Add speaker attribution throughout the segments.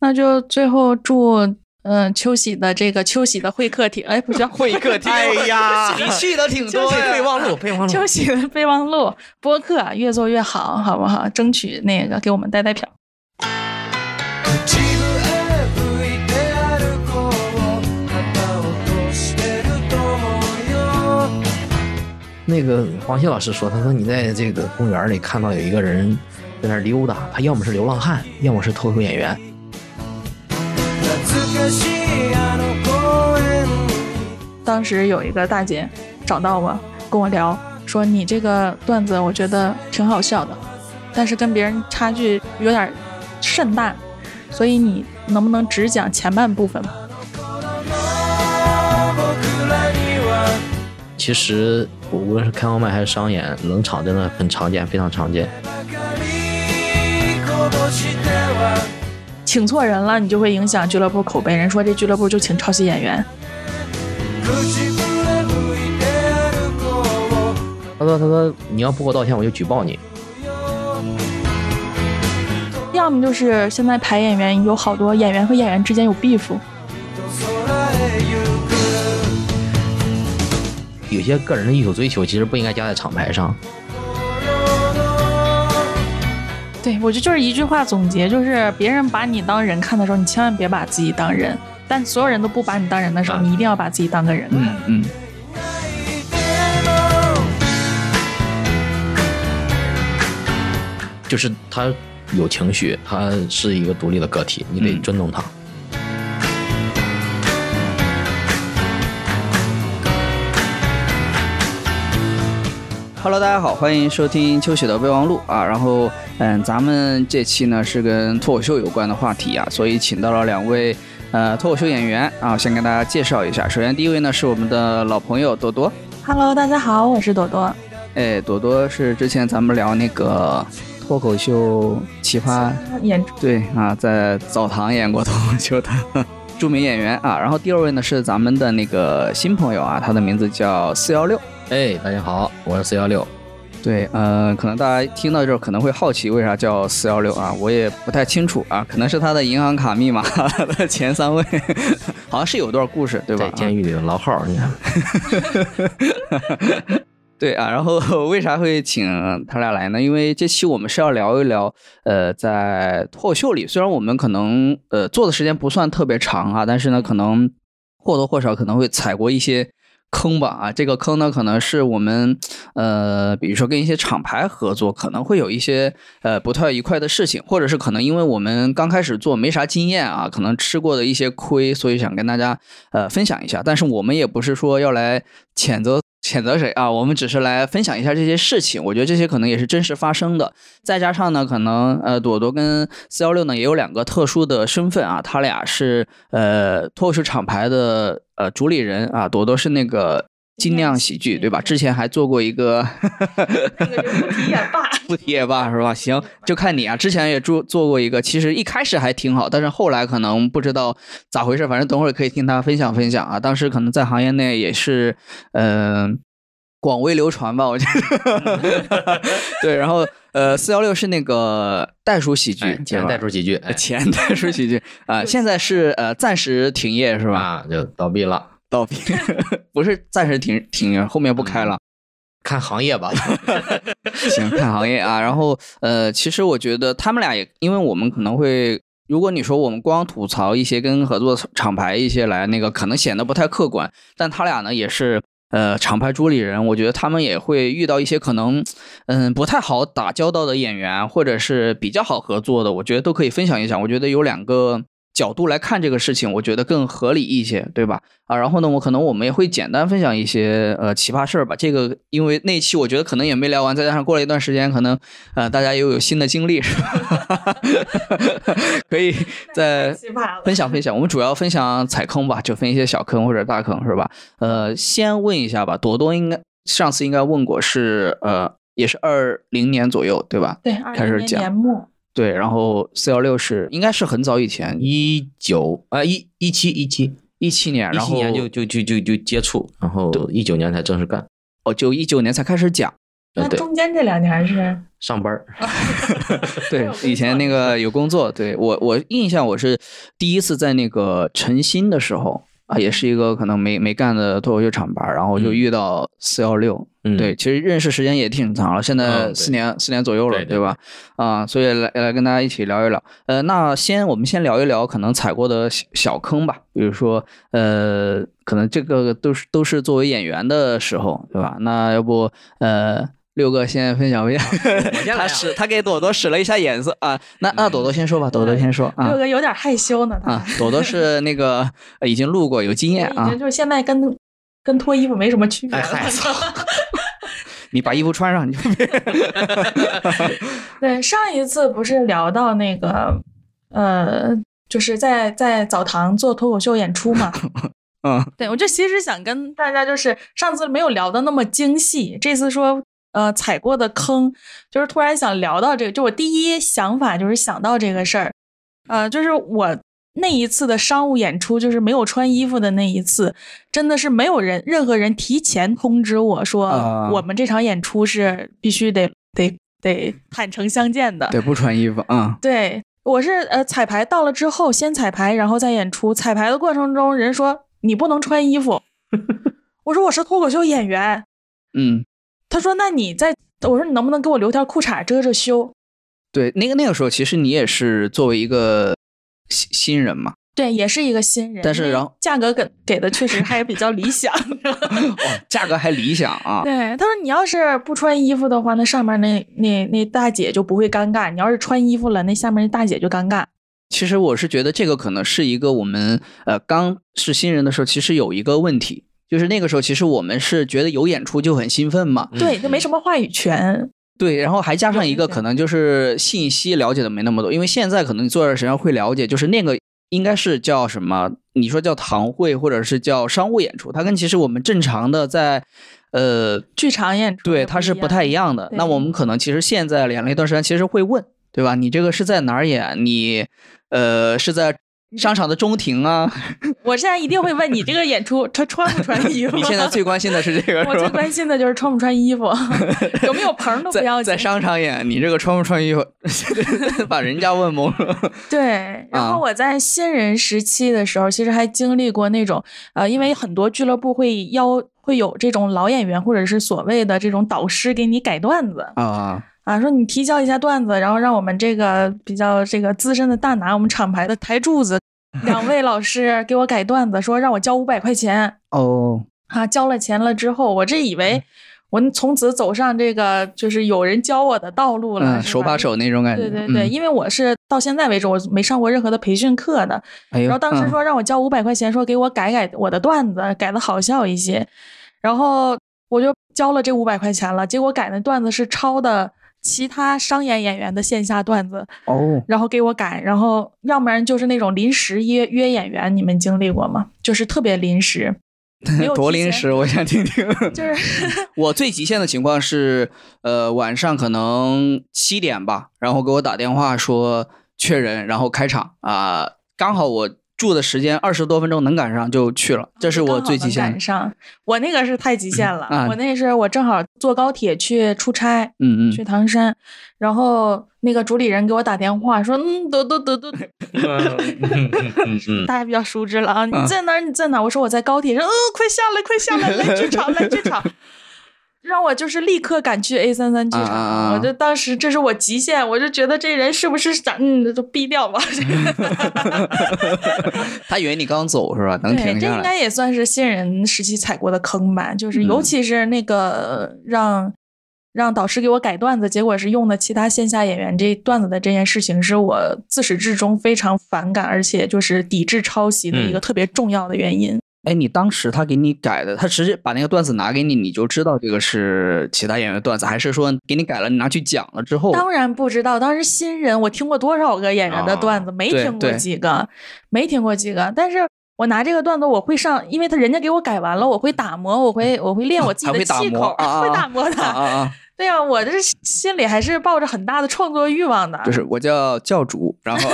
Speaker 1: 那就最后祝嗯秋喜的这个秋喜的会客厅，哎，不叫
Speaker 2: 会 客厅，
Speaker 3: 哎呀，
Speaker 2: 你去的挺
Speaker 3: 就
Speaker 2: 多
Speaker 3: 是备
Speaker 2: 呀。
Speaker 3: 忘录，备忘录
Speaker 1: 秋。喜的备忘录播客啊越做越好，好不好？争取那个给我们带带票。
Speaker 4: 口へ向いて歩こう旗をとしてると思うよ
Speaker 3: 那个黄西老师说，他说你在这个公园里看到有一个人在那儿溜达，他要么是流浪汉，要么是脱口演员。
Speaker 4: 懐かしいあの公園
Speaker 1: 当时有一个大姐找到我，跟我聊说你这个段子我觉得挺好笑的，但是跟别人差距有点甚大，所以你能不能只讲前半部分？
Speaker 4: 僕らには
Speaker 3: 其实我无论是开放麦还是商演，冷场真的很常见，非常常见。
Speaker 4: ばかりこぼしては
Speaker 1: 请错人了，你就会影响俱乐部口碑。人说这俱乐部就请抄袭演员，
Speaker 4: 口笛吹いて歩こ
Speaker 3: 他说：“他说你要不给我道歉，我就举报你。
Speaker 1: 要么就是现在排演员有好多演员和演员之间有 beef，
Speaker 4: うと空へ行く
Speaker 3: 有些个人的艺术追求其实不应该加在厂牌上。
Speaker 1: 对，我觉得就是一句话总结，就是别人把你当人看的时候，你千万别把自己当人；但所有人都不把你当人的时候，
Speaker 3: 啊
Speaker 1: 你一定要把自己当个人。
Speaker 2: 嗯嗯，
Speaker 3: 就是他有情绪，他是一个独立的个体，你得
Speaker 2: 嗯
Speaker 3: 尊重他。
Speaker 2: Hello，大家好，欢迎收听秋雪的备忘录啊。然后，嗯，咱们这期呢是跟脱口秀有关的话题啊，所以请到了两位呃脱口秀演员啊，先跟大家介绍一下。首先第一位呢是我们的老朋友朵朵，
Speaker 1: Hello，大家好，我是朵朵。
Speaker 2: 哎，朵朵是之前咱们聊那个脱口秀奇葩
Speaker 1: 演
Speaker 2: 对啊，在澡堂演过脱 口秀的著名演员啊。然后第二位呢是咱们的那个新朋友啊，他的名字叫四幺六。
Speaker 3: 哎，大家好，我是四幺六。
Speaker 2: 对，呃，可能大家听到这儿可能会好奇为啥叫四幺六啊，我也不太清楚啊，可能是他的银行卡密码 的前三位， 好像是有段故事对吧哎
Speaker 3: 在？监狱里的牢号，你看，
Speaker 2: 对啊，然后 为啥会请他俩来呢？因为这期我们是要聊一聊，呃，在脱口秀里，虽然我们可能呃做的时间不算特别长啊，但是呢，可能或多或少可能会踩过一些坑吧啊。这个坑呢，可能是我们呃，比如说跟一些厂牌合作，可能会有一些呃不太愉快的事情，或者是可能因为我们刚开始做没啥经验啊，可能吃过的一些亏，所以想跟大家呃分享一下。但是我们也不是说要来谴责谴责谁啊，我们只是来分享一下这些事情。我觉得这些可能也是真实发生的。再加上呢，可能呃朵朵跟四幺六呢也有两个特殊的身份啊，他俩是呃脱口秀厂牌的呃主理人啊，朵朵是那个。
Speaker 1: 精
Speaker 2: 精
Speaker 1: 酿
Speaker 2: 酿
Speaker 1: 喜
Speaker 2: 喜剧
Speaker 1: 剧
Speaker 2: 对吧？之前还做过一个
Speaker 1: 那个就是不提也罢。
Speaker 2: 不提也罢，是吧？行，就看你啊。之前也做做过一个，其实一开始还挺好，但是后来可能不知道咋回事，反正等会儿可以听他分享分享啊。当时可能在行业内也是，嗯、广为流传吧，我觉
Speaker 3: 嗯
Speaker 2: 得。 对，然后呃，四幺六是那个袋鼠喜剧，
Speaker 3: 哎，
Speaker 2: 对
Speaker 3: 简
Speaker 2: 吧
Speaker 3: 单带出几句， 哎，
Speaker 2: 前袋鼠喜剧啊、现在是呃暂时停业是吧？
Speaker 3: 啊，就倒闭了。
Speaker 2: 倒闭， 不是暂时停停业，后面不开了。
Speaker 3: 看行业 吧，
Speaker 2: 行，看行业啊。然后呃，其实我觉得他们俩也，因为我们可能会，如果你说我们光吐槽一些跟合作厂牌一些来那个，可能显得不太客观。但他俩呢也是。呃，厂牌主理人，我觉得他们也会遇到一些可能，嗯，不太好打交道的演员，或者是比较好合作的，我觉得都可以分享一下。我觉得有两个角度来看这个事情，我觉得更合理一些，对吧？啊，然后呢，我可能我们也会简单分享一些呃奇葩事儿吧。这个因为那期我觉得可能也没聊完，再加上过了一段时间，可能呃大家又有新的经历，是吧？ 可以再
Speaker 1: 奇葩了
Speaker 2: 分享分享。我们主要分享踩坑吧，就分一些小坑或者大坑，是吧？呃，先问一下吧，朵朵应该上次应该问过是呃也是二零年左右对吧？
Speaker 1: 对，二
Speaker 2: 开
Speaker 1: 零
Speaker 2: 始
Speaker 1: 年
Speaker 2: 讲
Speaker 1: 年末，
Speaker 2: 对，然后四幺六是应该是很早以前一呃
Speaker 3: 一九啊一一七一七
Speaker 2: 一七年，
Speaker 3: 一
Speaker 2: 然
Speaker 3: 七
Speaker 2: 后
Speaker 3: 年就就就就就接触，然后一九年才正式干。
Speaker 2: 哦就一九年才开始讲。
Speaker 1: 那
Speaker 2: 对
Speaker 1: 中间这两年是
Speaker 3: 上班儿，
Speaker 2: 对
Speaker 1: 有工，
Speaker 2: 以前
Speaker 1: 作
Speaker 2: 那个有工作，对我我印象我是第一次在那个晨星的时候啊，也是一个可能没没干的脱口秀厂牌，然后就
Speaker 3: 嗯
Speaker 2: 遇到四幺六，
Speaker 3: 嗯
Speaker 2: 对，其实认识时间也挺长了，现在
Speaker 3: 嗯
Speaker 2: 四
Speaker 3: 对
Speaker 2: 年、四年左右了，
Speaker 3: 对对
Speaker 2: 吧？啊、所以来来跟大家一起聊一聊。呃，那先我们先聊一聊可能踩过的小小坑吧，比如说呃，可能这个都是都是作为演员的时候，对吧？那要不呃。六哥先分享一下，
Speaker 3: 啊
Speaker 2: 他使他给朵朵使了一下眼色啊，那
Speaker 3: 嗯
Speaker 2: 那朵朵先说吧，朵朵先说啊
Speaker 1: 哎六哥有点害羞呢，他
Speaker 2: 啊，朵朵是那个呃已经录过有经验
Speaker 1: 已
Speaker 2: 啊
Speaker 1: 经，就是现在跟跟脱衣服没什么区别了。
Speaker 3: 哎嗨
Speaker 2: 你把衣服穿上，你就
Speaker 1: 对，上一次不是聊到那个呃，就是在在澡堂做脱口秀演出嘛？
Speaker 2: 嗯
Speaker 1: 对我这其实想跟大家就是上次没有聊的那么精细，这次说。呃，踩过的坑，就是突然想聊到这个，就我第一想法就是想到这个事儿，呃，就是我那一次的商务演出，就是没有穿衣服的那一次，真的是没有人任何人提前通知我说，
Speaker 2: 啊
Speaker 1: 我们这场演出是必须得得得坦诚相见的，
Speaker 2: 对不穿衣服啊，
Speaker 1: 对，我是呃彩排到了之后先彩排，然后再演出。彩排的过程中，人说你不能穿衣 服，我说我是脱口秀演员。
Speaker 2: 嗯，
Speaker 1: 他说那你在，我说你能不能给我留条裤衩遮着羞？
Speaker 2: 对，那个那个时候，其实你也是作为一个新新人嘛，
Speaker 1: 对，也是一个新人，
Speaker 2: 但是
Speaker 1: 因为
Speaker 2: 然后
Speaker 1: 价格给给的确实还比较理想。
Speaker 2: 哦，价格还理想啊。
Speaker 1: 对，他说你要是不穿衣服的话，那上面那那那大姐就不会尴尬；你要是穿衣服了，那下面那大姐就尴尬。
Speaker 2: 其实我是觉得这个可能是一个我们呃刚是新人的时候，其实有一个问题，就是那个时候其实我们是觉得有演出就很兴奋嘛，
Speaker 1: 对，就没什么话语权。
Speaker 2: 嗯对，然后还加上一个
Speaker 1: 有影响
Speaker 2: 可能就是信息了解的没那么多，因为现在可能你坐在身上会了解，就是那个应该是叫什么？你说叫堂会或者是叫商务演出，它跟其实我们正常的在呃
Speaker 1: 剧场演出
Speaker 2: 对，
Speaker 1: 也
Speaker 2: 它是
Speaker 1: 一
Speaker 2: 不
Speaker 1: 样
Speaker 2: 太一样的。那
Speaker 1: 对
Speaker 2: 我们可能其实现在演了一段时间，其实会问，对吧？你这个是在哪儿演？你呃是在商场的中庭啊？
Speaker 1: 我现在一定会问你，这个演出他穿不穿衣服？
Speaker 2: 你现在最关心的是这个
Speaker 1: 我最
Speaker 2: 是吧？
Speaker 1: 关心的就是穿不穿衣 服，有没有棚儿都不要
Speaker 2: 在
Speaker 1: 紧
Speaker 2: 在。商场演，你这个穿不穿衣服， 把人家问懵 了。
Speaker 1: 对，然
Speaker 2: 啊
Speaker 1: 后我在新人时期的时候，其实还经历过那种，呃，因为很多俱乐部会邀会有这种老演员或者是所谓的这种导师给你改段子
Speaker 2: 啊，
Speaker 1: 啊，说你提交一下段子，然后让我们这个比较这个资深的大拿，我们厂牌的台柱 子两位老师给我改段子，说让我交五百块钱。
Speaker 2: 哦，
Speaker 1: 啊，交了钱了之后，我这以
Speaker 2: 嗯
Speaker 1: 为我从此走上这个就是有人教我的道路了，
Speaker 2: 嗯，
Speaker 1: 是
Speaker 2: 手
Speaker 1: 吧
Speaker 2: 把。手那种感觉。
Speaker 1: 对对对，
Speaker 2: 嗯，
Speaker 1: 因为我是到现在为止我没上过任何的培训课的，
Speaker 2: 哎呦
Speaker 1: 然后当时
Speaker 2: 嗯
Speaker 1: 说让我交五百块钱，说给我改改我的段子，改的好笑一些，然后我就交了这五百块钱了，结果改的段子是抄的其他商演演员的线下段子，
Speaker 2: 哦，
Speaker 1: 然后给我改，然后要不然就是那种临时约约演员，你们经历过吗？就是特别临时，没有
Speaker 2: 多
Speaker 1: 提
Speaker 2: 临
Speaker 1: 前
Speaker 2: 时，我想 听听。
Speaker 1: 就是
Speaker 2: 我最极限的情况是，呃，晚上可能七点吧，然后给我打电话说确认，然后开场啊、刚好我住的时间二十多分钟能赶上就去了，这是
Speaker 1: 哦刚
Speaker 2: 我
Speaker 1: 好
Speaker 2: 最
Speaker 1: 能
Speaker 2: 极限的
Speaker 1: 赶。上，我那个是太极限了。
Speaker 2: 啊
Speaker 1: 我那是我正好坐高铁去出差，
Speaker 2: 嗯
Speaker 1: 去
Speaker 2: 嗯，
Speaker 1: 唐山，然后那个主理人给我打电话说，嗯，得得得得，
Speaker 3: 嗯嗯嗯嗯，
Speaker 1: 大家比较熟知了啊，你
Speaker 2: 啊
Speaker 1: 在哪儿？你在哪儿？我说我在高铁上，嗯，快下来，快下来，来剧场，来剧 场。让我就是立刻赶去 A 三三剧场，
Speaker 2: 啊啊啊
Speaker 1: 我就当时这是我极限，我就觉得这人是不是想嗯，就毙掉吧。
Speaker 2: 他以为你刚走是吧？能
Speaker 1: 对，
Speaker 2: 停
Speaker 1: 这
Speaker 2: 下
Speaker 1: 应
Speaker 2: 来。
Speaker 1: 该也算是新人时期踩过的坑吧，就是尤
Speaker 2: 嗯
Speaker 1: 其是那个呃让让导师给我改段子，结果是用的其他线下演员这段子的这件事情，是我自始至终非常反感，而且就是抵制抄袭的一个
Speaker 3: 嗯
Speaker 1: 特别重要的原因。
Speaker 2: 哎，你当时他给你改的，他直接把那个段子拿给你，你就知道这个是其他演员的段子，还是说给你改了，你拿去讲了之后？
Speaker 1: 当然不知道，当时新人，我听过多少个演员的段子，没
Speaker 2: 哦对
Speaker 1: 听过
Speaker 2: 对
Speaker 1: 几个，没听过几个。但是我拿这个段子，我会上，因为他人家给我改完了，我会打磨，我会我会练我自己
Speaker 2: 嗯还
Speaker 1: 的
Speaker 2: 会打
Speaker 1: 气
Speaker 2: 磨
Speaker 1: 口，
Speaker 2: 啊啊啊
Speaker 1: 会打磨的。
Speaker 2: 啊啊啊！
Speaker 1: 对呀、我这是心里还是抱着很大的创作欲望的。
Speaker 2: 啊就是我叫教主，然后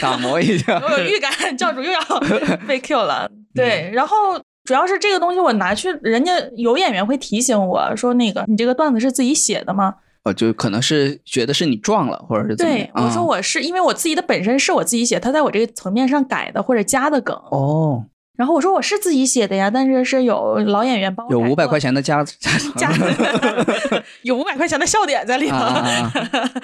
Speaker 2: 打磨一下。 嗯
Speaker 1: 我有预感，教主又要被 Q 了。对，然后主要是这个东西我拿去，人家有演员会提醒我说，那个你这个段子是自己写的吗？
Speaker 2: 哦，就可能是觉得是你撞了，或者是怎么样
Speaker 1: 对，？我说
Speaker 2: 啊
Speaker 1: 我是因为我自己的本身是我自己写，他在我这个层面上改的或者加的梗。
Speaker 2: 哦，
Speaker 1: 然后我说我是自己写的呀，但是是有老演员帮我
Speaker 2: 有
Speaker 1: 改
Speaker 2: 五百
Speaker 1: 过
Speaker 2: 块钱的加加
Speaker 1: 加 有五百块钱的笑点在里头。
Speaker 2: 啊 啊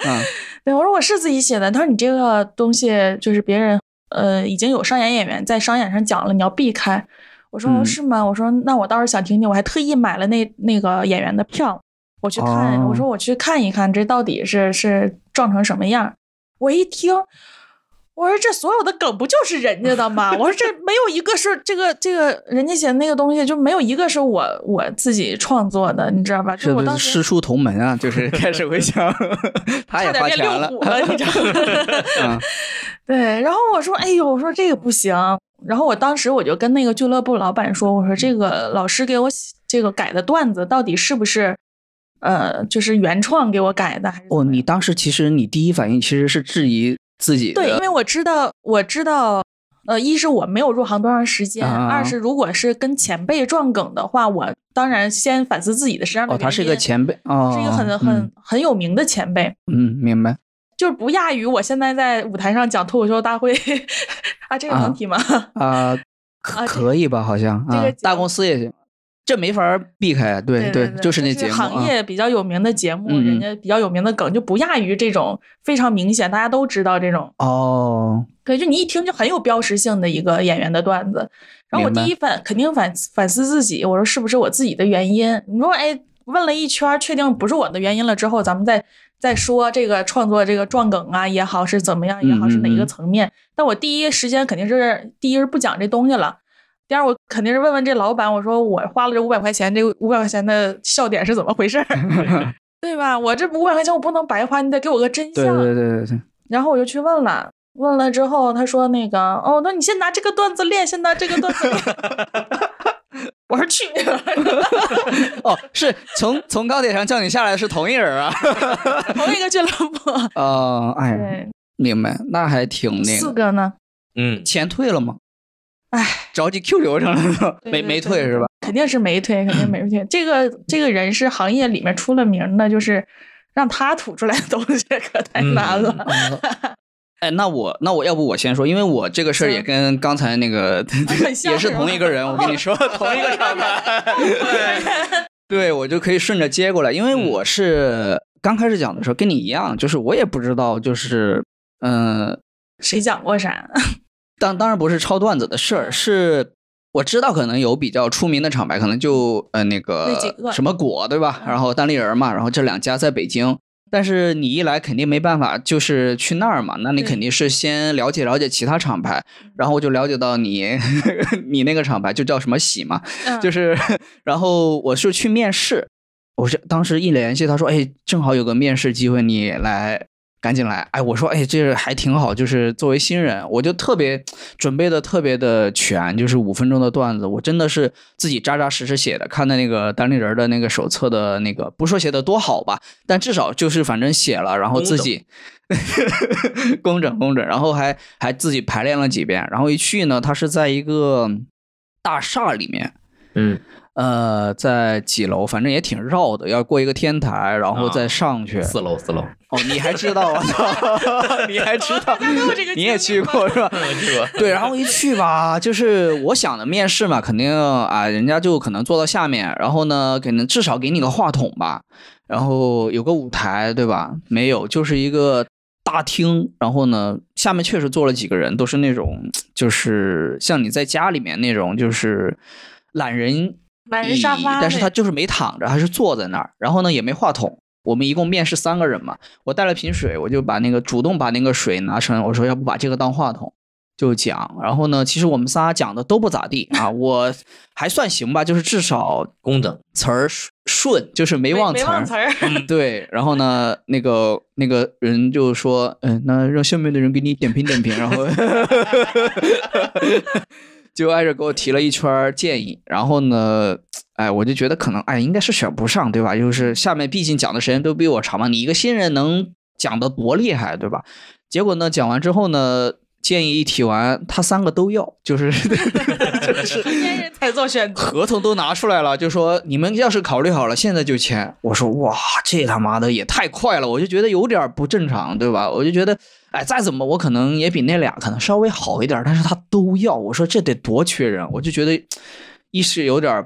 Speaker 2: 啊啊！
Speaker 1: 对，我说我是自己写的。他说你这个东西就是别人呃已经有商演演员在商演上讲了，你要避开。我说、
Speaker 2: 嗯
Speaker 1: 是吗？我说那我倒是想听听，我还特意买了那那个演员的票，我去看。
Speaker 2: 哦
Speaker 1: 我说我去看一看这到底是是撞成什么样。我一听。我说这所有的梗不就是人家的吗？我说 这没有一个是这个这个人家写的那个东西，就没有一个是我我自己创作的，你知道吧？就是我
Speaker 2: 不
Speaker 1: 当
Speaker 2: 是
Speaker 1: 时
Speaker 2: 师出同门啊？就是开始回想， 他也
Speaker 1: 差点
Speaker 2: 花
Speaker 1: 变
Speaker 2: 钱
Speaker 1: 六
Speaker 2: 了
Speaker 1: 虎了，你知道 吗？嗯
Speaker 2: 啊
Speaker 1: 对，然后我说，哎呦，我说这个不行。然后我当时我就跟那个俱乐部老板说，我说这个老师给我写这个改的段子到底是不是，呃，就是原创给我改的？还是
Speaker 2: 哦，你当时其实你第一反应其实是质疑自己的，
Speaker 1: 对，因为我知道，我知道，呃，一是我没有入行多长时间，
Speaker 2: 啊
Speaker 1: 二是如果是跟前辈撞梗的话，我当然先反思自己的身上的
Speaker 2: 哦，
Speaker 1: 原因。
Speaker 2: 他是一个前辈，哦，
Speaker 1: 是一个很很、
Speaker 2: 嗯
Speaker 1: 很有名的前辈。
Speaker 2: 嗯，明白。
Speaker 1: 就是不亚于我现在在舞台上讲脱口秀大会啊，这个
Speaker 2: 啊
Speaker 1: 能提吗？
Speaker 2: 啊、
Speaker 1: 啊这
Speaker 2: 可可以吧？好像
Speaker 1: 这
Speaker 2: 啊，
Speaker 1: 个节
Speaker 2: 大
Speaker 1: 目
Speaker 2: 公司也行，这没法儿避开。 啊对
Speaker 1: 对
Speaker 2: 就是那节目
Speaker 1: 行
Speaker 2: 啊。
Speaker 1: 业比较有名的节目，
Speaker 2: 嗯嗯
Speaker 1: 人家比较有名的梗，就不亚于这种非常明显，大家都知道这种。
Speaker 2: 哦，
Speaker 1: 对，就你一听就很有标识性的一个演员的段子。然后我
Speaker 2: 明白
Speaker 1: 第一反肯定反反思自己，我说是不是我自己的原因？你说哎，问了一圈儿，确定不是我的原因了之后，咱们再再说这个创作这个撞梗啊也好是怎么样也好是哪一
Speaker 2: 嗯嗯
Speaker 1: 个
Speaker 2: 嗯
Speaker 1: 层面。但我第一时间肯定是第一是不讲这东西了。第二，我肯定是问问这老板，我说我花了这五百块钱，这五百块钱的笑点是怎么回 事儿，对吧？我这五百块钱我不能白花，你得给我个真相。
Speaker 2: 对对对对对，
Speaker 1: 然后我就去问了，问了之后他说那个哦，那你先拿这个段子练，先拿这个段子练。 我说去，
Speaker 2: 哦，是从从高铁上叫你下来的是同一人啊。
Speaker 1: 同一个俱乐部。
Speaker 2: 哦，哎呀，
Speaker 1: 对，
Speaker 2: 明白，那还挺那
Speaker 1: 四
Speaker 2: 个。
Speaker 1: 个呢，
Speaker 3: 嗯，
Speaker 2: 钱退了吗？
Speaker 1: 哎，
Speaker 2: 着急 Q 流程了，
Speaker 1: 对
Speaker 2: 没
Speaker 1: 对对
Speaker 2: 没退是吧？
Speaker 1: 肯定是没退，肯定没
Speaker 2: 嗯
Speaker 1: 退。这个这个人是行业里面出了名的，就是让他吐出来的东西可太
Speaker 2: 嗯
Speaker 1: 难了。
Speaker 3: 嗯
Speaker 2: 哎，那我那我要不我先说，因为我这个事儿也
Speaker 1: 行啊
Speaker 2: 跟刚才那个
Speaker 1: 很像
Speaker 2: 也
Speaker 1: 是
Speaker 2: 是
Speaker 1: 吧
Speaker 2: 同一个人，我跟你说同一个 上班，对我就可以顺着接过来，因为
Speaker 3: 嗯
Speaker 2: 我是刚开始讲的时候跟你一样，就是我也不知道，就是嗯、呃
Speaker 1: 谁讲过啥？
Speaker 2: 当当然不是抄段子的事儿，是我知道可能有比较出名的厂牌，可能就呃那个
Speaker 1: 那几个
Speaker 2: 什么果对吧？
Speaker 1: 嗯
Speaker 2: 然后单立人嘛，然后这两家在北京。但是你一来肯定没办法，就是去那儿嘛，那你
Speaker 1: 对嗯
Speaker 2: 肯定是先了解了解其他厂牌，然后我就了解到你 你那个厂牌就叫什么喜嘛，
Speaker 1: 嗯
Speaker 2: 就是， 然后我是去面试，我是当时一联系他说，哎，正好有个面试机会，你来，赶紧来。哎，我说，哎，这还挺好，就是作为新人，我就特别准备的特别的全，就是五分钟的段子，我真的是自己扎扎实实写的，看的那个单立人的那个手册的那个，不说写的多好吧，但至少就是反正写了，然后自己 工整工整，然后还还自己排练了几遍，然后一去呢，他是在一个大厦里面。
Speaker 3: 嗯，
Speaker 2: 呃，在几楼，反正也挺绕的，要过一个天台，然后再上去。
Speaker 3: 四楼四楼，
Speaker 2: 哦，你还知道？我操， 你还知道？
Speaker 1: 大家都有这个
Speaker 2: 你也
Speaker 1: 经历
Speaker 2: 去
Speaker 1: 吧
Speaker 2: 过是吧？
Speaker 3: 我去过，
Speaker 2: 对，然后一去吧，就是我想的面试嘛，肯定啊，人家就可能坐到下面，然后呢，可能至少给你个话筒吧，然后有个舞台，对吧？没有，就是一个大厅，然后呢，下面确实坐了几个人，都是那种就是像你在家里面那种，就是懒人
Speaker 1: 懒人沙
Speaker 2: 椅
Speaker 1: 发呗，
Speaker 2: 但是他就是没躺着，还是坐在那儿，然后呢也没话筒。我们一共面试三个人嘛，我带了瓶水，我就把那个主动把那个水拿成，我说要不把这个当话筒就讲。然后呢，其实我们仨讲的都不咋地啊，我还算行吧，就是至少
Speaker 3: 工整，
Speaker 2: 词儿顺，就是没
Speaker 1: 没
Speaker 2: 忘
Speaker 1: 没
Speaker 2: 词儿
Speaker 1: 忘。词儿，
Speaker 2: 对，然后呢，那个那个人就说，嗯、那让下面的人给你点评点评，然后 就挨着给我提了一圈儿建议，然后呢，哎，我就觉得可能哎应该是选不上，对吧？就是下面毕竟讲的时间都比我长嘛，你一个新人能讲的多厉害，对吧？结果呢，讲完之后呢，建议一提完，他三个都要，就是 就是
Speaker 1: 成年人才做选择。
Speaker 2: 合同都拿出来了，就说你们要是考虑好了，现在就签。我说哇，这他妈的也太快了，我就觉得有点不正常，对吧？我就觉得，哎，再怎么我可能也比那俩可能稍微好一点，但是他都要，我说这得多缺人，我就觉得一是有点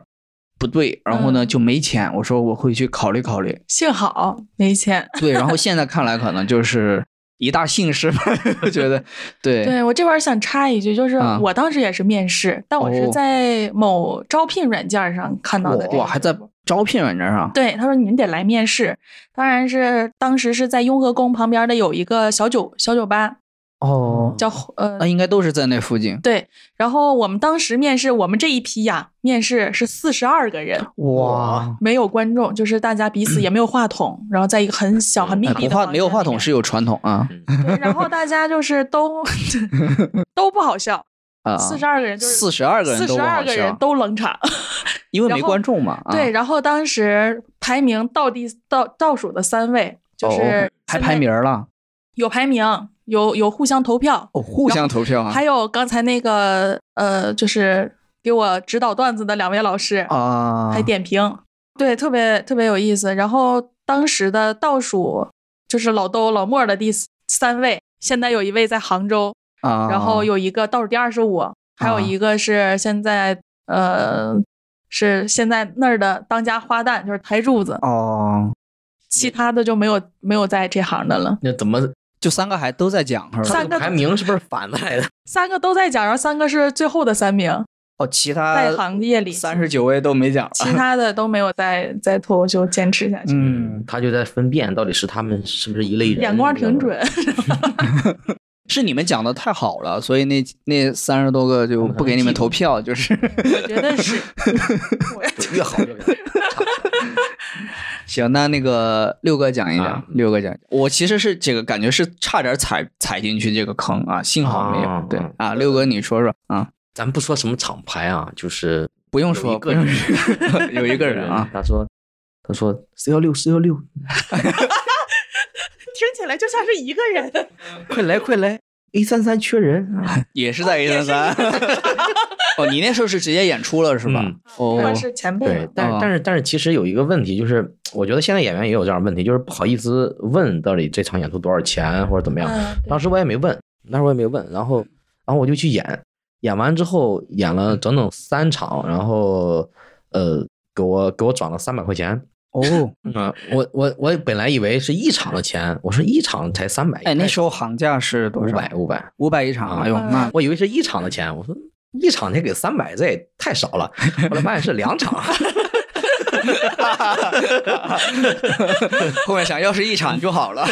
Speaker 2: 不对，然后呢
Speaker 1: 嗯
Speaker 2: 就没签。我说我会去考虑考虑，
Speaker 1: 幸好没钱。
Speaker 2: 对，然后现在看来可能就是一大幸事吧，我觉得对
Speaker 1: 对我这边想插一句，就是
Speaker 2: 啊
Speaker 1: 我当时也是面试，但我是
Speaker 2: 哦
Speaker 1: 在某招聘软件上看到的、这个
Speaker 2: 哇，还在招聘软件上，
Speaker 1: 对，他说你们得来面试，当然是当时是在雍和宫旁边的有一个小酒小酒吧，
Speaker 2: 哦
Speaker 1: 叫呃
Speaker 2: 那应该都是在那附近。
Speaker 1: 对，然后我们当时面试，我们这一批呀、面试是四十二个人，
Speaker 2: 哇，
Speaker 1: 没有观众，就是大家彼此也没有话筒，然后在一个很小很密
Speaker 2: 哎，
Speaker 1: 闭
Speaker 2: 不
Speaker 1: 的
Speaker 2: 话
Speaker 1: 房
Speaker 2: 没有
Speaker 1: 间
Speaker 2: 话
Speaker 1: 里
Speaker 2: 筒
Speaker 1: 面
Speaker 2: 是有传统啊
Speaker 3: 嗯
Speaker 1: 对然后大家就是都 都不好笑，
Speaker 2: 啊，
Speaker 1: 四十二个人就是
Speaker 2: 四十二个人
Speaker 1: 四
Speaker 2: 都
Speaker 1: 十
Speaker 2: 不
Speaker 1: 二
Speaker 2: 好
Speaker 1: 个人
Speaker 2: 笑，
Speaker 1: 都冷 场。
Speaker 2: 因为
Speaker 1: 然
Speaker 2: 没
Speaker 1: 后
Speaker 2: 观众嘛，啊
Speaker 1: 对，，然后当时排名倒第倒倒数的三位，就
Speaker 2: 哦
Speaker 1: 是
Speaker 2: 还
Speaker 1: 现在
Speaker 2: 排名了，
Speaker 1: 有排名，有有互相投票，
Speaker 2: 哦，互相投票啊，
Speaker 1: 还有刚才那个呃，就是给我指导段子的两位老师，
Speaker 2: 啊，
Speaker 1: 还点评，对，特别特别有意思。然后当时的倒数就是老兜老莫的第三位，现在有一位在杭州，
Speaker 2: 啊，
Speaker 1: 然后有一个倒数第二十五，还有一个是现在、呃是现在那儿的当家花旦，就是台柱子，
Speaker 2: 哦，
Speaker 1: 其他的就没有没有在这行的了。
Speaker 3: 那怎么
Speaker 2: 就三个还都在讲是吧？
Speaker 1: 三个
Speaker 3: 排名是不是反过来的？
Speaker 1: 三个都在讲，然后三个是最后的三名，
Speaker 2: 哦，其他
Speaker 1: 在行业里
Speaker 2: 三十九位都没讲，
Speaker 1: 其他的都没有在在脱口秀坚持下去。
Speaker 2: 嗯，
Speaker 3: 他就在分辨到底是他们是不是一类人，
Speaker 1: 眼光
Speaker 2: 哎
Speaker 1: 挺准，
Speaker 2: 是你们讲的太好了，所以那那三十多个就不给你们投票，就是
Speaker 1: 我觉得 是，我
Speaker 3: 对，越好越好。
Speaker 2: 行，那那个六哥讲一讲，
Speaker 3: 啊
Speaker 2: 六哥讲一讲。我其实是这个感觉是差点踩踩进去这个坑啊，幸好没有。
Speaker 3: 啊
Speaker 2: 对啊，六哥你说说啊，
Speaker 3: 咱不说什么厂牌啊，就是
Speaker 2: 不用
Speaker 3: 有
Speaker 2: 说，
Speaker 3: 一个
Speaker 2: 不用
Speaker 3: 人
Speaker 2: 说有一个人啊，
Speaker 3: 他说他说四幺六四幺六，
Speaker 1: 听起来就像是一个人。
Speaker 2: 哦
Speaker 3: 快来快来，A 三三缺人啊！
Speaker 2: 也是在 A 三三。哦，你那时候是直接演出了是吧
Speaker 3: 嗯？
Speaker 1: 我
Speaker 2: 哦，
Speaker 1: 是前辈
Speaker 3: 对
Speaker 1: 嘛，，
Speaker 3: 但
Speaker 2: 啊
Speaker 3: 是但是但是，其实有一个问题就是，我觉得现在演员也有这样的问题，就是不好意思问到底这场演出多少钱或者怎么样。
Speaker 1: 嗯，对
Speaker 3: 当时我也没问，当时我也没问，然后然后我就去演，演完之后演了整整三场，然后呃给我给我转了三百块钱。
Speaker 2: 哦，
Speaker 3: 嗯，我我我本来以为是一场的钱，我说一场才三百，
Speaker 2: 哎，那时候行价是多
Speaker 3: 五
Speaker 2: 少？
Speaker 3: 百五百，
Speaker 2: 五百一场。哎呦，
Speaker 1: 嗯
Speaker 2: 那
Speaker 3: 我以为是一场的钱，我说一场才给三百，这也太少了。后来发现是两场，
Speaker 2: 后面想要是一场就好了。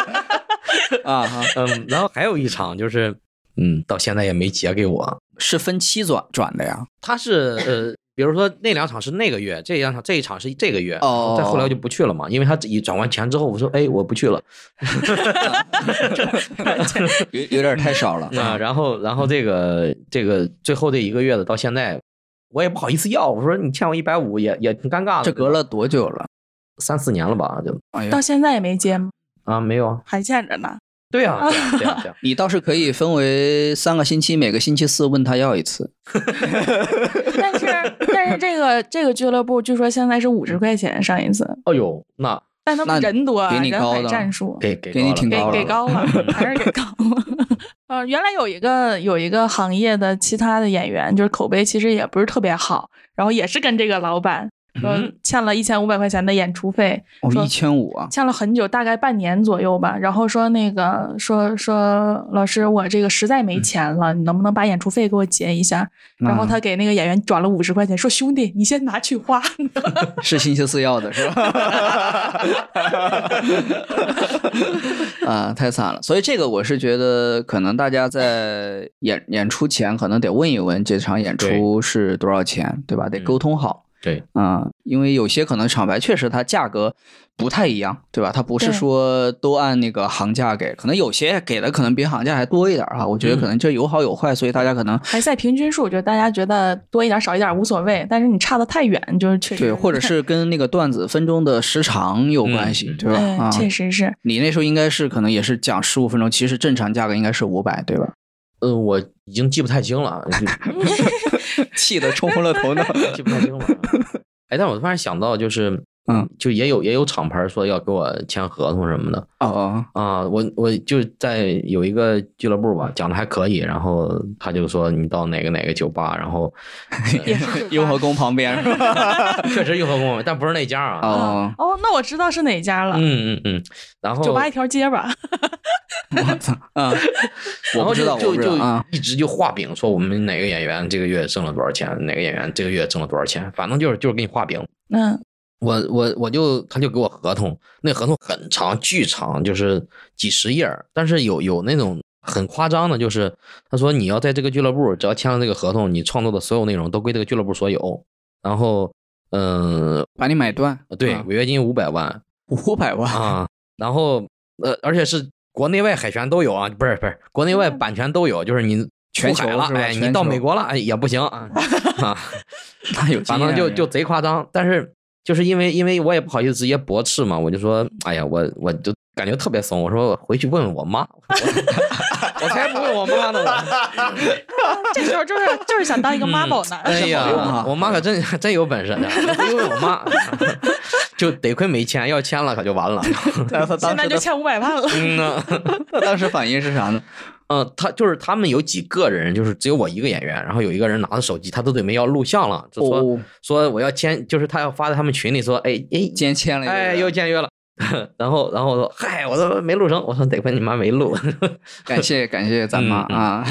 Speaker 2: 啊，哈
Speaker 3: 嗯，然后还有一场就是，嗯，到现在也没结给我，
Speaker 2: 是分期转转的呀？
Speaker 3: 他是呃，比如说那两场是那个月，这两场这一场是这个月，
Speaker 2: 哦
Speaker 3: 再后来我就不去了嘛，因为他一转完钱之后，我说哎，我不去 了
Speaker 2: 有有点太少了
Speaker 3: 啊、然后然后这个这个最后这一个月的到现在，我也不好意思要，我说你欠我一百五也也挺尴尬的，
Speaker 2: 这隔了多久了？
Speaker 3: 三四年了吧，就
Speaker 2: 哎
Speaker 1: 到
Speaker 2: 呀，
Speaker 1: 现在也没接吗？
Speaker 3: 啊没有啊，
Speaker 1: 还欠着呢。
Speaker 3: 对呀、对呀、啊对呀、对 呀、
Speaker 2: 你倒是可以分为三个星期，每个星期四问他要一次。
Speaker 1: 但是但是这个这个俱乐部据说现在是五十块钱上一次，
Speaker 3: 哎呦，那
Speaker 1: 但他
Speaker 2: 那
Speaker 1: 们人多啊，
Speaker 2: 比你
Speaker 1: 人
Speaker 2: 高
Speaker 1: 海
Speaker 2: 的
Speaker 1: 战术。
Speaker 3: 给给
Speaker 2: 给你
Speaker 3: 高了
Speaker 2: 挺
Speaker 1: 给
Speaker 2: 高
Speaker 1: 给
Speaker 2: 了
Speaker 1: 高了， 还是给高了。呃，原来有一个有一个行业的其他的演员，就是口碑其实也不是特别好，然后也是跟这个老板说
Speaker 3: 嗯
Speaker 1: 欠了一千五百块钱的演出费，
Speaker 2: 哦，
Speaker 1: 说
Speaker 2: 一千五 啊！
Speaker 1: 欠了很久，大概半年左右吧。然后说那个说说老师，我这个实在
Speaker 2: 嗯
Speaker 1: 没钱了，你能不能把演出费给我结一下？然
Speaker 2: 啊
Speaker 1: 后他给那个演员转了五十块钱，说兄弟，你先拿去花。
Speaker 2: 是星期四要的是吧？ 啊，太惨了！所以这个我是觉得，可能大家在演演出前，可能得问一问这场演出是多少钱，对吧？得沟通好。
Speaker 3: 对，
Speaker 2: 啊、因为有些可能厂牌确实它价格不太一样，对吧？它不是
Speaker 1: 对
Speaker 2: 说都按那个行价给，可能有些给的可能比行价还多一点儿哈。啊我觉得可能这有好有坏，所以大家可能
Speaker 1: 还在平均数，就大家觉得多一点少一点无所谓，但是你差的太远，就是确实
Speaker 2: 对，或者是跟那个段子分钟的时长有关系，
Speaker 3: 嗯嗯
Speaker 2: 对吧？
Speaker 1: 嗯
Speaker 2: 啊，
Speaker 1: 确实是
Speaker 2: 你那时候应该是可能也是讲十五分钟，其实正常价格应该是五百，对吧？
Speaker 3: 呃，我已经记不太清了，啊
Speaker 2: 气得冲昏了头脑。
Speaker 3: 记不太清了。哎，但我突然想到，就是，
Speaker 2: 嗯，
Speaker 3: 就也有也有厂牌说要给我签合同什么的
Speaker 2: 哦哦，
Speaker 3: 啊。我我就在有一个俱乐部吧，讲的还可以，然后他就说你到哪个哪个酒吧，然 后
Speaker 1: 也是
Speaker 2: 雍和宫旁边 是吧？
Speaker 3: 确实有合同，但不是那家啊。
Speaker 2: 哦哦
Speaker 1: 啊，哦，那我知道是哪家了，
Speaker 3: 嗯嗯嗯，然后
Speaker 1: 酒吧一条街吧，
Speaker 2: 我操啊！我
Speaker 3: 然后就
Speaker 2: 不知道，我
Speaker 3: 就
Speaker 2: 不知道
Speaker 3: 就
Speaker 2: 啊。
Speaker 3: 一直就画饼，说我们哪个演员这个月挣了多少钱，哪个演员这个月挣了多少钱，反正就是就是给你画饼。
Speaker 1: 嗯，
Speaker 3: 我我我就他就给我合同，那合同很长，巨长，就是几十页儿。但是有有那种很夸张的，就是他说你要在这个俱乐部，只要签了这个合同，你创作的所有内容都归这个俱乐部所有。然后，嗯、
Speaker 2: 把你买断，啊
Speaker 3: 对，违约金五百万
Speaker 2: 五百万，
Speaker 3: 啊。然后，呃，而且是国内外海权都有啊，不是不是，国内外版权都有，就是你
Speaker 2: 全
Speaker 3: 出海
Speaker 2: 球
Speaker 3: 了
Speaker 2: 是，吧
Speaker 3: 哎，
Speaker 2: 全
Speaker 3: 你到
Speaker 2: 球
Speaker 3: 美国了，哎也不 行啊啊。
Speaker 2: 那有
Speaker 3: 反
Speaker 2: 经
Speaker 3: 正
Speaker 2: 验
Speaker 3: 就
Speaker 2: 了
Speaker 3: 就贼夸张。但是就是因为因为我也不好意思直接驳斥嘛，我就说，哎呀，我我就感觉特别怂，我说我回去问问我妈， 我我才不问我妈呢， 我
Speaker 1: 这时候就是就是想当一个
Speaker 2: 嗯
Speaker 1: 妈宝男，
Speaker 3: 哎
Speaker 2: 好用
Speaker 3: 呀
Speaker 2: 啊，
Speaker 3: 我妈可真真有本事，我回去问我妈， 就得亏没签，要签了可就完了。
Speaker 2: 那他
Speaker 1: 现
Speaker 2: 当
Speaker 1: 在
Speaker 2: 时
Speaker 1: 就
Speaker 2: 的
Speaker 1: 欠五百万了，
Speaker 3: 嗯呐，
Speaker 2: 他当时反应是啥呢？
Speaker 3: 嗯，他就是他们有几个人，就是只有我一个演员，然后有一个人拿着手机，他都准备要录像了，就说、
Speaker 2: 哦，
Speaker 3: 说我要签，就是他要发在他们群里说，哎哎，
Speaker 2: 今天签了一个人，
Speaker 3: 哎，又签约了。 然后，然后我说，嗨，我说没录成，我说得亏你妈没录。
Speaker 2: 感谢感谢咱妈
Speaker 3: 嗯嗯
Speaker 2: 啊！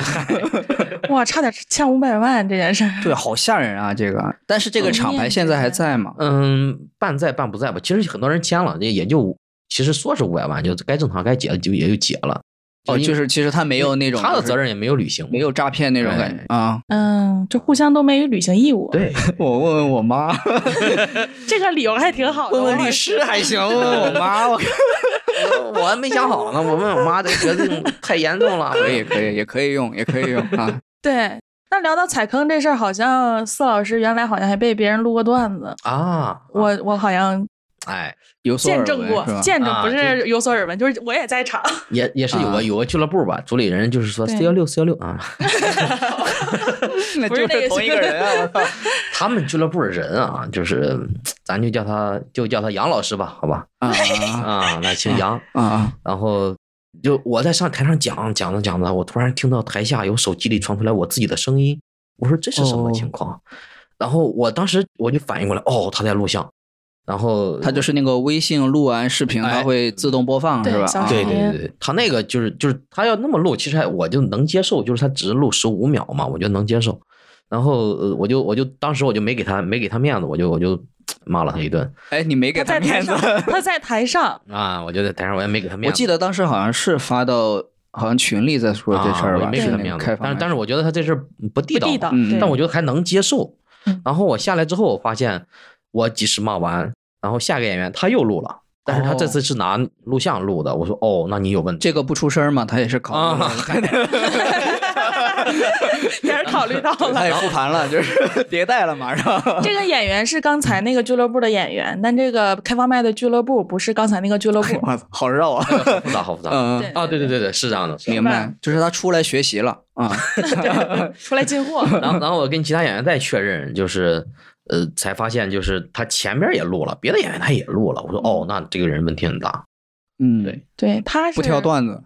Speaker 1: 哇，差点欠五百万这件事儿，
Speaker 2: 对，好吓人啊！这个，但是这个
Speaker 1: 嗯
Speaker 2: 厂牌现在还在吗？
Speaker 3: 嗯，半在半不在吧。其实很多人签了，也也就其实说是五百万，就该正常该解的就也就解了。
Speaker 2: 哦，
Speaker 3: 因为
Speaker 2: 就是其实他没有那种
Speaker 3: 他的责
Speaker 2: 任，
Speaker 3: 任也没有履行，
Speaker 2: 没有诈骗那种感觉啊！
Speaker 1: 嗯，就互相都没有履行义务，
Speaker 3: 对。
Speaker 2: 我问问我妈，
Speaker 1: 这个理由还挺好的，
Speaker 2: 问问
Speaker 1: 我
Speaker 2: 律师还行，问问我妈，我
Speaker 3: 我我还没想好呢，我问我妈这决定太严重了。
Speaker 2: 可 以可以也可以用也可以用啊！
Speaker 1: 对。那聊到踩坑这事儿，好像四老师原来好像还被别人录过段子，
Speaker 3: 啊，
Speaker 1: 我我好 像
Speaker 3: 哎，
Speaker 2: 有所
Speaker 1: 见
Speaker 2: 耳
Speaker 1: 证
Speaker 2: 闻
Speaker 1: 过
Speaker 2: 是吧，
Speaker 1: 见证
Speaker 3: 啊
Speaker 1: 不
Speaker 3: 这
Speaker 1: 是有所耳闻，就是我也在场。
Speaker 3: 也也是有
Speaker 2: 啊
Speaker 3: 个有个俱乐部吧，主理人就是说
Speaker 1: 对
Speaker 3: 四幺六四幺六啊，
Speaker 2: 那
Speaker 1: 不是
Speaker 2: 就
Speaker 1: 那个
Speaker 2: 是同一个人啊！我操
Speaker 3: 他们俱乐部的人啊，就是咱就叫他就叫他杨老师吧，好吧？
Speaker 2: 啊
Speaker 3: 啊，那姓杨，
Speaker 2: 啊啊！
Speaker 3: 然后就我在上台上讲讲着讲着，我突然听到台下有手机里传出来我自己的声音，我说这是什么
Speaker 2: 哦
Speaker 3: 情况？然后我当时我就反应过来，哦，他在录像，然后
Speaker 2: 它就是那个微信录完视频，
Speaker 3: 哎
Speaker 2: 它会自动播放，
Speaker 1: 对
Speaker 2: 是吧？
Speaker 1: 小
Speaker 2: 啊
Speaker 1: 视
Speaker 3: 对
Speaker 1: 频
Speaker 3: 对对对，他那个就是就是他要那么录，其实还我就能接受，就是他只录十五秒嘛，我觉得能接受。然后呃我就我就当时我就没给他没给他面子，我就我就骂了他一顿
Speaker 2: 哎，你 没给
Speaker 1: 他在
Speaker 2: 他
Speaker 1: 台
Speaker 2: 面子
Speaker 1: 上。，他在台 上，
Speaker 3: 啊，我就在台上我也没给他面
Speaker 2: 我
Speaker 3: 子
Speaker 2: 记。得当时好像是发到好像群里在说这事儿
Speaker 3: 啊我
Speaker 2: 吧，
Speaker 3: 也没给
Speaker 2: 是
Speaker 3: 他
Speaker 2: 那
Speaker 3: 面
Speaker 2: 个
Speaker 3: 子
Speaker 2: 开，放
Speaker 3: 但是
Speaker 2: 麦
Speaker 3: 但是我觉得他这事儿不地
Speaker 1: 不
Speaker 3: 道，
Speaker 1: 地道。
Speaker 2: 嗯
Speaker 1: 对
Speaker 3: 但我觉得还能接受
Speaker 1: 嗯。
Speaker 3: 然后我下来之后，我发现我几十骂完，然后下个演员他又录了，但是他这
Speaker 2: 哦
Speaker 3: 次是拿录像录的。我说哦，那你有问题
Speaker 2: 这个不出声嘛，他也是考虑
Speaker 3: 啊
Speaker 2: 了，
Speaker 1: 也是考虑到
Speaker 2: 他也
Speaker 1: 了。
Speaker 2: 复盘了，就是迭代了，马上。
Speaker 1: 这个演员是刚才那个俱乐部的演员，但这个开放麦的俱乐部不是刚才那个俱乐部。
Speaker 2: 我操，好绕啊！
Speaker 3: 好复杂，好复杂。
Speaker 2: 嗯，
Speaker 1: 对
Speaker 2: 嗯
Speaker 3: 啊，对对对对，是这样的。
Speaker 2: 明白，就是他出来学习了 啊。
Speaker 1: 对，出来进 货。
Speaker 3: 然后然后我跟其他演员再确认，就是呃，才发现就是他前边也录了，别的演员他也录了。我说哦，那这个人问题很 大。
Speaker 2: 嗯，
Speaker 3: 对，
Speaker 1: 对，他是
Speaker 2: 不挑，段子。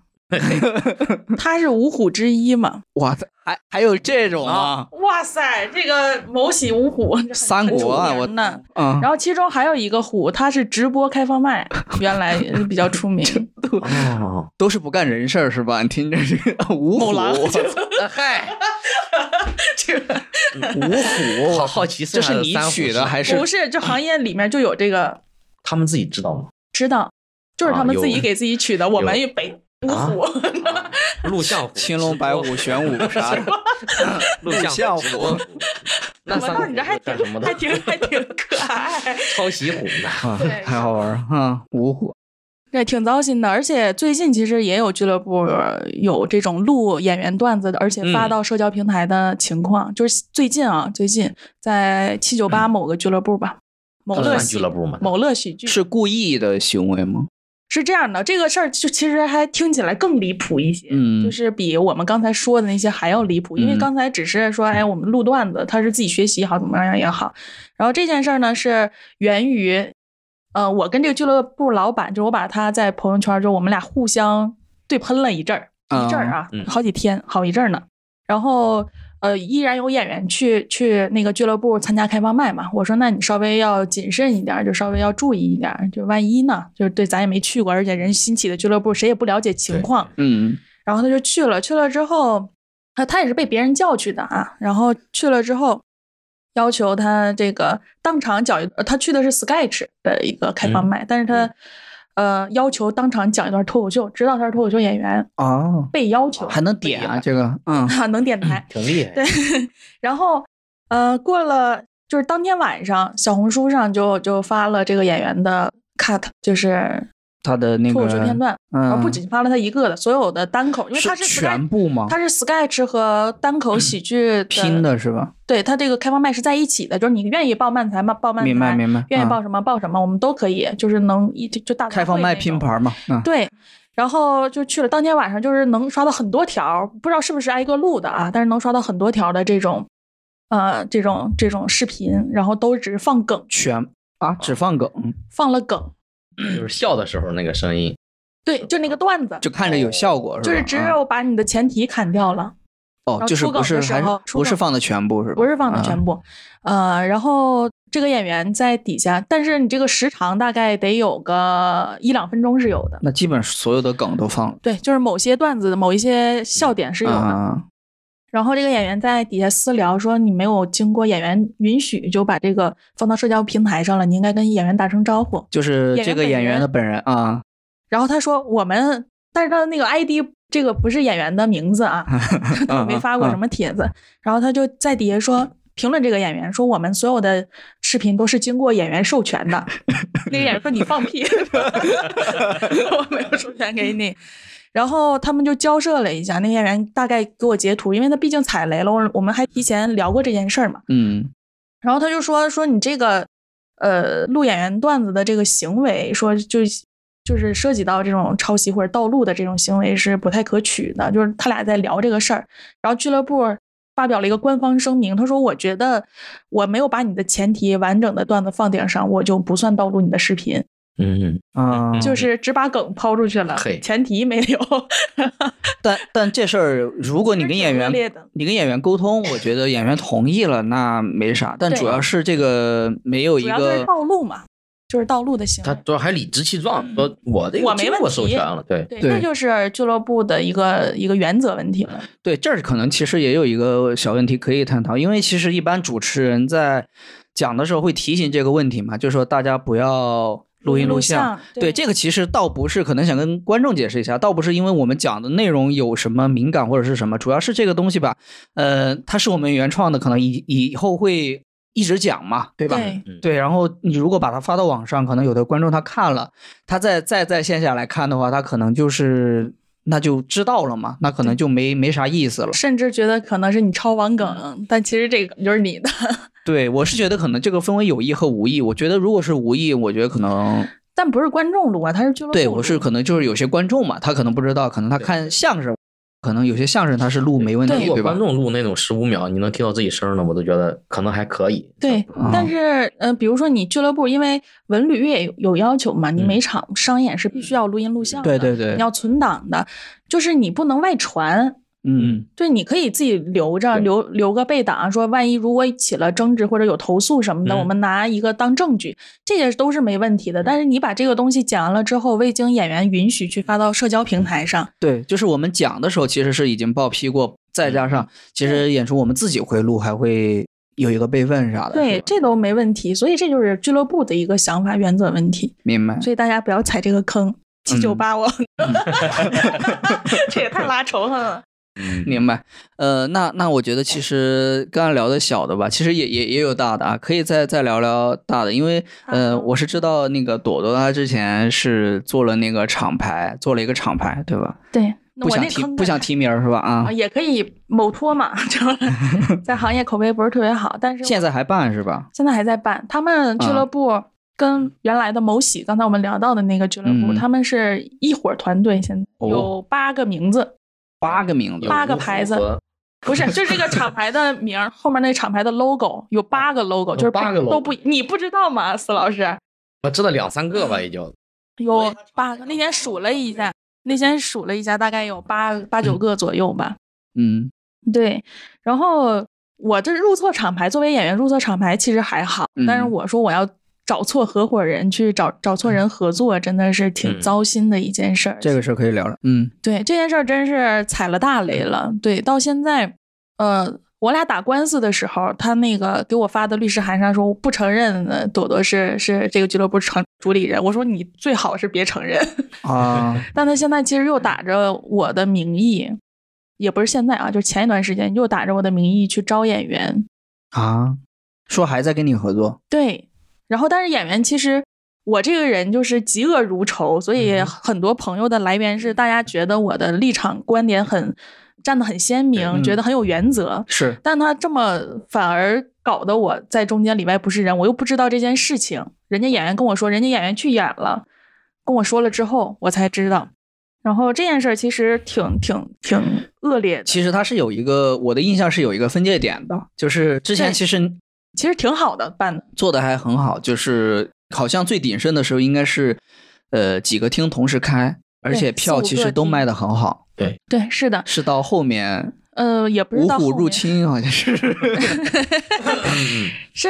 Speaker 1: 他是五虎之一嘛。
Speaker 2: 哇，还还有这种啊？
Speaker 1: 哇塞，这个某喜五虎
Speaker 2: 三国啊
Speaker 1: 很出名
Speaker 2: 我
Speaker 1: 呢。
Speaker 2: 啊
Speaker 1: 然，后其中还有一个虎，他是直播开放麦，原 来比较出名。
Speaker 3: 哦，
Speaker 2: 都是不干人事儿是吧？你听着这个五虎，
Speaker 1: 某狼
Speaker 2: 我操
Speaker 3: 嗨，
Speaker 1: 这个
Speaker 2: 五虎，
Speaker 3: 好好奇，
Speaker 2: 这是你取的还是
Speaker 1: 不是，这行业里面就有这个
Speaker 3: 他们自己知道吗？
Speaker 1: 知道，就是
Speaker 3: 啊
Speaker 1: 他们自己
Speaker 3: 有
Speaker 1: 给自己取的。我们也北五
Speaker 3: 啊
Speaker 1: 虎，
Speaker 3: 录像
Speaker 2: 青龙白虎玄武啥的？
Speaker 3: 录
Speaker 2: 像
Speaker 3: 像
Speaker 2: 虎
Speaker 3: 虎那
Speaker 1: 我
Speaker 3: 三
Speaker 1: 操，你这还挺
Speaker 3: 干什么的
Speaker 1: 还？挺还挺可爱，
Speaker 3: 抄袭虎呢？
Speaker 2: 啊
Speaker 1: 对，
Speaker 2: 还好玩儿啊，五虎。
Speaker 1: 对，挺糟心的。而且最近其实也有俱乐部呃有这种录演员段子的，而且发
Speaker 3: 嗯
Speaker 1: 到社交平台的情况，就是最近啊，最近在七九八某个俱乐部吧，某
Speaker 3: 嗯他
Speaker 1: 乐
Speaker 3: 算
Speaker 1: 喜
Speaker 3: 俱乐部吗？
Speaker 1: 某乐喜剧
Speaker 2: 是故意的行为吗？
Speaker 1: 是这样的，这个事儿就其实还听起来更离谱一些，
Speaker 2: 嗯
Speaker 1: 就是比我们刚才说的那些还要离谱，因为
Speaker 2: 嗯
Speaker 1: 刚才只是说，哎，我们录段子，他是自己学习也好，怎么样也好，然后这件事儿呢是源于，呃，我跟这个俱乐部老板，就是我把他在朋友圈儿，就我们俩互相对喷了一阵儿，一阵儿啊，
Speaker 3: 嗯
Speaker 1: 好几天，好一阵儿呢，然后。呃，依然有演员去去那个俱乐部参加开放麦嘛。我说，那你稍微要谨慎一点儿，就稍微要注意一点儿，就万一呢，就是对咱也没去过，而且人新起的俱乐部谁也不了解情
Speaker 3: 对
Speaker 1: 况，
Speaker 2: 嗯
Speaker 1: 然后他就去了，去了之后，啊，他也是被别人叫去的啊。然后去了之后，要求他这个当场讲一，呃他去的是 Sketch 的一个开放
Speaker 3: 嗯
Speaker 1: 麦，但是他、呃要求当场讲一段脱口秀，知道他是脱口秀演员，
Speaker 2: 哦，
Speaker 1: 被要求
Speaker 2: 还能点啊，这个嗯
Speaker 1: 啊 能点台。
Speaker 3: 挺厉害。
Speaker 1: 对，然后呃，过了就是当天晚上，小红书上就就发了这个演员的 cut，就是
Speaker 2: 他的那个
Speaker 1: 脱口秀片段，啊，
Speaker 2: 嗯，
Speaker 1: 不仅发了他一个的，所有的单口，因为他
Speaker 2: 是
Speaker 1: Skype-
Speaker 2: 全部吗？嗯
Speaker 1: 它是 sketch 和单口喜剧
Speaker 2: 拼的是吧？
Speaker 1: 对它这个开放麦是在一起的，就是你愿意报漫才嘛，报漫才，
Speaker 2: 明白明白，
Speaker 1: 愿意
Speaker 2: 嗯
Speaker 1: 报什么报什么，我们都可以，就是能一就就大杂烩
Speaker 2: 开放麦
Speaker 1: 那种
Speaker 2: 拼盘嘛， 嗯
Speaker 1: 对。然后就去了，当天晚上就是能刷到很多条，不知道是不是挨个录的啊，但是能刷到很多条的这种，呃，这种这种视频，然后都只是放梗，
Speaker 2: 全啊只放梗，
Speaker 1: 放了梗，
Speaker 3: 就是笑的时候那个声音，
Speaker 1: 对，就那个段子，
Speaker 2: 就看着有效果是吧？
Speaker 1: 就是只
Speaker 2: 嗯
Speaker 1: 有把你的前提砍掉了，
Speaker 2: 哦，就是
Speaker 1: 出梗
Speaker 2: 不是
Speaker 1: 的时
Speaker 2: 还是
Speaker 1: 候出
Speaker 2: 不是
Speaker 1: 梗
Speaker 2: 放的全部是吧？
Speaker 1: 不是放的全
Speaker 2: 部，
Speaker 1: 部，呃，然后这个演员在底下，但是你这个时长大概得有个一两分钟是有的，
Speaker 2: 那基本所有的梗都放了
Speaker 1: 对，就是某些段子、某一些笑点是有的。
Speaker 2: 啊，
Speaker 1: 然后这个演员在底下私聊说，你没有经过演员允许就把这个放到社交平台上了，你应该跟演员打声招呼。
Speaker 2: 就是
Speaker 1: 演
Speaker 2: 这
Speaker 1: 员
Speaker 2: 个
Speaker 1: 本
Speaker 2: 演员
Speaker 1: 人
Speaker 2: 的本人啊，
Speaker 1: 然后他说我们，但是他的那个 ID 这个不是演员的名字啊，他没发过什么帖子。然后他就在底下说评论这个演员说我们所有的视频都是经过演员授权的。那个演员说你放屁， 我没有授权给你。然后他们就交涉了一下，那个演员大概给我截图，因为他毕竟踩雷了，我我们还提前聊过这件事儿嘛。
Speaker 2: 嗯
Speaker 1: 然后他就说说你这个呃录演员段子的这个行为，说就就是涉及到这种抄袭或者盗录的这种行为是不太可取的。就是他俩在聊这个事儿，然后俱乐部发表了一个官方声明，他说我觉得我没有把你的前提完整的段子放顶上，我就不算盗录你的视频，
Speaker 3: 嗯，
Speaker 2: 啊，
Speaker 1: 就是只把梗抛出去了
Speaker 3: 嘿，
Speaker 1: 前提没留。
Speaker 2: 但但这事儿，如果你跟演
Speaker 1: 挺恶
Speaker 2: 员
Speaker 1: 劣的
Speaker 2: 你跟演员沟通，我觉得演员同意了那没啥，但
Speaker 1: 对
Speaker 2: 主要是这个没有一
Speaker 1: 主要就是
Speaker 2: 个
Speaker 1: 盗录嘛，就是盗录的行为。
Speaker 3: 他主要还理直气壮，说我这
Speaker 1: 嗯我
Speaker 3: 个
Speaker 1: 没
Speaker 3: 经
Speaker 1: 问
Speaker 3: 过
Speaker 1: 题
Speaker 3: 授权了，对，
Speaker 1: 对，
Speaker 2: 对
Speaker 1: 这就是俱乐部的一个一个原则问题了。
Speaker 2: 对这儿可能其实也有一个小问题可以探讨，因为其实一般主持人在讲的时候会提醒这个问题嘛，就是说大家不要。录音
Speaker 1: 录
Speaker 2: 录
Speaker 1: 像对
Speaker 2: 对这个其实倒不是，可能想跟观众解释一下，倒不是因为我们讲的内容有什么敏感或者是什么，主要是这个东西吧，呃，它是我们原创的，可能以以后会一直讲嘛，对吧？
Speaker 1: 对
Speaker 3: 嗯
Speaker 2: 对，然后你如果把它发到网上，可能有的观众他看了，他再再在线下来看的话，他可能就是那就知道了嘛，那可能就没没啥意思了。
Speaker 1: 甚至觉得可能是你抄网梗，但其实这个就是你的。
Speaker 2: 对我是觉得可能这个分为有意和无意，我觉得如果是无意，我觉得可能
Speaker 1: 但不是观众录啊，他是俱乐部录。
Speaker 2: 对我是可能就是有些观众嘛，他可能不知道，可能他看相声，可能有些相声他是录没问
Speaker 1: 对
Speaker 2: 题，
Speaker 3: 如果
Speaker 2: 对吧
Speaker 3: 观？众录那种十五秒，你能听到自己声儿呢，我都觉得可能还可以。
Speaker 1: 对
Speaker 2: 啊，
Speaker 1: 但是呃，比如说你俱乐部，因为文旅也有有要求嘛，你
Speaker 3: 嗯
Speaker 1: 每场商演是必须要录音录像的，
Speaker 2: 对对对
Speaker 1: 你要存档的，就是你不能外传。
Speaker 2: 嗯，
Speaker 1: 对，你可以自己留着，
Speaker 3: 对
Speaker 1: 留留个备档，说万一如果起了争执或者有投诉什么的，
Speaker 3: 嗯
Speaker 1: 我们拿一个当证据，这些都是没问题的。但是你把这个东西讲完了之后，未经演员允许去发到社交平台上，
Speaker 2: 对，就是我们讲的时候其实是已经报批过，再
Speaker 1: 嗯
Speaker 2: 加上其实演出我们自己会录，还会有一个备份啥的。
Speaker 1: 对，
Speaker 2: 是吧
Speaker 1: 这都没问题，所以这就是俱乐部的一个想法原则问题，
Speaker 2: 明白。
Speaker 1: 所以大家不
Speaker 2: 嗯
Speaker 1: 要踩这个坑。七九八，我这也太拉仇恨了。
Speaker 2: 明白，呃，那那我觉得其实刚才聊的小的吧，其实也也也有大的啊，可以再再聊聊大的，因为呃，我是知道那个朵朵她之前是做了那个厂牌，做了一个厂牌， 对吧？
Speaker 1: 对，那我
Speaker 2: 不想
Speaker 1: 那
Speaker 2: 提
Speaker 1: 坑
Speaker 2: 不想提名儿是吧？啊
Speaker 1: 啊，，也可以某托嘛， 就是在行业口碑不是特别好，但是我
Speaker 2: 现在嗯还办是吧？
Speaker 1: 现在还在办。他们俱乐部跟原来的某喜，刚才我们聊到的那个俱乐部，
Speaker 2: 嗯
Speaker 1: 他们是一伙儿团队，现在
Speaker 2: 哦
Speaker 1: 有八个名字，
Speaker 2: 八个名字
Speaker 3: 有
Speaker 1: 八个
Speaker 3: 无
Speaker 1: 牌子
Speaker 3: 符合
Speaker 1: 不是，就是这个厂牌的名儿，后面那厂牌的 logo 有八个 logo，就是
Speaker 3: 八个 logo
Speaker 1: 都不，你不知道吗，司老师？
Speaker 3: 我知道两三个吧，也就
Speaker 1: 有八个，那天数了一下，那天数了一下，大概有八八九个左右吧。
Speaker 2: 嗯
Speaker 1: 对，然后我这入错厂牌，作为演员入错厂牌其实还好，但是
Speaker 2: 嗯
Speaker 1: 我说我要找错合伙人，去找找错人合作，真的是挺
Speaker 3: 嗯
Speaker 1: 糟心的一件事儿。
Speaker 2: 这个事儿可以聊聊。嗯
Speaker 1: 对这件事儿真是踩了大雷了。对，到现在，呃，我俩打官司的时候，他那个给我发的律师函上说不承认呃朵朵是是这个俱乐部成主理人。我说你最好 是别承认，
Speaker 2: 啊，
Speaker 1: 但他现在其实又打着我的名义，也不是现在啊，就是前一段时间又打着我的名义去招演员。
Speaker 2: 啊，说还在跟你合作，
Speaker 1: 对，然后但是演员其实我这个人就是嫉恶如仇，所以
Speaker 3: 嗯
Speaker 1: 很多朋友的来源是大家觉得我的立场观点很站得很鲜明，
Speaker 2: 嗯
Speaker 1: 觉得很有原则，
Speaker 2: 是
Speaker 1: 但他这么反而搞得我在中间里外不是人，我又不知道这件事情。人家演员跟我说，人家演员去演了，跟我说了之后，我才知道。然后这件事儿其实挺挺挺恶劣的，
Speaker 2: 其实它是有一个，我的印象是有一个分界点的，就是之前
Speaker 1: 对
Speaker 2: 其实
Speaker 1: 其实挺好的办的。
Speaker 2: 做的还很好，就是好像最鼎盛的时候应该是，呃，几个厅同时开，而且票其实都卖的很好。
Speaker 1: 对，是的，
Speaker 2: 是到后面
Speaker 1: 呃，也不是
Speaker 2: 五
Speaker 1: 到后
Speaker 2: 虎
Speaker 1: 面
Speaker 2: 入侵，好像是
Speaker 1: 是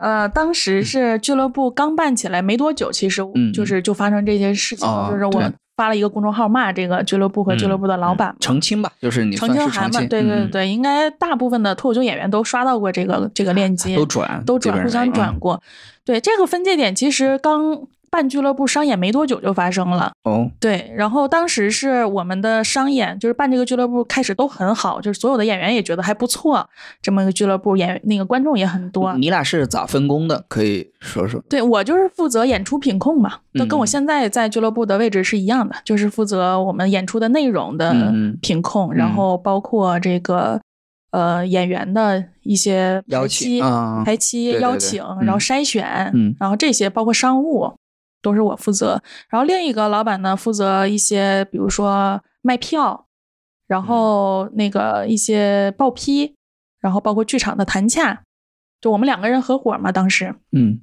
Speaker 1: 呃，当时是俱乐部刚办起来没多久，其实我
Speaker 2: 嗯
Speaker 1: 就是就发生这些事情，
Speaker 2: 哦
Speaker 1: 就是我
Speaker 2: 对嗯
Speaker 1: 发了一个公众号骂这个俱乐部和俱乐部的老板嘛，
Speaker 2: 澄清吧，就是你
Speaker 1: 澄
Speaker 2: 算是
Speaker 1: 清
Speaker 2: 澄
Speaker 1: 函嘛，
Speaker 2: 清，
Speaker 1: 对对
Speaker 2: 嗯，
Speaker 1: 对，应该大部分的脱口秀演员都刷到过这个这个链接，
Speaker 2: 都转
Speaker 1: 都
Speaker 2: 基
Speaker 1: 转
Speaker 2: 本
Speaker 1: 互
Speaker 2: 上
Speaker 1: 相转
Speaker 2: 嗯
Speaker 1: 过。对这个分界点，其实刚办俱乐部商演没多久就发生了。
Speaker 2: 哦，
Speaker 1: 对，然后当时是我们的商演，就是办这个俱乐部开始都很好，就是所有的演员也觉得还不错，这么一个俱乐部演那个观众也很多。
Speaker 2: 你俩是咋分工的？可以说说。
Speaker 1: 对我就是负责演出品控嘛，那跟我
Speaker 2: 嗯
Speaker 1: 现在在俱乐部的位置是一样的，就是负责我们演出的内容的
Speaker 2: 嗯嗯
Speaker 1: 品控，然
Speaker 2: 嗯
Speaker 1: 后包括这个呃演员的一些
Speaker 2: 邀
Speaker 1: 排
Speaker 2: 请
Speaker 1: 期、
Speaker 2: 啊
Speaker 1: 排期
Speaker 2: 对对
Speaker 1: 邀
Speaker 2: 对
Speaker 1: 请，
Speaker 2: 嗯
Speaker 1: 然后筛选，
Speaker 2: 嗯
Speaker 1: 然后这些包括商务都是我负责，然后另一个老板呢负责一些比如说卖票，
Speaker 2: 嗯
Speaker 1: 然后那个一些报批，然后包括剧场的谈洽，就我们两个人合伙嘛，当时。
Speaker 2: 嗯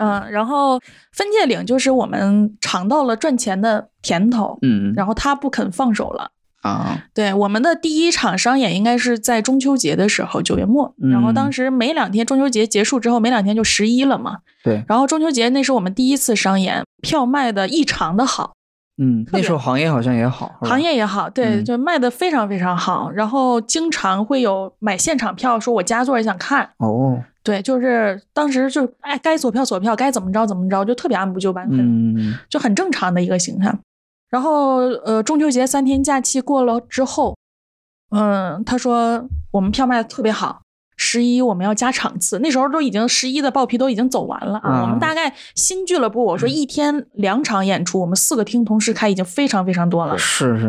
Speaker 1: 嗯，然后分界岭就是我们尝到了赚钱的甜头，
Speaker 2: 嗯
Speaker 1: 然后他不肯放手了。
Speaker 2: 啊，
Speaker 1: 对，我们的第一场商演应该是在中秋节的时候，九月末。然后当
Speaker 2: 嗯
Speaker 1: 时没两天，中秋节结束之后没两天就十一了嘛。
Speaker 2: 对
Speaker 1: 然后中秋节那是我们第一次商演，票卖的异常的好，
Speaker 2: 嗯，那
Speaker 1: 别
Speaker 2: 时候行业好像也好，是吧
Speaker 1: 行业也好，对，
Speaker 2: 嗯
Speaker 1: 就卖的非常非常好。然后经常会有买现场票，说我加座也想看。
Speaker 2: 哦，
Speaker 1: 对，就是当时就哎，该锁票锁票，该怎么着怎么着，就特别按部就班，很
Speaker 2: 嗯
Speaker 1: 就很正常的一个形象。然后呃，中秋节三天假期过了之后，嗯，他说我们票卖的特别好，十一我们要加场次，那时候都已经十一的报批都已经走完了啊。
Speaker 2: 啊
Speaker 1: 我们大概新俱乐部，我说一天两场演出，我们四个厅同时开已经非常非常多了。
Speaker 2: 是是，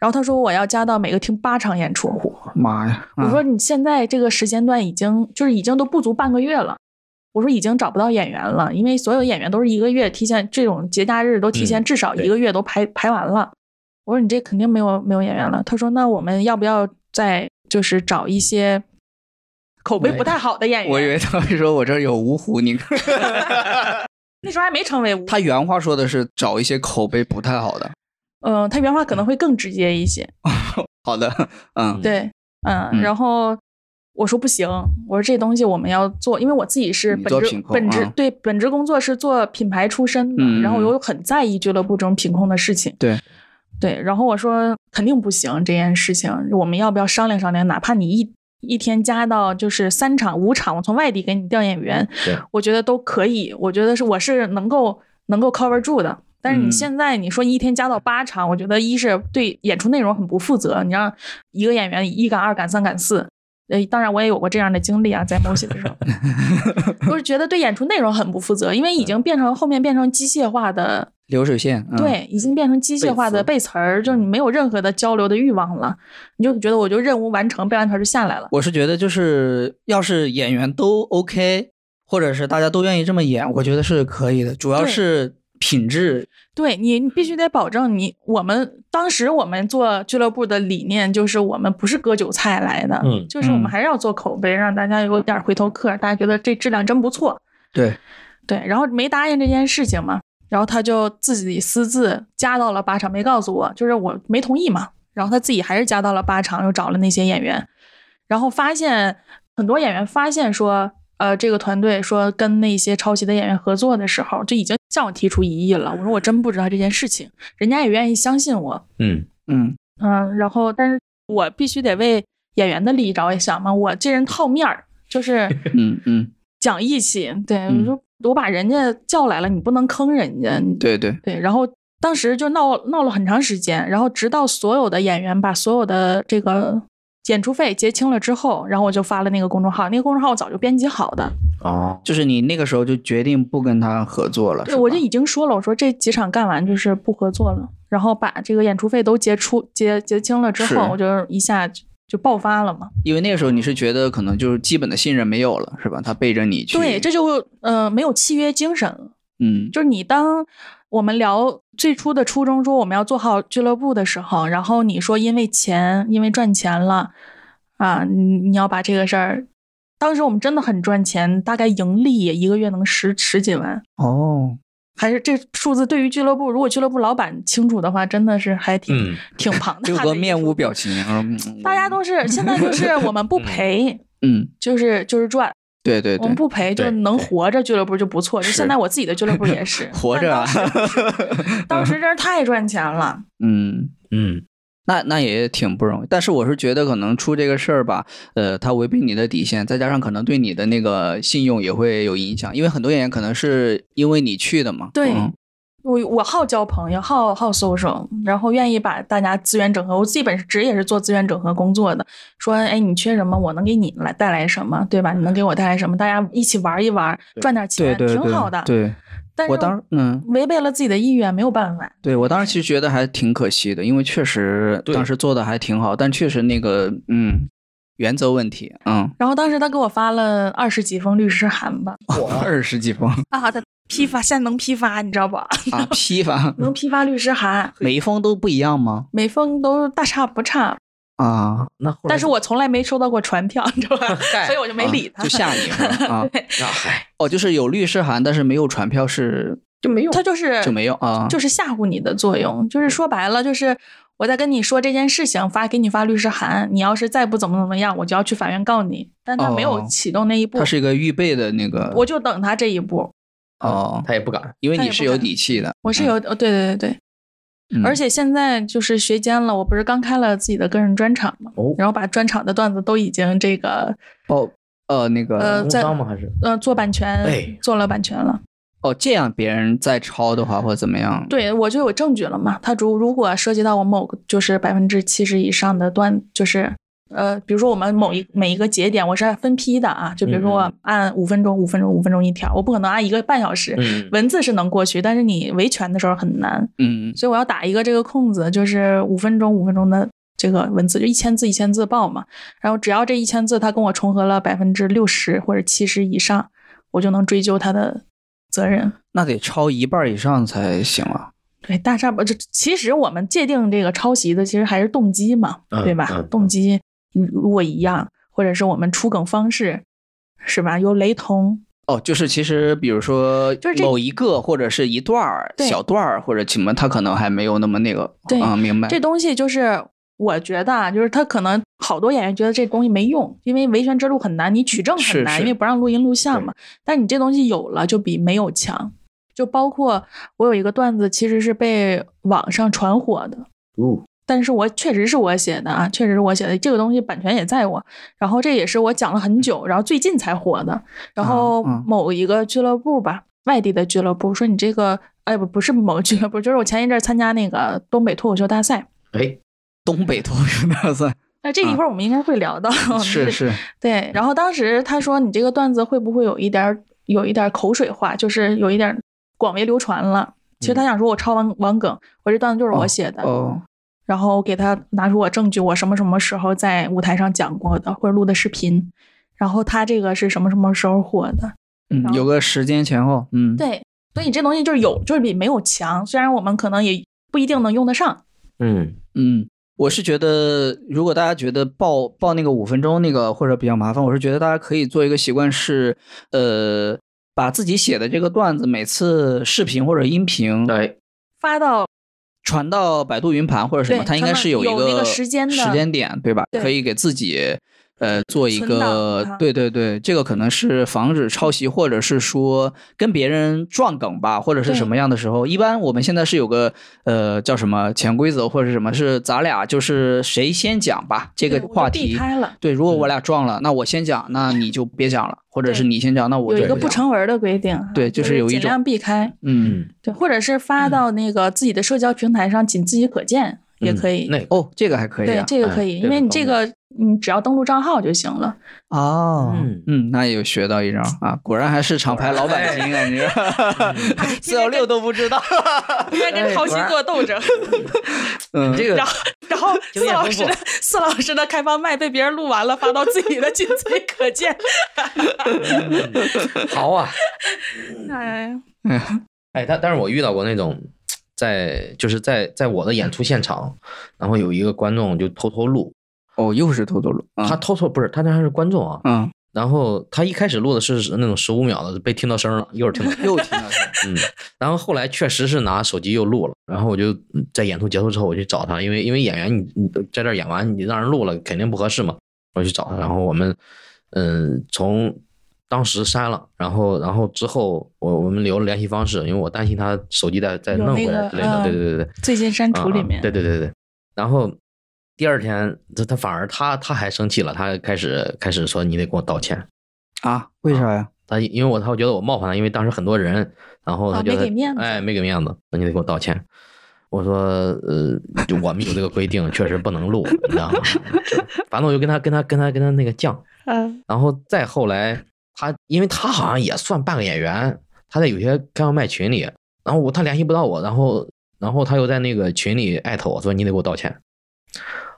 Speaker 1: 然后他说我要加到每个厅八场演出，
Speaker 2: 妈呀，
Speaker 1: 我
Speaker 2: 啊
Speaker 1: 说你现在这个时间段已经就是已经都不足半个月了，我说已经找不到演员了，因为所有演员都是一个月提前，这种节假日都提前
Speaker 3: 嗯
Speaker 1: 至少一
Speaker 3: 对
Speaker 1: 个月都排、排完了。我说你这肯定没有没有演员了。他说那我们要不要再就是找一些口碑不太好的演员？
Speaker 2: 我以为他会说我这儿有芜湖，你 看
Speaker 1: 那时候还没成为
Speaker 2: 他原话说的是找一些口碑不太好的。
Speaker 1: 嗯、他原话可能会更直接一些。
Speaker 2: 好的，嗯，
Speaker 1: 对，嗯，
Speaker 2: 嗯
Speaker 1: 然后我说不行，我说这东西我们要做，因为我自己是
Speaker 2: 你
Speaker 1: 本
Speaker 2: 做
Speaker 1: 职
Speaker 2: 品控
Speaker 1: 本职
Speaker 2: 啊
Speaker 1: 对本职工作是做品牌出身的，然后我
Speaker 2: 嗯
Speaker 1: 又很在意俱乐部这种品控的事情。
Speaker 2: 对。
Speaker 1: 对，然后我说肯定不行这件事情，我们要不要商量商量？哪怕你一一天加到就是三场五场，我从外地给你调演员
Speaker 3: 对，
Speaker 1: 我觉得都可以，我觉得是我是能够能够 cover 住的。但是你
Speaker 2: 嗯
Speaker 1: 现在你说一天加到八场，我觉得一是对演出内容很不负责，你让一个演员一赶二赶三赶四。呃，当然我也有过这样的经历啊，在某些的时候， 我是觉得对演出内容很不负责，因为已经变成后面变成机械化的
Speaker 2: 流水线，嗯、
Speaker 1: 对，已经变成机械化的背词儿，就是你没有任何的交流的欲望了，你就觉得我就任务完成，背完词儿就下来了。
Speaker 2: 我是觉得就是要是演员都 OK，或者是大家都愿意这么演，我觉得是可以的。主要
Speaker 1: 对
Speaker 2: 是品质，
Speaker 1: 对你，你必须得保证你我们当时我们做俱乐部的理念就是我们不是割韭菜来的，
Speaker 3: 嗯
Speaker 1: 就是我们
Speaker 2: 嗯
Speaker 1: 还是要做口碑，让大家有点回头客，大家觉得这质量真不错，
Speaker 2: 对，
Speaker 1: 对，然后没答应这件事情嘛，然后他就自己私自加到了八场，没告诉我，就是我没同意嘛。然后他自己还是加到了八场，又找了那些演员，然后发现很多演员发现说，呃，这个团队说跟那些抄袭的演员合作的时候，就已经向我提出疑义了。我说我真不知道这件事情，人家也愿意相信我，
Speaker 3: 嗯，
Speaker 2: 嗯，
Speaker 1: 嗯，然后但是我必须得为演员的利益着想嘛，我这人好面儿，就是。
Speaker 2: 嗯嗯，
Speaker 1: 讲义气。对，我
Speaker 2: 嗯
Speaker 1: 说我把人家叫来了，你不能坑人家。你
Speaker 2: 对对，
Speaker 1: 对，然后当时就闹闹了很长时间，然后直到所有的演员把所有的这个演出费结清了之后，然后我就发了那个公众号，那个公众号我早就编辑好的，
Speaker 2: 啊
Speaker 3: 哦，
Speaker 2: 就是你那个时候就决定不跟他合作了，
Speaker 1: 对
Speaker 2: 是吧
Speaker 1: 我就已经说了，我说这几场干完就是不合作了，然后把这个演出费都结出结结清了之
Speaker 2: 是
Speaker 1: 后，我就一下就就爆发了嘛。
Speaker 2: 因为那个时候你是觉得可能就是基本的信任没有了，是吧？他背着你去，
Speaker 1: 对，这就呃没有契约精神了。
Speaker 2: 嗯，
Speaker 1: 就是你当我们聊最初的初衷，说我们要做好俱乐部的时候，然后你说因为钱，因为赚钱了啊，你你要把这个事儿，当时我们真的很赚钱，大概盈利一个月能十十几万，
Speaker 2: 哦，
Speaker 1: 还是这数字对于俱乐部，如果俱乐部老板清楚的话，真的是还挺、
Speaker 3: 嗯
Speaker 1: 挺庞大的一
Speaker 2: 六
Speaker 1: 个数字。
Speaker 2: 哥面无表情，嗯
Speaker 1: 大家 都是现在就是我们不赔，
Speaker 2: 嗯，
Speaker 1: 就是就是赚，
Speaker 2: 对对
Speaker 1: 我
Speaker 2: 对
Speaker 1: 们，不赔就
Speaker 3: 对
Speaker 1: 能活着，俱乐部就不错。就是现在我自己的俱乐部也是
Speaker 2: 活着啊
Speaker 1: 但当时当时真是太赚钱了。
Speaker 2: 嗯。
Speaker 3: 嗯，
Speaker 2: 那那也挺不容易，但是我是觉得可能出这个事儿吧，呃，他违背你的底线，再加上可能对你的那个信用也会有影响，因为很多演员可能是因为你去的嘛。
Speaker 1: 对
Speaker 2: 嗯
Speaker 1: 我我好交朋友，好好搜搜，然后愿意把大家资源整合。我自己本职也是做资源整合工作的，说哎，你缺什么，我能给你来带来什么，对吧？你能给我带来什么？大家一起玩一玩，赚点钱，
Speaker 2: 对对对，
Speaker 1: 挺好的。
Speaker 2: 对，
Speaker 1: 但是
Speaker 2: 我当嗯，
Speaker 1: 违背了自己的意愿，没有办法。
Speaker 2: 对我当时其实觉得还挺可惜的，因为确实
Speaker 3: 对
Speaker 2: 当时做的还挺好，但确实那个嗯原则问题，嗯，
Speaker 1: 然后当时他给我发了二十几封律师函吧，
Speaker 2: 二 十几封
Speaker 1: 啊，他批发现在能批发，你知道吧？
Speaker 2: 啊，批发，
Speaker 1: 能批发律师函，
Speaker 2: 每一封都不一样吗？
Speaker 1: 每封都大差不差，
Speaker 2: 啊，
Speaker 3: 那后来
Speaker 1: 但是我从来没收到过传票，你知道吧？
Speaker 3: 嗨
Speaker 1: 所以我就没理
Speaker 2: 啊
Speaker 1: 他。
Speaker 2: 就吓你是 吧 啊。
Speaker 3: 那嗨，
Speaker 2: 哦，就是有律师函，但是没有传票是
Speaker 3: 就没用
Speaker 1: 他就是
Speaker 2: 就没有啊，
Speaker 1: 就是是吓唬你的作用，就是说白了，就是我在跟你说这件事情，发给你发律师函，你要是再不怎么怎么样，我就要去法院告你。但他没有
Speaker 2: 哦
Speaker 1: 启动那一步，
Speaker 2: 它是一个预备的那个，
Speaker 1: 我就等他这一步。
Speaker 2: 哦，
Speaker 3: 他也不敢，
Speaker 2: 因为
Speaker 1: 他
Speaker 2: 你
Speaker 1: 也
Speaker 2: 是
Speaker 1: 不
Speaker 2: 有
Speaker 1: 敢
Speaker 2: 底气的，
Speaker 1: 我是有，呃对对对对，
Speaker 2: 嗯，
Speaker 1: 而且现在就是学监了，我不是刚开了自己的个人专场嘛，
Speaker 3: 哦
Speaker 1: 然后把专场的段子都已经这个
Speaker 2: 哦呃那
Speaker 1: 呃
Speaker 2: 个
Speaker 1: 在
Speaker 3: 工伤吗？还是
Speaker 1: 呃做版权，
Speaker 3: 哎
Speaker 1: 做了版权了。
Speaker 2: 哦这样别人再抄的话或者怎么样，
Speaker 1: 对我就有证据了嘛。他如如果涉及到我某个就是百分之七十以上的段，就是呃，比如说我们某一每一个节点，我是按分批的啊，就比如说
Speaker 3: 嗯
Speaker 1: 我按五分钟、五分钟、五分钟一条，我不可能按一个半小时。
Speaker 3: 嗯
Speaker 1: 文字是能过去，但是你维权的时候很难，
Speaker 2: 嗯
Speaker 1: 所以我要打一个这个空子，就是五分钟、五分钟的这个文字，就一千字、一千字报嘛。然后只要这一千字他跟我重合了百分之六十或者七十以上，我就能追究他的责任。
Speaker 2: 那得抄一半以上才行啊，
Speaker 1: 对，哎大差不这其实我们界定这个抄袭的，其实还是动机嘛，
Speaker 3: 嗯
Speaker 1: 对吧？
Speaker 3: 嗯
Speaker 1: 动机如果一样，或者是我们出梗方式，是吧？有雷同，
Speaker 2: 哦就是其实比如说
Speaker 1: 就是这
Speaker 2: 某一个或者是一段儿
Speaker 1: 对
Speaker 2: 小段儿或者什么，他可能还没有那么那个，
Speaker 1: 对
Speaker 2: 啊明
Speaker 3: 嗯
Speaker 2: 白，
Speaker 1: 这东西就是我觉得啊，就是他可能好多演员觉得这东西没用，因为维权之路很难，你取证很
Speaker 2: 是
Speaker 1: 难，
Speaker 2: 是
Speaker 1: 因为不让录音录像嘛。但你这东西有了，就比没有强。就包括我有一个段子，其实是被网上传火的，
Speaker 3: 哦，
Speaker 1: 但是我确实是我写的啊，确实是我写的，这个东西版权也在我，然后这也是我讲了很久，然后最近才火的，然后
Speaker 2: 啊啊
Speaker 1: 某一个俱乐部吧，外地的俱乐部说你这个哎不不是某个俱乐部，就是我前一阵儿参加那个东北脱口秀大赛。
Speaker 3: 哎，
Speaker 2: 东北脱口秀大赛
Speaker 1: 那这一 会儿我们应该会聊到，
Speaker 2: 嗯是是，
Speaker 1: 对。然后当时他说：“你这个段子会不会有一点儿有一点儿口水化，就是有一点儿广为流传了？”其实他想说我抄王王梗，我这段子就是我写的，
Speaker 2: 嗯哦，
Speaker 1: 然后给他拿出我证据，我什么什么时候在舞台上讲过的，或者录的视频，然后他这个是什么什么时候火的，
Speaker 2: 嗯，有个时间前后，嗯，
Speaker 1: 对。所以这东西就是有，就是比没有强。虽然我们可能也不一定能用得上，
Speaker 3: 嗯，
Speaker 2: 嗯，我是觉得，如果大家觉得报报那个五分钟那个或者比较麻烦，我是觉得大家可以做一个习惯是，呃，把自己写的这个段子每次视频或者音频
Speaker 3: 哎，
Speaker 1: 发到
Speaker 2: 传到百度云盘或者什么，
Speaker 1: 对
Speaker 2: 它应该是一
Speaker 1: 传到有那
Speaker 2: 个
Speaker 1: 个时间的
Speaker 2: 时间点，对吧？
Speaker 1: 对嗯
Speaker 2: 可以给自己呃做一
Speaker 1: 存档
Speaker 2: 个
Speaker 1: 它，
Speaker 2: 对对对，这个可能是防止抄袭，或者是说跟别人撞梗吧，或者是
Speaker 1: 对
Speaker 2: 什么样的时候。一般我们现在是有个呃叫什么潜规则或者是什么，是咱俩就是谁先讲吧这个
Speaker 1: 对我就
Speaker 2: 话
Speaker 1: 避
Speaker 2: 题。
Speaker 1: 开了，
Speaker 2: 对，如果我俩撞了，那我先讲，那你就别讲了，或者是
Speaker 1: 对
Speaker 2: 你先讲，那我
Speaker 1: 有
Speaker 2: 就
Speaker 1: 一个
Speaker 2: 不
Speaker 1: 不
Speaker 2: 讲
Speaker 1: 成文的规定啊，
Speaker 2: 对就
Speaker 1: 就是
Speaker 2: 有一
Speaker 1: 尽
Speaker 2: 种
Speaker 1: 量避开。
Speaker 2: 嗯
Speaker 3: 嗯，
Speaker 1: 对，或者是发到那个自己的社交平台上，仅自己可见也可以。
Speaker 3: 嗯那个
Speaker 2: 哦，这个还可以
Speaker 1: 对
Speaker 2: 啊，
Speaker 1: 这个
Speaker 3: 哎
Speaker 1: 可以，
Speaker 3: 这
Speaker 1: 因
Speaker 3: 个
Speaker 1: 为你
Speaker 3: 懂
Speaker 1: 这
Speaker 3: 了
Speaker 1: 个你只要登录账号就行了。
Speaker 2: 哦，
Speaker 3: 嗯
Speaker 2: 嗯，那也有学到一招啊，果然还是厂牌老板精啊，你 这四幺六都不知道，
Speaker 1: 应该
Speaker 3: 跟哎抄袭果
Speaker 1: 做斗争，
Speaker 2: 嗯，
Speaker 3: 这个
Speaker 1: 然 后
Speaker 3: 经验丰富
Speaker 1: 四老师的开放麦被别人录完了，发到自己的仅自己可见。
Speaker 3: 好啊，
Speaker 1: 哎，
Speaker 3: 哎，但但是我遇到过那种，在就是在在我的演出现场，然后有一个观众就偷偷录，
Speaker 2: 哦，又是偷偷录，
Speaker 3: 他
Speaker 2: 他
Speaker 3: 偷偷不是他那还是观众啊，
Speaker 2: 嗯
Speaker 3: 然后他一开始录的是那种十五秒的，被听到声了，一会儿 听到，
Speaker 2: 又听到这个，
Speaker 3: 嗯，然后后来确实是拿手机又录了，然后我就嗯在演出结束之后我去找他，因为因为演员你你在这儿演完你让人录了肯定不合适嘛，我去找他，然后我们嗯从当时删了，然后然后之后我我们留了联系方式，因为我担心他手机再再
Speaker 1: 有那
Speaker 3: 弄回来
Speaker 1: 个
Speaker 3: 之类的，对
Speaker 1: 嗯
Speaker 3: 对对对。
Speaker 1: 最近删除里
Speaker 3: 啊
Speaker 2: 嗯
Speaker 1: 面，
Speaker 3: 对对对对。然后第二天，他他反而他他还生气了，他开始开始说你得给我道歉。
Speaker 2: 啊，为啥呀？
Speaker 3: 他因为我他觉得我冒犯他，因为当时很多人，然后
Speaker 1: 啊
Speaker 3: 他觉得、
Speaker 1: 没给面子
Speaker 3: 哎没给面子，那你得给我道歉。我说呃，就我们有这个规定，确实不能录，你知道吗？ 就反正我就跟他跟他跟他跟他那个犟，
Speaker 1: 嗯，
Speaker 3: 然后再后来，他因为他好像也算半个演员，他在有些开放麦群里，然后我他联系不到我，然后然后他又在那个群里艾特我说你得给我道歉。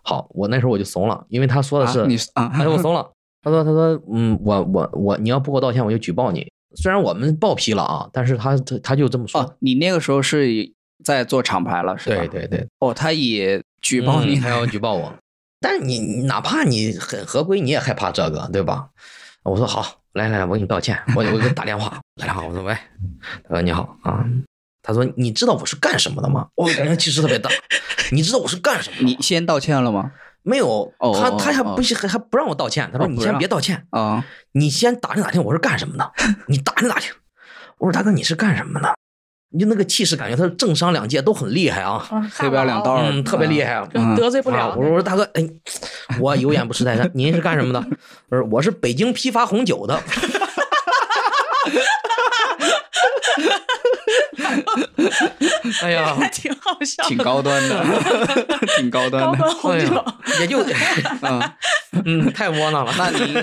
Speaker 3: 好，我那时候我就怂了，因为他说的是，
Speaker 2: 啊你啊，
Speaker 3: 哎 我怂了，他说他说嗯我我我你要不给我道歉我就举报你。虽然我们报批了啊，但是他他他就这么说，
Speaker 2: 哦，你那个时候是在做厂牌了，是吧？
Speaker 3: 对，对对，
Speaker 2: 哦，他也举报
Speaker 3: 嗯
Speaker 2: 你
Speaker 3: 他要举报我。但是你你哪怕你很合规，你也害怕这个，对吧？我说好，来来，来，我给你道歉，我我给你打电话，打电话，我说喂，他说你好啊，他说你知道我是干什么的吗？我感觉气势特别大，你知道我是干什么的
Speaker 2: 你
Speaker 3: 吗？
Speaker 2: 先道歉了吗？
Speaker 3: 没有，
Speaker 2: 哦
Speaker 3: 他
Speaker 2: 哦
Speaker 3: 他还
Speaker 2: 哦
Speaker 3: 不是还还不让我道歉，他
Speaker 2: 哦
Speaker 3: 说你
Speaker 2: 不
Speaker 3: 先
Speaker 2: 让
Speaker 3: 别道歉，
Speaker 2: 啊，
Speaker 3: 你先打听打听我是干什么的，你打听打听。我说大哥你是干什么的？你就那个气势，感觉他政商两界都很厉害啊，
Speaker 1: 啊
Speaker 2: 黑白两道，
Speaker 3: 嗯，特别厉害啊。
Speaker 1: 大佬就得罪不
Speaker 3: 啊
Speaker 1: 了
Speaker 3: 我。说我说大哥，哎，我有眼不识泰山，您是干什么的？我说我是北京批发红酒的。 哎 呀，
Speaker 1: 还挺好笑的，
Speaker 2: 挺高端的， 挺高端
Speaker 1: 高
Speaker 2: 的。
Speaker 1: 端红
Speaker 3: 哎
Speaker 1: 酒
Speaker 3: 呀，也就
Speaker 2: 嗯，
Speaker 3: 嗯，太窝囊了。
Speaker 2: 那 您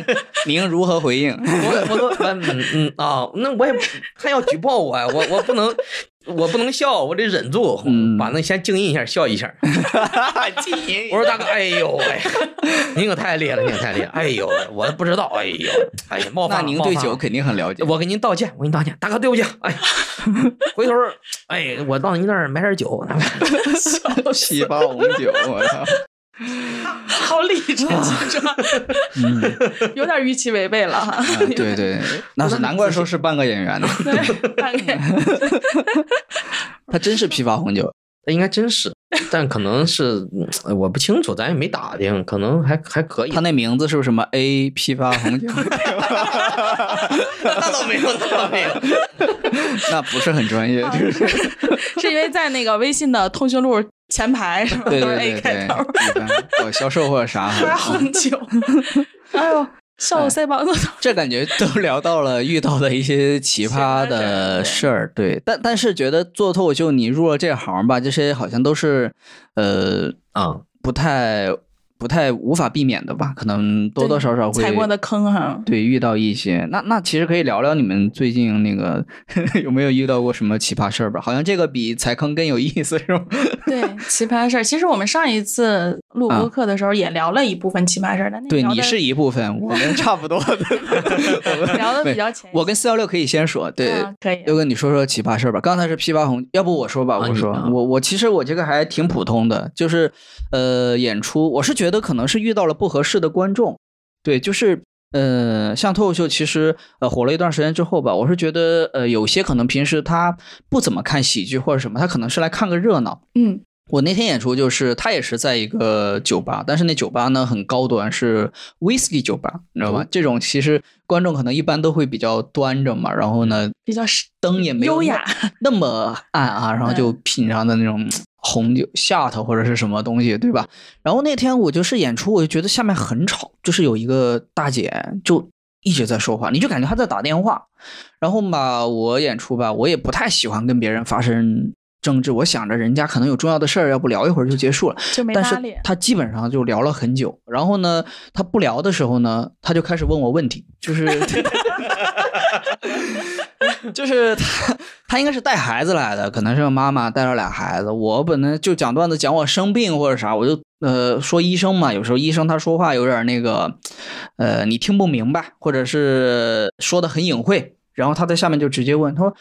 Speaker 2: 您如何回应？
Speaker 3: 我我都嗯嗯啊，那我也他要举报我呀，我我不能 我不能笑，我得忍住，
Speaker 2: 嗯
Speaker 3: 把那先静音一下，笑一下。啊我说大哥，哎呦喂、 您可太厉害了，您可太厉害，哎呦喂，我都不知道，哎呦，哎呀，冒犯
Speaker 2: 那
Speaker 3: 了
Speaker 2: 您
Speaker 3: 冒
Speaker 2: 对
Speaker 3: 犯了
Speaker 2: 酒肯定很了解。
Speaker 3: 我给您道歉，我给您道歉，大哥对不起， 哎，回头儿哎，我到您那儿买点酒，
Speaker 2: 七八红酒，我 操！
Speaker 1: 好理直气壮，
Speaker 2: 嗯，
Speaker 1: 有点预期违背了哈。
Speaker 2: 啊 对对，那是难怪说是半个演员呢，
Speaker 1: 对，大概
Speaker 2: 他真是批发红酒。
Speaker 3: 应该真是，但可能是嗯我不清楚，咱也没打听，可能还还可以。
Speaker 2: 他那名字是不是什么 A 批发红酒？
Speaker 3: 那倒没有，那倒没有。 啊
Speaker 2: 那不是很专业，就是
Speaker 1: 是因为在那个微信的通讯录前排是吧？
Speaker 2: 对
Speaker 1: 都是
Speaker 2: 对啊
Speaker 1: A
Speaker 2: 对对，
Speaker 1: 开头，
Speaker 2: 一般搞销售或者啥。
Speaker 1: 喝红酒。哎呦，笑我腮帮子疼。
Speaker 2: 这感觉都聊到了遇到的一些奇葩
Speaker 3: 啊
Speaker 2: 的事儿，对，但但是觉得做脱口秀你入了这行吧，这些好像都是，呃，
Speaker 3: 啊，
Speaker 2: 不太不太无法避免的吧，可能多多少少会
Speaker 1: 踩过的坑哈。
Speaker 2: 对遇到一些。那那其实可以聊聊你们最近那个 有没有遇到过什么奇葩事儿吧？好像这个比踩坑更有意思，是吧？
Speaker 1: 对，奇葩事儿。其实我们上一次录
Speaker 2: 啊
Speaker 1: 播客的时候也聊了一部分奇葩事儿，但那
Speaker 2: 对
Speaker 1: 聊
Speaker 2: 你
Speaker 1: 的。
Speaker 2: 是一部分，我们差不多的
Speaker 1: 聊的
Speaker 2: 对
Speaker 1: 比较浅一些。
Speaker 2: 我跟呃四幺六可以先说，对，
Speaker 1: 啊可以
Speaker 2: 六哥，你说说奇葩事儿吧。刚才是 P 八红，要不我说吧？
Speaker 3: 啊
Speaker 2: 我
Speaker 3: 你
Speaker 2: 说，
Speaker 3: 啊
Speaker 2: 我我其实我这个还挺普通的，就是呃，演出我是觉得可能是遇到了不合适的观众，对，就是。呃，像脱口秀其实呃火了一段时间之后吧，我是觉得呃有些可能平时他不怎么看喜剧或者什么，他可能是来看个热闹，
Speaker 1: 嗯
Speaker 2: 我那天演出就是，他也是在一个酒吧，但是那酒吧呢很高端，是 whisky 酒吧，你知
Speaker 3: 哦
Speaker 2: 道吧？这种其实观众可能一般都会比较端着嘛，然后呢，
Speaker 1: 比较是
Speaker 2: 灯也没有
Speaker 1: 优
Speaker 2: 那
Speaker 1: 雅
Speaker 2: 那么暗啊，然后就品尝的那种红酒下头或者是什么东西，对吧？然后那天我就是演出，我就觉得下面很吵，就是有一个大姐就一直在说话，你就感觉她在打电话。然后吧，我演出吧，我也不太喜欢跟别人发生争执，我想着人家可能有重要的事儿，要不聊一会儿就结束了。
Speaker 1: 就没
Speaker 2: 但
Speaker 1: 搭
Speaker 2: 是
Speaker 1: 理。
Speaker 2: 他基本上就聊了很久，然后呢，他不聊的时候呢，他就开始问我问题，就是就是他他应该是带孩子来的，可能是妈妈带了俩孩子。我本来就讲段子讲我生病或者啥，我就呃说医生嘛，有时候医生他说话有点那个，呃你听不明白，或者是说的很隐晦。然后他在下面就直接问他说：“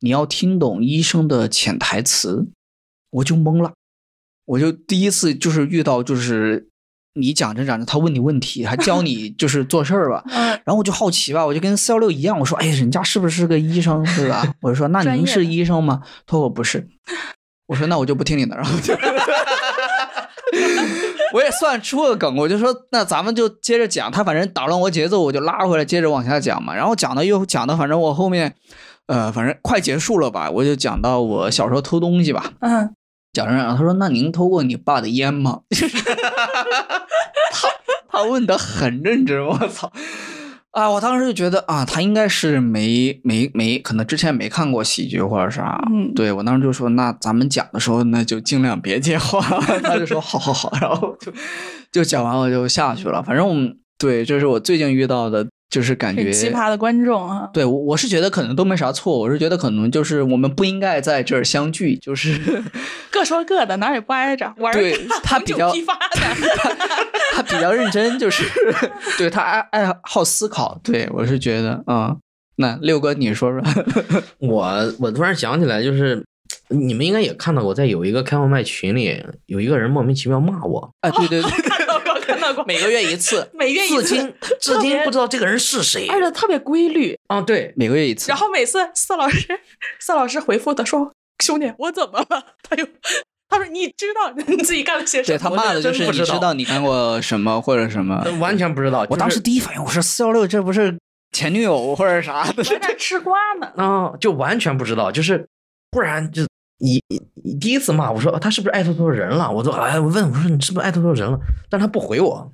Speaker 2: 你要听懂医生的潜台词。”我就懵了。我就第一次就是遇到，就是你讲着讲着，他问你问题，还教你就是做事儿吧。
Speaker 1: 嗯，
Speaker 2: 然后我就好奇吧，我就跟四幺六一样，我说：“哎，人家是不是个医生，对吧？”我就说：“那
Speaker 1: 专
Speaker 2: 您
Speaker 1: 业的
Speaker 2: 是医生吗？”他说：“我不是。”我说：“那我就不听你的。”然后就 我也算出个梗，我就说：“那咱们就接着讲。”他反正打乱我节奏，我就拉回来接着往下讲嘛。然后讲到又讲到，反正我后面，呃，反正快结束了吧，我就讲到我小时候偷东西吧。
Speaker 1: 嗯，
Speaker 2: 讲着讲着，他说：“那您偷过你爸的烟吗？” 他他问的很认真，我操！啊，我当时就觉得啊，他应该是没没没，可能之前没看过喜剧或者啥。
Speaker 1: 嗯
Speaker 2: 对我当时就说，那咱们讲的时候，那就尽量别接话。他就说好好好，然后就就讲完我就下去了。反正我们对，这是我最近遇到的，就是感觉
Speaker 1: 很奇葩的观众啊。
Speaker 2: 对，我我是觉得可能都没啥错，我是觉得可能就是我们不应该在这儿相聚，就是。
Speaker 1: 各说各的，哪儿也不挨着，玩儿
Speaker 2: 对他
Speaker 1: 红
Speaker 2: 比
Speaker 1: 酒
Speaker 2: 较
Speaker 1: 批发的，
Speaker 2: 他比较认真，就是 对他爱爱好思考。对我是觉得，嗯，那六哥你说 说，
Speaker 3: 我我突然想起来，就是你们应该也看到过，在有一个开放麦群里，有一个人莫名其妙骂我，
Speaker 2: 啊，对 对对，
Speaker 1: 看到过，看到过，
Speaker 2: 每个月一次，
Speaker 1: 每月一
Speaker 3: 至
Speaker 1: 次，
Speaker 3: 今至今不知道这个人是谁
Speaker 1: 而且特别规律。
Speaker 3: 啊？对，
Speaker 2: 每个月一次
Speaker 1: 然。后每次四老师，四老师回复他说：“兄弟，我怎么了？” 他又他说：“你知道 你自己干了些什
Speaker 2: 对
Speaker 1: 么？”
Speaker 2: 他骂的就
Speaker 3: 我真
Speaker 2: 是
Speaker 3: 不
Speaker 2: 你
Speaker 3: 知道
Speaker 2: 知道你干过什么或者什么。
Speaker 3: 完全不知道。
Speaker 2: 我当时第一反应我说四幺六这不是前女友或者啥的，
Speaker 1: 我在那吃瓜呢。
Speaker 3: 啊，就完全不知道，就是不然就你你你第一次骂我说啊他是不是爱偷偷人了？我说哎，我问我说你是不是爱偷偷人了？但他不回我，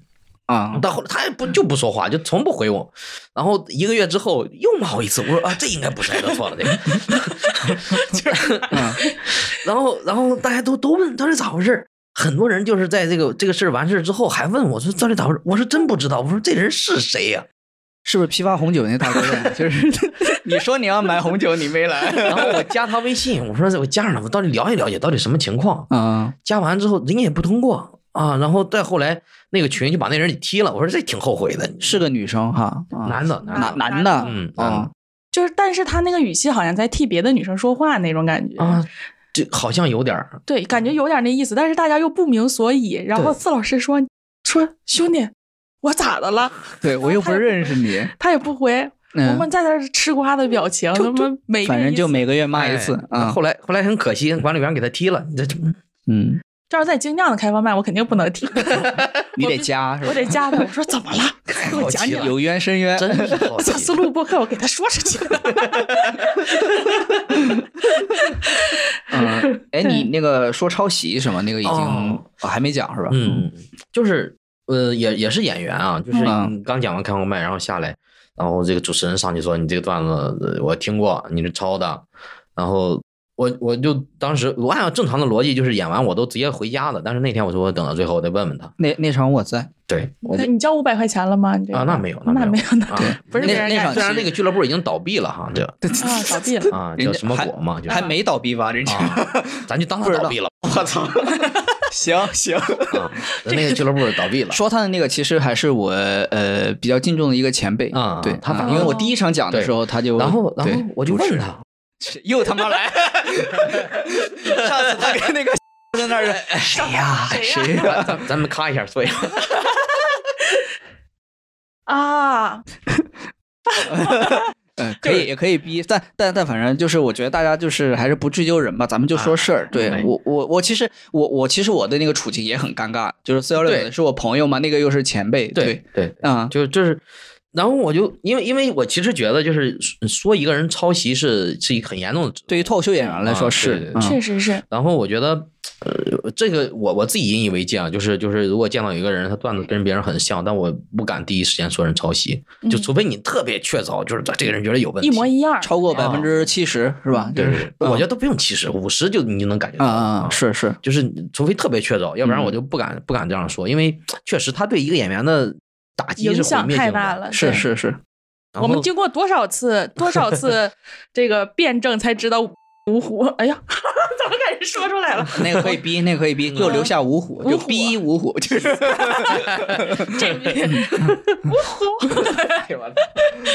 Speaker 2: 啊，
Speaker 3: 到后来他也不就不说话，就从不回我。然后一个月之后又骂我一次，我说啊，这应该不是爱的错了，这个。 就是
Speaker 2: 嗯
Speaker 3: 然后然后大家都都问到底咋回事儿很多人就是在这个这个事儿完事儿之后还问我说到底咋回事儿我说真不知道，我说这人是谁呀、
Speaker 2: 是不是批发红酒那大哥呀？ 就是你说你要买红酒，你没
Speaker 3: 然
Speaker 2: 来。
Speaker 3: 后我加他微信，我说我加上了，我到底了解了解到底什么情况。
Speaker 2: 嗯，
Speaker 3: 加完之后人家也不通过啊，然后再后来那个群就把那人给踢了，我说这挺后悔的，
Speaker 2: 是个女生哈，啊
Speaker 3: 男的男的，
Speaker 2: 男男的，
Speaker 3: 嗯
Speaker 2: 啊，
Speaker 1: 就是，但是他那个语气好像在替别的女生说话那种感觉
Speaker 3: 啊，这好像有点儿，
Speaker 1: 对，感
Speaker 2: 嗯
Speaker 1: 觉有点那意思，但是大家又不明所以。然后
Speaker 3: 对
Speaker 1: 四老师说说兄弟，我咋的了？
Speaker 2: 对我又不认识你，
Speaker 1: 他也不回，我
Speaker 2: 嗯，
Speaker 1: 们在那儿吃瓜的表情，他妈每
Speaker 2: 反正就
Speaker 1: 没。
Speaker 2: 每个月骂一次
Speaker 3: 哎
Speaker 2: 啊。
Speaker 3: 后来后来很可惜，管理员给他踢了，这这
Speaker 2: 嗯，
Speaker 1: 这要是在精酿的开放麦，我肯定不能 听，
Speaker 2: 你得加是吧？
Speaker 1: 我得加他。我说怎么 了？给我
Speaker 3: 好
Speaker 1: 讲
Speaker 3: 奇
Speaker 1: 讲。
Speaker 2: 有冤深冤。
Speaker 3: 真是好
Speaker 1: 我
Speaker 3: 奇
Speaker 1: 下次录播客，我给他说出 去。
Speaker 2: 嗯，哎，你那个说抄袭什么那个已经
Speaker 3: 哦
Speaker 2: 哦还没讲是吧？
Speaker 3: 嗯嗯，就是呃，也也是演员啊，就是
Speaker 2: 嗯
Speaker 3: 刚讲完开放麦，然后下来，然后这个主持人上去说：“你这个段子呃我听过，你是抄的。”然后我我就当时我按照正常的逻辑，就是演完我都直接回家了。但是那天我说我等到最后，我得问问他。
Speaker 2: 那那场我在，
Speaker 3: 对，我
Speaker 1: 那你交五百块钱了吗？你这个
Speaker 3: 啊，那没有，
Speaker 1: 那
Speaker 3: 没
Speaker 1: 没有，那
Speaker 3: 啊
Speaker 2: 对
Speaker 1: 不是
Speaker 2: 那
Speaker 1: 别人
Speaker 2: 那
Speaker 1: 干
Speaker 2: 场
Speaker 1: 的
Speaker 3: 虽然那个俱乐部已经倒闭了哈，这
Speaker 1: 啊，倒闭了。
Speaker 3: 啊
Speaker 2: 人
Speaker 3: 叫
Speaker 2: 家
Speaker 3: 什么
Speaker 2: 还
Speaker 3: 果嘛，就是
Speaker 2: 还没倒闭吧？人家、
Speaker 3: 啊，咱就当
Speaker 2: 不
Speaker 3: 它
Speaker 2: 知道
Speaker 3: 倒闭了。
Speaker 2: 我操，行行，
Speaker 3: 啊， 那个俱乐部倒闭了。
Speaker 2: 说他的那个其实还是我呃比较敬重的一个前辈
Speaker 3: 啊
Speaker 2: 对
Speaker 3: 他反
Speaker 2: 因为
Speaker 1: 正
Speaker 2: 我第一场讲的时候他就
Speaker 3: 然后，然
Speaker 2: 对
Speaker 3: 后我就
Speaker 2: 主持
Speaker 3: 问他，
Speaker 2: 又他 妈来，上次他跟那个 在那儿谁
Speaker 3: 啊
Speaker 2: 呀谁呀，
Speaker 3: 咱咱们咔一下 所以
Speaker 1: 啊，
Speaker 2: 嗯，可以也可以逼，但但但反正就是，我觉得大家就是还是不追究人吧，咱们就
Speaker 3: 啊
Speaker 2: 说事儿。对
Speaker 3: 对
Speaker 2: 我我我其实我我其实我的那个处境也很尴尬，就是四幺六
Speaker 3: 对
Speaker 2: 是我朋友嘛，那个又是前辈，
Speaker 3: 对
Speaker 2: 对，
Speaker 3: 对，
Speaker 2: 啊，
Speaker 3: 就就是，然后我就因为因为我其实觉得就是说一个人抄袭是是一个很严重的指责，
Speaker 2: 对于脱口秀演员来说
Speaker 3: 啊
Speaker 2: 是
Speaker 3: 对对，
Speaker 2: 嗯
Speaker 3: 对
Speaker 1: 确实是，
Speaker 3: 然后我觉得，呃，这个我我自己引以为戒啊，就是就是，如果见到有一个人他段子跟别人很像，但我不敢第一时间说人抄袭，就
Speaker 1: 嗯
Speaker 3: 除非你特别确凿，就是这个人觉得有问题，
Speaker 1: 一模一样，
Speaker 2: 超过
Speaker 1: 对
Speaker 2: 百分之七十是吧？
Speaker 3: 啊对
Speaker 2: 就
Speaker 3: 对
Speaker 2: 是
Speaker 3: 对，嗯我觉得都不用七十，五十就你就能感觉
Speaker 2: 啊
Speaker 3: 到
Speaker 2: 啊啊是是，
Speaker 3: 就是除非特别确凿，要不然
Speaker 2: 嗯
Speaker 3: 我就不敢、不敢这样说，因为确实他对一个演员的打击
Speaker 1: 影
Speaker 3: 是毁
Speaker 1: 响
Speaker 3: 灭
Speaker 1: 太
Speaker 3: 性
Speaker 1: 大
Speaker 3: 的。
Speaker 1: 了。
Speaker 2: 是
Speaker 1: 对，
Speaker 2: 是是，
Speaker 3: 然
Speaker 1: 我们
Speaker 3: 后
Speaker 1: 经过多少 次多少次这个辩证才知道芜湖。哎呀， 怎么感觉说出来了？
Speaker 2: 那个可以逼，那个可以逼，就留下五虎，就
Speaker 3: 啊
Speaker 1: 五虎
Speaker 2: 逼五虎， 就是。
Speaker 1: 这
Speaker 3: 嗯
Speaker 1: 芜湖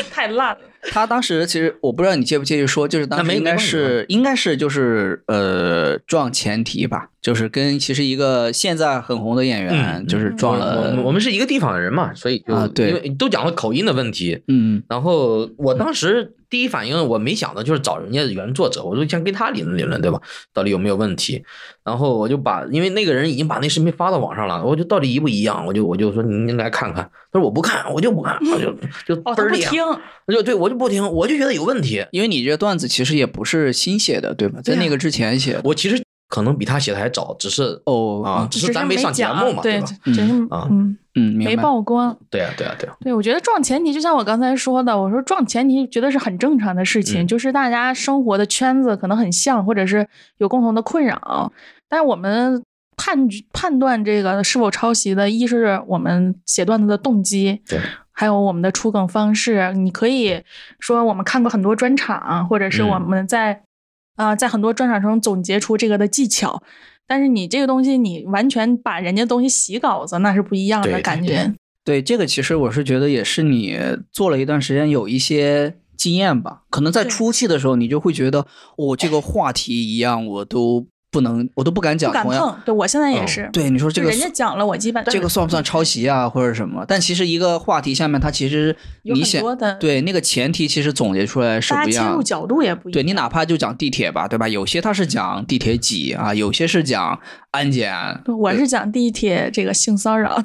Speaker 1: 太烂了。
Speaker 2: 他当时其实我不知道你介不介意说，就是当
Speaker 3: 那没啊
Speaker 2: 时应该
Speaker 3: 没
Speaker 2: 是应该是就是呃撞前提吧，就是跟其实一个现在很红的演员
Speaker 3: 嗯
Speaker 2: 就是撞
Speaker 3: 我
Speaker 2: 了
Speaker 3: 们，我们是一个地方人嘛，所以就、
Speaker 2: 啊对
Speaker 3: 因为都讲了口音的问题。
Speaker 2: 嗯
Speaker 3: 然后我当时第一反应，我没想到就是找人家原作者，我就先跟他理论理论，对吧？到底有没有问题？然后我就把，因为那个人已经把那视频发到网上了，我就到底一不一样，我就我就说您来看看。他说我不看，我就不看，我就就
Speaker 1: 哦，
Speaker 3: 倍
Speaker 1: 他
Speaker 3: 儿啊
Speaker 1: 不
Speaker 3: 厉害，
Speaker 1: 听，
Speaker 3: 就对我就不听，我就觉得有问题。
Speaker 2: 因为你这段子其实也不是新写的，对吧？在
Speaker 1: 对啊
Speaker 2: 那个之前写的
Speaker 3: 我其实可能比他写的还早，只是
Speaker 2: 哦
Speaker 3: 啊，只是咱没上节目嘛，
Speaker 1: 对
Speaker 3: 吧？，
Speaker 1: 只是
Speaker 3: 啊
Speaker 1: 嗯
Speaker 2: 嗯，明
Speaker 1: 没
Speaker 2: 白。
Speaker 1: 曝光。
Speaker 3: 对啊呀，对呀，对呀，
Speaker 1: 对，我觉得撞前提就像我刚才说的，我说撞前提觉得是很正常的事情，
Speaker 3: 嗯
Speaker 1: 就是大家生活的圈子可能很像，或者是有共同的困扰，但是我们。判判断这个是否抄袭的，一是我们写段子的动机，
Speaker 3: 对，
Speaker 1: 还有我们的出梗方式。你可以说我们看过很多专场，或者是
Speaker 3: 嗯
Speaker 1: 我们在啊、呃在很多专场中总结出这个的技巧。但是你这个东西，你完全把人家东西洗稿子，那是不一样
Speaker 3: 对
Speaker 1: 的
Speaker 3: 对
Speaker 1: 感
Speaker 3: 对
Speaker 1: 觉。
Speaker 2: 对这个，其实我是觉得也是你做了一段时间有一些经验吧。可能在
Speaker 1: 对
Speaker 2: 初期的时候，你就会觉得我、这个话题一样，我都不能，我都不敢讲
Speaker 1: 不敢
Speaker 2: 同样。哦
Speaker 1: 碰。对我现在也
Speaker 3: 嗯
Speaker 1: 是，
Speaker 2: 对你说这
Speaker 1: 就
Speaker 2: 个
Speaker 1: 人家讲了，我基本
Speaker 2: 这个算不算抄袭啊，或者什么？但其实一个话题下面，它其实
Speaker 1: 有
Speaker 2: 你
Speaker 1: 很
Speaker 2: 想
Speaker 1: 多的，
Speaker 2: 对那个前提，其实总结出来是
Speaker 1: 大家
Speaker 2: 不一
Speaker 1: 切入
Speaker 2: 样。
Speaker 1: 角度也不一样。
Speaker 2: 对你哪怕就讲地铁吧，对吧？有些它是讲地铁挤啊，有些是讲安检，
Speaker 1: 对我是讲地铁这个性骚 扰，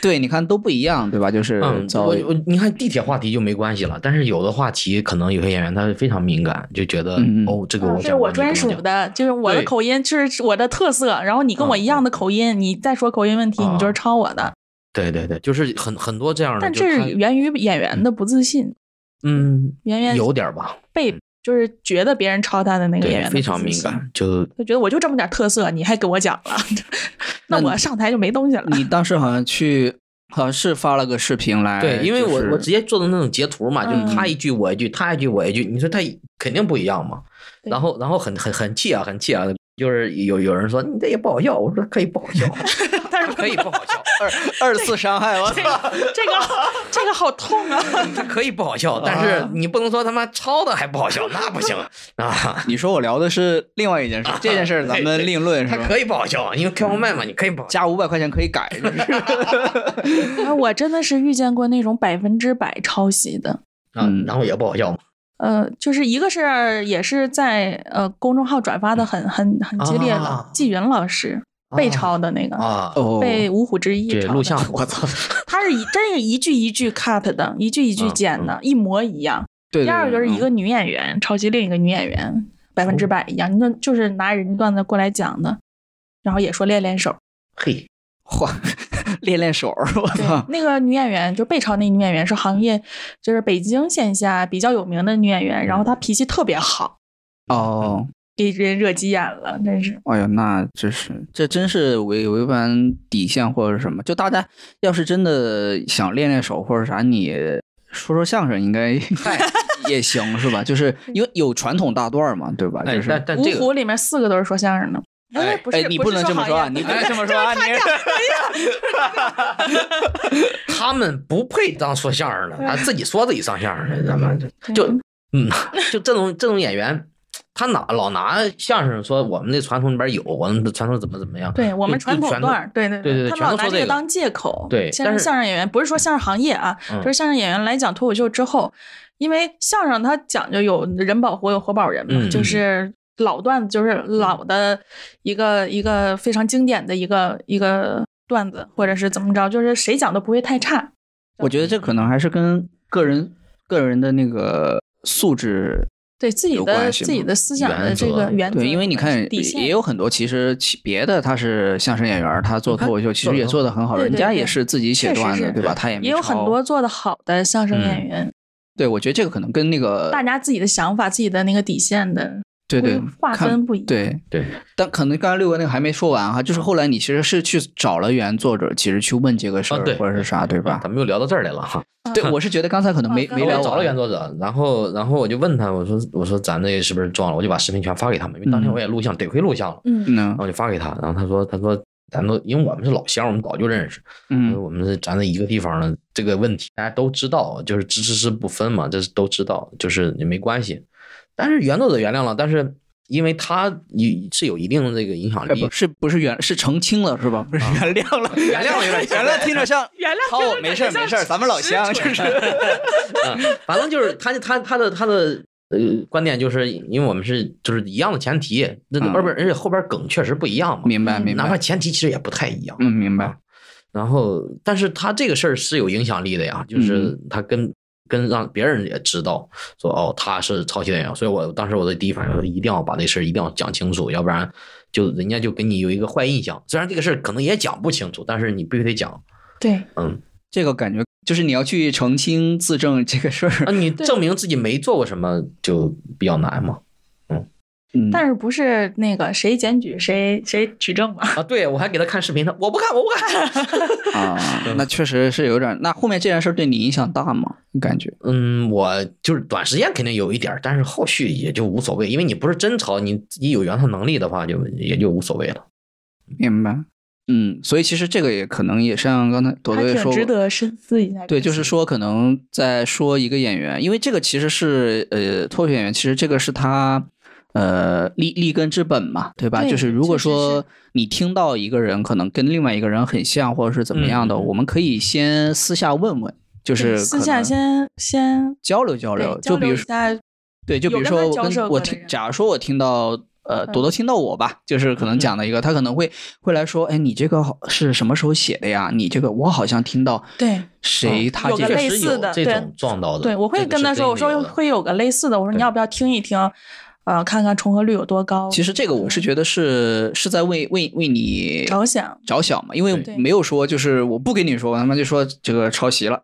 Speaker 2: 对，你看都不一样，对吧？就是
Speaker 3: 嗯，
Speaker 2: 遭
Speaker 3: 我我你看地铁话题就没关系了，但是有的话题可能有些演员他是非常敏感，就觉得
Speaker 2: 嗯嗯
Speaker 3: 哦，这个我
Speaker 1: 啊是
Speaker 3: 讲
Speaker 1: 我
Speaker 3: 过
Speaker 1: 专属，的，就是我的
Speaker 3: 对
Speaker 1: 口音，就是我的特色。然后你跟
Speaker 2: 嗯
Speaker 1: 我一样的口音，你再说口音问题，
Speaker 3: 啊
Speaker 1: 你
Speaker 2: 哦
Speaker 1: 就是抄我的。
Speaker 3: 你不能讲对对对，就是很很多这样的，
Speaker 1: 但
Speaker 3: 就
Speaker 1: 这
Speaker 3: 他
Speaker 1: 是源于演员的不自信，
Speaker 3: 嗯
Speaker 1: 演员
Speaker 3: 有点儿吧，
Speaker 1: 被
Speaker 2: 嗯
Speaker 1: 就是觉得别人抄他的那个演
Speaker 3: 对，
Speaker 1: 员
Speaker 3: 非常敏
Speaker 1: 感，
Speaker 3: 感，就
Speaker 1: 就觉得我就这么点特色，你还给我讲了，那
Speaker 2: 那
Speaker 1: 我上台就没东西了。
Speaker 2: 你当时好像去，好像是发了个视频来，
Speaker 3: 对，因为我我直
Speaker 2: 接
Speaker 3: 接做的那种截图嘛，就是他
Speaker 1: 嗯
Speaker 3: 一句我一句，他一句我一句，你说他肯定不一样嘛。
Speaker 1: 对
Speaker 3: 然后然后很很很气啊，很气啊，就是有有人说你这也不好笑，我说可以不好笑，啊
Speaker 1: 但是
Speaker 3: 可以不好笑，
Speaker 2: 二次伤害，我
Speaker 1: 这个
Speaker 2: 操！
Speaker 1: 这个这个好痛啊！
Speaker 3: 他可以不好 笑，但是你不能说他妈抄的还不好笑，那不行啊。
Speaker 2: 你说我聊的是另外一件事，这件事儿 咱们另论，是
Speaker 3: 他
Speaker 2: 吧？
Speaker 3: 可以不好笑，啊因为开放麦嘛，你可以不好笑。
Speaker 2: 加五百块钱可以改，是不是
Speaker 1: 哎，我真的是遇见过那种百分之百抄袭的。
Speaker 2: 嗯
Speaker 3: 嗯，然后也不好笑嘛。
Speaker 1: 呃，就是一个是也是在呃公众号转发的很很很激烈的
Speaker 3: 嗯啊，
Speaker 1: 纪云老师被抄的那个，
Speaker 3: 啊，
Speaker 2: 哦，
Speaker 1: 被五虎之一
Speaker 3: 对，
Speaker 1: 抄的
Speaker 3: 录像，我 操，
Speaker 1: 他是一真是一句一句 cut 的，一句一句
Speaker 3: 嗯
Speaker 1: 剪的，一模一样。
Speaker 2: 对，对
Speaker 1: 第二
Speaker 2: 对
Speaker 1: 个是一
Speaker 2: 嗯
Speaker 1: 个女演员抄袭另一个女演员，百
Speaker 3: 哦
Speaker 1: 分之百一样，那就是拿人段子过来讲的，然后也说练练手。
Speaker 3: 嘿，
Speaker 2: 嚯，练练手儿，我
Speaker 1: 对
Speaker 2: 操，！
Speaker 1: 那个女演员就贝超，那女演员是行业就是北京线下比较有名的女演员，
Speaker 2: 嗯
Speaker 1: 然后她脾气特别好，
Speaker 2: 哦，
Speaker 1: 给人惹急眼了，真是。
Speaker 2: 哎呦，那这是这真是违违反底线或者是什么？就大家要是真的想练练手或者啥，你说说相声应 该也行是吧？就是因为有传统大段儿嘛，对吧？
Speaker 3: 哎
Speaker 2: 就，是
Speaker 3: 但但
Speaker 1: 芜
Speaker 3: 这
Speaker 1: 湖
Speaker 3: 个
Speaker 1: 里面四个都是说相声的。
Speaker 3: 哎
Speaker 1: 不
Speaker 2: 呃哎
Speaker 1: 是，，
Speaker 2: 你不
Speaker 1: 是
Speaker 2: 能这么说啊！
Speaker 1: 行
Speaker 2: 你
Speaker 1: 业哎
Speaker 2: 不能这么说啊！你
Speaker 3: 他们不配当说相声的，他自己说自己上相声的，咱们就就嗯， 就这种这种演员，他拿老拿相声说我们那传统里边有，我们的传统怎么怎么样？
Speaker 1: 对我们
Speaker 3: 就
Speaker 1: 传
Speaker 3: 就
Speaker 1: 统
Speaker 3: 全都
Speaker 1: 段儿，对对
Speaker 3: 对对对
Speaker 1: 他
Speaker 3: 全
Speaker 1: 老
Speaker 3: 都
Speaker 1: 拿
Speaker 3: 说
Speaker 1: 这
Speaker 3: 这
Speaker 1: 个
Speaker 3: 个
Speaker 1: 当借口。
Speaker 3: 对
Speaker 1: 现
Speaker 3: 但
Speaker 1: 在
Speaker 3: 是
Speaker 1: 相声演员不是说相声行业啊，
Speaker 3: 嗯
Speaker 1: 就是相声演员来讲脱口秀之后，因为相声它讲究有人保活有活保人嘛，
Speaker 3: 嗯
Speaker 1: 就
Speaker 3: 嗯
Speaker 1: 是老段子就是老的一个、一个非常经典的一个一个段子，或者是怎么着，就是谁讲都不会太差。
Speaker 2: 我觉得这可能还是跟个人个人的那个素质
Speaker 1: 对自己
Speaker 2: 有
Speaker 1: 的
Speaker 2: 关系
Speaker 1: 自己
Speaker 2: 吗
Speaker 1: 的思想的
Speaker 3: 原
Speaker 1: 这
Speaker 3: 则
Speaker 1: 个原则，
Speaker 2: 对，因为你看
Speaker 1: 底线
Speaker 2: 也有很多其实其别的他是相声演员儿，他做
Speaker 3: 他
Speaker 2: 脱口秀其
Speaker 3: 做
Speaker 2: 实
Speaker 3: 得
Speaker 2: 也
Speaker 3: 很
Speaker 2: 做的很好，
Speaker 1: 对
Speaker 2: 人
Speaker 1: 对
Speaker 2: 家
Speaker 1: 对
Speaker 2: 也是自己写
Speaker 1: 确实
Speaker 2: 段子
Speaker 1: 是
Speaker 2: 对吧？他也没
Speaker 1: 也有很
Speaker 2: 抄
Speaker 1: 多做的好的相声演
Speaker 3: 嗯
Speaker 1: 员，
Speaker 2: 对，我觉得这个可能跟那个
Speaker 1: 大家自己的想法、自己的那个底线的
Speaker 2: 呃对对
Speaker 1: 规划
Speaker 2: 看
Speaker 1: 分不一样。
Speaker 2: 对，
Speaker 3: 对，
Speaker 2: 但可能刚才六哥那个还没说完哈，就是后来你其实是去找了原作者，其实去问这个事
Speaker 3: 啊
Speaker 2: 儿、
Speaker 3: 对
Speaker 2: 或者是啥，对吧？
Speaker 3: 咱们又聊到这儿来了哈。
Speaker 2: 对，我是觉得刚才可能
Speaker 1: 啊
Speaker 2: 没、
Speaker 1: 刚
Speaker 2: 没
Speaker 1: 才
Speaker 2: 聊
Speaker 3: 我
Speaker 2: 完
Speaker 3: 找了原作者，然后然后我就问他，我说我说咱这是不是撞了？我就把视频全发给他们，因为当天
Speaker 2: 嗯
Speaker 3: 我也录像，得亏录像了，
Speaker 1: 嗯，
Speaker 2: 嗯
Speaker 3: 然后我就发给他，然后他说他说咱都因为我们是老乡，我们早就认识，他说
Speaker 2: 嗯
Speaker 3: 我们是咱这一个地方的这个问题，大家都知道，就是知之知不分嘛，这是都知道，就是也没关系。但是原作者原谅了，但是因为他有是有一定的这个影响
Speaker 2: 哎
Speaker 3: 力
Speaker 2: 不，是不是原是澄清了是吧？不是原谅了，
Speaker 3: 啊原谅了有点
Speaker 2: 原谅听着像
Speaker 1: 原谅
Speaker 2: 好，没事儿没事 儿，咱们老乡就是
Speaker 3: 嗯，反正就是他他他的他的呃观点就是，因为我们是就是一样的前提，那
Speaker 2: 嗯
Speaker 3: 后边而且后边梗确实不一样嘛，
Speaker 2: 明白明
Speaker 3: 哪怕
Speaker 2: 白，
Speaker 3: 前提其实也不太一样。
Speaker 2: 嗯明白，
Speaker 3: 然后，但是他这个事儿是有影响力的呀，
Speaker 2: 嗯
Speaker 3: 就是他跟、跟让别人也知道说哦他是抄袭的演员，所以我当时我的第一反应就是一定要把这事儿一定要讲清楚，要不然就人家就给你有一个坏印象。虽然这个事儿可能也讲不清楚，但是你必须得讲。
Speaker 1: 对，
Speaker 3: 嗯，
Speaker 2: 这个感觉就是你要去澄清自证这个事儿，
Speaker 3: 那你证明自己没做过什么就比较难嘛。
Speaker 2: 嗯
Speaker 1: 但是不是那个谁检举谁谁举证嘛？
Speaker 3: 啊，对我还给他看视频，他我不看，我不 看。
Speaker 2: 啊， 那确实是有点儿。那后面这件事儿对你影响大吗？你感觉？
Speaker 3: 嗯，我就是短时间肯定有一点儿，但是后续也就无所谓，因为你不是真抄，你自己有原创能力的话就，也就无所谓了。
Speaker 2: 明白。嗯，所以其实这个也可能也像刚才朵朵
Speaker 1: 还
Speaker 2: 也
Speaker 1: 挺
Speaker 2: 说
Speaker 1: 值
Speaker 2: 过，
Speaker 1: 得深思一下。
Speaker 2: 对，就是，说可能在说一个演员，因为这个其实是呃脱口秀演员，其实这个是他呃立立根之本嘛，对吧？
Speaker 1: 对
Speaker 2: 就是如果
Speaker 1: 确实是
Speaker 2: 说你听到一个人可能跟另外一个人很像，或者是怎么样的，
Speaker 3: 嗯嗯嗯
Speaker 2: 我们可以先私下问问，就是
Speaker 1: 对私
Speaker 2: 可
Speaker 1: 下
Speaker 2: 能
Speaker 1: 先先
Speaker 2: 交流交
Speaker 1: 对
Speaker 2: 流，
Speaker 1: 交
Speaker 2: 就比
Speaker 1: 流
Speaker 2: 如
Speaker 1: 一
Speaker 2: 说
Speaker 1: 下
Speaker 2: 对，就比
Speaker 1: 有
Speaker 2: 如
Speaker 1: 跟他
Speaker 2: 说我
Speaker 1: 交涉
Speaker 2: 跟
Speaker 1: 过
Speaker 2: 我
Speaker 1: 的
Speaker 2: 听，
Speaker 1: 人嗯
Speaker 2: 假如说我听到呃朵朵听到我吧，就是可能讲的一个，他可能会会来说，哎，你这个好是什么时候写的呀？你这个我好像听到
Speaker 1: 对
Speaker 2: 谁他
Speaker 1: 嗯有
Speaker 2: 这
Speaker 1: 个
Speaker 2: 个
Speaker 1: 类
Speaker 3: 确
Speaker 2: 是
Speaker 3: 实
Speaker 1: 似
Speaker 3: 有
Speaker 1: 的
Speaker 3: 这
Speaker 1: 对
Speaker 3: 种撞到的。
Speaker 1: 对，我会
Speaker 3: 这个
Speaker 1: 跟
Speaker 3: 是
Speaker 1: 他
Speaker 3: 真
Speaker 1: 说，我说
Speaker 3: 有的
Speaker 1: 会有个类似的，我说你
Speaker 3: 对
Speaker 1: 要不要听一听，呃，看看重合率有多高。
Speaker 2: 其实这个我是觉得是是在为为为你
Speaker 1: 嗯着想，
Speaker 2: 着想嘛，因为
Speaker 1: 对
Speaker 2: 没有说就是我不跟你说，我他妈就说这个抄袭了，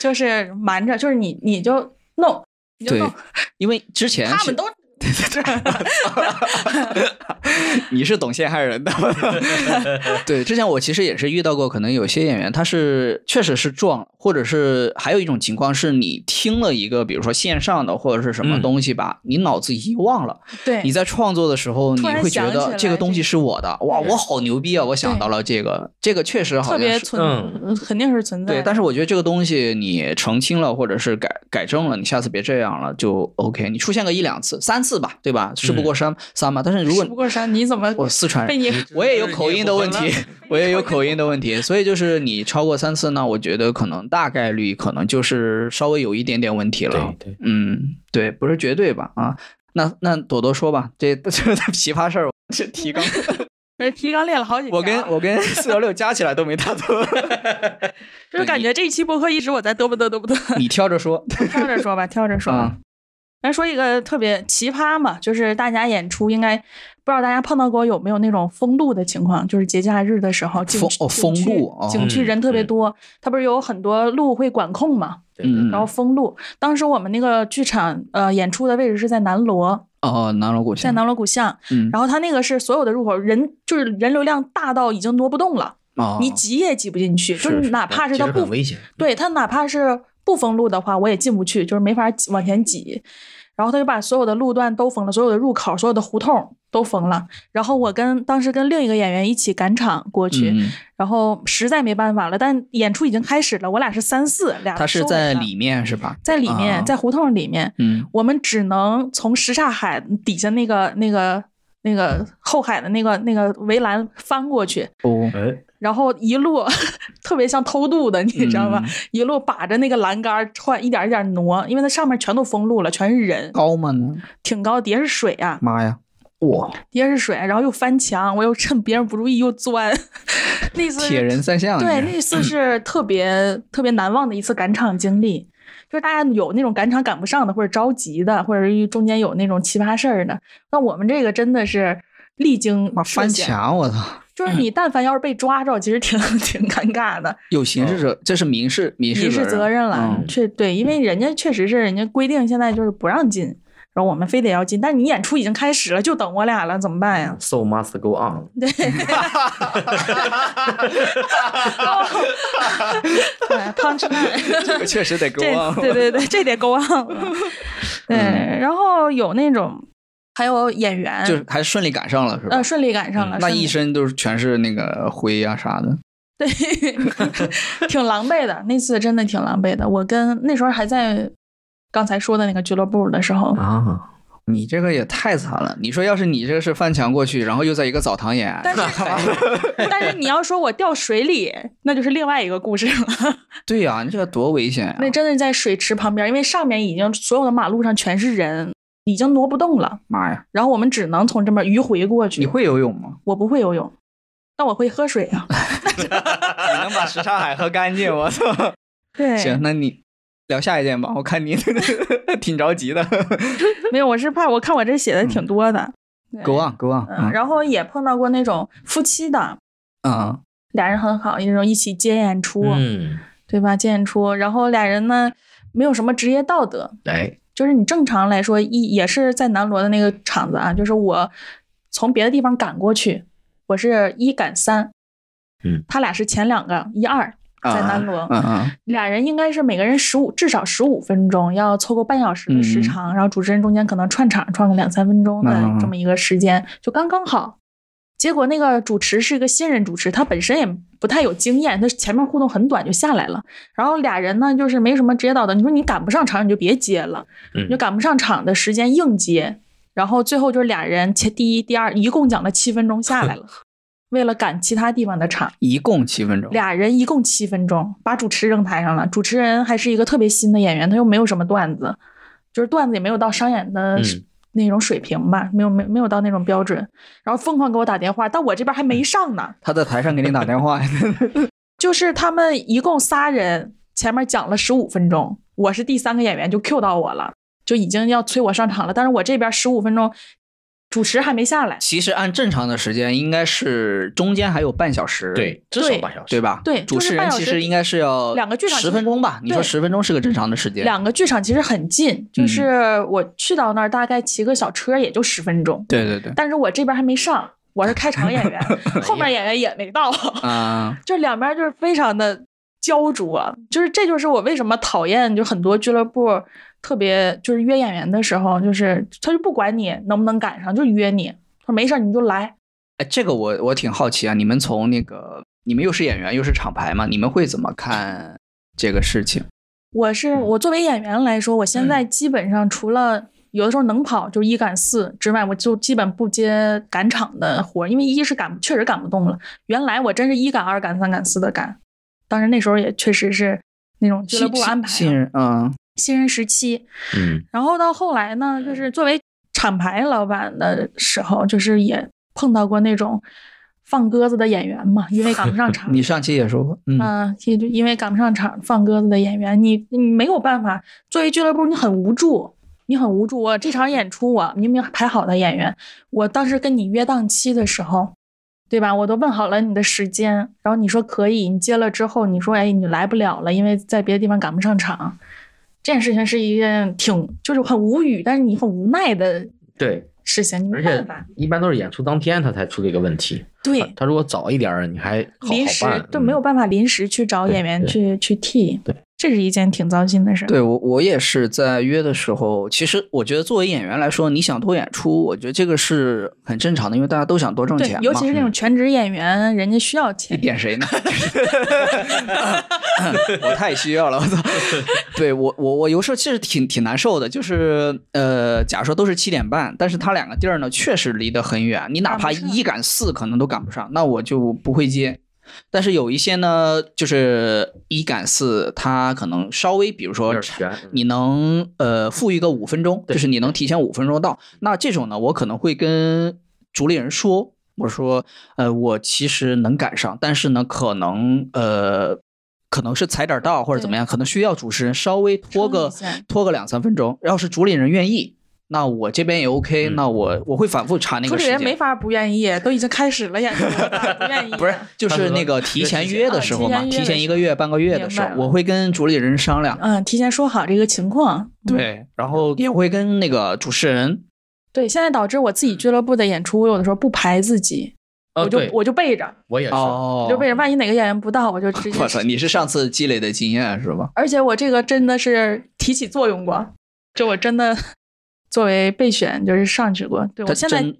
Speaker 1: 就是瞒着，就是你你就弄，你就
Speaker 2: 对
Speaker 1: 弄，
Speaker 2: 因为之前
Speaker 1: 他
Speaker 2: 是
Speaker 1: 们都
Speaker 2: 你是懂陷害人的。 对，之前我其实也是遇到过，可能有些演员他是确实是撞，或者是还有一种情况是你听了一个，比如说线上的或者是什么
Speaker 3: 嗯
Speaker 2: 东西吧，你脑子遗忘了，
Speaker 1: 对
Speaker 2: 你在创作的时候你
Speaker 1: 突然
Speaker 2: 会觉
Speaker 1: 想起
Speaker 2: 得
Speaker 1: 来
Speaker 2: 这个东西
Speaker 1: 这
Speaker 2: 是我的，哇，我好牛逼啊！我想
Speaker 1: 对
Speaker 2: 到了这个，这个确实
Speaker 1: 特
Speaker 2: 好像
Speaker 1: 别
Speaker 2: 是。
Speaker 1: 存，
Speaker 3: 嗯
Speaker 1: 肯定是存在的。
Speaker 2: 对，但是我觉得这个东西你澄清了，或者是改改正了，你下次别这样了，就 OK。你出现个一两次、三次吧，对吧？事不过三、三吧。但是如果
Speaker 1: 嗯事不过山，你怎么
Speaker 2: 我四川
Speaker 1: 被，
Speaker 2: 人
Speaker 1: 你
Speaker 2: 我也有口音的问题， 我也有口音的问题，所以就是你超过三次呢，我觉得可能大概率可能就是稍微有一点点问题了
Speaker 3: 对。对，
Speaker 2: 嗯，对，不是绝对吧？啊，那那朵朵说吧，这 这奇葩事儿，这 提纲，
Speaker 1: 人提纲练了好几条
Speaker 2: 我跟我跟四幺六加起来都没他多。
Speaker 1: 就是感觉这一期播客一直我在嘚啵嘚嘚啵嘚，
Speaker 2: 你挑着说，
Speaker 1: 挑着说吧，挑着说吧
Speaker 2: 啊。
Speaker 1: 来说一个特别奇葩嘛，就是大家演出应该不知道大家碰到过有没有那种封路的情况，就是节假日的时候，景
Speaker 2: 封
Speaker 1: 区
Speaker 2: 哦封
Speaker 1: 景区
Speaker 2: 路哦
Speaker 1: 景区人特别
Speaker 3: 嗯嗯
Speaker 1: 多，它不是有很多路会管控嘛，
Speaker 3: 对对
Speaker 2: 嗯
Speaker 1: 然后封路。当时我们那个剧场呃演出的位置是在南锣，
Speaker 2: 哦，南锣鼓
Speaker 1: 在
Speaker 2: 巷，
Speaker 1: 南锣鼓巷，
Speaker 2: 嗯，
Speaker 1: 然后它那个是所有的入口人就是人流量大到已经挪不动了，
Speaker 2: 哦
Speaker 1: 你挤也挤不进去，就是是
Speaker 3: 是
Speaker 1: 哪怕是
Speaker 3: 其
Speaker 1: 它
Speaker 3: 实
Speaker 1: 不
Speaker 3: 很危险。
Speaker 1: 对他哪怕是不封路的话，我也进不去，就是没法挤往前挤。然后他就把所有的路段都封了，所有的入口、所有的胡同都封了。然后我跟当时跟另一个演员一起赶场过去，
Speaker 2: 嗯嗯
Speaker 1: 然后实在没办法了，但演出已经开始了，我俩是三四俩，
Speaker 2: 它是在，里面是吧？
Speaker 1: 在里面，
Speaker 2: 啊
Speaker 1: 在胡同里面，
Speaker 2: 嗯，
Speaker 1: 我们只能从什刹海底下那个那个那个后海的那个那个围栏翻过去，
Speaker 2: 哦，
Speaker 3: 哎，
Speaker 1: 然后一路 特别像偷渡的，你知道吧？
Speaker 2: 嗯
Speaker 1: 一路把着那个栏杆儿踹，一点一点挪，因为它上面全都封路了，全是人，
Speaker 2: 高吗呢？
Speaker 1: 挺高，底下是水啊，
Speaker 2: 妈呀，哇，
Speaker 1: 底下是水，然后又翻墙，我又趁别人不注意又钻， 那次
Speaker 2: 铁人三项，
Speaker 1: 对，
Speaker 2: 你
Speaker 1: 那次是特别特别难忘的一次赶场经历。就是大家有那种赶场赶不上的，或者着急的，或者是中间有那种奇葩事儿的。那我们这个真的是历经
Speaker 2: 妈翻
Speaker 1: 涉险，
Speaker 2: 墙，嗯我操，
Speaker 1: 就是你但凡要是被抓着，其实挺 挺尴尬的。
Speaker 2: 有刑事责，这是民事民事
Speaker 1: 民事责任了，
Speaker 2: 嗯
Speaker 1: 确对，因为人家确实是人家规定现在就是不让进，然后我们非得要进，但是你演出已经开始了，就等我俩了，怎么办呀？
Speaker 3: So must go on。
Speaker 1: 对，对，punch line，
Speaker 2: 这个确实得给
Speaker 1: 这对对对，这得够忘了。对，
Speaker 2: 嗯
Speaker 1: 然后有那种，还有演员，
Speaker 2: 就是还顺利赶上了是吧
Speaker 1: 呃？顺利赶上了，
Speaker 2: 那
Speaker 1: 顺利
Speaker 2: 一身都是全是那个灰啊啥的，
Speaker 1: 对， 挺狼狈的。那次真的挺狼狈的。我跟那时候还在刚才说的那个俱乐部的时
Speaker 2: 嗯
Speaker 1: 候，
Speaker 3: 啊，
Speaker 2: 你这个也太惨了。你说要是你这个是翻墙过去，然后又在一个澡堂演，
Speaker 1: 但是 但是你要说我掉水里，那就是另外一个故事了。
Speaker 2: 对呀、你这个多危险呀、
Speaker 1: 那真的是在水池旁边，因为上面已经所有的马路上全是人，已经挪不动了。
Speaker 2: 妈呀！
Speaker 1: 然后我们只能从这边迂回过去。
Speaker 2: 你？会游泳吗？
Speaker 1: 我不会游泳，但我会喝水啊。
Speaker 2: 你能把什刹海喝干净？我操！
Speaker 1: 对，
Speaker 2: 行，那你聊下一件吧，我看你挺着急的。
Speaker 1: 没有，我是怕我看我这写的
Speaker 2: 嗯
Speaker 1: 挺多的。对
Speaker 2: go on go on，
Speaker 1: 嗯，然后也碰到过那种夫妻的，
Speaker 2: 嗯
Speaker 1: 俩人很好，那种一起接演出。
Speaker 3: 嗯，
Speaker 1: 对吧？建出，然后俩人呢没有什么职业道德，
Speaker 3: 哎，
Speaker 1: 就是你正常来说一也是在南锣的那个场子啊，就是我从别的地方赶过去，我是一赶三，
Speaker 3: 嗯，
Speaker 1: 他俩是前两个一二，
Speaker 2: 嗯
Speaker 1: 在南锣，
Speaker 2: 嗯嗯
Speaker 1: 俩人应该是每个人十五至少十五分钟，要凑够半小时的时长，然后主持人中间可能串场串个两三分钟的
Speaker 2: 嗯嗯嗯嗯
Speaker 1: 这么一个时间，就刚刚好。结果那个主持是一个新人主持，他本身也不太有经验，他前面互动很短就下来了。然后俩人呢，就是没什么职业道德，你说你赶不上场你就别接了，
Speaker 3: 嗯
Speaker 1: 你就赶不上场的时间硬接。然后最后就是俩人前第一、第二，一共讲了七分钟下来 了，为了赶其他地方的场。
Speaker 2: 一共七分钟。
Speaker 1: 俩人一共七分钟，把主持扔台上了。主持人还是一个特别新的演员，他又没有什么段子，就是段子也没有到商演的
Speaker 3: 嗯
Speaker 1: 水那种水平吧，没有没有没有到那种标准。然后疯狂给我打电话，但我这边还没上呢。
Speaker 2: 他在台上给你打电话，
Speaker 1: 就是他们一共仨人，前面讲了十五分钟，我是第三个演员就 Q 到我了，就已经要催我上场了。但是我这边十五分钟，主持还没下来。
Speaker 2: 其实按正常的时间，应该是中间还有半小时，
Speaker 3: 对，至少
Speaker 1: 对
Speaker 3: 半小时，
Speaker 2: 对？吧？
Speaker 1: 对
Speaker 2: 主
Speaker 1: 就是
Speaker 2: 持
Speaker 1: 半
Speaker 2: 人
Speaker 1: 小
Speaker 2: 其
Speaker 1: 时
Speaker 2: 实应该是要
Speaker 1: 两个剧场
Speaker 2: 十分钟吧？你说
Speaker 1: 对
Speaker 2: 十分钟是个正常的时间。
Speaker 1: 两个剧场其实很近，就是我去到那儿大概骑个小车也就十分钟，
Speaker 2: 对对对，
Speaker 1: 但是我这边还没上，我是开场演员，后面演员也没到，
Speaker 2: 啊，
Speaker 1: 就两边就是非常的焦灼，就是这就是我为什么讨厌就很多俱乐部特别就是约演员的时候，就是他就不管你能不能赶上，就约你，他说没事儿你就来，
Speaker 2: 哎，这个我我挺好奇啊，你们从那个你们又是演员又是厂牌嘛，你们会怎么看这个事情？
Speaker 1: 我是我作为演员来说，我现在基本上除了有的时候能跑就是一赶四之外，我就基本不接赶场的活儿，因为一是赶确实赶不动了。原来我真是一赶二赶三赶四的赶，当然那时候也确实是那种俱乐部
Speaker 2: 新
Speaker 1: 安排啊
Speaker 2: 新人，嗯
Speaker 1: 新人时期。
Speaker 3: 嗯，
Speaker 1: 然后到后来呢，就是作为厂牌老板的时候，就是也碰到过那种放鸽子的演员嘛，因为赶不上场。
Speaker 2: 你上期也说过，嗯，
Speaker 1: 嗯，也就因为赶不上场放鸽子的演员，你你没有办法，作为俱乐部你很无助，你很无助。我这场演出我明明排好的演员，我当时跟你约档期的时候，对吧？我都问好了你的时间，然后你说可以，你接了之后你说哎你来不了了，因为在别的地方赶不上场。这件事情是一件挺就是很无语，但是你很无奈的
Speaker 3: 对，
Speaker 1: 事情，你没
Speaker 3: 而
Speaker 1: 办
Speaker 3: 且
Speaker 1: 法。
Speaker 3: 一般都是演出当天他才出这个问题，
Speaker 1: 对，
Speaker 3: 他如果早一点儿，你还好
Speaker 1: 临
Speaker 3: 好
Speaker 1: 时
Speaker 3: 办，
Speaker 1: 对没有
Speaker 3: 嗯
Speaker 1: 办法临时去找
Speaker 3: 对
Speaker 1: 演员
Speaker 3: 对
Speaker 1: 去去替，
Speaker 3: 对，
Speaker 1: 这是一件挺糟心的事儿。
Speaker 2: 对我，我也是在约的时候，其实我觉得作为演员来说，你想多演出，我觉得这个是很正常的，因为大家都想多挣
Speaker 1: 对
Speaker 2: 钱嘛。
Speaker 1: 尤其是那种全职演员，人家需要
Speaker 2: 你
Speaker 1: 钱。
Speaker 2: 点谁呢？ 我太需要了，我操！对我我我有时候其实挺挺难受的，就是呃，假如说都是七点半，但是他两个地儿呢确实离得很远，你哪
Speaker 1: 赶不
Speaker 2: 怕
Speaker 1: 上
Speaker 2: 一赶四可能都赶不上，那我就不会接。但是有一些呢，就是一赶四，他可能稍微，比如说
Speaker 3: 有点
Speaker 1: 嗯
Speaker 3: 悬
Speaker 2: 你能呃富裕个五分钟，
Speaker 3: 对
Speaker 2: 就是你能提前五分钟到。那这种呢，我可能会跟主理人说，我说呃我其实能赶上，但是呢可能呃可能是踩点儿到或者怎么样，可能需要主持人稍微拖个
Speaker 1: 撑一下
Speaker 2: 拖个两三分钟。要是主理人愿意，那我这边也 OK，、
Speaker 3: 嗯
Speaker 2: 那我我会反复查那
Speaker 1: 主
Speaker 2: 个
Speaker 1: 理
Speaker 2: 时
Speaker 1: 人没
Speaker 2: 间。
Speaker 1: 法不愿意，都已经开始了演出了，不愿意。
Speaker 2: 不是，就
Speaker 3: 他
Speaker 2: 是
Speaker 3: 说
Speaker 2: 那个提
Speaker 3: 约
Speaker 2: 前
Speaker 3: 时
Speaker 2: 约
Speaker 3: 间
Speaker 2: 的
Speaker 1: 啊
Speaker 2: 时
Speaker 1: 提
Speaker 2: 候嘛，
Speaker 1: 前约
Speaker 2: 提
Speaker 1: 的
Speaker 2: 前
Speaker 1: 时
Speaker 2: 一
Speaker 1: 候
Speaker 2: 个月、半个月的
Speaker 1: 明
Speaker 2: 时候
Speaker 1: 白，了
Speaker 2: 我会跟主理人商量。
Speaker 1: 嗯，提前说好这个情况。嗯
Speaker 2: 对，然后也会跟那个主持人
Speaker 1: 对，现在导致我自己俱乐部的演出，我有的时候不排自己，
Speaker 3: 啊，
Speaker 1: 我就
Speaker 3: 对，
Speaker 1: 我就备着，
Speaker 3: 我也是，
Speaker 2: 哦
Speaker 1: 我就备着，万一哪个演员不到，我就 直接。
Speaker 2: 我操，你是上次积累的经验是吧？
Speaker 1: 而且我这个真的是提起作用过，就我真的作为备选就是上去过。对我
Speaker 2: 他
Speaker 1: 现在
Speaker 2: 真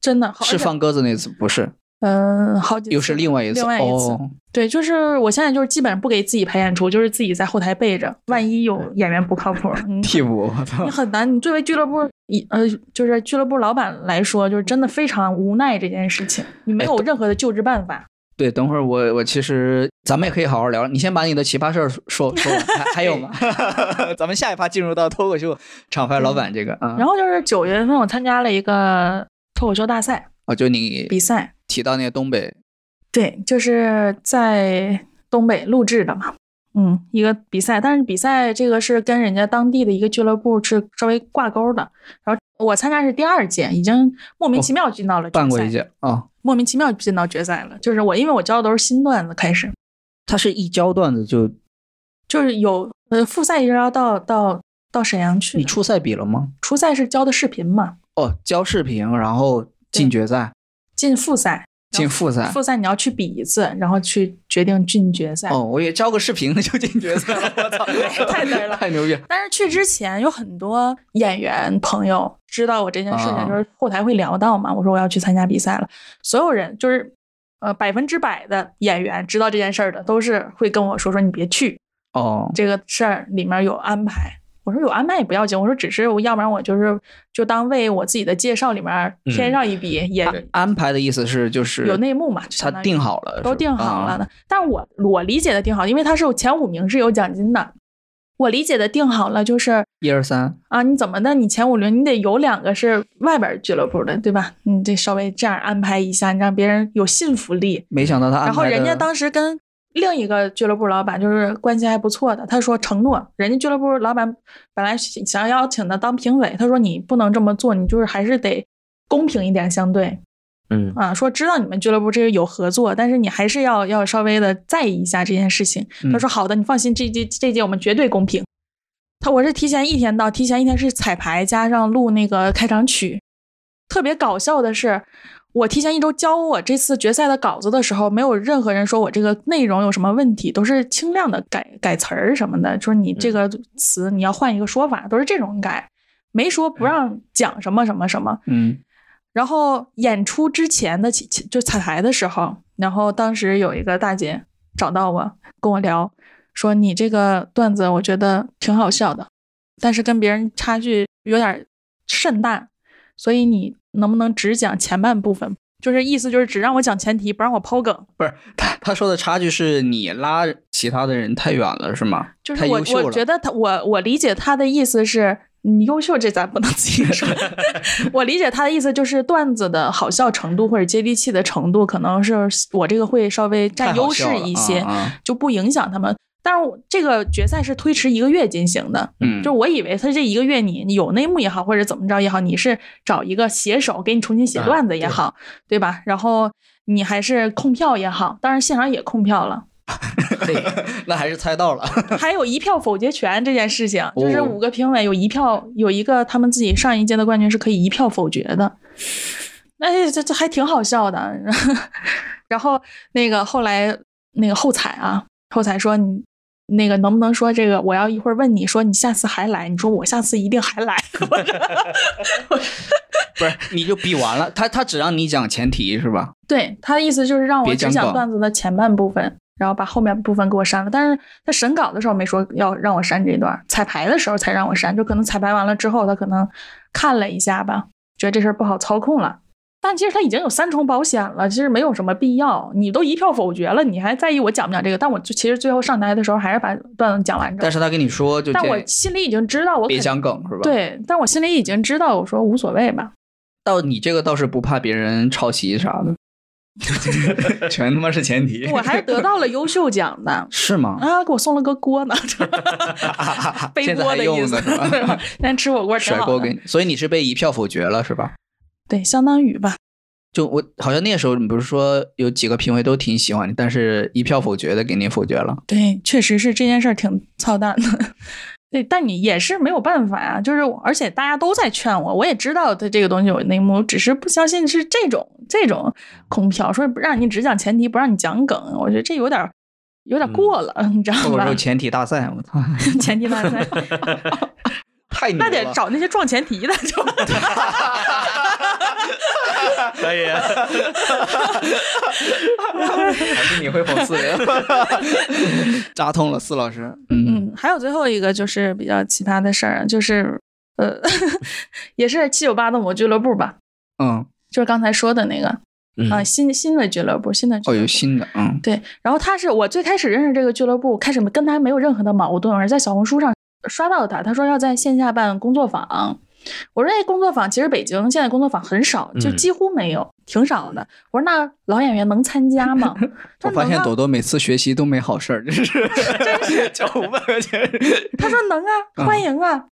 Speaker 1: 真的好
Speaker 2: 是放鸽子那次不是，
Speaker 1: 嗯、好几次
Speaker 2: 又是另外一次，
Speaker 1: 另外一次
Speaker 2: 哦、
Speaker 1: 对，就是我现在就是基本不给自己排演出，就是自己在后台备着，万一有演员不靠谱，你
Speaker 2: 替补，我操
Speaker 1: 你，很难。你作为俱乐部一呃，就是俱乐部老板来说，就是真的非常无奈这件事情，你没有任何的救治办法。
Speaker 2: 对，等会儿我我其实咱们也可以好好聊，你先把你的奇葩事儿说说完，还还有吗？ 咱们下一趴进入到脱口秀厂牌老板这个啊，
Speaker 1: 然后就是九月份我参加了一个脱口秀大赛
Speaker 2: 哦，就你
Speaker 1: 比赛，
Speaker 2: 提到那个东北，
Speaker 1: 对，就是在东北录制的嘛，嗯，一个比赛，但是比赛这个是跟人家当地的一个俱乐部是稍微挂钩的。然后我参加是第二届，已经莫名其妙进到了决赛，
Speaker 2: 哦办过一届啊、哦，
Speaker 1: 莫名其妙进到决赛了。就是我，因为我教的都是新段子，开始
Speaker 2: 他是一教段子就
Speaker 1: 就是有呃复赛一直要到到到沈阳去
Speaker 2: 你
Speaker 1: 的，
Speaker 2: 初赛比了吗？
Speaker 1: 初赛是教的视频嘛，
Speaker 2: 哦，教视频，然后进决赛，
Speaker 1: 进复赛，
Speaker 2: 进复赛，
Speaker 1: 复赛你要去比一次，然后去决定进决赛。，
Speaker 2: 哦，我也教个视频 就进决赛了，我 操
Speaker 1: 太嘚儿了
Speaker 2: 太牛逼了！
Speaker 1: 但是去之前有很多演员朋友知道我这件事情，
Speaker 2: 啊
Speaker 1: 就是后台会聊到嘛。我说我要去参加比赛了，所有人就是呃百分之百的演员知道这件事儿的，都是会跟我说说你别去，
Speaker 2: 哦，
Speaker 1: 这个事儿里面有安排。我说有安排也不要紧，我说只是我要不然我就是就当为我自己的介绍里面添上一笔，
Speaker 2: 嗯
Speaker 1: 也
Speaker 3: 对
Speaker 2: 安排的意思是就是
Speaker 1: 有内幕嘛就
Speaker 2: 他
Speaker 1: 相当于
Speaker 2: 定好了，
Speaker 1: 都
Speaker 2: 是吧
Speaker 1: 定好了。
Speaker 2: 啊
Speaker 1: 的。但是我我理解的定好，因为它是有前五名是有奖金的，我理解的定好了就是
Speaker 2: 一二三，
Speaker 1: 啊，你怎么的？你前五轮你得有两个是外边俱乐部的，对吧？你这稍微这样安排一下，你让别人有信服力。
Speaker 2: 没想到他安排
Speaker 1: 然后人家
Speaker 2: 的
Speaker 1: 当时跟另一个俱乐部老板就是关系还不错的，他说承诺，人家俱乐部老板本来想邀请他当评委，他说你不能这么做，你就是还是得公平一点，相对
Speaker 3: 嗯，
Speaker 1: 啊，说知道你们俱乐部这个有合作，但是你还是要要稍微的在意一下这件事情。他
Speaker 2: 嗯
Speaker 1: 说好的，你放心，这届这届我们绝对公平。他我是提前一天到，提前一天是彩排加上录那个开场曲。特别搞笑的是，我提前一周教我这次决赛的稿子的时候，没有任何人说我这个内容有什么问题，都是轻量的改改词儿什么的，就是你这个词你要换一个说法，都是这种改，没说不让讲什么什么什么。
Speaker 2: 嗯
Speaker 1: 然后演出之前的起起就彩排的时候，然后当时有一个大姐找到我，跟我聊，说你这个段子我觉得挺好笑的，但是跟别人差距有点甚大，所以你能不能只讲前半部分？就是意思就是只让我讲前提，不让我抛梗。
Speaker 2: 不是他他说的差距是你拉其他的人太远了是吗？
Speaker 1: 就是
Speaker 2: 太
Speaker 1: 我
Speaker 2: 优秀
Speaker 1: 我觉
Speaker 2: 了，
Speaker 1: 得他我我理解他的意思是。你优秀这咱不能自己 说，我理解他的意思就是段子的好笑程度或者接地气的程度，可能是我这个会稍微
Speaker 2: 太
Speaker 1: 占
Speaker 2: 好
Speaker 1: 优势
Speaker 2: 笑了
Speaker 1: 一些，
Speaker 2: 啊啊
Speaker 1: 就不影响他们。但是我这个决赛是推迟一个月进行的，
Speaker 2: 嗯，
Speaker 1: 就是 我以为他这一个月你你有内幕也好，或者怎么着也好，你是找一个写手给你重新写
Speaker 3: 啊
Speaker 1: 段子也
Speaker 3: 对
Speaker 1: 好，对吧？然后你还是控票也好，当然现场也控票了，
Speaker 2: 那还是猜到了。
Speaker 1: 还有一票否决权这件事情，就是
Speaker 2: 哦
Speaker 1: 五个评委有一票有一个他们自己上一届的冠军是可以一票否决的，哎，这这还挺好笑的。 然后那个后来那个后采啊，后采说你那个能不能说这个我要一会儿问你说你下次还来，你说我下次一定还来。 我说
Speaker 2: 不是，你就比完了，他他只让你讲前提是吧？
Speaker 1: 对他的意思就是让我
Speaker 2: 别
Speaker 1: 只
Speaker 2: 讲
Speaker 1: 讲
Speaker 2: 稿
Speaker 1: 段子的前半部分，然后把后面部分给我删了。但是他审稿的时候没说要让我删这一段，彩排的时候才让我删，就可能彩排完了之后，他可能看了一下吧，觉得这事儿不好操控了。但其实他已经有三重保险了，其实没有什么必要。你都一票否决了，你还在意我讲不讲这个？但我就其实最后上台的时候还是把段子讲完整
Speaker 2: 但。是他跟你说就
Speaker 1: 但
Speaker 2: 建
Speaker 1: 我
Speaker 2: 议
Speaker 1: 心里已经知道我
Speaker 2: 别
Speaker 1: 肯
Speaker 2: 讲梗是吧？，
Speaker 1: 对，但我心里已经知道，我说无所谓 吧。
Speaker 2: 到你这个倒是不怕别人抄袭啥 的，全他妈是前提。
Speaker 1: 我还是得到了优秀奖的，
Speaker 2: 是吗？
Speaker 1: 啊，给我送了个锅呢， 背
Speaker 2: 现在
Speaker 1: 锅
Speaker 2: 还
Speaker 1: 的意
Speaker 2: 用
Speaker 1: 思
Speaker 2: 呢是吧
Speaker 1: 是吧？但吃火锅挺
Speaker 2: 甩
Speaker 1: 好
Speaker 2: 锅
Speaker 1: 的
Speaker 2: 给，你，所以你是被一票否决了是吧？
Speaker 1: 对，相当于吧。
Speaker 2: 就我好像那时候你不是说有几个评委都挺喜欢你，但是一票否决的给你否决了。
Speaker 1: 对，确实是这件事儿挺操蛋的。对，但你也是没有办法啊，就是我而且大家都在劝我，我也知道他这个东西有内幕，我只是不相信是这种这种
Speaker 2: 嗯
Speaker 1: 空票，说不让你只讲前提，不让你讲梗，我觉得这有点儿有
Speaker 2: 嗯
Speaker 1: 点儿过了，你知道
Speaker 2: 脱口
Speaker 1: 吧
Speaker 2: 秀？前提大赛，我 操，
Speaker 1: 前提大 赛，
Speaker 2: 太牛了！
Speaker 1: 那得找那些撞前提 的，就
Speaker 5: 可
Speaker 3: 啊
Speaker 5: 以，
Speaker 2: 还是你会讽刺 人，扎痛了四老师。嗯，
Speaker 1: 嗯，还有最后一个就是比较奇葩的事儿，啊就是呃， 也是七九八的某俱乐部吧，
Speaker 2: 嗯，
Speaker 1: 就是刚才说的那个啊、
Speaker 3: 嗯
Speaker 1: 新新的俱乐部，新的俱
Speaker 2: 哦，
Speaker 1: 乐部。
Speaker 2: 有新的，嗯，
Speaker 1: 对，然后他是我最开始认识这个俱乐部，开始跟他没有任何的矛盾，我是在小红书上刷到他，他说要在线下办工作坊。我说哎，工作坊其实北京现在工作坊很少，就
Speaker 3: 嗯
Speaker 1: 几乎没有，挺少的。我说那老演员能参加 吗？他说
Speaker 2: 我发
Speaker 1: 能
Speaker 2: 现
Speaker 1: 啊
Speaker 2: 朵朵每次学习都没好事儿，真是，真 是交五百块钱。
Speaker 1: 他说能啊，
Speaker 2: 嗯
Speaker 1: 欢迎啊。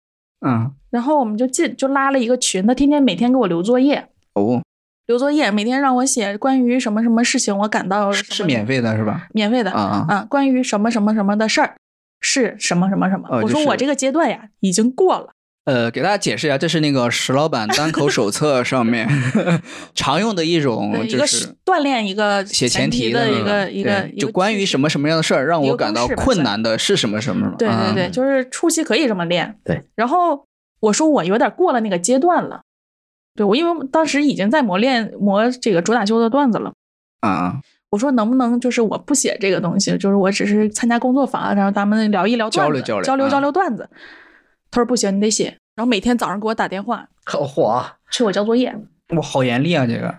Speaker 2: 嗯，
Speaker 1: 然后我们就进就拉了一个群，他天天每天给我留作业，
Speaker 2: 哦，
Speaker 1: 留作业，每天让我写关于什么什么事情，我感到
Speaker 2: 是
Speaker 1: 什么
Speaker 2: 是免费的是吧？
Speaker 1: 免费的
Speaker 2: 啊啊，
Speaker 1: 啊，关于什么什么什么的事儿，是什么什么什么。
Speaker 2: 哦
Speaker 1: 我
Speaker 2: 就
Speaker 1: 说
Speaker 2: 是
Speaker 1: 我这个阶段呀已经过了，
Speaker 2: 呃，给大家解释一下，这是那个石老板单口手册上面 常用的一种，
Speaker 1: 呃一
Speaker 2: 哦就
Speaker 1: 个
Speaker 2: 是
Speaker 1: 锻炼一个
Speaker 2: 写
Speaker 1: 前
Speaker 2: 前提
Speaker 1: 的一
Speaker 2: 那
Speaker 1: 个一个
Speaker 2: 对
Speaker 1: 一
Speaker 2: 就
Speaker 1: 个
Speaker 2: 关
Speaker 1: 知
Speaker 2: 于
Speaker 1: 识
Speaker 2: 什么什么样的事儿让
Speaker 1: 一个
Speaker 2: 我感
Speaker 1: 公
Speaker 2: 到
Speaker 1: 式吧
Speaker 2: 困
Speaker 1: 算
Speaker 2: 难的是什么什么什么？
Speaker 1: 对对
Speaker 2: 嗯
Speaker 1: 对，
Speaker 3: 嗯
Speaker 1: 就是初期可以这么练。
Speaker 3: 对，
Speaker 1: 然后我说我有点过了那个阶段了，对我因为当时已经在磨练磨这个主打秀的段子了。
Speaker 2: 啊啊，
Speaker 1: 我说能不能就是我不写这个东西，就是我只是参加工作坊，啊然后咱们聊一聊段
Speaker 2: 交
Speaker 1: 子
Speaker 2: 流交流
Speaker 1: 交流
Speaker 2: 嗯
Speaker 1: 交流段子。他说不行，你得写。然后每天早上给我打电 话
Speaker 3: 好
Speaker 2: 啊
Speaker 3: 火，
Speaker 1: 催我交作业。
Speaker 2: 哇，好严厉啊，这个。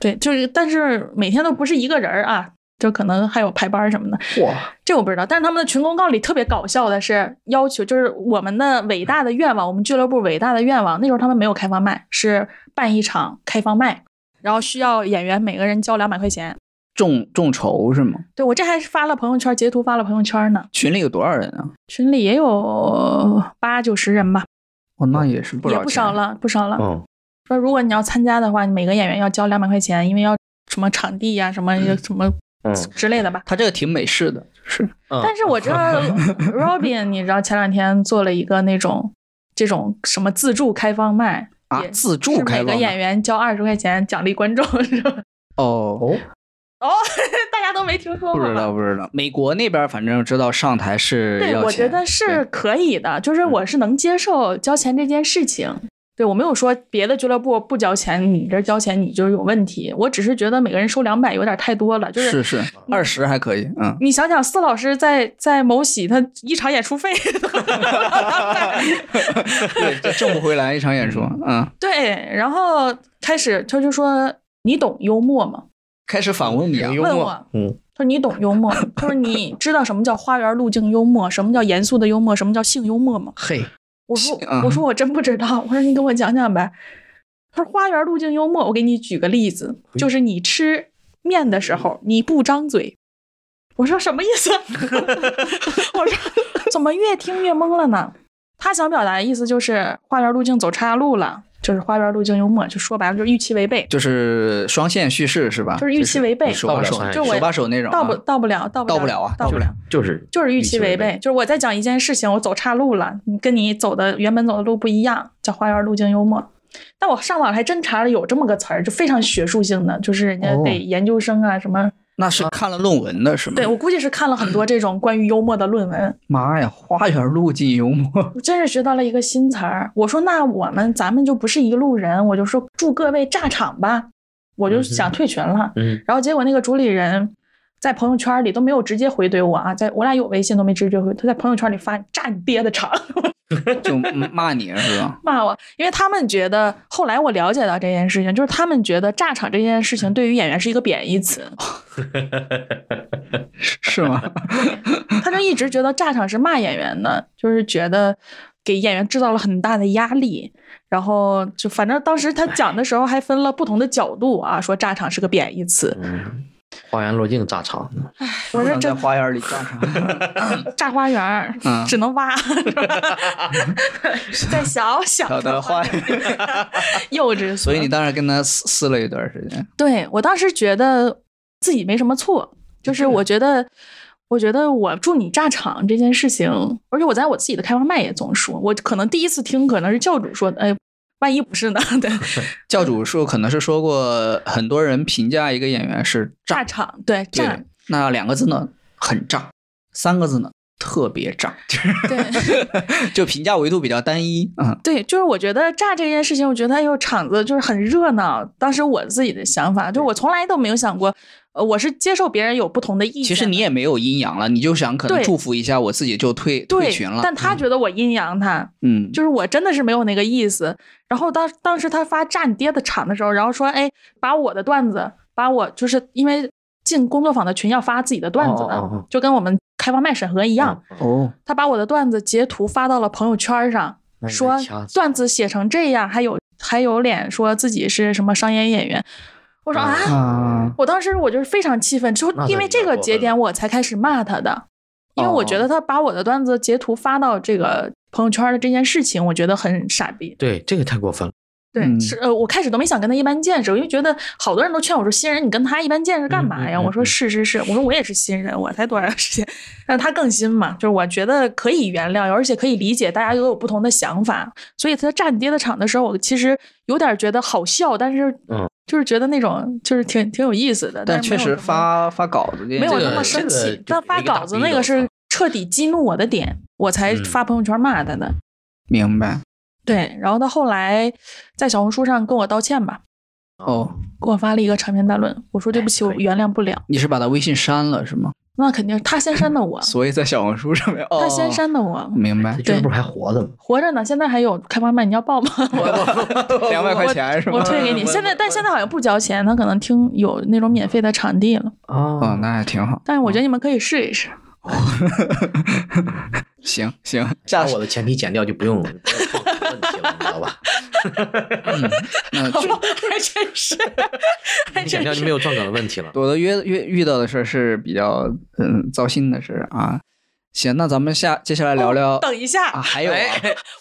Speaker 1: 对，就是但是每天都不是一个人儿啊，就可能还有排班什么的，
Speaker 3: 嚯，
Speaker 2: 啊
Speaker 1: 这我不知道。但是他们的群公告里特别搞笑的是要求，就是我们的伟大的愿望，我们俱乐部伟大的愿望，那时候他们没有开放麦，是办一场开放麦，然后需要演员每个人交两百块钱。
Speaker 2: 众众筹是吗？
Speaker 1: 对我这还是发了朋友圈截图发了朋友圈呢。
Speaker 2: 群里有多少人啊？
Speaker 1: 群里也有八九十人吧，
Speaker 2: 哦，那也是不
Speaker 1: 也
Speaker 2: 少，
Speaker 1: 不少。了，不少了。
Speaker 3: 嗯，
Speaker 1: 说如果你要参加的话，每个演员要交两百块钱，因为要什么场地呀、什么什么
Speaker 3: 嗯
Speaker 1: 之类的吧。
Speaker 2: 他这个挺美式的，是
Speaker 1: 但是我 知道 Robin，你知道前两天做了一个那种这种什么自助开放麦，
Speaker 2: 啊，
Speaker 1: 也
Speaker 2: 自
Speaker 1: 是
Speaker 2: 助开
Speaker 1: 每个
Speaker 2: 放
Speaker 1: 演
Speaker 2: 的
Speaker 1: 员交二十块钱奖励观众，是吧？
Speaker 2: 哦，
Speaker 3: 哦，
Speaker 1: 哦， 大家都没听说过
Speaker 2: 不
Speaker 1: 吧？
Speaker 2: 知 道不知道。美国那边反正知道上台是
Speaker 1: 对，
Speaker 2: 要
Speaker 1: 我觉
Speaker 2: 钱
Speaker 1: 得是可以的，就是我是能接受交钱这件事情。对我没有说别的俱乐部不交钱，你这交钱你就有问题。我只是觉得每个人收两百有点太多了，就
Speaker 2: 对是是二十还可以，嗯，
Speaker 1: 你想想，司老师在在某喜他一场演出费都不到200，
Speaker 2: 对，这挣不回来一场演出，嗯，
Speaker 1: 对，然后开始他就说你懂幽默吗？
Speaker 2: 开始反问你啊，
Speaker 3: 幽
Speaker 1: 问
Speaker 3: 默
Speaker 1: 我，
Speaker 3: 嗯，
Speaker 1: 他说你懂幽默吗，他说你知道什么叫花园路径幽默，什么叫严肃的幽默，什么叫性幽默吗？
Speaker 3: 嘿，
Speaker 1: 我说
Speaker 2: 行啊
Speaker 1: 我说我真不知道，我说你给我讲讲呗。他说花园路径幽
Speaker 2: 哎
Speaker 1: 默，我给你举个例子，就是你吃面的时候你不张嘴，我说什么意思？ 我 说怎么越听越懵了呢？他想表达的意思就是花园路径走岔路了，就是花园路径幽默，就说白了就是预期违背，
Speaker 2: 就是双线叙事是吧？
Speaker 1: 就是预期违背
Speaker 2: 啊就是手把手
Speaker 3: 到不了
Speaker 1: 就我
Speaker 2: 手把手那种啊，
Speaker 1: 到不到不了，到
Speaker 2: 到
Speaker 1: 不
Speaker 2: 不了啊
Speaker 1: 到不
Speaker 2: 就是
Speaker 1: 了。
Speaker 3: 就是
Speaker 1: 就是预期违
Speaker 3: 背
Speaker 1: 背，就是我在讲一件事情，我走岔路了，你跟你走的原本走的路不一样，叫花园路径幽默。但我上网还真查了有这么个词儿，就非常学术性的，就是人家
Speaker 2: 哦
Speaker 1: 得研究生啊什么，
Speaker 2: 那是看了论文的是吗？
Speaker 1: 对我估计是看了很多这种关于幽默的论文，
Speaker 2: 妈呀，花园路径幽默，
Speaker 1: 我真是学到了一个新词儿。我说那我们咱们就不是一路人，我就说祝各位炸场吧，我就
Speaker 3: 嗯哼
Speaker 1: 想退群了。
Speaker 3: 嗯，
Speaker 1: 然后结果那个主理人在朋友圈里都没有直接回怼我啊，在我俩有微信都没直接回，他在朋友圈里发炸你爹的场
Speaker 2: 就骂你 是吧？
Speaker 1: 骂我，因为他们觉得后来我了解到这件事情，就是他们觉得炸场这件事情对于演员是一个贬义词，
Speaker 2: 是是吗？
Speaker 1: 他就一直觉得炸场是骂演员的，就是觉得给演员制造了很大的压力。然后就反正当时他讲的时候还分了不同的角度啊，说炸场是个贬义词。
Speaker 3: 嗯花园路径炸场，
Speaker 1: 我说
Speaker 2: 不能在
Speaker 1: 这
Speaker 2: 花园里干啥？
Speaker 1: 炸花园儿
Speaker 2: 嗯
Speaker 1: 只能 挖，在小小
Speaker 2: 小的花园，
Speaker 1: 幼稚。
Speaker 2: 所以你当时跟他撕撕了一段时间，
Speaker 1: 对我当时觉得自己没什么错，就是
Speaker 2: 啊
Speaker 1: 我觉得，我觉得我祝你炸场这件事情，而且我在我自己的开放麦也总说，我可能第一次听可能是教主说的，哎，万一不是呢？ 对，
Speaker 2: 教主说可能是说过，很多人评价一个演员是
Speaker 1: 炸
Speaker 2: 炸，
Speaker 1: 场，对，炸
Speaker 2: 对的，那两个字呢很炸，三个字呢特别 炸，
Speaker 1: 对
Speaker 2: 就评价维度比较单一，嗯，
Speaker 1: 对，就是我觉得炸这件事情，我觉得哎呦场子就是很热闹。当时我自己的想法，就是我从来都没有想过，呃，我是接受别人有不同的意见的。
Speaker 2: 其实你也没有阴阳了，你就想可能
Speaker 1: 对
Speaker 2: 祝福一下，我自己就退退
Speaker 1: 对
Speaker 2: 群了。，
Speaker 1: 但他觉得我阴阳他，
Speaker 2: 嗯，
Speaker 1: 就是我真的是没有那个意思。然后当当时他发炸你爹的场的时候，然后说，哎，把我的段子，把我就是因为进工作坊的群要发自己的段子的，
Speaker 3: 哦哦哦
Speaker 1: 就跟我们开放麦审核一样，
Speaker 3: 嗯
Speaker 2: 哦，
Speaker 1: 他把我的段子截图发到了朋友圈上，
Speaker 3: 哎那你
Speaker 1: 说
Speaker 3: 再掐死
Speaker 1: 段子写成这样，还有还有脸说自己是什么商业演员？我说啊。
Speaker 2: 啊，
Speaker 1: 我当时我就是非常气愤，就
Speaker 3: 那
Speaker 1: 因
Speaker 3: 就
Speaker 1: 为
Speaker 3: 比较
Speaker 1: 这个
Speaker 3: 过
Speaker 1: 节
Speaker 3: 分
Speaker 1: 点我才开始骂他的，因为我觉
Speaker 2: 哦
Speaker 1: 得他把我的段子截图发到这个朋友圈的这件事情，我觉得很傻逼。
Speaker 3: 对，这个太过分了。
Speaker 1: 对，
Speaker 2: 嗯
Speaker 1: 是呃，我开始都没想跟他一般见识，我就觉得好多人都劝我说新人你跟他一般见识干嘛呀？
Speaker 3: 嗯嗯嗯
Speaker 1: 我说
Speaker 3: 嗯
Speaker 1: 是是是，我说我也是新人，我才多长时间，但是他更新嘛，就是我觉得可以原谅，而且可以理解，大家都有不同的想法，所以他炸你爹的场的时候，我其实有点觉得好笑，但是
Speaker 3: 嗯
Speaker 1: 就是觉得那种就是挺挺有意思的，
Speaker 2: 但
Speaker 1: 是
Speaker 2: 确
Speaker 1: 没有
Speaker 2: 实
Speaker 1: 什么
Speaker 2: 发发稿子这
Speaker 1: 没有
Speaker 2: 这
Speaker 1: 那
Speaker 2: 个
Speaker 1: 么
Speaker 3: 这
Speaker 1: 生
Speaker 3: 个
Speaker 1: 气
Speaker 3: 就，
Speaker 1: 但
Speaker 3: 给
Speaker 1: 发
Speaker 3: 一个大
Speaker 1: 稿子
Speaker 3: 逼
Speaker 1: 那
Speaker 3: 斗
Speaker 1: 个是
Speaker 3: 啊
Speaker 1: 彻底激怒我的点，我才
Speaker 3: 嗯
Speaker 1: 发朋友圈骂他的。
Speaker 2: 明白
Speaker 1: 对，然后他后来在小红书上跟我道歉吧，
Speaker 2: 哦。
Speaker 1: 给我发了一个长篇大论，我说对不起，
Speaker 3: 哎
Speaker 1: 我
Speaker 3: 可以
Speaker 1: 原谅不了。
Speaker 2: 你是把他微信删了是吗？
Speaker 1: 那肯定是他先删的我，
Speaker 2: 所以在小红书上面，哦
Speaker 1: 他先删的我，
Speaker 2: 明白
Speaker 3: 这，俱乐部还活着吗？
Speaker 1: 活着呢，现在还有开放麦，你要报吗？ 我
Speaker 2: 两百块钱是吗？
Speaker 1: 我退给你。现在但现在好像不交钱，他可能听有那种免费的场地了，
Speaker 2: 哦
Speaker 3: 啊，
Speaker 2: 那还挺好。
Speaker 1: 但是我觉得你们可以试 一试。
Speaker 2: 行行，
Speaker 3: 把
Speaker 2: 下次
Speaker 3: 我的前提剪掉就不用了， 不要创造问题了，你知道吧？
Speaker 2: 那 就
Speaker 1: 还真 是，还
Speaker 3: 你剪掉
Speaker 1: 真
Speaker 3: 就是没。有撞梗的问题了。
Speaker 2: 我的约约遇到的事儿是比较嗯糟心的事儿啊。行，那咱们下接下来聊聊、
Speaker 1: 等一下，
Speaker 2: 啊，还有啊、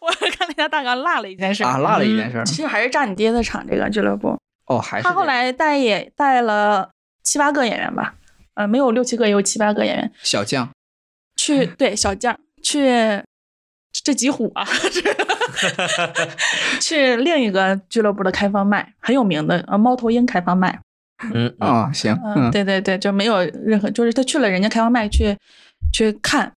Speaker 1: 我看了一下大纲，落了一件事嗯
Speaker 2: 啊，落了一件事儿、
Speaker 1: 其实还是炸你爹的场这个俱乐部，
Speaker 2: 哦，还是
Speaker 1: 他后来带也带了七八个演员吧，呃，没有六七个，也有七八个演员
Speaker 2: 小将
Speaker 1: 去对小将去这几虎啊， 去另一个俱乐部的开放麦，很有名的呃猫头鹰开放麦，
Speaker 3: 嗯，嗯
Speaker 2: 啊、行，
Speaker 1: 嗯，对对对，就没有任何，就是他去了人家开放麦去去看，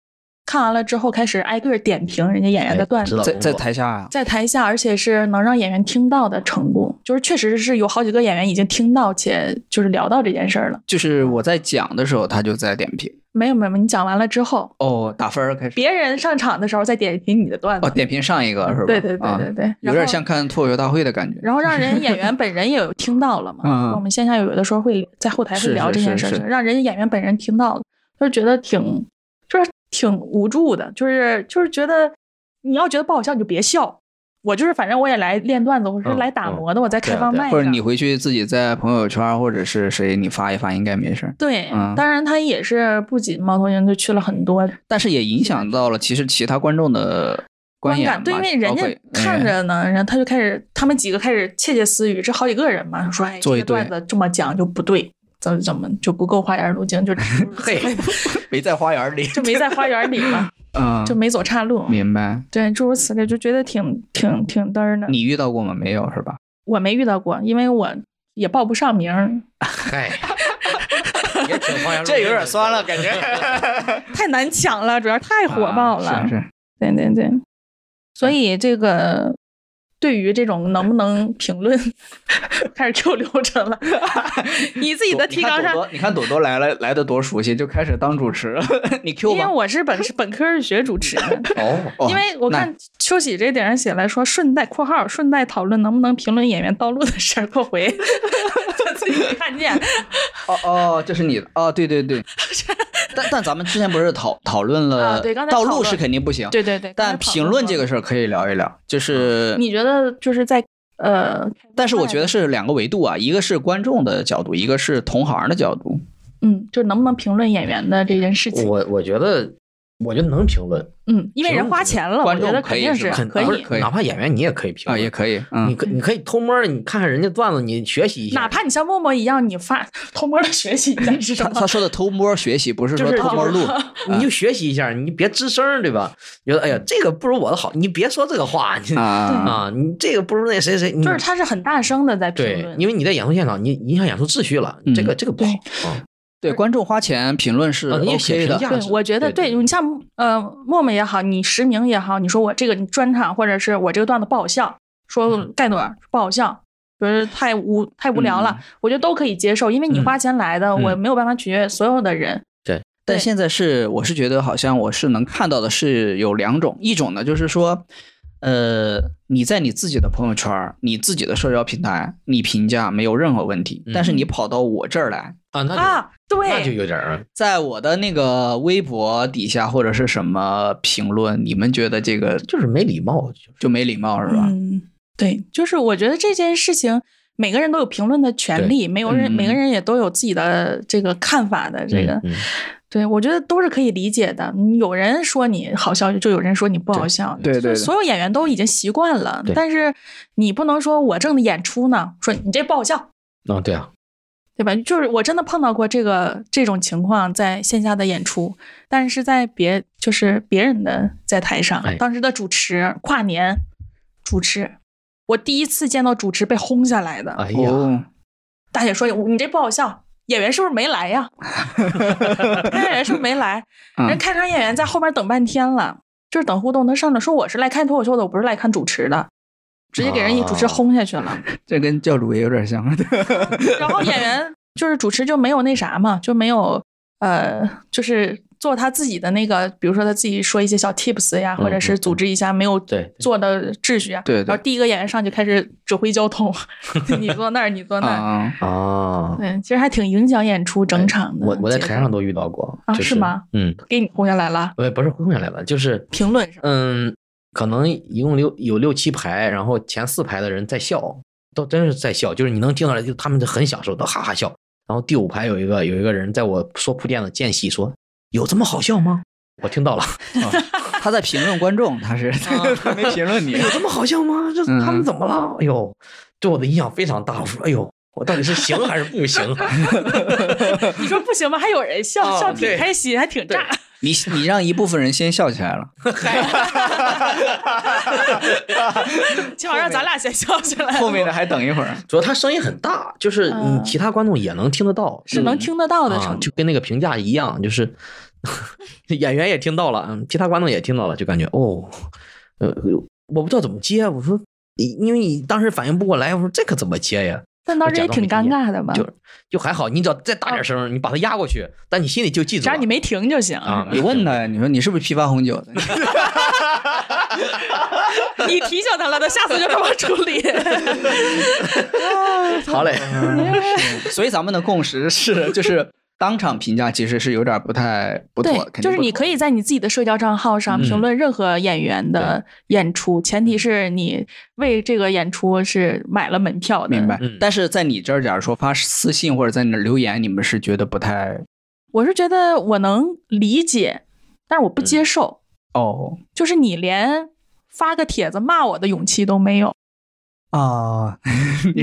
Speaker 1: 看完了之后开始挨个儿点评人家演员的
Speaker 3: 哎
Speaker 1: 段
Speaker 3: 知
Speaker 1: 子
Speaker 3: 道。
Speaker 2: 在
Speaker 3: 工
Speaker 2: 在
Speaker 3: 作
Speaker 2: 台下啊，
Speaker 1: 在台下，而且是能让演员听到的程度，就是确实是有好几个演员已经听到且就是聊到这件事儿了。
Speaker 2: 就是我在讲的时候，他就在点评
Speaker 1: 没有没有，没有你讲完了之后，
Speaker 2: 哦，打分儿开始
Speaker 1: 别人上场的时候再点评你的段子。
Speaker 2: 哦，点评上一个是吧？
Speaker 1: 对对对对
Speaker 2: 啊，
Speaker 1: 对，然
Speaker 2: 有点
Speaker 1: 后
Speaker 2: 像。看脱口秀大会的感觉。
Speaker 1: 然后让人演 员本人也有听到了
Speaker 2: 嗯
Speaker 1: 嘛，我们线下有的时候会在后台
Speaker 2: 是
Speaker 1: 会
Speaker 2: 是
Speaker 1: 聊这件
Speaker 2: 是
Speaker 1: 事
Speaker 2: 是
Speaker 1: 情，让人家演员本人听到了，就是觉得挺就是挺无助的，就是就是觉得你要觉得不好笑你就别笑，我就是反正我也来练段子，我是
Speaker 3: 嗯
Speaker 1: 来打
Speaker 3: 嗯
Speaker 1: 磨的，我在
Speaker 3: 对啊
Speaker 1: 开放
Speaker 3: 对啊
Speaker 1: 麦
Speaker 2: 或者
Speaker 1: 上
Speaker 2: 你回去自己在朋友圈或者是谁你发一发，应该没事儿。
Speaker 1: 对，
Speaker 2: 嗯
Speaker 1: 当然他也是不仅猫头鹰就去了很多
Speaker 2: 但是也影响到了其实其他观众的观演
Speaker 1: 感，对，因为人家
Speaker 2: 哎
Speaker 1: 看
Speaker 2: 嗯
Speaker 1: 着呢，然后他就开始，他们几个开始窃窃私语，这好几个人嘛，说哎，这
Speaker 2: 做一
Speaker 1: 个段
Speaker 2: 堆
Speaker 1: 子这么讲就不对，怎么怎么就不够花园路 径，就
Speaker 3: 嘿，
Speaker 2: 没在花园里，
Speaker 1: 就没在花园里嘛，
Speaker 2: 嗯，
Speaker 1: 就没走岔路，
Speaker 2: 明白。
Speaker 1: 对，诸如此类，就觉得挺挺挺嘚儿的。
Speaker 2: 你遇到过吗？没有是吧？
Speaker 1: 我没遇到过，因为我也报不上名儿，
Speaker 3: 嗨， 也挺花样，
Speaker 2: 了，感觉
Speaker 1: 太难抢了，主要太火爆了。
Speaker 2: 啊是啊是，
Speaker 1: 对对对，所以这个对于这种能不能评论， 开始 Q 流程 了。你自己的提纲上，
Speaker 2: 你看朵朵来了，来的多熟悉，就开始当主持了。 你 Q
Speaker 1: 因为
Speaker 2: 吧。
Speaker 1: 我是 本是本科是学主持的，
Speaker 3: 哦，
Speaker 2: 哦
Speaker 1: 因为我看秋喜这点上写来说，顺带（括号）顺带讨论能不能评论演员道路的事儿，括回， 就自己没看见。
Speaker 2: 那哦哦，这是你的哦，对 对对。但但咱们之前不是讨讨论了，
Speaker 1: 啊对刚才
Speaker 2: 道
Speaker 1: 讨
Speaker 2: 路
Speaker 1: 论
Speaker 2: 是肯定不行，
Speaker 1: 对对对，
Speaker 2: 但评论这个，事儿可以聊一聊，就是
Speaker 1: 你觉得就是在呃，
Speaker 2: 但是我觉得是两个维度啊，一个是观众的角度，一个是同行的角度。
Speaker 1: 嗯，就能不能评论演员的这件事情？
Speaker 3: 我我觉得，我觉得能评论，
Speaker 1: 嗯，因为人
Speaker 3: 评论
Speaker 1: 花
Speaker 3: 肯定
Speaker 1: 钱了，我
Speaker 2: 观
Speaker 1: 觉
Speaker 2: 众
Speaker 1: 得
Speaker 2: 可
Speaker 1: 肯
Speaker 2: 以
Speaker 1: 定
Speaker 2: 是
Speaker 1: 是
Speaker 2: 吧
Speaker 3: 肯
Speaker 1: 可
Speaker 3: 不是
Speaker 1: 以，
Speaker 2: 可以
Speaker 3: 哪怕演员你也可以评
Speaker 2: 啊，
Speaker 3: 论
Speaker 2: 也可以，
Speaker 3: 你
Speaker 2: 嗯，
Speaker 3: 可你可以偷摸的，你看看人家段子，你学习一下，
Speaker 1: 哪怕你像默默一样，你发 偷摸的学习一下是什
Speaker 2: 他
Speaker 1: 么？
Speaker 2: 他说的偷摸学习不是说
Speaker 3: 就是
Speaker 2: 偷摸录，
Speaker 3: 你就学习一下，你别吱声儿，对吧？觉得哎呀，这个不如我的好，你别说这个话，你
Speaker 2: 啊，
Speaker 3: 啊，你这个不如那谁谁，你
Speaker 1: 就是他是很大声的在评
Speaker 3: 对
Speaker 1: 论，，
Speaker 3: 因为你在演出现场，你影响演出秩序了，
Speaker 2: 嗯
Speaker 3: 这个这个不好啊。
Speaker 2: 对，观众花钱评论是
Speaker 3: 啊你也写
Speaker 2: OK 的
Speaker 3: 评价，
Speaker 1: 对，
Speaker 3: 是
Speaker 1: 我觉得
Speaker 3: 对
Speaker 1: 对你像呃默默也好，你实名也好，你说我这个专场或者是我这个段子不好笑，说
Speaker 3: 嗯
Speaker 1: 盖朵儿不好笑，比如太无太无聊了，我觉得都可以接受，因为你
Speaker 3: 嗯
Speaker 1: 花钱来的，我
Speaker 3: 嗯
Speaker 1: 没有办法取悦所有的人。
Speaker 2: 但
Speaker 1: 对
Speaker 2: 现在是，我是觉得好像我是能看到的是有两种，一种呢就是说，呃，你在你自己的朋友圈儿、你自己的社交平台，你评价没有任何问题，但是你跑到我这儿来，
Speaker 3: 啊，那就
Speaker 1: 啊，
Speaker 3: 那就
Speaker 1: 对，
Speaker 3: 有点儿
Speaker 2: 在我的那个微博底下或者是什么评论，你们觉得这个
Speaker 3: 就是没礼貌，就是
Speaker 2: 就没礼貌是吧？
Speaker 1: 嗯，对，就是我觉得这件事情。每个人都有评论的权利，没有人、
Speaker 2: 嗯
Speaker 1: 每个人也都有自己的这个看法的这个，
Speaker 3: 嗯嗯
Speaker 1: 对我觉得都是可以理解的。你有人说你好笑，就有人说你不好笑，
Speaker 2: 对对
Speaker 1: 就
Speaker 2: 对
Speaker 1: 所有演员都已经习惯了
Speaker 3: 对。
Speaker 1: 但是你不能说我正演出呢，说你这不好笑，
Speaker 3: 啊，对啊，
Speaker 1: 对吧？就是我真的碰到过这个这种情况，在线下的演出，但是在别就是别人的在台上，
Speaker 3: 哎
Speaker 1: 当时的主持跨年主持，我第一次见到主持被轰下来的，
Speaker 3: 哎呀，
Speaker 2: 哦，
Speaker 1: 大姐说你这不好笑，演员是不是没来呀？ 演员是不是没来？
Speaker 2: 嗯
Speaker 1: 人开场演员在后面等半天了，就是等互动，他上来说我是来看脱口秀的，我不是来看主持的，直接给人一
Speaker 3: 啊
Speaker 1: 主持轰下去了。
Speaker 2: 这跟教主也有点像。
Speaker 1: 然后演员就是主持就没有那啥嘛，就没有呃，就是做他自己的那个，比如说他自己说一些小 tips 呀，
Speaker 3: 嗯
Speaker 1: 或者是组织一下没有
Speaker 3: 对对
Speaker 1: 做的秩序啊。
Speaker 2: 对对
Speaker 1: 然后第一个演员上去开始指挥交通， 你坐那儿，你坐那儿。
Speaker 2: 啊、
Speaker 3: 啊，
Speaker 1: 对，嗯其实还挺影响演出整场的。
Speaker 3: 哎我我在
Speaker 1: 节奏
Speaker 3: 台上都遇到过，
Speaker 1: 啊
Speaker 3: 就是
Speaker 1: 吗？
Speaker 3: 嗯，
Speaker 1: 给你轰下来了，
Speaker 3: 不不是轰下来了，就是
Speaker 1: 评论上
Speaker 3: 嗯，可能一共六有六七排，然后前四排的人在笑，都真是在笑，就是你能听出来，就他们就很享受的哈哈笑。然后第五排有一个有一个人在我说铺垫的间隙说：“有这么好笑吗？”我听到了，
Speaker 2: 哦他在评论观众，他是、
Speaker 1: 啊
Speaker 2: 他没评论你。
Speaker 3: 有这么好笑吗？这他
Speaker 2: 嗯
Speaker 3: 们怎么了？哎呦，对我的影响非常大。我说：“哎呦，我到底是行还是不行？”啊
Speaker 1: 你说不行吗？还有人笑，
Speaker 3: 嗯哦
Speaker 1: 笑挺
Speaker 3: 对
Speaker 1: 开心，还挺 炸。
Speaker 2: 你你让一部分人先笑 起来了，
Speaker 1: 起码让咱俩先笑起来。
Speaker 2: 后面的还等一会儿。
Speaker 3: 主要他声音很大，就是你
Speaker 1: 嗯
Speaker 3: 其他观众也能听得到，
Speaker 1: 是能听得到的程
Speaker 3: 啊，
Speaker 1: 度。
Speaker 3: 就跟那个评价一样，就是 演员也听到了，嗯，其他观众也听到了，就感觉哦，呃，我不知道怎么接，我说，因为你当时反应不过来，我说这可怎么接呀？
Speaker 1: 但当时也挺尴尬的吧？
Speaker 3: 就就还好，你只要再大点声，你把它压过去，但你心里就记住
Speaker 1: 只要
Speaker 3: 了
Speaker 1: 哦你没停就行。
Speaker 3: 啊，
Speaker 2: 你问他，你说你是不是批发红酒 的？
Speaker 1: 你提醒他了，他下次就这么处理。
Speaker 3: 好嘞，
Speaker 2: 所以咱们的共识是，就是当场评价其实是有点不太不妥，
Speaker 1: 对，就是你可
Speaker 2: 以
Speaker 1: 以在你自己的社交账号上
Speaker 2: 嗯
Speaker 1: 评论任何演员的演出，前
Speaker 3: 嗯
Speaker 1: 提是你为这个演出是买了门票的。
Speaker 2: 明白。
Speaker 3: 嗯
Speaker 2: 但是在你这儿，假如说发私信或者在你那儿留言，你们是觉得不太
Speaker 1: 我是觉得我能理解，但是我不
Speaker 3: 嗯
Speaker 1: 接受，
Speaker 2: 哦
Speaker 1: 就是你连发个帖子骂我的勇气都没有
Speaker 2: 啊，你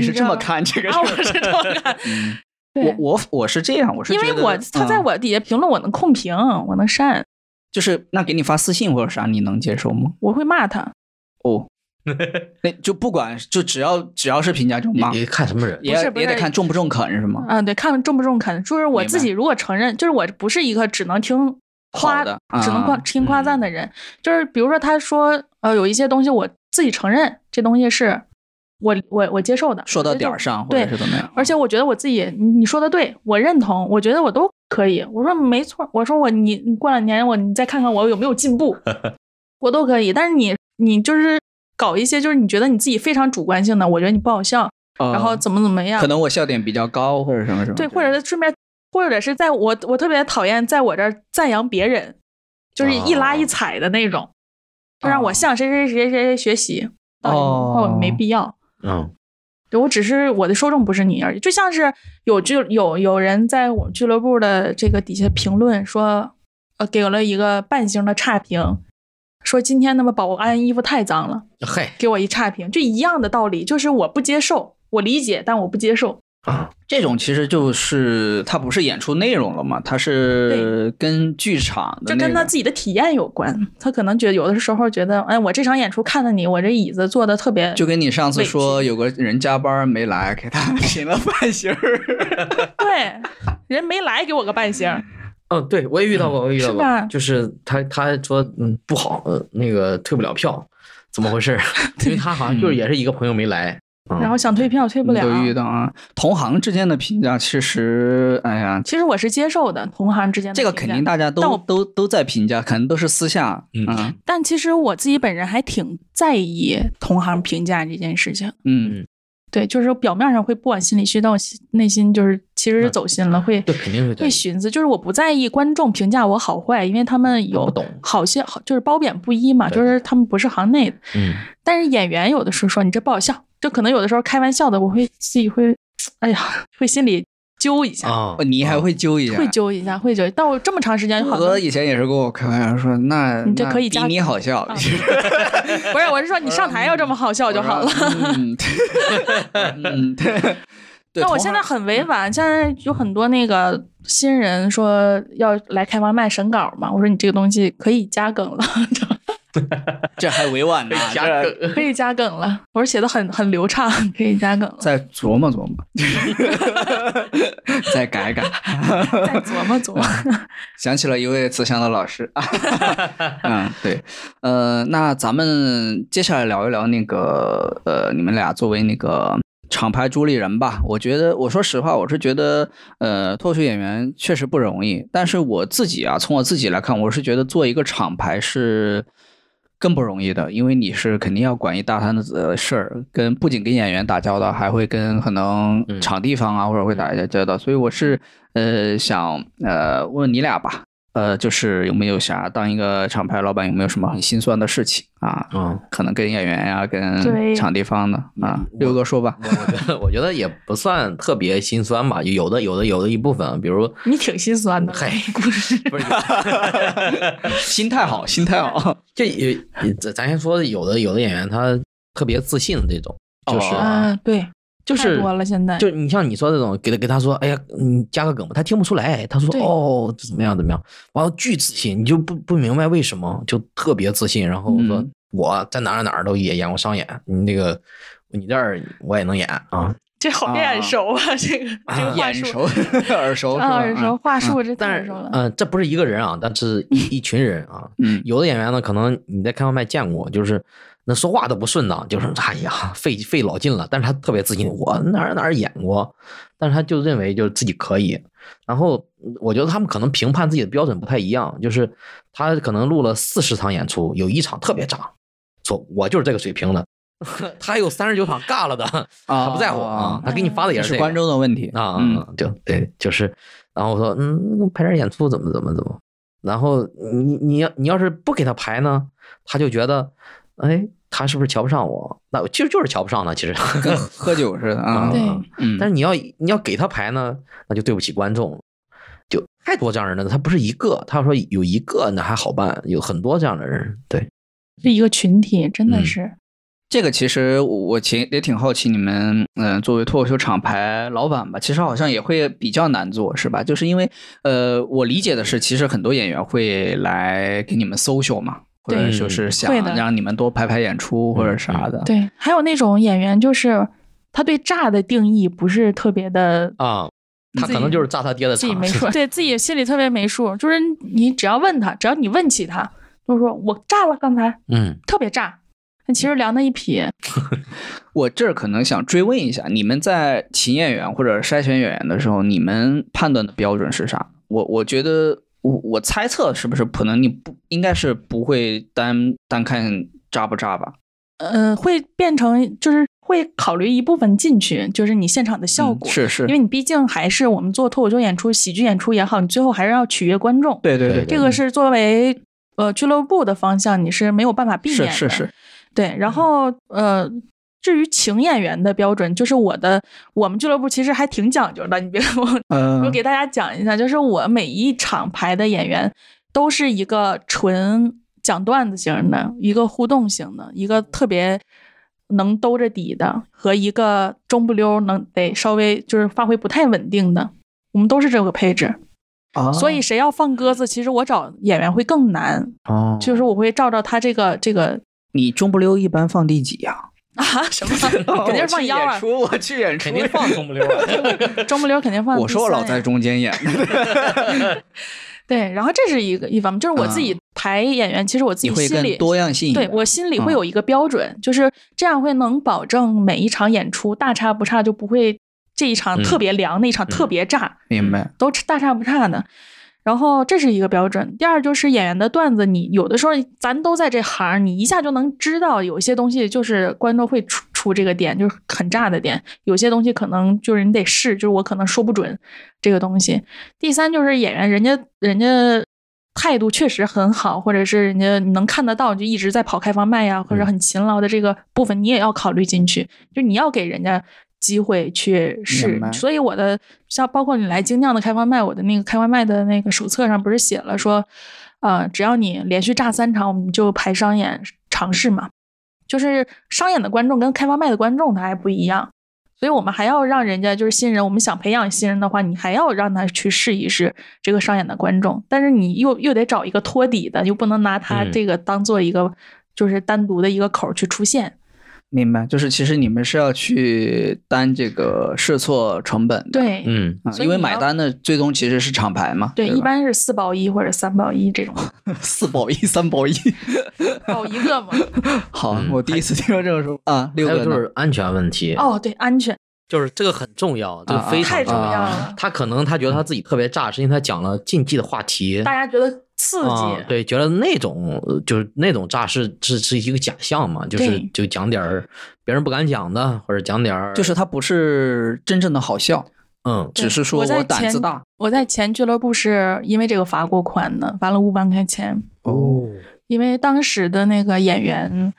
Speaker 1: 你
Speaker 2: 是
Speaker 1: 知
Speaker 2: 这
Speaker 1: 道
Speaker 2: 么看这个事
Speaker 1: 啊！
Speaker 2: 儿？
Speaker 1: 我是这么看，
Speaker 2: 嗯
Speaker 1: 对
Speaker 2: 我我我是这样，我是
Speaker 1: 因为
Speaker 2: 觉得
Speaker 1: 我他在
Speaker 2: 嗯
Speaker 1: 我底下评论，我能控评，我能删，
Speaker 2: 就是那给你发私信或者啥，你能接受吗？
Speaker 1: 我会骂他。
Speaker 2: 哦，那就不管，就只要只要是评价就骂，
Speaker 3: 你
Speaker 2: 也
Speaker 3: 你看什么人？
Speaker 1: 不是不
Speaker 2: 也得
Speaker 1: 是
Speaker 2: 看中不中肯是吗？
Speaker 1: 嗯，对，看中不中肯，就是我
Speaker 2: 明白
Speaker 1: 自己如果承认，就是我不是一个只能听夸
Speaker 2: 好的，
Speaker 1: 只能夸
Speaker 2: 啊
Speaker 1: 听夸赞的人。就是比如说他说呃有一些东西我自己承认这东西是我我我接受的，
Speaker 2: 说到
Speaker 1: 我觉得
Speaker 2: 点儿上或者
Speaker 1: 对
Speaker 2: 是怎么样？
Speaker 1: 而且我觉得我自己，你你说的对，我认同，我觉得我都可以。我说没错，我说我你你过两年我你再看看我有没有进 步，我都可以。但是你你就是搞一些就是你觉得你自己非常主观性的，我觉得你不好笑，
Speaker 2: 呃
Speaker 1: 然后怎么怎么样，
Speaker 2: 可能我笑点比较高或者什么什么，
Speaker 1: 对，或者是顺便，或者是在我我特别讨厌在我这儿赞扬别人，就是一拉
Speaker 2: 啊
Speaker 1: 一
Speaker 3: 哦
Speaker 1: 踩的那种，就让我
Speaker 2: 哦
Speaker 1: 向谁谁谁谁谁学习，到底
Speaker 2: 哦
Speaker 1: 哦没必要。
Speaker 3: 嗯，
Speaker 1: 对，我只是我的受众不是你而已，就像是有
Speaker 2: 嗯
Speaker 1: 俱有有人在我俱乐部的这个底下评论说，呃，给了一个半星的差评，说今天他们保安衣服太脏了，
Speaker 3: 嗯嗨
Speaker 1: 给我一差评，就一样的道理，就是我不接受，我理解，但我不接受。
Speaker 3: 啊，
Speaker 2: 这种其实就是它不是演出内容了嘛，它是跟剧场的
Speaker 1: 这
Speaker 2: 那
Speaker 1: 跟他
Speaker 2: 个
Speaker 1: 自己的体验有关，他可能觉得有的时候觉得，哎，我这场演出看了你，我这椅子坐的特别，
Speaker 2: 就跟你上次
Speaker 1: 委屈
Speaker 2: 说有个人加班没来，给他 评了半星儿。
Speaker 1: 对，人没来给我个半星儿，
Speaker 3: 嗯，对我也遇到过，我也遇到
Speaker 1: 是吧
Speaker 3: 过，就是他他说嗯不好，呃那个退不了票，怎么 回事儿？因为他好像就是也是一个朋友没来，嗯
Speaker 1: 嗯然后想退票退不了。
Speaker 2: 都遇到啊，同行之间的评价，其实，哎呀，
Speaker 1: 其实我是接受的，同行之间的
Speaker 2: 这个
Speaker 1: 评
Speaker 2: 肯
Speaker 1: 价
Speaker 2: 定大家
Speaker 1: 但我
Speaker 2: 都都都在评价，可能都是私下，
Speaker 3: 嗯
Speaker 2: 嗯
Speaker 1: 但其实我自己本人还挺在意同行评价这件事情。
Speaker 2: 嗯，
Speaker 1: 对，就是表面上会不往心里去，但我心内心就是其实是走心了，会
Speaker 3: 这肯定会这
Speaker 1: 会
Speaker 3: 样
Speaker 1: 寻思，就是我不在意观众评价我好坏，因为他们
Speaker 3: 他
Speaker 1: 有
Speaker 3: 不懂
Speaker 1: 好些好就是褒贬不一嘛，
Speaker 3: 对
Speaker 1: 就是他们不是行内的。
Speaker 3: 嗯，
Speaker 1: 但是演员有的时候说你这不好笑，就可能有的时候开玩笑的，我会自己会，哎呀，会心里揪一下，
Speaker 3: 啊
Speaker 2: 哦，你还会揪一下，
Speaker 1: 会揪一下，会揪。但我这么长时间好像
Speaker 2: 我以前也是跟我开玩笑说，那
Speaker 1: 你这
Speaker 2: 那
Speaker 1: 可以
Speaker 2: 比
Speaker 1: 加
Speaker 2: 你好笑，
Speaker 1: 啊不是，我是说你上台要这么好笑就好了。
Speaker 2: 嗯，嗯，对。对
Speaker 1: 但我现在很委婉，现在有很多那个新人说要来开放麦审稿嘛，我说你这个东西可以加梗了，
Speaker 2: 这还委婉呢，
Speaker 3: 加个
Speaker 2: 这
Speaker 1: 可以加梗了。我说写的很很流畅，可以加梗了。
Speaker 2: 再琢 磨琢磨，再改改。
Speaker 1: 再琢磨琢磨。
Speaker 2: 想起了一位慈祥的老师，嗯，对，呃，那咱们接下来聊一聊那个，呃，你们俩作为那个厂牌主理人吧，我觉得，我说实话，我是觉得，呃，脱口秀演员确实不容易，但是我自己啊，从我自己来看，我是觉得做一个厂牌是。更不容易的，因为你是肯定要管一大摊子的事儿，跟不仅跟演员打交道，还会跟可能
Speaker 3: 嗯
Speaker 2: 场地方啊，或者会打一下交道，所以我是呃想呃问你俩吧，呃，就是有没有啥当一个厂牌老板有没有什么很心酸的事情啊？
Speaker 3: 嗯。
Speaker 2: 可能跟演员呀、跟
Speaker 1: 对
Speaker 2: 场地方的啊
Speaker 3: 嗯，
Speaker 2: 六哥说吧。
Speaker 3: 我 我觉得我觉得也不算特别心酸吧，有的有的有的一部分，比如
Speaker 1: 你挺心酸的，
Speaker 3: 嗨
Speaker 1: 故事。
Speaker 3: 不是，
Speaker 2: 心态好，心态好。
Speaker 3: 就有呃咱咱先说有的有的演员他特别自信的这种，就是、
Speaker 1: 啊，对，
Speaker 3: 就
Speaker 1: 太
Speaker 3: 是
Speaker 1: 多了，现在
Speaker 3: 就你像你说这种，给他给他说，哎呀，你加个梗吧，他听不出来，他说
Speaker 1: 对
Speaker 3: 哦怎么样怎么样，完了巨自信，你就不不明白为什么就特别自信，然后说、
Speaker 2: 嗯
Speaker 3: 我在哪儿哪儿都也演过商演，你那个你这儿我也能演啊，
Speaker 1: 这好
Speaker 2: 啊
Speaker 1: 面熟啊，这个这个话
Speaker 2: 眼
Speaker 1: 术
Speaker 2: 熟，耳熟，是
Speaker 1: 啊，
Speaker 2: 吧
Speaker 1: 耳熟，话术，这太
Speaker 3: 但
Speaker 1: 耳
Speaker 3: 是
Speaker 1: 熟
Speaker 3: 嗯、
Speaker 1: 了。
Speaker 3: 这不是一个人啊，但是一一群人啊，
Speaker 2: 嗯，
Speaker 3: 有的演员呢，可能你在开放麦见过，就是那说话都不顺当，就是哎呀费费老劲了，但是他特别自信，我哪儿哪儿演过，但是他就认为就是自己可以。然后我觉得他们可能评判自己的标准不太一样，就是他可能录了四十场演出，有一场特别渣，说我就是这个水平的， 他有三十九场尬了的，
Speaker 2: 啊，
Speaker 3: 他不在乎啊，他给你发的也
Speaker 2: 也
Speaker 3: 这
Speaker 2: 是
Speaker 3: 个
Speaker 2: 观众的问题
Speaker 3: 啊，
Speaker 2: 嗯，
Speaker 3: 就对，就是，然后我说，嗯，排点演出怎么怎么怎么，然后你你要你要是不给他排呢，他就觉得，哎，他是不是瞧不上我？那其实就是瞧不上他，其实，
Speaker 2: 跟喝酒似的啊，
Speaker 1: 对
Speaker 2: 嗯，
Speaker 3: 但
Speaker 2: 是
Speaker 3: 是你要你要给他排呢，那就对不起观众了，就太多这样的人了，他不是一个，他要说有一个那还好办，有很多这样的人，对，
Speaker 1: 是一个群体，真的是，
Speaker 2: 这个其实我我挺也挺好奇你们，嗯、作为脱口秀厂牌老板吧，其实好像也会比较难做，是吧？就是因为呃，我理解的是，其实很多演员会来给你们 social 嘛。或者
Speaker 1: 对
Speaker 2: 就是想
Speaker 1: 会的
Speaker 2: 让你们多排排演出或者啥的，
Speaker 1: 对。还有那种演员，就是他对炸的定义不是特别的，
Speaker 3: 啊，他
Speaker 1: 自
Speaker 3: 可能
Speaker 1: 己
Speaker 3: 就是炸他爹的
Speaker 1: 自己
Speaker 3: 场
Speaker 1: 没，数，对自己心里特别没数。就是你只要问他，只要你问起他，就是说我炸了，刚才
Speaker 3: 嗯，
Speaker 1: 特别炸。但其实量他一撇，
Speaker 2: 我这儿可能想追问一下，你们在请演员或者筛选演员的时候，你们判断的标准是啥？我我觉得我我猜测是不是可能你不应该是不会单单看炸不炸吧？
Speaker 1: 呃，会变成就是会考虑一部分进去，就是你现场的效
Speaker 2: 嗯
Speaker 1: 果，
Speaker 2: 是是，
Speaker 1: 因为你毕竟还是我们做脱口秀演出、喜剧演出也好，你最后还是要取悦观众。
Speaker 2: 对对
Speaker 3: 对
Speaker 2: 对，
Speaker 1: 这个是作为呃俱乐部的方向，你是没有办法避免
Speaker 2: 是
Speaker 1: 的。
Speaker 2: 是是，嗯
Speaker 1: 对，然后呃，至于请演员的标准，就是我的我们俱乐部其实还挺讲究的，你别我
Speaker 2: 呃
Speaker 1: 我给大家讲一下，就是我每一场排的演员都是一个纯讲段子型的，一个互动型的，一个特别能兜着底的，和一个中不溜儿能得稍微就是发挥不太稳定的。我们都是这个配置，
Speaker 2: 啊
Speaker 1: 所以谁要放鸽子，其实我找演员会更难，
Speaker 2: 哦，
Speaker 1: 就是我会照着他这个这 个
Speaker 2: 你中不溜一般放第几呀？
Speaker 1: 啊什么，肯定是放幺
Speaker 2: 哦我去
Speaker 1: 啊
Speaker 2: 演，出，我去演出，
Speaker 3: 肯定放松不溜儿，
Speaker 1: 中不溜儿肯定放第三呀。
Speaker 2: 我说我老在中 间演，
Speaker 1: 对，然后这是一个一方面，就是我自己
Speaker 2: 嗯
Speaker 1: 排演员，其实我自
Speaker 2: 你
Speaker 1: 己
Speaker 2: 会
Speaker 1: 心里
Speaker 2: 更多样性一
Speaker 1: 对
Speaker 2: 点。
Speaker 1: 我心里
Speaker 3: 嗯
Speaker 1: 会有一个标准，就是这样会能保证每一场演出大差不差，就不会这一场
Speaker 3: 嗯
Speaker 1: 特别凉，那一场特别炸，
Speaker 2: 明白。
Speaker 1: 都大差不差的。然后这是一个标准。第二就是演员的段子，你有的时候咱都在这行儿，你一下就能知道有一些东西就是观众会出出这个点，就是很炸的点；有些东西可能就是你得试，就是我可能说不准这个东西。第三就是演员，人家人家态度确实很好，或者是人家你能看得到，就一直在跑开放麦呀、
Speaker 2: 嗯
Speaker 1: 或者很勤劳的这个部分，你也要考虑进去，就你要给人家机会去试
Speaker 2: 明白。
Speaker 1: 所以我的像包括你来精酿的开放麦，我的那个开放麦的那个手册上不是写了说，呃，只要你连续炸三场，我们就排商演尝试嘛。就是商演的观众跟开放麦的观众他还不一样，所以我们还要让人家就是新人，我们想培养新人的话，你还要让他去试一试这个商演的观众，但是你又又得找一个托底的，又不能拿他
Speaker 3: 嗯
Speaker 1: 这个当做一个就是单独的一个口儿去出现。
Speaker 2: 明白，就是其实你们是要去担这个试错成本的，
Speaker 1: 对、
Speaker 3: 嗯。
Speaker 2: 啊，
Speaker 1: 所以
Speaker 2: 因为
Speaker 1: 你要
Speaker 2: 买单的最终其实是厂牌嘛，
Speaker 1: 对，
Speaker 2: 吧
Speaker 1: 一般是四保一或者三保一这种，
Speaker 2: 四保一、三保 一。
Speaker 1: 保一个嘛。
Speaker 2: 好，
Speaker 3: 嗯
Speaker 2: 我第一次听说这个说法啊，六
Speaker 3: 还有
Speaker 2: 个
Speaker 3: 就
Speaker 2: 呢
Speaker 3: 是安全问题，
Speaker 1: 哦，对，安全
Speaker 3: 就是这个很重要，这个
Speaker 2: 啊
Speaker 3: 非常
Speaker 1: 太重
Speaker 3: 要。
Speaker 1: 要了，
Speaker 2: 啊
Speaker 3: 他可能他觉得他自己特别炸，是因为他讲了禁忌的话题，
Speaker 1: 大家觉得刺激。
Speaker 3: 啊，对，觉得那种呃就是那种炸是是是一个假象嘛，就是
Speaker 1: 对
Speaker 3: 就讲点儿别人不敢讲的，或者讲点儿
Speaker 2: 就是它不是真正的好笑，
Speaker 3: 嗯
Speaker 1: 对
Speaker 2: 只是说
Speaker 1: 我在
Speaker 2: 我胆
Speaker 1: 前
Speaker 2: 子大。
Speaker 1: 我在前俱乐部是因为这个罚过款的，罚了五万块钱，
Speaker 2: 哦，
Speaker 1: 因为当时的那个演员，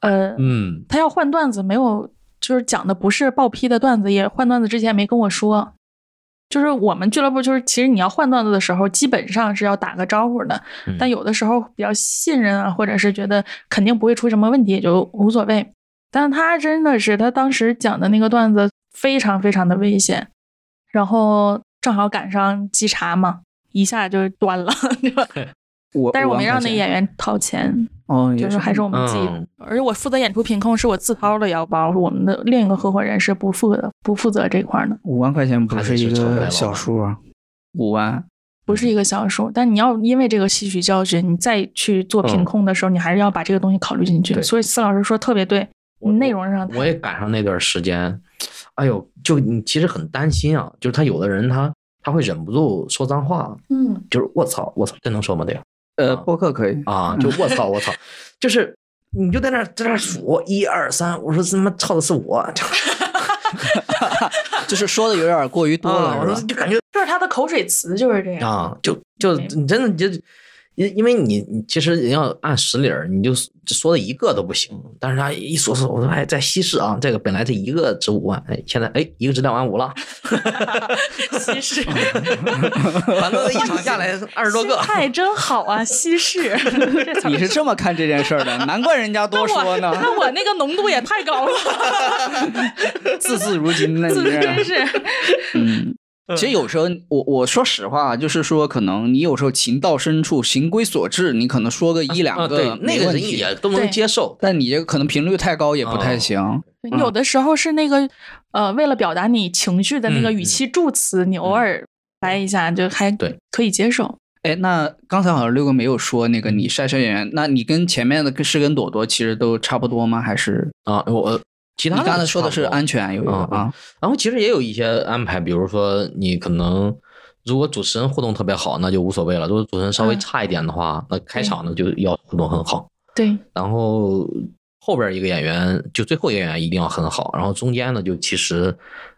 Speaker 1: 呃，
Speaker 3: 嗯
Speaker 1: 他要换段子，没有就是讲的不是报批的段子，也换段子之前没跟我说。就是我们俱乐部，就是其实你要换段子的时候，基本上是要打个招呼的，
Speaker 3: 嗯
Speaker 1: 但有的时候比较信任啊，或者是觉得肯定不会出什么问题，也就无所谓。但他真的是，他当时讲的那个段子非常非常的危险，然后正好赶上稽查嘛，一下就端了。 对吧
Speaker 2: 我
Speaker 1: 但是我
Speaker 2: 5万
Speaker 1: 没让
Speaker 2: 块
Speaker 1: 那
Speaker 2: 钱
Speaker 1: 演员掏钱，
Speaker 2: 哦，也
Speaker 1: 就是还是我们自己，
Speaker 3: 嗯
Speaker 1: 而且我负责演出品控是我自掏的腰包，我们的另一个合伙人是不负责不负责这块儿的，
Speaker 2: 五万块钱不
Speaker 3: 还
Speaker 2: 是
Speaker 3: 得
Speaker 2: 一
Speaker 3: 是成本
Speaker 2: 个
Speaker 3: 了
Speaker 2: 小数啊， 五万
Speaker 1: 不是一个小数。但你要因为这个吸取教训，你再去做品
Speaker 3: 嗯
Speaker 1: 控的时候，你还是要把这个东西考虑进去。
Speaker 3: 对
Speaker 1: 所以司老师说特别对，
Speaker 3: 我
Speaker 1: 内容上
Speaker 3: 我也赶上那段时间，哎呦，就你其实很担心啊，就是他有的人他他会忍不住说脏话，
Speaker 1: 嗯
Speaker 3: 就是我操我操，这能说吗？这个
Speaker 2: 呃，
Speaker 3: 啊
Speaker 2: 播客可以
Speaker 3: 啊，就我操我操，就是你就在那儿在那儿数一二三，我说他妈操的是我，
Speaker 2: 就是说的有点过于多
Speaker 3: 啊，我说
Speaker 2: 了，哦是吧？
Speaker 3: 就感觉
Speaker 1: 就是他的口水词就是这样。
Speaker 3: 啊，就就
Speaker 1: 对
Speaker 3: 你真的你就，因因为你你其实你要按实理儿，你就说的一个都不行。但是他一说说，我说哎，在西市啊，这个本来这一个值五万，哎，现在哎一个值两万五 了，啊
Speaker 1: 西式，
Speaker 3: 反正一场下来 二十多个
Speaker 1: 心。态真好啊！ 西式，这词儿
Speaker 2: 你是这么看这件事儿的，难怪人家多说呢。
Speaker 1: 那我那个浓度也太高 了，
Speaker 2: 字字如金呢，你
Speaker 1: 真真
Speaker 2: 这。
Speaker 1: 是
Speaker 2: 嗯，其实有时候我我说实话，啊就是说可能你有时候情到深处，行归所至，你可能说个一两
Speaker 3: 啊，
Speaker 2: 个、
Speaker 3: 对，那个人
Speaker 2: 也，
Speaker 3: 也都能
Speaker 1: 对
Speaker 3: 接受。
Speaker 2: 但你这个可能频率太高也不太
Speaker 3: 哦
Speaker 2: 行。
Speaker 1: 对有的时候是那个呃，为了表达你情绪的那个
Speaker 3: 嗯
Speaker 1: 语气助词，你偶尔来一下就还
Speaker 3: 对
Speaker 1: 可以接受。
Speaker 2: 哎，那刚才好像六哥没有说那个你晒晒演员，那你跟前面的跟是跟朵朵其实都差不多吗？还是
Speaker 3: 啊，我其他
Speaker 2: 你刚才说的是
Speaker 3: 差不多
Speaker 2: 安全有一个
Speaker 3: 嗯嗯
Speaker 2: 啊？
Speaker 3: 然后其实也有一些安排，比如说你可能如果主持人互动特别好，那就无所谓了；如果主持人稍微
Speaker 1: 嗯
Speaker 3: 差一点的话，那开场呢就要互动很好。
Speaker 1: 对，
Speaker 3: 然后后边一个演员就最后一个演员一定要很好，然后中间呢就其实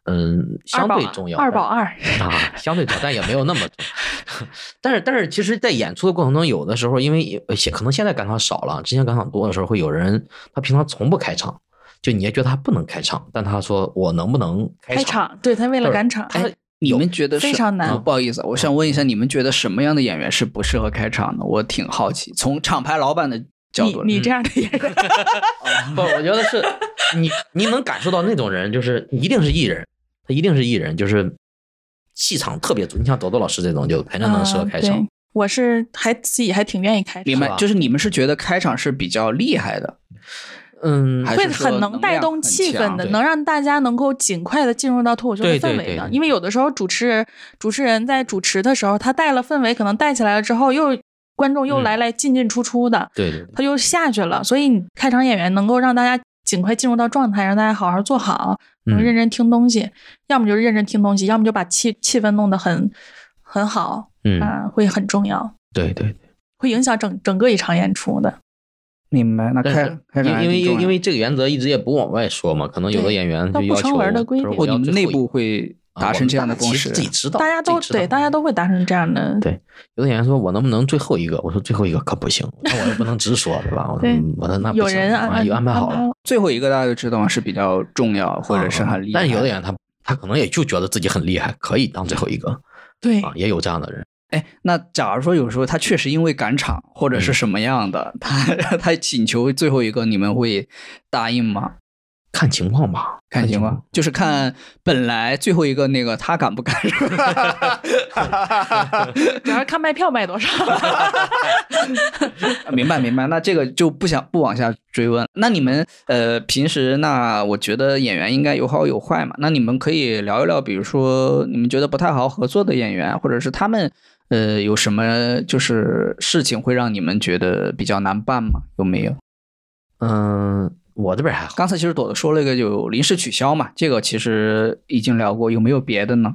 Speaker 3: 嗯
Speaker 1: 二
Speaker 3: 相
Speaker 1: 宝
Speaker 3: 对重要，
Speaker 1: 二宝二，
Speaker 3: 啊，相对重要，但也没有那么重。 但是但是其实，在演出的过程中，有的时候因为呃现可能现在赶场少了，之前赶场多的时候，会有人他平常从不开场。就你也觉得他不能开场，但他说我能不能开
Speaker 1: 开场，对他为了赶场，
Speaker 3: 哎，
Speaker 2: 你们觉得是
Speaker 1: 非常难
Speaker 2: 啊不好意思，我想问一下，你们觉得什么样的演员是不适合开场的？我挺好奇，从厂牌老板的角
Speaker 1: 你
Speaker 2: 度来，
Speaker 3: 嗯
Speaker 1: 你这样的演员，
Speaker 3: 不，我觉得是你，你能感受到那种人，就是一定是艺人，他一定是艺人，就是气场特别足。你像朵朵老师这种，就肯定能适合
Speaker 1: 嗯
Speaker 3: 开
Speaker 1: 对
Speaker 3: 场。
Speaker 1: 我是还自己还挺愿意开
Speaker 2: 明
Speaker 1: 场，
Speaker 2: 白
Speaker 3: 是吧
Speaker 2: 就是你们是觉得开场是比较厉害的，
Speaker 3: 嗯，
Speaker 2: 还
Speaker 1: 会
Speaker 2: 是说
Speaker 1: 很能带
Speaker 2: 量
Speaker 1: 动
Speaker 2: 很
Speaker 1: 气氛
Speaker 2: 强
Speaker 1: 的，
Speaker 3: 对
Speaker 1: 能让大家能够尽快的进入到脱口秀的
Speaker 3: 对对
Speaker 1: 氛围的
Speaker 3: 对。
Speaker 1: 因为有的时候主持人主持人在主持的时候，他带了氛围，可能带起来了之后，又观众又
Speaker 3: 嗯
Speaker 1: 来来进进出出的，
Speaker 3: 对对对，
Speaker 1: 他又下去了。所以你开场演员能够让大家尽快进入到状态，让大家好好做好，能
Speaker 3: 嗯
Speaker 1: 认真听东西，要么就是认真听东西，要么就把气气氛弄得很很好
Speaker 3: 嗯，
Speaker 1: 啊、会很重要，
Speaker 3: 对对对。
Speaker 1: 会影响整整个一场演出的。
Speaker 2: 明白，那
Speaker 3: 但
Speaker 2: 开
Speaker 3: 是
Speaker 2: 开
Speaker 3: 因
Speaker 2: 场
Speaker 3: 为因为因为因
Speaker 2: 为
Speaker 3: 为这个原则一直也不往外说嘛，可能有的
Speaker 1: 对
Speaker 3: 演员
Speaker 1: 那
Speaker 3: 就
Speaker 1: 不
Speaker 3: 要
Speaker 1: 成
Speaker 3: 求
Speaker 1: 文的规
Speaker 3: 他说
Speaker 1: 定
Speaker 2: 或
Speaker 3: 我要
Speaker 2: 你
Speaker 3: 最
Speaker 2: 内
Speaker 3: 后一
Speaker 2: 部会
Speaker 3: 啊
Speaker 2: 达
Speaker 3: 我
Speaker 2: 成
Speaker 3: 们
Speaker 2: 这样
Speaker 3: 大
Speaker 2: 的
Speaker 3: 家
Speaker 2: 共
Speaker 3: 其实
Speaker 2: 识，
Speaker 3: 自己知道，
Speaker 1: 大家
Speaker 3: 自己
Speaker 1: 都
Speaker 3: 知
Speaker 1: 对，
Speaker 3: 道
Speaker 1: 大家都会达成这样的
Speaker 3: 对有的演员说我能不能最后一个？我说最后一个可不行，那我又不能直说，对吧？我说
Speaker 1: 对
Speaker 3: 嗯我说那不
Speaker 1: 有
Speaker 3: 行
Speaker 1: 人
Speaker 3: 啊
Speaker 1: 安
Speaker 3: 有安排好了。
Speaker 2: 最后一个大家就知道是比较重要，或者是
Speaker 3: 啊
Speaker 2: 很厉害。
Speaker 3: 但是有的人他他可能也就觉得自己很厉害，可以当最后一个
Speaker 1: 对
Speaker 3: 啊，也有这样的人。
Speaker 2: 哎，那假如说有时候他确实因为赶场或
Speaker 3: 嗯
Speaker 2: 者是什么样的，他 他请求最后一个，你们会答应吗？
Speaker 3: 看情况吧，
Speaker 2: 看情况，就是看本来最后一个那个他敢不敢。
Speaker 1: 主要是看卖票卖多少。
Speaker 2: 明白明白，那这个就不想不往下追问。那你们呃平时那我觉得演员应该有好有坏嘛，那你们可以聊一聊，比如说你们觉得不太好合作的演员，或者是他们呃有什么就是事情会让你们觉得比较难办吗？有没有？
Speaker 3: 嗯，我这边还好。
Speaker 2: 刚才其实朵朵说了一个有临时取消嘛，这个其实已经聊过，有没有别的呢？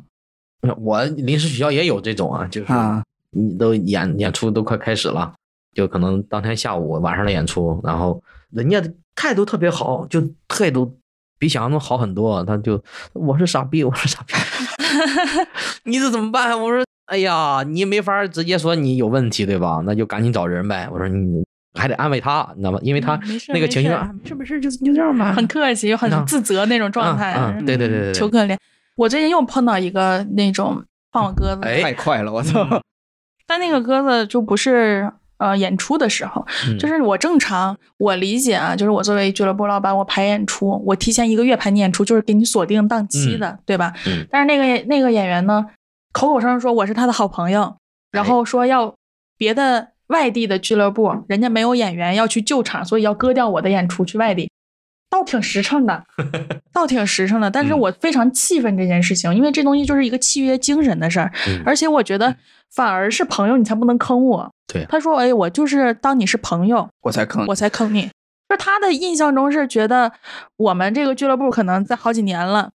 Speaker 3: 我临时取消也有这种啊，就是
Speaker 2: 啊，
Speaker 3: 你都演演出都快开始了，就可能当天下午晚上的演出，然后人家态度特别好，就态度比想象中好很多。他就我是傻逼，我是 傻逼，你这怎么办？我说，哎呀，你没法直接说你有问题对吧？那就赶紧找人呗。我说你还得安慰他，你知道吗？ 因为他
Speaker 1: 嗯没事
Speaker 3: 那个情绪，
Speaker 1: 没事
Speaker 3: 啊没事没事，就就这样吧，
Speaker 1: 很客气又很
Speaker 3: 嗯
Speaker 1: 自责那种状态，
Speaker 3: 嗯嗯对对对对，
Speaker 1: 求可怜。我最近又碰到一个那种放我鸽子，
Speaker 3: 哎
Speaker 2: 太快了，我操！
Speaker 1: 但那个鸽子就不是呃演出的时候，
Speaker 3: 嗯
Speaker 1: 就是我正常我理解啊，就是我作为俱乐部老板，我排演出，我提前一个月排你演出，就是给你锁定档期的，对吧？
Speaker 3: 嗯
Speaker 1: 但是那个那个演员呢，口口声声说我是他的好朋友，
Speaker 3: 哎
Speaker 1: 然后说要别的外地的俱乐部，人家没有演员要去救场，所以要割掉我的演出去外地，倒挺实诚 的，倒挺实诚的。但是
Speaker 3: 嗯
Speaker 1: 我非常气愤这件事情，因为这东西就是一个契约精神的事儿，
Speaker 3: 嗯
Speaker 1: 而且我觉得反而是朋友你才不能坑我。
Speaker 3: 对
Speaker 1: 他说：“哎，我就是当你是朋友，
Speaker 2: 我才坑
Speaker 1: 我才坑你。”就是他的印象中是觉得我们这个俱乐部可能在好几年了，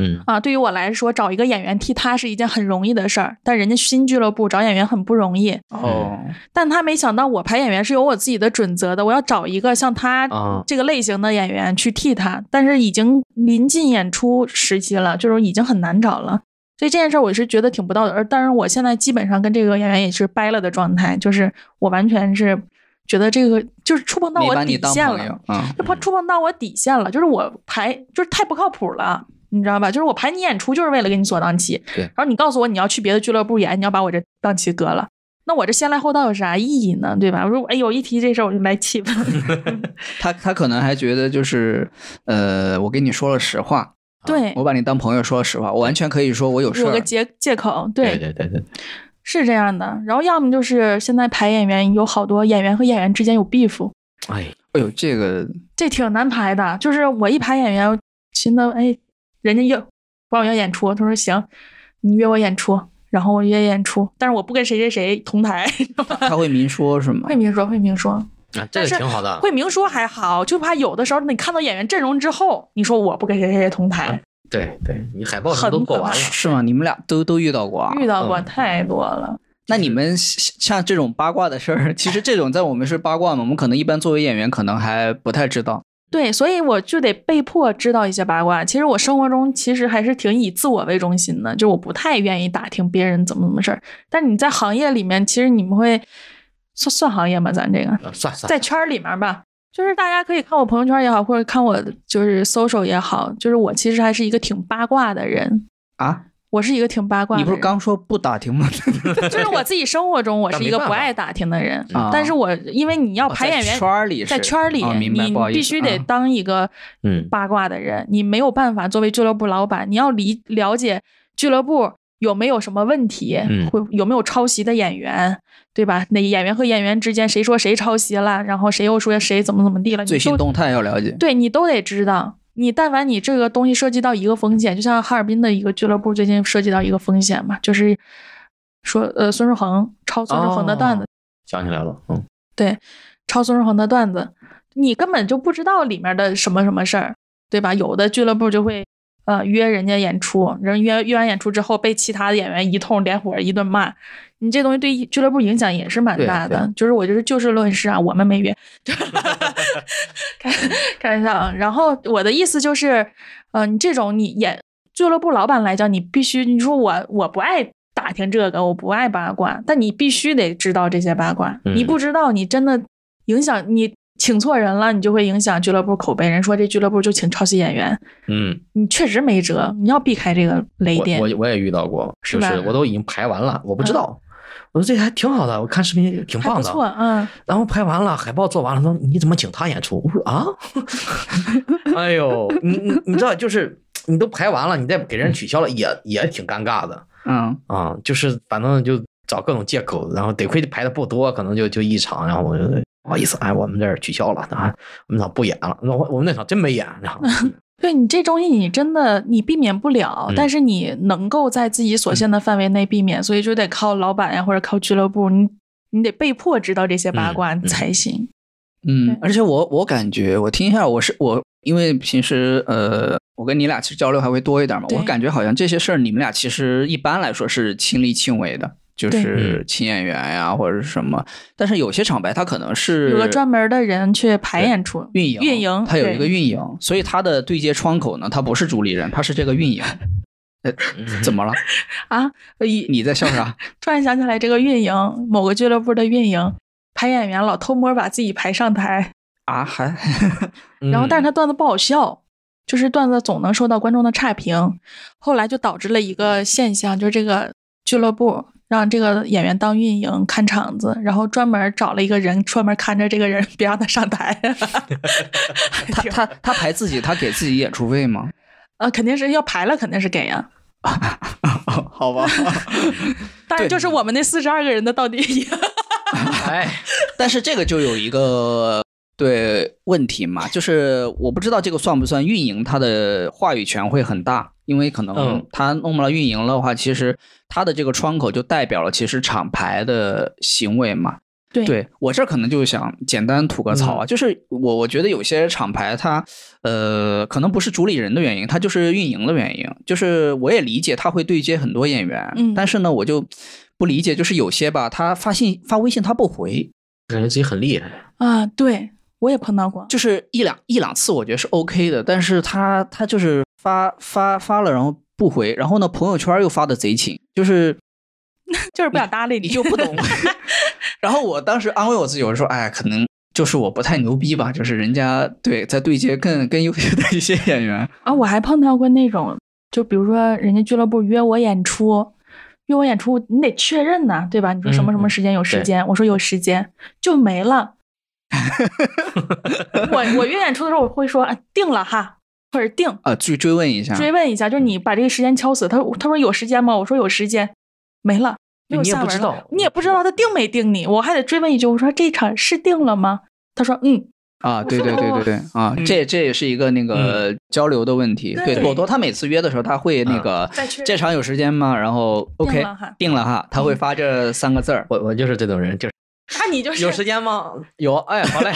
Speaker 3: 嗯
Speaker 1: 啊，对于我来说，找一个演员替他是一件很容易的事儿，但人家新俱乐部找演员很不容易。
Speaker 2: 哦，
Speaker 1: 但他没想到我排演员是有我自己的准则的，我要找一个像他
Speaker 3: 啊
Speaker 1: 这个类型的演员去替他，但是已经临近演出时期了，就是已经很难找了。所以这件事儿我是觉得挺不道德，而但是我现在基本上跟这个演员也是掰了的状态，就是我完全是觉得这个就是触碰到
Speaker 2: 没
Speaker 1: 我
Speaker 2: 把你
Speaker 1: 底
Speaker 2: 当
Speaker 1: 线
Speaker 2: 朋
Speaker 1: 了
Speaker 2: 友，，嗯，
Speaker 1: 就碰触碰到我底线了，就是我排就是太不靠谱了。你知道吧？就是我排你演出，就是为了给你锁档期。
Speaker 3: 对
Speaker 1: 然后你告诉我你要去别的俱乐部演，你要把我这档期割了，那我这先来后到有啥意义呢？对吧？我说，哎呦，一提这事儿我就来气愤。
Speaker 2: 他他可能还觉得就是，呃，我跟你说了实话，
Speaker 1: 对，
Speaker 2: 啊我把你当朋友说了实话，我完全可以说我有事
Speaker 1: 有个
Speaker 2: 儿，
Speaker 1: 借借口，
Speaker 3: 对对对对，
Speaker 1: 是这样的。然后要么就是现在排演员有好多演员和演员之间有 beef，
Speaker 3: 哎，
Speaker 2: 哎呦，这 个
Speaker 1: 这挺难排的。就是我一排演员，寻思哎，人家要管我要演出，他说行，你约我演出，然后我约演出，但是我不跟谁谁谁同台。
Speaker 2: 他会明说是吗
Speaker 1: 慧？明说，慧明说，
Speaker 3: 啊，这
Speaker 1: 但
Speaker 3: 个
Speaker 1: 是
Speaker 3: 挺好的，
Speaker 1: 慧明说还好，就怕有的时候你看到演员阵容之后，你说我不跟谁谁谁同台，
Speaker 3: 对对，你海报什么都
Speaker 1: 很
Speaker 3: 过完了，
Speaker 2: 是吗？你们俩都都遇到过啊？
Speaker 1: 遇到过
Speaker 3: 嗯
Speaker 1: 太多了。
Speaker 2: 那你们像像这种八卦的事儿，其实这种在我们是八卦嘛，我们可能一般作为演员可能还不太知道。
Speaker 1: 对，所以我就得被迫知道一些八卦。其实我生活中其实还是挺以自我为中心的，就我不太愿意打听别人怎么怎么事儿。但你在行业里面，其实你们会算算行业吗？咱这个
Speaker 3: 啊算算
Speaker 1: 在圈儿里面吧，就是大家可以看我朋友圈也好，或者看我就是 social 也好，就是我其实还是一个挺八卦的人。
Speaker 2: 啊，
Speaker 1: 我是一个挺八卦的
Speaker 2: 你
Speaker 1: 人，
Speaker 2: 不是刚啊说不打听吗？
Speaker 1: 就是我自己生活中我
Speaker 3: 但
Speaker 1: 是一
Speaker 3: 没
Speaker 1: 个
Speaker 3: 办
Speaker 1: 不
Speaker 3: 法
Speaker 1: 爱打听的人，
Speaker 2: 啊
Speaker 1: 但是我因为你要排演员，
Speaker 2: 在圈儿里是，
Speaker 1: 在圈儿里，
Speaker 2: 啊明白
Speaker 1: 你
Speaker 2: 不好意思
Speaker 1: 必须得
Speaker 2: 啊
Speaker 1: 当一个
Speaker 3: 嗯
Speaker 1: 八卦的人，你没有办法作为俱乐部老板，你要理了解俱乐部有没有什么问题，
Speaker 3: 嗯
Speaker 1: 会有没有抄袭的演员，对吧？那演员和演员之间谁说谁抄袭了，然后谁又说谁怎么怎么地了，
Speaker 2: 最
Speaker 1: 你
Speaker 2: 新
Speaker 1: 都
Speaker 2: 动态要了解。
Speaker 1: 对你都得知道。你但凡你这个东西涉及到一个风险，就像哈尔滨的一个俱乐部最近涉及到一个风险嘛，就是说呃孙世恒抄孙世恒的段子，
Speaker 3: 哦想起来了，嗯，
Speaker 1: 抄孙世恒的段子，你根本就不知道里面的什么什么事儿，对吧？有的俱乐部就会呃约人家演出，人约约完演出之后被其他的演员一通连火一顿骂，你这东西对俱乐部影响也是蛮大
Speaker 3: 对
Speaker 1: 的。就是我就是就事论事啊，我们没约， 开开玩笑啊。然后我的意思就是，嗯、你这种你演俱乐部老板来讲，你必须你说我我不爱。打听这个，我不爱八卦，但你必须得知道这些八卦。
Speaker 3: 嗯
Speaker 1: 你不知道，你真的影响你请错人了，你就会影响俱乐部口碑。人说这俱乐部就请抄袭演员，
Speaker 3: 嗯，
Speaker 1: 你确实没辙，你要避开这个雷
Speaker 3: 我
Speaker 1: 电。
Speaker 3: 我我也遇到过，
Speaker 1: 是
Speaker 3: 就是
Speaker 1: 吧嗯
Speaker 3: 我都已经排完了，我不知道，我说这还挺好的，我看视频挺
Speaker 1: 还
Speaker 3: 棒
Speaker 1: 不
Speaker 3: 的，
Speaker 1: 错，嗯，
Speaker 3: 然后拍完了，海报做完了，说你怎么请他演出？我说啊， 哎呦，你你你知道，就是你都排完了，你再给人取消了，也也挺尴尬的
Speaker 2: 嗯，
Speaker 3: 啊。就是反正就找各种借口，然后得亏排的不多，可能就就一场，然后我就不好意思，哎，我们这儿取消了，啊，我们那场不演了，那我我们那场真没演，然后
Speaker 1: 对你这东西，你真的你避免不了，
Speaker 3: 嗯
Speaker 1: 但是你能够在自己所限的范围内避免，所以就得靠老板呀，或者靠俱乐部，你你得被迫知道这些八卦
Speaker 3: 嗯嗯
Speaker 1: 才行。对
Speaker 2: 嗯，而且我我感觉，我听一下，我是我，因为平时呃，我跟你俩其实交流还会多一点嘛，
Speaker 1: 对
Speaker 2: 我感觉好像这些事儿你们俩其实一般来说是亲力亲为的，就
Speaker 1: 对
Speaker 2: 是
Speaker 3: 嗯
Speaker 2: 请演员呀、或者是什么，但是有些厂牌它可能是
Speaker 1: 有个专门的人去排
Speaker 2: 对
Speaker 1: 演出
Speaker 2: 运营，
Speaker 1: 运营
Speaker 2: 它有一个
Speaker 1: 对
Speaker 2: 运营，所以它的对接窗口呢，它不是主理人，它是这个运营。呃，怎么了？
Speaker 1: 啊，一
Speaker 2: 你在笑啥？
Speaker 1: 突然想起来，这个运营某个俱乐部的运营排演员老偷摸把自己排上台，
Speaker 2: 啊，还
Speaker 1: 然后但是
Speaker 3: 他
Speaker 2: 嗯
Speaker 1: 他段子不好笑，就是段子总能受到观众的差评，后来就导致了一个现象，就是这个俱乐部让这个演员当运营看场子，然后专门找了一个人专门看着这个人， 别让他上台。
Speaker 2: 他他他排自己，他给自己演出费吗？
Speaker 1: 呃，肯定是要排了，肯定是给呀、
Speaker 2: 好吧，
Speaker 1: 当然，
Speaker 2: 对
Speaker 1: 就是我们那四十二个人的到底一样
Speaker 3: 哎，
Speaker 2: 但是这个就有一个对问题嘛，就是我不知道这个算不算运营，他的话语权会很大，因为可能
Speaker 3: 嗯
Speaker 2: 他弄不了运营的话，其实他的这个窗口就代表了其实厂牌的行为嘛。
Speaker 1: 对
Speaker 2: 对我这儿可能就想简单吐个
Speaker 3: 嗯
Speaker 2: 槽啊，就是我我觉得有些厂牌它呃可能不是主理人的原因，它就是运营的原因，就是我也理解他会对接很多演员，
Speaker 1: 嗯
Speaker 2: 但是呢我就不理解，就是有些吧，他发信发微信他不回，
Speaker 3: 感觉自己很厉害，
Speaker 1: 啊，对我也碰到过，
Speaker 2: 就是一两一两次我觉得是 OK 的，但是他他就是发发发了然后不回，然后呢朋友圈又发的贼勤，就是
Speaker 1: 就是不想搭理
Speaker 2: 你
Speaker 1: 你，
Speaker 2: 就 不懂。 然后我当时安慰我自己，我说：“哎，可能就是我不太牛逼吧，就是人家对在对接更更优秀的一些演员。
Speaker 1: 啊，我还碰到过那种，就比如说人家俱乐部约我演出，约我演出，你得确认呐、对吧？你说什么什
Speaker 3: 嗯
Speaker 1: 么
Speaker 3: 嗯
Speaker 1: 时间有时
Speaker 3: 对
Speaker 1: 间，我说有时间就没 了。我我约演出的时候，我会说啊定了哈，或者定
Speaker 2: 啊，去追问一下，
Speaker 1: 追问一下，
Speaker 3: 嗯
Speaker 1: 就是你把这个时间敲死。他说他说有时间吗？我说有时间，没了。没有
Speaker 3: 哎你也
Speaker 1: 下
Speaker 3: 不
Speaker 1: 文
Speaker 3: 知
Speaker 1: 了
Speaker 3: 道
Speaker 1: 你也不知道他定没定你，我还得追问一句，我说这场是定了吗？他说嗯，
Speaker 2: 啊，对对对对对啊，
Speaker 3: 嗯
Speaker 2: 这这也是一个那个交流的问题。
Speaker 1: 对
Speaker 2: 对，朵朵她每次约的时候，她会那个
Speaker 1: 再确认
Speaker 2: 这场有时间吗？然后 OK
Speaker 1: 了哈
Speaker 2: 定了哈，她会发这三个字儿。
Speaker 3: 我我就是这种人，就是
Speaker 1: 那你就是
Speaker 3: 有时间 吗？有，哎，好嘞。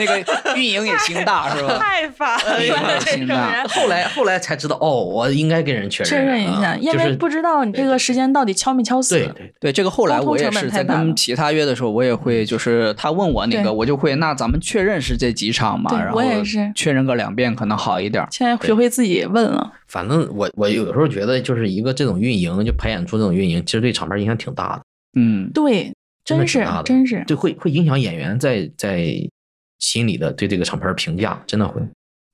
Speaker 2: 那个运营也心大 是吧？
Speaker 1: 太烦
Speaker 2: 哎呀
Speaker 1: 了，这
Speaker 2: 天
Speaker 1: 种
Speaker 2: 哪
Speaker 1: 人。
Speaker 3: 后来后来才知道，哦，我应该跟人确认
Speaker 1: 确认一下，
Speaker 3: 啊
Speaker 1: 因
Speaker 3: 就
Speaker 1: 为
Speaker 3: 是
Speaker 1: 不知道你这个时间到底敲没敲死。
Speaker 3: 对对，
Speaker 2: 对这个后来
Speaker 1: 沟通
Speaker 2: 我也
Speaker 1: 成本
Speaker 2: 是
Speaker 1: 太
Speaker 2: 在
Speaker 1: 大了
Speaker 2: 跟其他约的时候，我也会就是他问我哪
Speaker 1: 对
Speaker 2: 个，我就会那咱们确认是这几场嘛，
Speaker 1: 对
Speaker 2: 然后
Speaker 1: 我也是
Speaker 2: 确认个两遍可能好一点儿。
Speaker 1: 现在学会自己问了。
Speaker 3: 反正我我有时候觉得，就是一个这种运营，就排演出这种运营，其实对厂牌影响挺大的，
Speaker 2: 嗯，
Speaker 1: 对，真
Speaker 3: 真的挺
Speaker 1: 是
Speaker 3: 大的
Speaker 1: 真是。
Speaker 3: 就会会影响演员在在心里的对这个厂牌评价，真的会。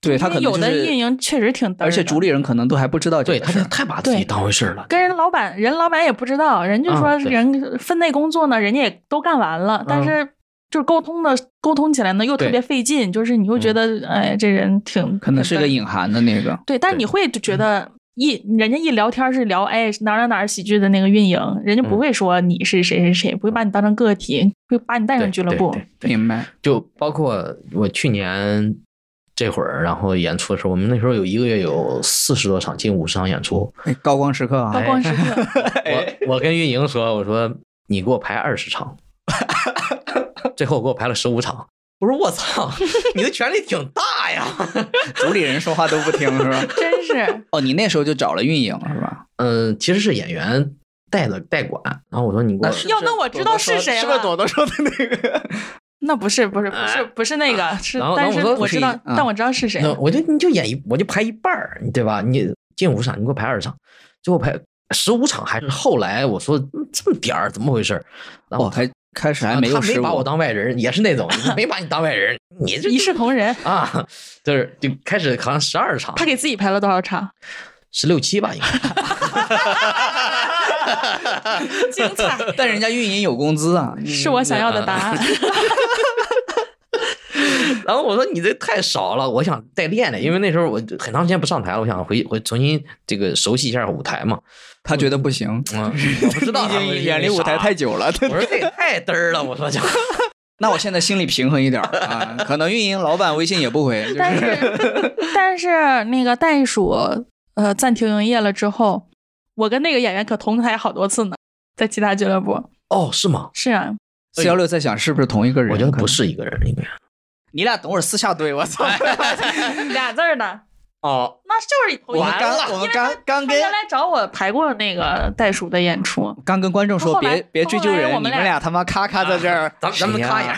Speaker 2: 对他
Speaker 1: 因为
Speaker 2: 可能、
Speaker 1: 有
Speaker 2: 就是、
Speaker 1: 的运营确实挺嘚儿的
Speaker 2: 而且主理人可能都还不知道这
Speaker 3: 对
Speaker 2: 个
Speaker 3: 他
Speaker 2: 事
Speaker 3: 就
Speaker 2: 儿
Speaker 3: 太把自己
Speaker 1: 对
Speaker 3: 当回事儿了。
Speaker 1: 跟人老板，人老板也不知道，人就说
Speaker 3: 啊对嗯
Speaker 1: 人分内工作呢，人家也都干完了，但是就是沟通的沟通起来呢又特
Speaker 3: 对嗯
Speaker 1: 别费劲，就是你又觉得、哎这人挺
Speaker 2: 可能是
Speaker 1: 挺嘚
Speaker 2: 个
Speaker 1: 儿
Speaker 2: 隐含的那个。
Speaker 1: 对，但
Speaker 3: 对嗯
Speaker 1: 你会就觉得一人家一聊天是聊哎哪儿哪儿哪儿喜剧的那个运营，人家不
Speaker 3: 嗯
Speaker 1: 会说你是谁谁谁，不会把你当成个体，会把你带上
Speaker 3: 对
Speaker 1: 俱乐
Speaker 3: 对
Speaker 1: 部
Speaker 3: 对。 对
Speaker 2: 明白，
Speaker 3: 就包括我去年这会儿，然后演出的时候，我们那时候有一个月有四十多场，近五十场演出。
Speaker 2: 哎高光时 刻啊
Speaker 1: 高！光时 刻，
Speaker 3: 我我跟运营说，我说你给我排二十 场，最后我给我排了十五场。我说我 操，你的权力挺大呀。
Speaker 2: 主理人说话都不听是吧？
Speaker 1: 真是
Speaker 2: 哦，你那时候就找了运营是吧？
Speaker 3: 嗯，其实是演员带的代管。然后我说你给我，
Speaker 1: 要那我知道是谁了
Speaker 2: 是不是朵朵说的那个？
Speaker 1: 那不是不是不是不是那个是
Speaker 3: 然后，
Speaker 1: 但
Speaker 3: 然后
Speaker 1: 是
Speaker 3: 我说
Speaker 1: 我知道
Speaker 2: 是，
Speaker 1: 但哎啊我知道是谁
Speaker 3: 那。我就你就演一，我就排一半儿，对吧？你进五场，你给我排二十场，最后排十五场，还是后来我说嗯这么点儿，怎么回事儿？然后
Speaker 2: 哦，还开始还没有
Speaker 3: 啊他没
Speaker 2: 失误
Speaker 3: 把我当外人，也是 那种没把你当外人，你这
Speaker 1: 一视同仁，
Speaker 3: 啊，就是就开始好像十二场
Speaker 1: 他，给自己排了多少场？
Speaker 3: 十六七吧，应该。
Speaker 1: 精 彩，
Speaker 2: 但人家运营有工资
Speaker 3: 嗯
Speaker 2: 啊，
Speaker 1: 是我想要的答案。
Speaker 3: 然后我说你这太少了，我想再练练，因为那时候我很长时间不上台了，我想回回重新这个熟悉一下舞台嘛。
Speaker 2: 他觉得不行，
Speaker 3: 嗯，我不知 道
Speaker 2: 毕
Speaker 3: 他们
Speaker 2: 竟远离舞台太久了。
Speaker 3: 我说这也太嘚儿了，我 说就。
Speaker 2: 那我现在心里平衡一点儿啊，可能运营老板微信也不回，就
Speaker 1: 但
Speaker 2: 是
Speaker 1: 是但是那个袋鼠呃暂停营业了之后，我跟那个演员可同台好多次呢，在其他俱乐部。
Speaker 3: 哦，是吗？
Speaker 1: 是 啊，
Speaker 2: 四幺六在想是不是同一个人？
Speaker 3: 我觉得不，是一个人，应该。
Speaker 2: 你俩等会儿私下怼 我操！
Speaker 1: 俩字儿的，
Speaker 3: 哦，
Speaker 1: 那就是同一
Speaker 2: 我
Speaker 1: 个
Speaker 2: 们
Speaker 1: 人因
Speaker 2: 刚我
Speaker 1: 为
Speaker 2: 们刚刚
Speaker 1: 他
Speaker 2: 跟
Speaker 1: 原来找我排过那个袋鼠的演 出，
Speaker 2: 刚跟观众说
Speaker 1: 后来
Speaker 2: 别别追究
Speaker 1: 后来
Speaker 2: 人，
Speaker 1: 我
Speaker 2: 你
Speaker 1: 们
Speaker 2: 们俩他妈咔咔在这儿，
Speaker 3: 啊咱咱们
Speaker 2: 谁呀
Speaker 3: 看一眼。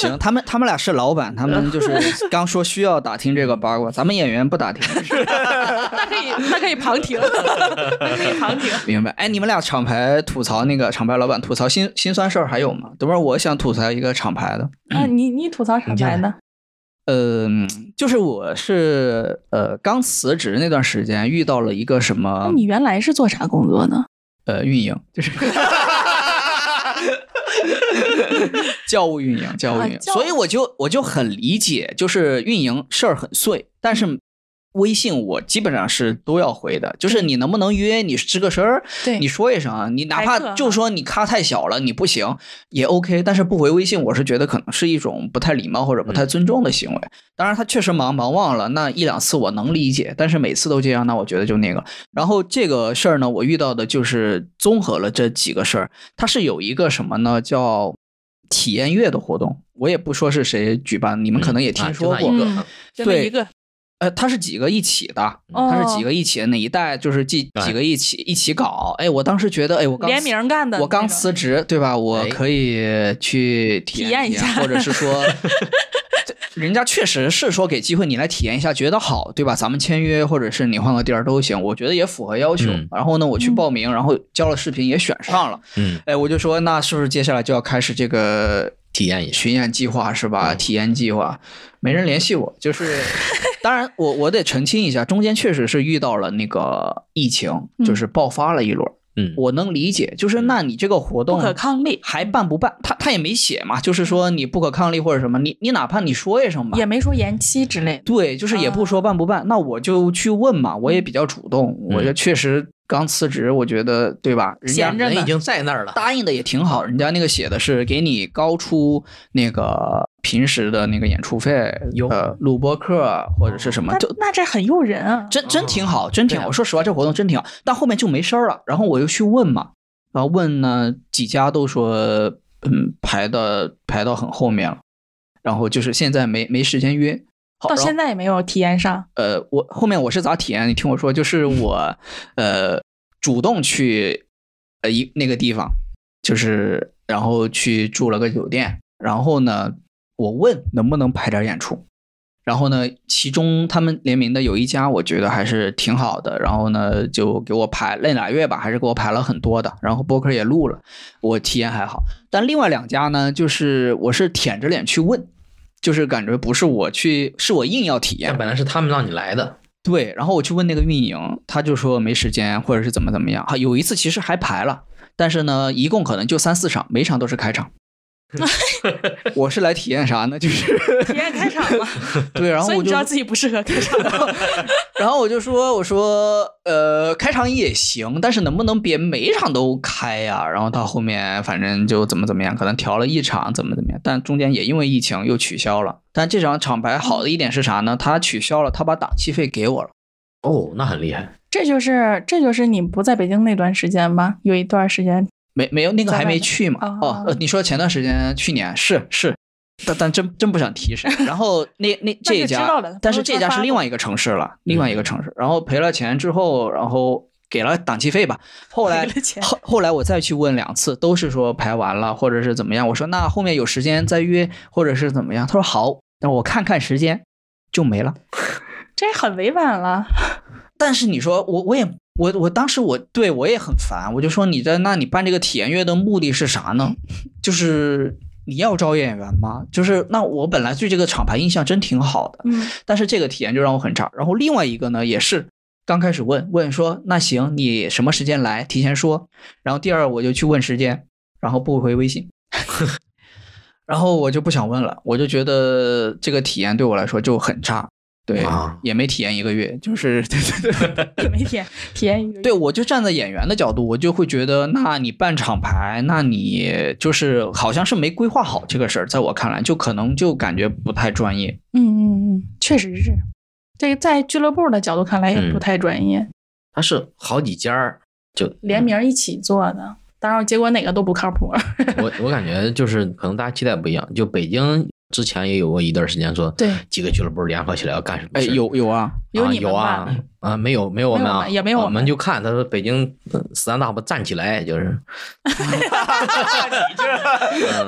Speaker 2: 行，他们他们俩是老板，他们就是 刚说需要打听这个八卦，咱们演员不打 听，
Speaker 1: 那可以那可以旁听， 那可以旁听。
Speaker 2: 明白？哎，你们俩厂牌吐槽那个厂牌老板吐槽心心酸事儿还有吗？等会儿我想吐槽一个厂牌的，
Speaker 1: 啊，你你吐槽啥
Speaker 3: 你进
Speaker 1: 牌
Speaker 3: 来
Speaker 1: 呢？
Speaker 2: 嗯，就是我是呃刚辞职那段时间遇到了一个什
Speaker 1: 那
Speaker 2: 么
Speaker 1: 你原来是做啥工作呢？
Speaker 2: 呃运营，就是 教务运营，教务运营，
Speaker 1: 啊教务
Speaker 2: 所以我就我就很理解，就是运营事儿很碎，但是微信我基本上是都要回的，就是你能不能约，你吱个声儿，
Speaker 1: 对
Speaker 2: 你说一声啊，你哪
Speaker 1: 开课
Speaker 2: 怕
Speaker 1: 哈
Speaker 2: 就说你咖太小了，你不行也 OK，但是不回微信，我是觉得可能是一种不太礼貌或者不太尊重的行为。当然，他确实忙忙忘了，那一两次我能理解，但是每次都这样，那我觉得就那个。然后这个事儿呢，我遇到的就是综合了这几个事儿，它是有一个什么呢，叫体验月的活动，我也不说是谁举办，你们 可能也听说
Speaker 3: 啊就
Speaker 2: 过
Speaker 3: 那一。
Speaker 1: 嗯
Speaker 3: 个啊
Speaker 1: 就那
Speaker 2: 对
Speaker 1: 一个，
Speaker 2: 呃，它是几个一起的，
Speaker 1: 哦
Speaker 2: 它是几个一起，哪一代就是几
Speaker 3: 哎
Speaker 2: 几个一起一起搞。哎，我当时觉得，哎，我刚
Speaker 1: 联名干的那种，
Speaker 2: 我刚辞职，对吧？我
Speaker 3: 哎
Speaker 2: 可以去
Speaker 1: 体
Speaker 2: 体
Speaker 1: 验
Speaker 2: 验
Speaker 1: 一下
Speaker 2: 或者是 说。人家确实是说给机会你来体验一下，觉得好，对吧？咱们签约或者是你换个地儿都行，我觉得也符合要求。
Speaker 3: 嗯
Speaker 2: 然后呢，我去报名，然后交了视频也选上了，
Speaker 3: 嗯，
Speaker 2: 哎，我就说那是不是接下来就要开始这个
Speaker 3: 体验一下，
Speaker 2: 巡演计划是吧？
Speaker 3: 嗯
Speaker 2: 体验计划，没人联系我，就是， 当然我我得澄清一下，中间确实是遇到了那个疫情，
Speaker 1: 嗯
Speaker 2: 就是爆发了一轮，
Speaker 3: 嗯，
Speaker 2: 我能理解，就是那你这个活
Speaker 1: 不
Speaker 2: 动
Speaker 1: 可抗力，
Speaker 2: 还办不办？他他也没写嘛，就是说你不可抗力或者什么，你你哪怕你说一声吧
Speaker 1: 也，啊没说延期之类的。
Speaker 2: 对，就是也不说办不办，那我就去问嘛，我也比较主动，我
Speaker 3: 嗯
Speaker 2: 就确实刚辞职，我觉得对吧？人家
Speaker 1: 闲着呢
Speaker 3: 人已经在那儿了，
Speaker 2: 答应的也挺好，人家那个写的是给你高出那个平时的那个演出费
Speaker 3: 哟，
Speaker 2: 呃，录播课或者是什么，
Speaker 1: 那
Speaker 2: 就
Speaker 1: 那这很诱人啊！
Speaker 2: 真真挺好，真挺
Speaker 3: 对
Speaker 2: 好。
Speaker 3: 啊
Speaker 2: 我说实话，这活动真挺好，但后面就没声儿了。然后我又去问嘛，然后问呢几家都说，嗯，排的排到很后面了，然后就是现在没没时间约。好
Speaker 1: 到
Speaker 2: 然后
Speaker 1: 现在也没有体验上，
Speaker 2: 呃，我后面我是咋体验？你听我说，就是我呃主动去呃一那个地方，就是然后去住了个酒店，然后呢，我问能不能排点演出，然后呢，其中他们联名的有一家，我觉得还是挺好的，然后呢就给我排那俩月吧，还是给我排了很多的，然后播客也录了，我体验还好。但另外两家呢，就是我是舔着脸去问。就是感觉不是我去，是我硬要体验
Speaker 3: 但，本来是他们让你来的，
Speaker 2: 对，然后我去问那个运营，他就说没时间，或者是怎么怎么样。啊，有一次其实还排了，但是呢，一共可能就三四场，每场都是 开场。我是来体验啥呢？就是
Speaker 1: 体验开场嘛，
Speaker 2: 对， 然后
Speaker 1: 所以
Speaker 2: 我
Speaker 1: 你
Speaker 2: 就
Speaker 1: 知，道自己不适合开场。
Speaker 2: 然后我就说，我说，呃，开场也行，但是能不能别每场都开呀、然后到后面反正就怎么怎么样，可能调了一场，怎么怎么样，但中间也因为疫情又取消了。但这场厂牌好的一点是啥呢？他取消了，他把档期费给我了。
Speaker 3: 哦，那很厉害，
Speaker 1: 这就是这就是你不在北京那段时间吧？有一段时间
Speaker 2: 没没有那个
Speaker 1: 在
Speaker 2: 还
Speaker 1: 外
Speaker 2: 没
Speaker 1: 面
Speaker 2: 去嘛？
Speaker 1: 哦
Speaker 2: 哦，呃，你说前段时间去年是是，但但真真不想提谁。然 后那那这一
Speaker 1: 就知道
Speaker 2: 家
Speaker 1: 了，嗯
Speaker 2: 但是
Speaker 1: 朋
Speaker 2: 这
Speaker 1: 友圈
Speaker 2: 家
Speaker 1: 发
Speaker 2: 是另
Speaker 1: 过
Speaker 2: 外一个城市了，另外一个城市。然后赔了钱之后，然后给了档期费吧。后来
Speaker 1: 赔了钱
Speaker 2: 后后来我再去问两次，都是说排完了或者是怎么样。我说那后面有时间再约，或者是怎么样？他说好，那我看看时间，就没了。
Speaker 1: 这很委婉了，
Speaker 2: 但是你说我我也我我当时我对我也很烦，我就说你在那你办这个体验月的目的是啥呢？就是你要招演员吗？就是那我本来对这个厂牌印象真挺好的，
Speaker 1: 嗯，
Speaker 2: 但是这个体验就让我很差。然后另外一个呢，也是刚开始问问说，那行你什么时间来，提前说。然后第二我就去问时间，然后不回微信， 然后我就不想问了，我就觉得这个体验对我来说就很差。对
Speaker 3: 啊，
Speaker 2: 也没体验一个月，就是， 对对对，
Speaker 1: 也没体验体验一个
Speaker 2: 对我就站在演员的角度，我就会觉得，那你办厂牌，那你就是好像是没规划好这个事儿，在我看来，就可能就感觉不太专业。
Speaker 1: 嗯嗯嗯，确实是。这个在俱乐部的角度看来也
Speaker 2: 嗯
Speaker 1: 不太专业，
Speaker 3: 他是好几家儿就
Speaker 1: 联名一起做的，当然结果哪个都不靠谱。
Speaker 2: 啊
Speaker 3: 我我感觉就是可能大家期待不一样，就北京之前也有过一段时间说，
Speaker 1: 对
Speaker 3: 几个俱乐部联合起来要干什么
Speaker 2: 哎，
Speaker 3: 事儿
Speaker 2: 有有啊，
Speaker 1: 有
Speaker 3: 啊
Speaker 1: 你们
Speaker 3: 有啊啊没有没有我们
Speaker 1: 没有我
Speaker 3: 啊
Speaker 1: 们也没有我
Speaker 3: 我
Speaker 1: 们
Speaker 3: 们就看他说北京呃死党大不站起来就是，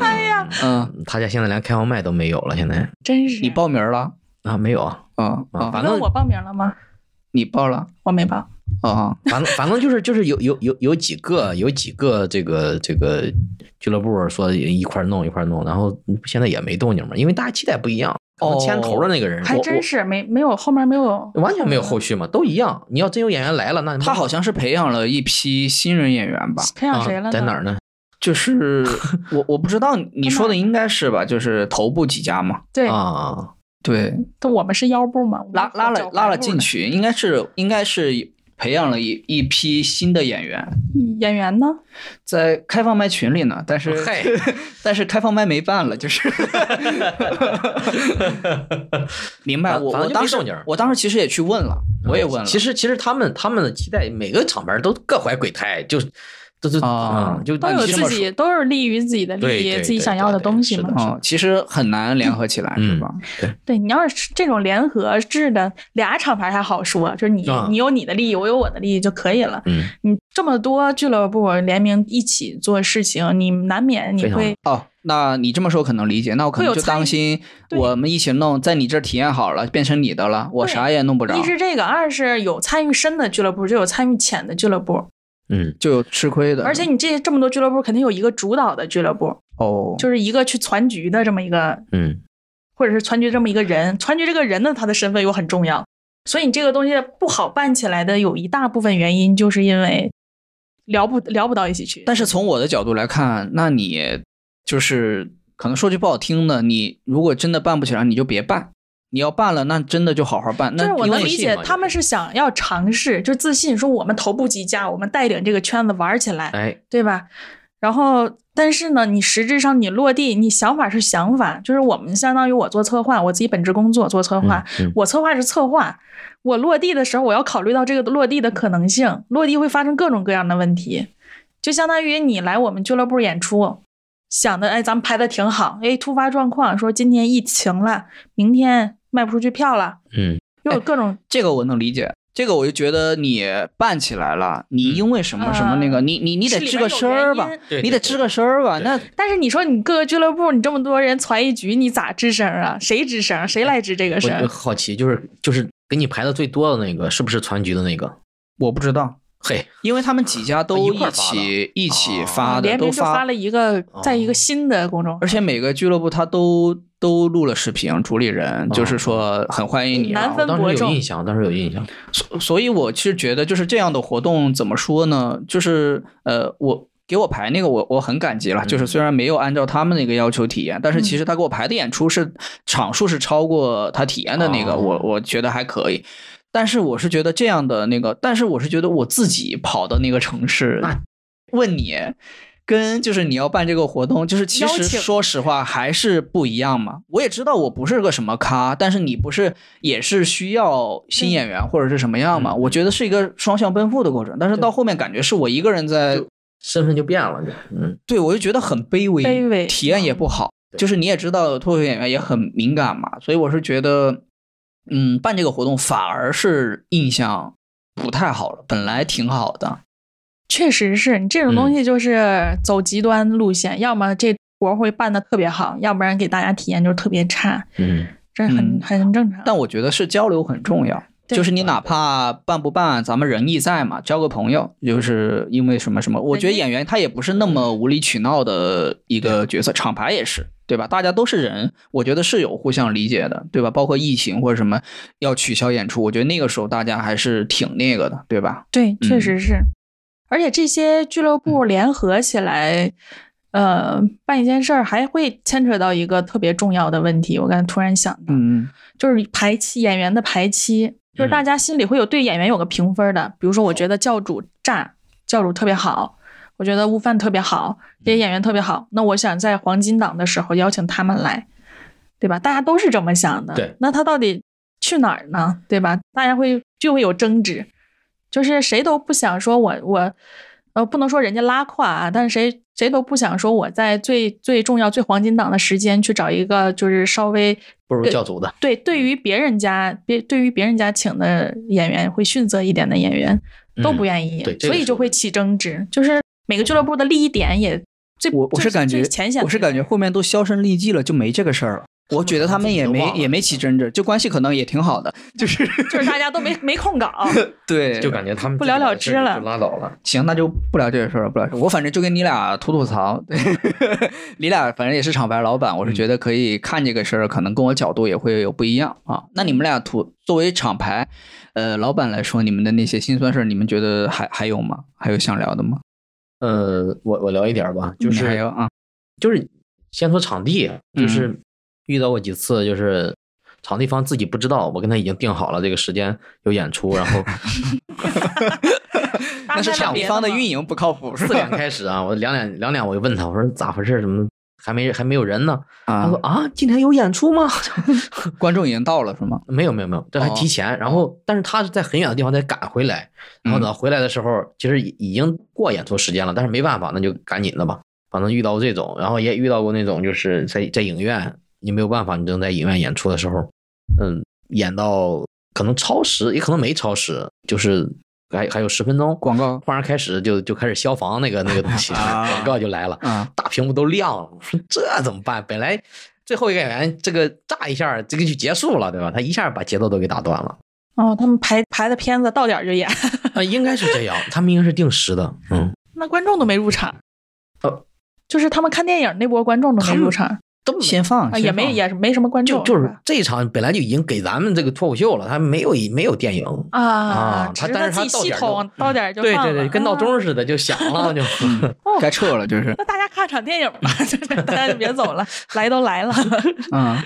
Speaker 3: 哎呀，
Speaker 2: 嗯，
Speaker 3: 他家现在连开放麦都没有了，现在
Speaker 1: 真是
Speaker 2: 你报名了，
Speaker 3: 啊没有啊，
Speaker 2: 嗯
Speaker 3: 啊
Speaker 2: 啊，
Speaker 3: 反
Speaker 1: 你问
Speaker 3: 正
Speaker 1: 我报名了吗？
Speaker 2: 你报了，
Speaker 1: 我没报，
Speaker 2: 啊，
Speaker 3: 反正反正就是就是有有有有几个有几个这个这个俱乐部说一块儿弄一块儿弄，然后现在也没动静嘛，因为大家期待不一样，可能牵头的那个人
Speaker 1: 哦还
Speaker 3: 我
Speaker 1: 真是没没有后面没有
Speaker 3: 完全没有后续嘛，都一样。你要真有演员来了，那你
Speaker 2: 他好像是培养了一批新人演员吧，
Speaker 1: 培养谁了
Speaker 3: 啊
Speaker 1: 呢？
Speaker 3: 在哪儿呢？
Speaker 2: 就是我我不知道你说的应该是吧，就是头部几家嘛，
Speaker 1: 对，
Speaker 3: 啊，
Speaker 2: 对，
Speaker 1: 但我们是腰部嘛，我们
Speaker 2: 拉拉
Speaker 1: 脚
Speaker 2: 了
Speaker 1: 踝
Speaker 2: 拉了
Speaker 1: 部
Speaker 2: 进
Speaker 1: 的。
Speaker 2: 去，应该是应该是培养了一一批新的演员，
Speaker 1: 演员呢？
Speaker 2: 在开放麦群里呢，但是
Speaker 3: 嗨
Speaker 2: 但是开放麦没办了，就是 明白
Speaker 3: 反
Speaker 2: 我
Speaker 3: 反
Speaker 2: 我
Speaker 3: 正就
Speaker 2: 当
Speaker 3: 没
Speaker 2: 时
Speaker 3: 动静儿嗯
Speaker 2: 我当时其实也去问了，我也问了，
Speaker 3: 其实其实他们他们的期待，每个厂牌都各怀鬼胎，就是都是
Speaker 2: 啊
Speaker 3: 嗯就
Speaker 1: 都
Speaker 2: 那你
Speaker 1: 有
Speaker 2: 这
Speaker 1: 自
Speaker 2: 么
Speaker 1: 己，都是利于自己的
Speaker 3: 对
Speaker 1: 利益，
Speaker 3: 对
Speaker 1: 自己
Speaker 3: 对
Speaker 1: 想要的
Speaker 3: 对
Speaker 1: 东西
Speaker 3: 是
Speaker 1: 嘛
Speaker 3: 的。
Speaker 2: 哦，其实很难联合起来，
Speaker 3: 嗯
Speaker 2: 是吧？
Speaker 1: 对，你要是这种联合制的俩厂牌还好说，就是你、
Speaker 3: 啊
Speaker 1: 你有你的利益，我有我的利益就可以了。
Speaker 3: 嗯，
Speaker 1: 你这么多俱乐部联名一起做事情，你难免你
Speaker 3: 非常
Speaker 1: 会
Speaker 2: 哦，那你这么说可能理解，那我可
Speaker 1: 会有
Speaker 2: 能就
Speaker 1: 参与
Speaker 2: 当心
Speaker 1: 对
Speaker 2: 我们一起弄，在你这儿体验好了，变成你的了，我
Speaker 1: 对
Speaker 2: 啥也弄不着
Speaker 1: 一，是这个，二是有参与深的俱乐部就有参与浅的俱乐部，
Speaker 3: 嗯，
Speaker 2: 就有吃亏的。
Speaker 1: 而且你这这么多俱乐部肯定有一个主导的俱乐部，
Speaker 2: 哦，
Speaker 1: 就是一个去攒局的这么一个，
Speaker 3: 嗯，
Speaker 1: 或者是攒局这么一个人，攒局这个人呢他的身份又很重要，所以你这个东西不好办起来的有一大部分原因就是因为聊不聊不到一起去。
Speaker 2: 但是从我的角度来看，那你就是可能说句不好听的，你如果真的办不起来，你就别办。你要办了，那真的就好好办。那
Speaker 1: 就是我
Speaker 2: 因
Speaker 1: 能
Speaker 2: 为
Speaker 1: 理
Speaker 3: 信
Speaker 1: 解
Speaker 3: 嘛，
Speaker 1: 他们是想要尝试，就自信，说我们头部极佳，我们带领这个圈子玩起来，
Speaker 3: 哎，
Speaker 1: 对吧？然后，但是呢，你实质上你落地，你想法是想法，就是我们相当于我做策划，我自己本职工作做策划，
Speaker 3: 嗯嗯
Speaker 1: 我策划是策划，我落地的时候我要考虑到这个落地的可能性，落地会发生各种各样的问题，就相当于你来我们俱乐部演出。想的哎，咱们排的挺好，哎，突发状况说今天疫情了，明天卖不出去票了，
Speaker 3: 嗯，
Speaker 1: 又
Speaker 2: 哎
Speaker 1: 有各种
Speaker 2: 这个我能理解，这个我就觉得你办起来了，你因为什么什么那个，
Speaker 1: 嗯
Speaker 2: 你你你得
Speaker 1: 是里
Speaker 2: 吱
Speaker 1: 边
Speaker 2: 个
Speaker 1: 有
Speaker 2: 声儿
Speaker 1: 原
Speaker 2: 吧
Speaker 1: 因，
Speaker 3: 嗯对
Speaker 2: 你得吱个声儿吧。
Speaker 3: 对
Speaker 2: 那
Speaker 3: 对
Speaker 1: 但是你说你各个俱乐部，你这么多人攒一局，你咋吱声啊？谁吱声？谁来吱这个
Speaker 3: 我就
Speaker 1: 声？
Speaker 3: 好奇，就是就是给你排的最多的那个，是不是传局的那个？
Speaker 2: 我不知道，
Speaker 3: 嘿，
Speaker 2: 因为他们 几家都
Speaker 3: 呃一块
Speaker 2: 一
Speaker 3: 儿发的
Speaker 2: 起一起
Speaker 3: 哦
Speaker 2: 发的，
Speaker 1: 联名
Speaker 2: 都
Speaker 1: 就发了一个，在一个
Speaker 3: 哦
Speaker 1: 新的公众号
Speaker 2: 而，且每个俱乐部他都都录了视频，主理
Speaker 3: 哦
Speaker 2: 人、就是说很欢迎你、啊。
Speaker 1: 难
Speaker 3: 我
Speaker 1: 分
Speaker 3: 当
Speaker 1: 伯
Speaker 3: 时有
Speaker 1: 仲
Speaker 3: 印。象，当时有印象，
Speaker 2: 所所以，我是觉得就是这样的活动怎么说呢？就是呃，我给我排那个我我很感激了，就是
Speaker 1: 嗯
Speaker 2: 虽然没有按照他们那个要求体验，但是其实他给我排的演出是场数是超过他体验的那个，
Speaker 3: 哦
Speaker 2: 我我觉得还可以。但是我是觉得这样的那个，但是我是觉得我自己跑到那个城市
Speaker 1: 啊
Speaker 3: 那，
Speaker 2: 问你。跟就是你要办这个活动，就是其
Speaker 1: 邀
Speaker 2: 实
Speaker 1: 请
Speaker 2: 说实话还是不一样嘛。我也知道我不是个什么咖，但是你不是也是需要新
Speaker 1: 对
Speaker 2: 演员或者是什么样嘛？我觉得是一个双向奔赴的过程，但是到后面感觉是我一个人在，
Speaker 3: 身份就变了，就嗯，
Speaker 2: 对我就觉得很卑微，
Speaker 1: 卑微
Speaker 2: 体验也不好。
Speaker 3: 对
Speaker 2: 就是你也知道，脱口秀演员也很敏感嘛，所以我是觉得，嗯，办这个活动反而是印象不太好了，本来挺好的。
Speaker 1: 确实是你这种
Speaker 2: 嗯
Speaker 1: 东西就是走极端路线，要么这活会办的特别好，要不然给大家体验就是特别差，
Speaker 3: 嗯，
Speaker 1: 这很
Speaker 2: 嗯
Speaker 1: 很正常。
Speaker 2: 但我觉得是交流很重要，
Speaker 1: 对
Speaker 2: 就是你哪怕办不办，咱们仁义在嘛，交个朋友，就是因为什么什么，我觉得演员他也不是那么无理取闹的一个角色，厂牌也是，对吧？大家都是人，我觉得是有互相理解的，对吧？包括疫情或者什么要取消演出，我觉得那个时候大家还是挺那个的，对吧？
Speaker 1: 对，确
Speaker 2: 嗯
Speaker 1: 实是。而且这些俱乐部联合起来，呃，办一件事儿还会牵扯到一个特别重要的问题，我刚才突然想到。
Speaker 2: 嗯，
Speaker 1: 就是排期演员的排期，就是
Speaker 3: 嗯
Speaker 1: 大家心里会有对演员有个评分的。比如说，我觉得教主炸，教主特别好，我觉得悟饭特别好，这
Speaker 3: 嗯
Speaker 1: 些演员特别好。那我想在黄金档的时候邀请他们来，对吧？大家都是这么想的。
Speaker 3: 对，
Speaker 1: 那他到底去哪儿呢？对吧？大家会就会有争执，就是谁都不想说我我。呃，不能说人家拉胯啊，但是谁谁都不想说我在最最重要、最黄金档的时间去找一个就是稍微
Speaker 3: 不如教主的，
Speaker 1: 对，对于别人家别对于别人家请的演员会逊色一点的演员都不
Speaker 3: 嗯
Speaker 1: 愿意，
Speaker 3: 对这
Speaker 1: 所
Speaker 3: 个
Speaker 1: 以
Speaker 3: 是
Speaker 1: 就会起争执，就是每个俱乐部的利益点也最
Speaker 2: 我我
Speaker 1: 最
Speaker 2: 是感觉
Speaker 1: 最浅显，
Speaker 2: 我是感觉后面都销声匿迹了，就没这个事儿了。我觉得他们也
Speaker 3: 自己都
Speaker 2: 没
Speaker 3: 忘了
Speaker 2: 也没起争执，就关系可能也挺好的，就是
Speaker 1: 就是大家都 没没空搞，
Speaker 2: 对，
Speaker 3: 就感觉他们
Speaker 1: 不了了之了
Speaker 3: 就拉倒了，
Speaker 2: 行，那就不聊这个事儿了，不聊这个。我反正就跟你俩吐吐槽，对你俩反正也是厂牌老板，我是觉得可以看这个事儿，可能跟我角度也会有不一样啊。那你们俩吐作为厂牌，呃，老板来说，你们的那些辛酸事儿，你们觉得还还有吗？还有想聊的吗？
Speaker 3: 呃，我我聊一点
Speaker 1: 嗯
Speaker 3: 吧，就
Speaker 2: 你还
Speaker 3: 是
Speaker 2: 有啊，
Speaker 3: 就是先说场地，就是遇到过几次，就是场地方自己不知道，我跟他已经定好了这个时间有演出，然后
Speaker 1: 那
Speaker 2: 是场地方的运
Speaker 1: 营，
Speaker 2: 营不靠谱，是
Speaker 3: 四点
Speaker 2: 吧？
Speaker 3: 开始啊，我两点两点我就问他，我说咋回事？怎么还没还没有人呢？他
Speaker 2: 啊
Speaker 3: 说，啊，今天有演出吗？
Speaker 2: 观众已经到了是吗？
Speaker 3: 没有没有没有，这还提前。然后，但是他是在很远的地方再赶回来，然后等到回来的时候，其实已已经过演出时间了，但是没办法，那就赶紧的吧。反正遇到过这种，然后也遇到过那种，就是在在影院，你没有办法，你正在影院演出的时候，嗯，演到可能超时，也可能没超时，就是还还有十分钟，
Speaker 2: 广告
Speaker 3: 忽然开始就就开始消防那个那个东西，
Speaker 2: 啊
Speaker 3: 广告就来了。
Speaker 2: 啊，
Speaker 3: 大屏幕都亮了，我说这怎么办？本来最后一个演员这个炸一下，这个就结束了，对吧？他一下把节奏都给打断了，
Speaker 1: 哦，他们排排的片子到点儿就演，
Speaker 3: 啊，应该是这样，他们应该是定时的，嗯，
Speaker 1: 那观众都没入场，
Speaker 3: 呃
Speaker 1: 就是他们看电影那波观众都没入场
Speaker 3: 都
Speaker 2: 先放
Speaker 1: 啊，也没。也没什么观
Speaker 3: 就
Speaker 1: 众，
Speaker 3: 就是是
Speaker 1: 吧
Speaker 3: 这场本来就已经给咱们这个脱口秀了，他没有没有电影，啊
Speaker 1: 啊，
Speaker 3: 他
Speaker 1: 只
Speaker 3: 但是
Speaker 1: 自己
Speaker 3: 他到
Speaker 1: 系
Speaker 3: 点儿就
Speaker 1: 统到点儿就
Speaker 3: 对
Speaker 1: 放
Speaker 3: 对对，
Speaker 1: 了
Speaker 3: 跟闹
Speaker 1: 啊
Speaker 3: 钟似的就响了，就
Speaker 1: 哦
Speaker 2: 先放嗯该撤了，就是
Speaker 1: 那大家看场电影吧， 就是大家就别走了，来都来了。
Speaker 2: 嗯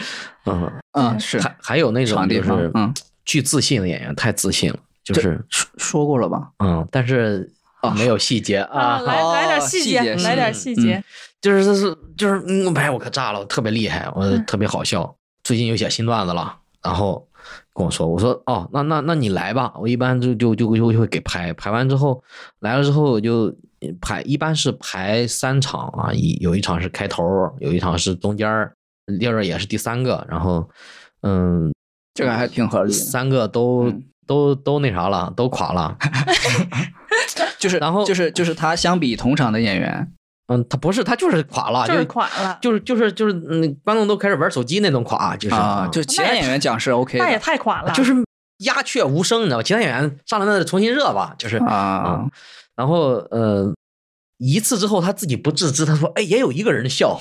Speaker 3: 嗯，
Speaker 2: 嗯是
Speaker 3: 还还有那种
Speaker 2: 场地
Speaker 3: 就
Speaker 2: 方
Speaker 3: 是
Speaker 2: 嗯
Speaker 3: 巨自信的演员，太自信了，就
Speaker 2: 这
Speaker 3: 是
Speaker 2: 说说过了吧？
Speaker 3: 嗯，但是
Speaker 2: 啊
Speaker 3: 没有细节
Speaker 1: 啊，
Speaker 3: 啊，
Speaker 1: 来来点
Speaker 2: 哦
Speaker 1: 细
Speaker 2: 细
Speaker 1: 节，
Speaker 2: 节
Speaker 1: 来点
Speaker 3: 是
Speaker 1: 细
Speaker 2: 嗯
Speaker 1: 节。
Speaker 3: 就是这是就是嗯，哎，我可炸了，我特别厉害，我
Speaker 1: 嗯
Speaker 3: 特别好笑。最近又写新段子了，然后跟我说，我说哦，那那那你来吧，我一般就就就就会给排，排完之后来了之后我就排，一般是排三场啊，一有一场是开头，有一场是中间儿，六儿也是第三个，然后嗯，
Speaker 2: 这个还挺合理的，
Speaker 3: 三个都、
Speaker 2: 嗯
Speaker 3: 都都那啥了，都垮了。
Speaker 2: 就是
Speaker 3: 然后
Speaker 2: 就是就是他相比同场的演员，
Speaker 3: 嗯，他不是，他啊就是垮了，
Speaker 1: 就是垮了
Speaker 3: 就是就是就是，嗯，观众都开始玩手机那种垮，就是
Speaker 2: 啊，就其他演员讲是 OK
Speaker 1: 那也
Speaker 2: 的
Speaker 1: 太垮了，
Speaker 3: 就是鸦雀无声，你知道吧？其他演员上来那得重新热吧，就是，
Speaker 2: 啊
Speaker 3: 嗯，然后呃，一次之后他自己不自知，他说：“哎，也有一个人笑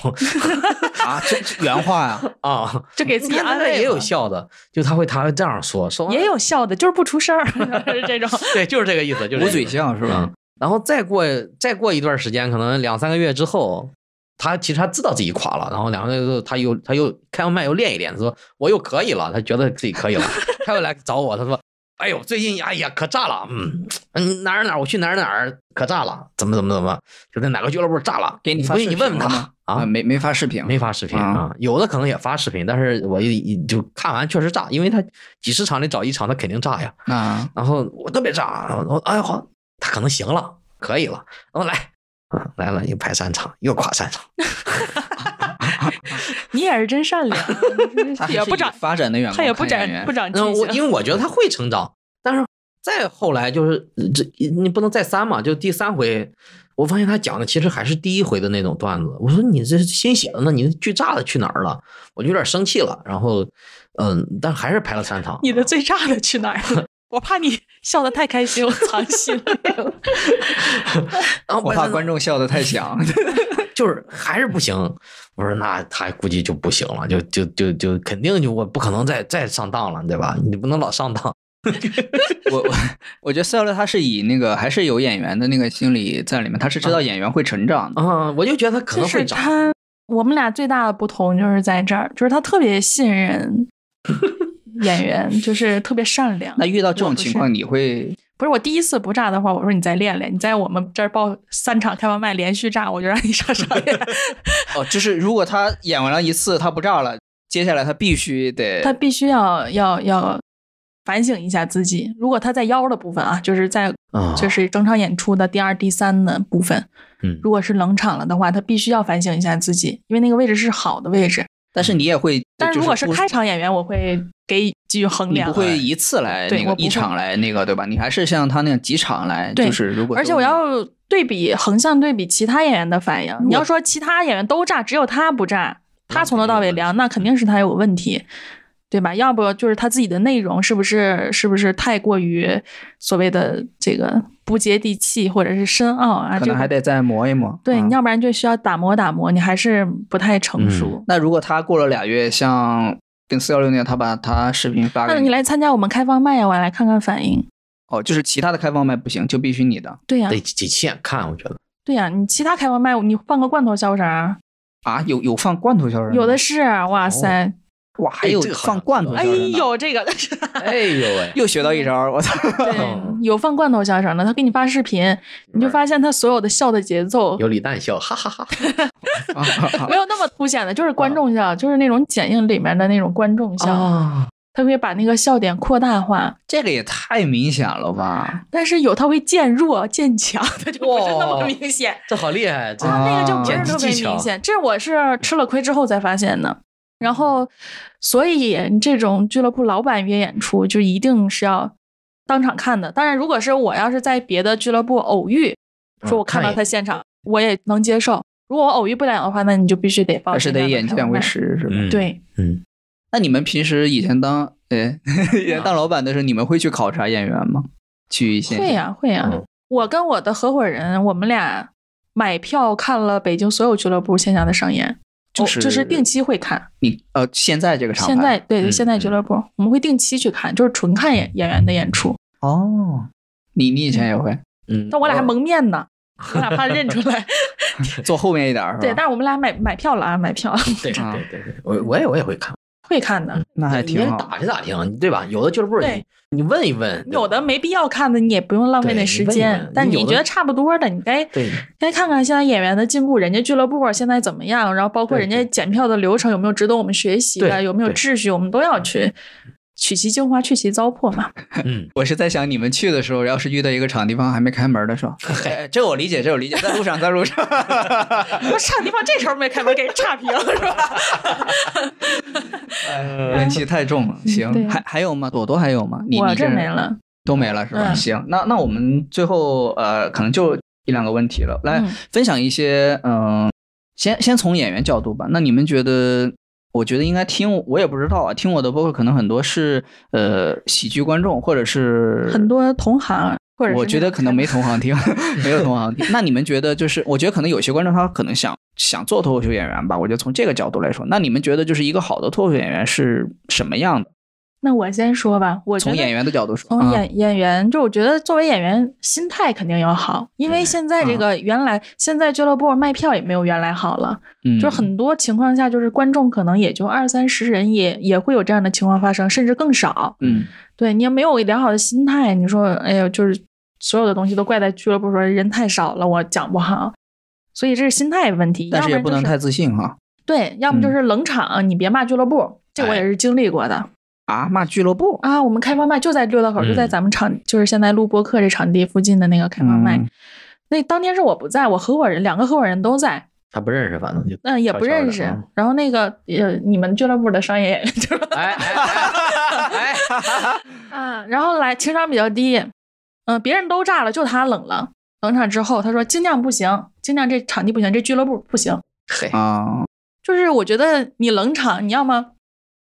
Speaker 2: 啊，这这原话呀，
Speaker 3: 啊，
Speaker 1: 就给自己
Speaker 3: 你看
Speaker 1: 安
Speaker 3: 那
Speaker 1: 慰嘛。
Speaker 3: 也有笑的，就他会他会这样说，说完
Speaker 1: 也有笑的，就是不出 声儿，就是这种。
Speaker 3: 对，就是这个意思， 就是这
Speaker 2: 捂
Speaker 3: 个
Speaker 2: 嘴
Speaker 3: 意思
Speaker 2: 笑是吧
Speaker 3: 嗯？然后再过再过一段时间，可能两三个月之后，他其实他知道自己垮了，然后两个月之后他又他又开完麦又练一练，说我又可以了，他觉得自己可 以了，他又来找我，他说。哎呦，最近哎呀可炸了，嗯嗯哪儿哪儿我去哪儿哪儿可炸了，怎么怎么怎么，就在哪个俱乐部炸了，
Speaker 2: 给你
Speaker 3: 你
Speaker 2: 发
Speaker 3: 回去
Speaker 2: 视
Speaker 3: 你问问
Speaker 2: 频了
Speaker 3: 他
Speaker 2: 吗
Speaker 3: 啊，
Speaker 2: 没没发视频，
Speaker 3: 没发视频啊，有的可能也发视频，但是我一一就看完确实炸，因为他几十场里找一场他肯定炸呀，
Speaker 2: 啊，
Speaker 3: 然后我特别炸，然后哎好，他可能行了，可以了，然后来，嗯来了又排三场，又垮三场，
Speaker 1: 你也是真善 良，
Speaker 2: 他还
Speaker 1: 也
Speaker 2: 是
Speaker 1: 不
Speaker 2: 以
Speaker 1: 长，
Speaker 2: 发展的远，
Speaker 1: 他也不长不长记
Speaker 3: 然后我
Speaker 1: 性。
Speaker 3: 因为我觉得他会成长，但是再后来就是呃这你不能再三嘛，就第三回，我发现他讲的其实还是第一回的那种段子，我说你这新写的呢，你剧炸的去哪儿了？我就有点生气了，然后嗯，但还是排了三场，
Speaker 1: 你的最炸的去哪儿了？ 我怕你笑得太开心，我藏心了。
Speaker 3: 然后
Speaker 2: 我怕
Speaker 3: 众。
Speaker 2: 观众笑得太响，
Speaker 3: 就是还是不行。我说那他估计就不行了，就就就就肯定就我不可能再再上当了，对吧？你不能老上当。
Speaker 2: 我我我觉得四幺六他是以那个还是有演员的那个心理在里面，他是
Speaker 3: 嗯
Speaker 2: 知道演员会成长
Speaker 1: 嗯
Speaker 2: 的，
Speaker 3: 啊、我就觉得他可
Speaker 1: 就
Speaker 3: 能
Speaker 1: 是
Speaker 3: 会长。
Speaker 1: 他，我们俩最大的不同就是在这儿，就是他特别信 任演员，就是特别善良。
Speaker 2: 那遇到这
Speaker 1: 我
Speaker 2: 种
Speaker 1: 不
Speaker 2: 情
Speaker 1: 是
Speaker 2: 况你会
Speaker 1: 不是我第一次不炸的话，我说你再练练，你在我们这儿报三场开完麦连续炸，我就让你上上 演。
Speaker 2: 哦，就是如果他演完了一次他不炸了，接下来他必须得
Speaker 1: 他必须要要要反省一下自己。如果他在腰的部分啊，就是在
Speaker 3: 啊
Speaker 1: 就是整场演出的第二、第三的部分，
Speaker 3: 嗯
Speaker 1: 如果是冷场了的话，他必须要反省一下自己，因为那个位置是好的位置。
Speaker 2: 但是你也会，
Speaker 1: 但是如果是
Speaker 2: 不
Speaker 1: 开场演员，我会给给予衡
Speaker 2: 你
Speaker 1: 量
Speaker 2: 不。会一次来
Speaker 1: 对
Speaker 2: 那个
Speaker 1: 我不
Speaker 2: 一场
Speaker 1: 会
Speaker 2: 来那个对吧？你还是像他那样几场来，
Speaker 1: 对
Speaker 2: 就是如果
Speaker 1: 而且
Speaker 2: 都
Speaker 1: 我要对比横向对比其他演员的反应。你要说其他演员都炸，只有他不炸，他从头到尾凉，那肯定是他有问题，对吧？要不就是他自己的内容是不是是不是太过于所谓的这个不接地气或者是深奥啊？
Speaker 2: 可
Speaker 1: 这
Speaker 2: 能
Speaker 1: 个
Speaker 2: 还得再磨一磨。
Speaker 1: 对，
Speaker 2: 嗯
Speaker 1: 你要不然就需要打磨打磨，你还是不太成熟。
Speaker 2: 那如果他过了俩月，像跟四幺六那样，他把他视频发
Speaker 1: 那
Speaker 2: 给
Speaker 1: 你来参加我们开放麦呀、我来看看反应。
Speaker 2: 哦，就是其他的开放麦不行，就必须你的
Speaker 1: 对呀、
Speaker 3: 得得亲眼看，我觉得。
Speaker 1: 对呀、你其他开放麦，你放个罐头笑声啊，
Speaker 2: 啊？有有放罐头笑声吗？
Speaker 1: 有的是啊，哇塞！
Speaker 2: 哇，还有
Speaker 3: 这个好
Speaker 2: 放罐头
Speaker 1: 哎
Speaker 2: 小人的，
Speaker 1: 呦，这个
Speaker 3: 哎呦喂，
Speaker 2: 又学到一招儿，我操！
Speaker 1: 对，有放罐头笑声的，他给你发视频，你就发现他所有的笑的节奏
Speaker 3: 有李诞笑，哈哈哈
Speaker 1: 没有那么凸显的，就是观众笑，就是那种剪映里面的那种观众笑，
Speaker 3: 啊！
Speaker 1: 他会把那个笑点扩大化，
Speaker 2: 这个也太明显了吧？
Speaker 1: 但是有他会渐弱渐强， 他就不是那么明显。
Speaker 3: 这好厉害，这
Speaker 1: 他那个就不是
Speaker 3: 剪辑
Speaker 1: 特别
Speaker 3: 技巧
Speaker 1: 明显，这我是吃了亏之后才发现的。然后，所以你这种俱乐部老板约演出，就一定是要当场看的。当然，如果是我要是在别的俱乐部偶遇，说我看到他现场，我也能接受。如果我偶遇不了的话，那你就必须得啊放
Speaker 2: 还是得演啊见为
Speaker 1: 实。
Speaker 2: 实，是吧？
Speaker 3: 嗯，
Speaker 1: 对，
Speaker 3: 嗯，
Speaker 2: 那你们平时以前当哎 以
Speaker 1: 啊
Speaker 2: 前当老板的时候，你们会去考察演员吗？去一线
Speaker 1: 会呀、会呀、
Speaker 3: 嗯
Speaker 1: 我跟我的合伙人，我们俩买票看了北京所有俱乐部线下的商演，
Speaker 2: 就
Speaker 1: 哦
Speaker 2: 是
Speaker 1: 就是定期会看。
Speaker 2: 你呃，现在这个厂牌
Speaker 1: 现在对
Speaker 3: 嗯
Speaker 1: 对，现在俱乐部、我们会定期去看，就是纯看演演员的演出。
Speaker 2: 哦，你你以前也会
Speaker 3: 嗯，
Speaker 1: 但我俩还蒙面呢，我俩怕认出来。
Speaker 2: 坐后面一点儿是吧？
Speaker 1: 对，但是我们俩买买票了啊，买票
Speaker 3: 对
Speaker 2: 啊
Speaker 3: 对对对，我我也我也会看，
Speaker 1: 会看的，
Speaker 2: 那还
Speaker 3: 你
Speaker 2: 挺
Speaker 3: 也
Speaker 2: 好。
Speaker 3: 打听打听，对吧？有的俱乐部
Speaker 1: 对
Speaker 3: 你你问一问，对吧
Speaker 1: 有的没必要看的你也不用浪费
Speaker 3: 对
Speaker 1: 那
Speaker 3: 你
Speaker 1: 时
Speaker 3: 问一
Speaker 1: 间
Speaker 3: 问。
Speaker 1: 但
Speaker 3: 你
Speaker 1: 你
Speaker 3: 有的
Speaker 1: 觉得差不多的，你该
Speaker 3: 对
Speaker 1: 该看看现在演员的进步，人家俱乐部现在怎么样，然后包括
Speaker 3: 对
Speaker 1: 人家检票的流程有没有值得我们学习的，
Speaker 3: 对
Speaker 1: 有没有
Speaker 3: 对
Speaker 1: 秩序，我们都要去取其精华，去其糟粕嘛。
Speaker 3: 嗯，
Speaker 2: 我是在想，你们去的时候，要是遇到一个场地方还没开门的时候，哎这我理解，这我理解，在路上，在 路上，
Speaker 1: 我差地方这时候没开门给人差评是吧？
Speaker 3: 哎
Speaker 2: 人气太重了。
Speaker 1: 对
Speaker 2: 行，
Speaker 1: 啊
Speaker 2: 还还有吗？朵朵还有吗？你
Speaker 1: 我
Speaker 2: 你
Speaker 1: 这
Speaker 2: 这
Speaker 1: 没了。
Speaker 2: 都没了是吧？
Speaker 1: 嗯
Speaker 2: 行，那那我们最后呃，可能就一两个问题了，来
Speaker 1: 嗯
Speaker 2: 分享一些嗯、先先从演员角度吧。那你们觉得？我觉得应该听，我也不知道啊。听我的播客，可能很多是呃喜剧观众，或者是
Speaker 1: 很多同行，或者是
Speaker 2: 我觉得
Speaker 1: 那种
Speaker 2: 可能没同行听， 没有同行听。那你们觉得就是，我觉得可能有些观众他可能想想做脱口秀演员吧。我觉得从这个角度来说，那你们觉得就是一个好的脱口秀演员是什么样的？
Speaker 1: 那我先说吧，我觉
Speaker 2: 从
Speaker 1: 得
Speaker 2: 演员的角度说，
Speaker 1: 从
Speaker 2: 啊、
Speaker 1: 演演员，就我觉得作为演员，心态肯定要好，因为现在
Speaker 2: 啊
Speaker 1: 这个原来现在俱乐部卖票也没有原来好了，
Speaker 2: 嗯
Speaker 1: 就是很多情况下就是观众可能也就二三十人也也会有这样的情况发生，甚至更少。
Speaker 2: 嗯
Speaker 1: 对你也没有良好的心态，你说哎呦，就是所有的东西都怪在俱乐部说人太少了，我讲不好，所以这是心态问题。
Speaker 2: 但是
Speaker 1: 要
Speaker 2: 也
Speaker 1: 然
Speaker 2: 不
Speaker 1: 就
Speaker 2: 能
Speaker 1: 是
Speaker 2: 太自信哈
Speaker 1: 对，要么就
Speaker 2: 嗯哎
Speaker 1: 是冷场，你别骂俱乐部，这我也是经历过的。
Speaker 2: 啊！骂俱乐部，
Speaker 1: 啊，我们开放麦就在六道口，就在
Speaker 3: 嗯
Speaker 1: 咱们场，就是现在录播客这场地附近的那个开放麦。
Speaker 2: 嗯
Speaker 1: 那当天是我不在，我合伙人两个合伙人都在，
Speaker 3: 他不认识，反正就
Speaker 1: 嗯，也
Speaker 3: 悄
Speaker 1: 不
Speaker 3: 悄
Speaker 1: 认
Speaker 3: 的
Speaker 1: 识。
Speaker 3: 嗯
Speaker 1: 然后那个呃，你们俱乐部的商业演员就是
Speaker 3: 哎哎哎哎，
Speaker 1: 啊， 然后来情商比较低，嗯、别人都炸了，就他冷了。冷场之后，他说尽量不行，尽量这场地不行，这俱乐部不行。
Speaker 3: 嘿，
Speaker 2: 啊，
Speaker 1: 就是我觉得你冷场，你要么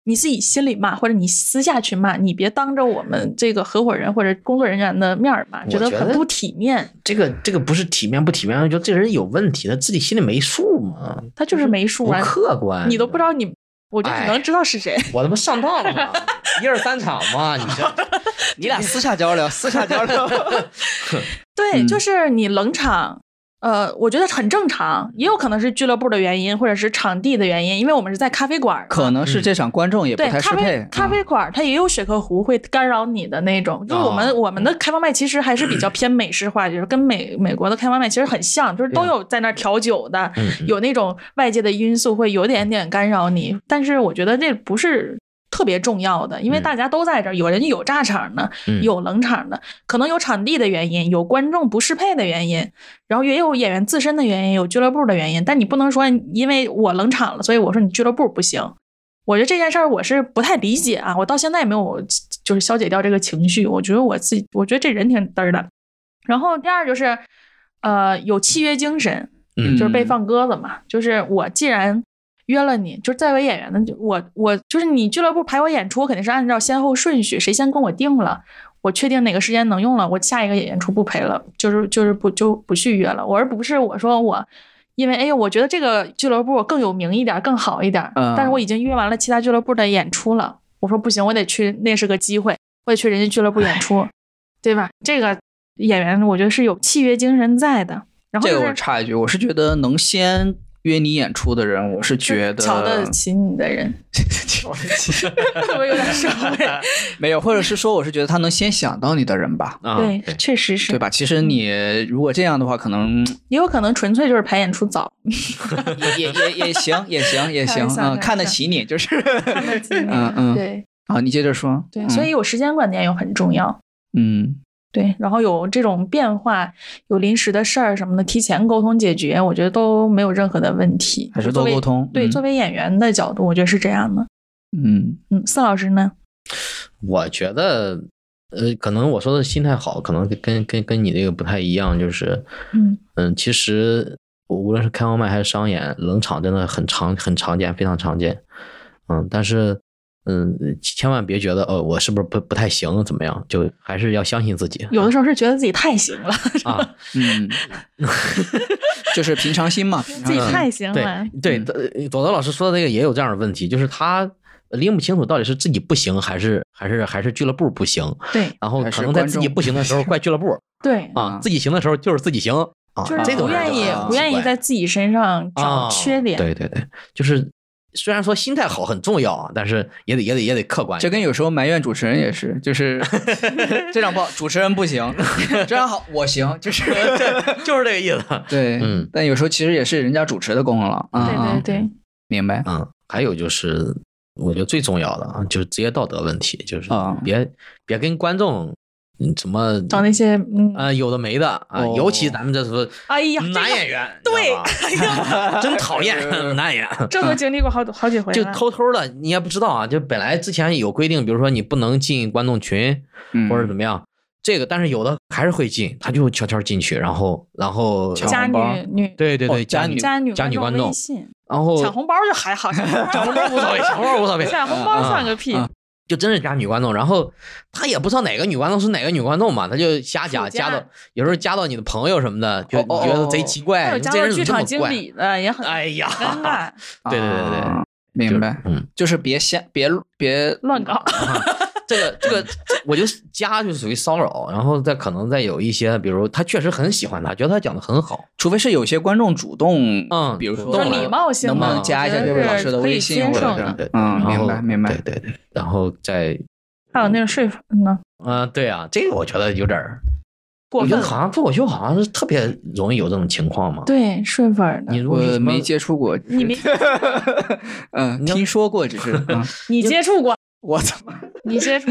Speaker 1: 你自己心里骂，或者你私下去骂，你别当着我们这个合伙人或者工作人员的面儿骂，
Speaker 3: 我
Speaker 1: 觉得
Speaker 3: 觉
Speaker 1: 很
Speaker 3: 得
Speaker 1: 不体面。
Speaker 3: 这个这个不是体面不体面，我觉得这人有问题，他自己心里没数嘛，
Speaker 1: 他就是没数
Speaker 3: 嗯不
Speaker 1: 啊，
Speaker 3: 客观，
Speaker 1: 你都不知道你，我觉得
Speaker 3: 哎
Speaker 1: 你能知道是谁。
Speaker 3: 我他妈上当了 吗？一二三场嘛，你这
Speaker 2: 你俩私下交流，私下交流。
Speaker 1: 对，
Speaker 2: 嗯
Speaker 1: 就是你冷场，呃，我觉得很正常，也有可能是俱乐部的原因，或者是场地的原因，因为我们是在咖啡馆儿。
Speaker 2: 可能是这场观众也不
Speaker 1: 嗯对，
Speaker 2: 太适
Speaker 1: 咖
Speaker 2: 配
Speaker 1: 啡
Speaker 2: 啊。
Speaker 1: 咖啡馆儿它也有雪克壶会干扰你的那种，就是我们、
Speaker 3: 哦
Speaker 1: 我们的
Speaker 2: 嗯
Speaker 1: 开放麦其实还是比较偏美式化，就是跟美 美国的开放麦其实很像，就是都
Speaker 3: 对
Speaker 1: 有在那儿调酒的，
Speaker 3: 嗯
Speaker 1: 有那种外界的因素会有点点干扰你，但是我觉得这不是特别重要的，因为
Speaker 3: 嗯
Speaker 1: 大家都在这儿，有人有炸场的，
Speaker 3: 嗯
Speaker 1: 有冷场的，可能有场地的原因，有观众不适配的原因，然后也有演员自身的原因，有俱乐部的原因，但你不能说因为我冷场了，所以我说你俱乐部不行。我觉得这件事儿我是不太理解啊，我到现在也没有就是消解掉这个情绪。我觉得我自己，我觉得这人挺嘚儿的。然后第二就是，呃，有契约精神，
Speaker 3: 嗯
Speaker 1: 就是被放鸽子嘛。就是我既然约了你，就是在为演员的，我我就是你俱乐部排我演出，我肯定是按照先后顺序，谁先跟我定了，我确定哪个时间能用了，我下一个演出不陪了，就是就是不就不续约了，我而不是我说我。因为哎呦，我觉得这个俱乐部更有名一点，更好一点。
Speaker 2: 嗯
Speaker 1: 但是我已经约完了其他俱乐部的演出了。我说不行，我得去，那是个机会，我得去人家俱乐部演出，对吧？这个演员我觉得是有契约精神在的。然后、
Speaker 2: 这
Speaker 1: 就是、
Speaker 2: 个我插一句，我是觉得能先约你演出的人，我是觉得
Speaker 1: 瞧得起你的人，
Speaker 2: 熟了其实
Speaker 1: 我有点受不
Speaker 2: 啊
Speaker 1: 了。
Speaker 2: 没有，或者是说我是觉得他能先想到你的人吧，
Speaker 3: 啊，
Speaker 1: 对，确实是嗯
Speaker 2: 对，吧？其实你如果这样的话，可能
Speaker 1: 也有可能纯粹就是排演出早，
Speaker 2: 也也也行，也行，也
Speaker 1: 开
Speaker 2: 行
Speaker 1: 玩笑
Speaker 2: 啊、
Speaker 1: 开玩
Speaker 2: 看得
Speaker 1: 笑
Speaker 2: 起你就是。嗯
Speaker 1: 嗯
Speaker 2: 嗯
Speaker 1: 对
Speaker 2: 啊，你接着说。
Speaker 1: 对，所以有时间观念又很重要。
Speaker 2: 嗯
Speaker 1: 对，然后有这种变化，有临时的事儿什么的，提前沟通解决，我觉得都没有任何的问题。
Speaker 2: 还是
Speaker 1: 作
Speaker 2: 多
Speaker 1: 为
Speaker 2: 沟通
Speaker 1: 对，
Speaker 2: 嗯
Speaker 1: 作为演员的角度，我觉得是这样的。
Speaker 2: 嗯
Speaker 1: 嗯，四老师呢？
Speaker 3: 我觉得，呃，可能我说的心态好，可能跟跟跟你这个不太一样，就是，
Speaker 1: 嗯
Speaker 3: 嗯，其实无论是开放麦还是商演，冷场真的很常很常见，非常常见。嗯，但是，嗯，千万别觉得，哦，我是不是不不太行，怎么样？就还是要相信自己
Speaker 1: 有的时候是觉得自己太行了，
Speaker 3: 啊。
Speaker 2: 嗯，就是平常心嘛，
Speaker 1: 自
Speaker 2: 平常
Speaker 1: 己
Speaker 2: 心。
Speaker 1: 太行
Speaker 3: 对
Speaker 1: 了。
Speaker 3: 对，呃左德老师说的这个也有这样的问题，就是他拎不清楚到底是自己不行，还是还是还是俱乐部不行，
Speaker 1: 对
Speaker 3: 然后
Speaker 2: 还是
Speaker 3: 可能在
Speaker 2: 观
Speaker 3: 自己
Speaker 2: 众
Speaker 3: 不行的时候怪俱乐部。
Speaker 1: 对，
Speaker 2: 啊
Speaker 3: 啊，自己行的时候就是自己行啊，
Speaker 1: 就是
Speaker 3: 这
Speaker 1: 不
Speaker 3: 种人
Speaker 1: 愿
Speaker 3: 就
Speaker 1: 意
Speaker 3: 很
Speaker 1: 不愿
Speaker 3: 奇
Speaker 1: 意
Speaker 3: 怪
Speaker 1: 在自己身上找
Speaker 3: 啊
Speaker 1: 缺点。
Speaker 3: 对对对，就是虽然说心态好很重要啊，但是也得也得也得客观。
Speaker 2: 这跟有时候埋怨主持人也是，就是 这场不好，主持人不行，这场好我行， 就是
Speaker 3: 就是这个意思。
Speaker 2: 对，
Speaker 3: 嗯
Speaker 2: 但有时候其实也是人家主持的功劳啊，啊
Speaker 1: 对对，对，
Speaker 2: 明白
Speaker 3: 嗯，还有就是我觉得最重要的啊，就是职业道德问题，就是
Speaker 2: 啊
Speaker 3: 别、别跟观众嗯怎么
Speaker 1: 找那些嗯，
Speaker 3: 啊、有的没的啊，
Speaker 2: 哦
Speaker 3: 尤其咱们这是
Speaker 1: 哎呀，这
Speaker 3: 男
Speaker 1: 个
Speaker 3: 演员，
Speaker 1: 对哎
Speaker 3: 你知道吧 真讨厌男演员。
Speaker 1: 这都经历过好多好几回
Speaker 3: 嗯就
Speaker 1: 了。
Speaker 3: 偷偷的，你也不知道啊。就本来之前有规定，比如说你不能进观众群，
Speaker 2: 嗯
Speaker 3: 或者怎么样。这个，但是有的还是会进，他就悄悄进去，然后，然后，
Speaker 2: 抢
Speaker 1: 加
Speaker 2: 红
Speaker 1: 女
Speaker 2: 包
Speaker 1: 女
Speaker 3: 对对
Speaker 2: 哦
Speaker 3: 对，
Speaker 2: 加
Speaker 3: 加
Speaker 2: 女
Speaker 1: 加女
Speaker 3: 加女观
Speaker 1: 众微
Speaker 3: 众，
Speaker 1: 信
Speaker 3: 然后哎
Speaker 1: 抢红包就还好，抢红
Speaker 3: 包无所谓， 抢红包无所谓，
Speaker 1: 抢红包算个屁，
Speaker 2: 啊
Speaker 3: 就真是加女观众。然后他也不知道哪个女观众是哪个女观众嘛，他就瞎加，
Speaker 1: 附加
Speaker 3: 加到有时候加到你的朋友什么的，就
Speaker 2: 哦
Speaker 3: 你
Speaker 2: 哦
Speaker 3: 觉得贼
Speaker 2: 哦
Speaker 3: 奇
Speaker 1: 还
Speaker 3: 怪，
Speaker 1: 有
Speaker 3: 你
Speaker 1: 加
Speaker 3: 哎这
Speaker 1: 到
Speaker 3: 人
Speaker 1: 剧
Speaker 3: 怎么
Speaker 1: 场
Speaker 3: 这
Speaker 1: 经
Speaker 3: 么怪？
Speaker 1: 理的 也很
Speaker 3: 哎呀，
Speaker 1: 尴尬，
Speaker 3: 对对对对
Speaker 2: 啊
Speaker 3: 就
Speaker 2: 明白，
Speaker 3: 嗯，啊
Speaker 2: 就是别先别别
Speaker 1: 乱搞。
Speaker 3: 这个这个，这我觉得加就属于骚扰。然后再可能再有一些，比如他确实很喜欢他，觉得他讲的很好，
Speaker 2: 除非是有些观众主动，
Speaker 3: 嗯
Speaker 2: 比如说
Speaker 3: 主动
Speaker 1: 就
Speaker 3: 来
Speaker 1: 礼貌性
Speaker 2: 能不
Speaker 1: 的
Speaker 2: 能
Speaker 1: 我
Speaker 2: 加一
Speaker 1: 觉
Speaker 2: 下
Speaker 1: 得
Speaker 2: 这位老
Speaker 1: 是
Speaker 2: 师的
Speaker 1: 可以
Speaker 2: 微信
Speaker 1: 接
Speaker 2: 或
Speaker 1: 受
Speaker 2: 者
Speaker 1: 的
Speaker 2: 是嗯，
Speaker 3: 然
Speaker 2: 明
Speaker 3: 后
Speaker 2: 白明白
Speaker 3: 对，对对，然后再，
Speaker 1: 还有那种说服呢，
Speaker 3: 嗯、对啊，这个我觉得有点儿，
Speaker 1: 过
Speaker 3: 我觉
Speaker 1: 分
Speaker 3: 得好像脱口秀好像是特别容易有这种情况嘛。，
Speaker 1: 对顺粉儿
Speaker 3: 你
Speaker 1: 的，
Speaker 3: 如果是
Speaker 2: 我
Speaker 3: 什么
Speaker 2: 没接触过，
Speaker 1: 你没
Speaker 2: 嗯，听说过，只是 嗯
Speaker 1: 你接触过，
Speaker 2: 我操，
Speaker 1: 你接触，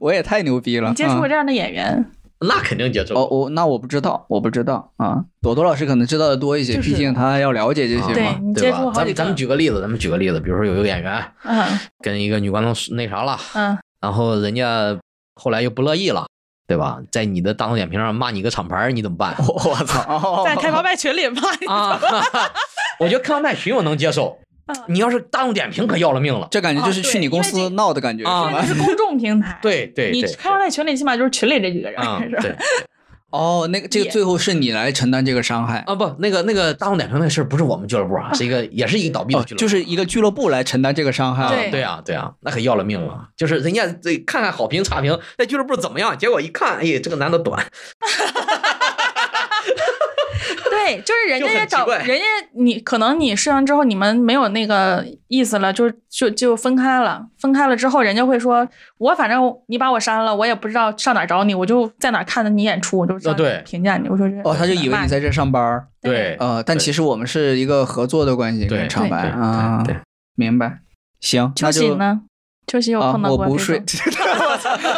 Speaker 2: 我也太牛逼了！
Speaker 1: 你接触过
Speaker 2: 嗯
Speaker 1: 这样的演员，
Speaker 3: 那肯定接啊触。
Speaker 2: 哦，我那我不知道，我不知道啊。朵朵老师可能知道的多一些，
Speaker 1: 就是
Speaker 2: 毕竟他要了解这
Speaker 3: 啊
Speaker 2: 些
Speaker 1: 对
Speaker 2: 嘛。
Speaker 1: 你接
Speaker 3: 对
Speaker 1: 触
Speaker 3: 吧
Speaker 1: 过？好
Speaker 3: 咱
Speaker 1: 几
Speaker 3: 们咱
Speaker 1: 个
Speaker 3: 们，举个例子，咱们举个例子，比如说有一个演员
Speaker 1: 嗯
Speaker 3: 跟一个女观众是那啥了，
Speaker 1: 嗯，
Speaker 3: 然后人家后来又不乐意了，对吧？在你的大众点评上骂你个厂牌儿，你怎么办？
Speaker 2: 我
Speaker 3: 哦
Speaker 2: 操！
Speaker 1: 在开放麦群里骂你，
Speaker 3: 啊， 我觉得开放麦群我能接受
Speaker 1: 嗯，
Speaker 3: 你要是大众点评可要了命了。
Speaker 2: 这感觉就是
Speaker 1: 啊
Speaker 2: 去
Speaker 1: 对
Speaker 2: 你公
Speaker 1: 因
Speaker 2: 司
Speaker 1: 为这
Speaker 2: 闹的感觉
Speaker 3: 啊
Speaker 1: 因为这？
Speaker 2: 是吧
Speaker 1: 是公众平台，
Speaker 3: 对对
Speaker 1: 你
Speaker 3: 对，
Speaker 1: 开放麦群里起码就是群里这几个人，
Speaker 3: 嗯
Speaker 1: 是吧
Speaker 3: 对？
Speaker 2: 哦，那个这个
Speaker 1: 也
Speaker 2: 最后是你来承担这个伤害，
Speaker 3: 啊不，那个那个大众点评那事儿不是我们俱乐部啊，是一个也是一个倒闭的
Speaker 2: 哦，
Speaker 3: 俱乐部，
Speaker 2: 就是一个俱乐部来承担这个伤害。
Speaker 3: 啊
Speaker 1: 对
Speaker 3: 对啊对啊，那可要了命了。就是人家这看看好评差评，那俱乐部怎么样？结果一看，哎，这个男的短，
Speaker 1: 对，就是人家
Speaker 3: 就很
Speaker 1: 也找
Speaker 3: 奇怪
Speaker 1: 人家你，可能你试完之后你们没有那个意思了，就就就分开了。分开了之后，人家会说，我反正你把我删了，我也不知道上哪儿找你，我就在哪儿看的你演出，我就上
Speaker 3: 啊对
Speaker 1: 评价你，我说
Speaker 2: 哦哦，他就以为你在这上班儿，
Speaker 1: 对
Speaker 2: 呃，但
Speaker 3: 对
Speaker 2: 其实我们是一个合作的关系，
Speaker 3: 对
Speaker 2: 跟厂牌
Speaker 3: 对
Speaker 2: 啊，
Speaker 3: 对对
Speaker 2: 明白。行，
Speaker 1: 秋
Speaker 2: 那
Speaker 1: 喜
Speaker 2: 就
Speaker 1: 呢？秋喜有
Speaker 2: 啊
Speaker 1: 碰，到
Speaker 2: 我
Speaker 1: 过这
Speaker 2: 不
Speaker 1: 种、
Speaker 2: 睡，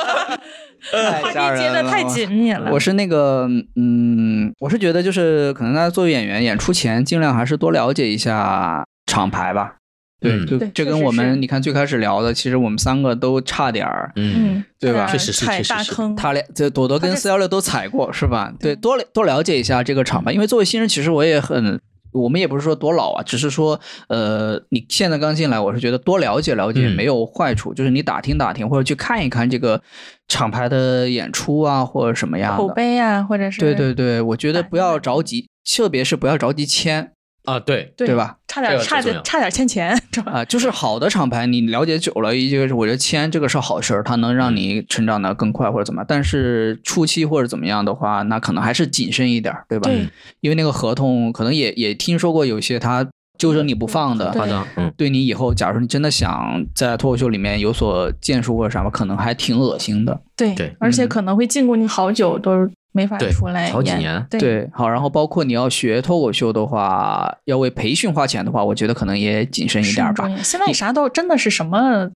Speaker 2: 太吓
Speaker 1: 话题接
Speaker 2: 人
Speaker 1: 的
Speaker 2: 了
Speaker 1: 太紧密了。
Speaker 2: 我是那个，嗯，我是觉得就是可能大家作为演员，演出前尽量还是多了解一下厂牌吧。
Speaker 3: 嗯
Speaker 2: 就
Speaker 1: 对
Speaker 2: 这
Speaker 1: 确
Speaker 2: 跟
Speaker 1: 实
Speaker 2: 我
Speaker 1: 是
Speaker 2: 们你看最开始聊的，其实我们三个都差点儿，
Speaker 3: 嗯，
Speaker 1: 嗯，
Speaker 2: 对吧
Speaker 1: 差点
Speaker 3: 确实是
Speaker 1: 踩
Speaker 3: 确实
Speaker 1: 大
Speaker 3: 是
Speaker 1: 坑。
Speaker 2: 他俩这朵
Speaker 1: 嗯
Speaker 2: 朵
Speaker 1: 他
Speaker 2: 跟
Speaker 1: 这
Speaker 2: 四幺六都踩过是吧？
Speaker 1: 对
Speaker 2: 对，多了多了解一下这个厂牌，因为作为新人，其实我也很。我们也不是说多老啊，只是说，呃，你现在刚进来，我是觉得多了解了解
Speaker 3: 嗯
Speaker 2: 没有坏处，就是你打听打听或者去看一看这个厂牌的演出啊，或者什么样
Speaker 1: 口
Speaker 2: 的。
Speaker 1: 碑啊，或者是
Speaker 2: 对对对，我觉得
Speaker 1: 打听
Speaker 2: 不
Speaker 1: 打
Speaker 2: 要
Speaker 1: 听
Speaker 2: 着急，特别是不要着急签，
Speaker 3: 啊对，
Speaker 1: 对
Speaker 2: 对？吧？
Speaker 1: 差点
Speaker 3: 这个
Speaker 1: 差
Speaker 3: 最重
Speaker 1: 点
Speaker 3: 要
Speaker 1: 差点欠钱，是吧？
Speaker 2: 啊，就是好的厂牌，你了解久了，一就是我觉得签这个是好事儿，它能让你成长的更快或者怎么样。但是初期或者怎么样的话，那可能还是谨慎一点儿，对吧？
Speaker 1: 对
Speaker 2: 因为那个合同可能也也听说过有些他揪着你不放的，
Speaker 3: 夸张，嗯，
Speaker 2: 对你以后，假如你真的想在脱口秀里面有所建树或者什么，可能还挺恶心的。
Speaker 1: 对
Speaker 3: 对
Speaker 1: 而且
Speaker 2: 嗯
Speaker 1: 可能会禁锢你好久都没法
Speaker 3: 对
Speaker 1: 出来演，
Speaker 3: 好几年
Speaker 1: 对
Speaker 2: 好，然后包括你要学脱口秀的话，要为培训花钱的话，我觉得可能也谨慎一
Speaker 1: 慎
Speaker 2: 点儿吧
Speaker 1: 重。一点现在啥都真的是什么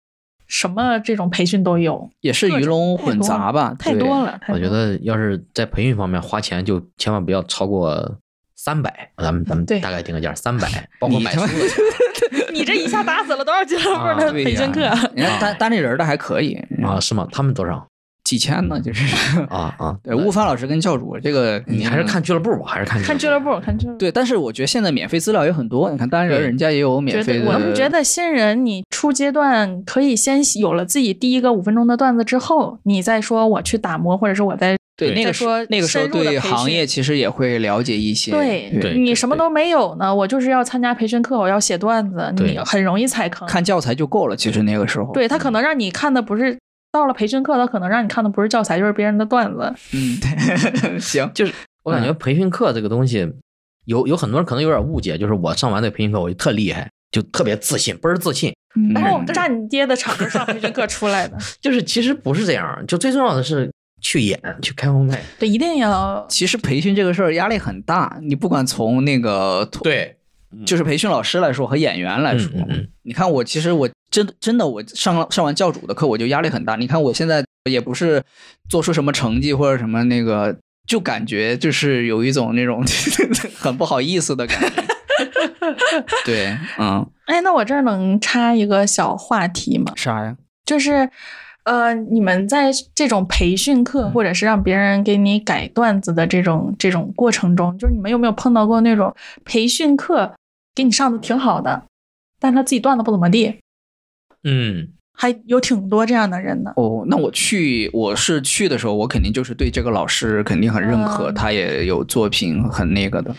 Speaker 1: 什么这种培训都有，
Speaker 2: 也是
Speaker 1: 各
Speaker 2: 鱼
Speaker 1: 种
Speaker 2: 龙
Speaker 1: 太
Speaker 2: 混
Speaker 1: 多
Speaker 2: 杂
Speaker 1: 了
Speaker 2: 吧，
Speaker 1: 太
Speaker 2: 对
Speaker 1: 多。了。太
Speaker 3: 我觉
Speaker 1: 多了
Speaker 3: 得要是在培训方面花钱，就千万不要超过三百，咱们咱们
Speaker 1: 对
Speaker 3: 大概定个价三 百，包括
Speaker 2: 你
Speaker 3: 买
Speaker 2: 他
Speaker 3: 书
Speaker 2: 妈
Speaker 3: 的钱
Speaker 1: 你这一下打死了多少俱乐部
Speaker 3: 啊
Speaker 1: 的
Speaker 2: 对
Speaker 1: 培训
Speaker 2: 呀嗯
Speaker 1: 课？
Speaker 2: 人家
Speaker 3: 啊
Speaker 2: 单单立人儿的还可以
Speaker 3: 啊，，是吗？他们多少
Speaker 2: 几千 呢，就是。
Speaker 3: 啊啊？
Speaker 2: 对，悟饭老师跟教主这个，
Speaker 3: 哎
Speaker 2: 嗯
Speaker 3: 你还是看俱乐部吧，还是看
Speaker 1: 看俱乐部，看俱乐部。
Speaker 2: 对，但是我觉得现在免费资料也很多，你看单人
Speaker 3: 对
Speaker 2: 人家也有免
Speaker 1: 觉
Speaker 2: 费
Speaker 1: 得
Speaker 2: 的。
Speaker 1: 我们觉得新人，你初阶段可以先有了自己第一个五分钟的段子之后，你再说我去打磨，或者是我在
Speaker 2: 对
Speaker 3: 对
Speaker 2: 那
Speaker 1: 再
Speaker 2: 个时
Speaker 1: 说
Speaker 2: 那个时候
Speaker 1: 深入地
Speaker 2: 对
Speaker 1: 培
Speaker 2: 行
Speaker 1: 训
Speaker 2: 业其实也会了解一些。
Speaker 1: 对
Speaker 3: 对
Speaker 1: 你什么都没有呢，我就是要参加培训课，我要写段子，你
Speaker 3: 对
Speaker 1: 很容易踩坑。
Speaker 2: 看教材就够了，其实那个时候。
Speaker 1: 对他可能让你看的不是到了培训课，他可能让你看的不是教材，就是别人的段子。
Speaker 2: 嗯， 对，行，就是
Speaker 3: 我感觉培训课这个东西，有有很多人可能有点误解，就是我上完这培训课，我就特厉害，就特别自信，倍儿自信。
Speaker 1: 然后我
Speaker 2: 嗯
Speaker 1: 们站你爹的场子上培训课出来的，
Speaker 3: 就是其实不是这样，就最重要的是去演，去开放麦。
Speaker 1: 对，一定要
Speaker 2: 其实培训这个事儿压力很大，你不管从那个脱
Speaker 3: 对，
Speaker 2: 就是培训老师来说和演员来说，
Speaker 3: 嗯嗯嗯嗯
Speaker 2: 你看我其实我真真的我上了上完教主的课我就压力很大。你看我现在也不是做出什么成绩或者什么那个，就感觉就是有一种那种 很不好意思的感觉。 对，嗯，
Speaker 1: 哎，那我这儿能插一个小话题吗？
Speaker 2: 啥呀？
Speaker 1: 就是，呃，你们在这种培训课，或者是让别人给你改段子的这种这种过程中，就是你们有没有碰到过那种培训课给你上的挺好的，但他自己段子不怎么地，
Speaker 3: 嗯，
Speaker 1: 还有挺多这样的人的。
Speaker 2: 哦，那我去，我是去的时候，我肯定就是对这个老师肯定很认可，
Speaker 1: 嗯
Speaker 2: 他也有作品很那个的。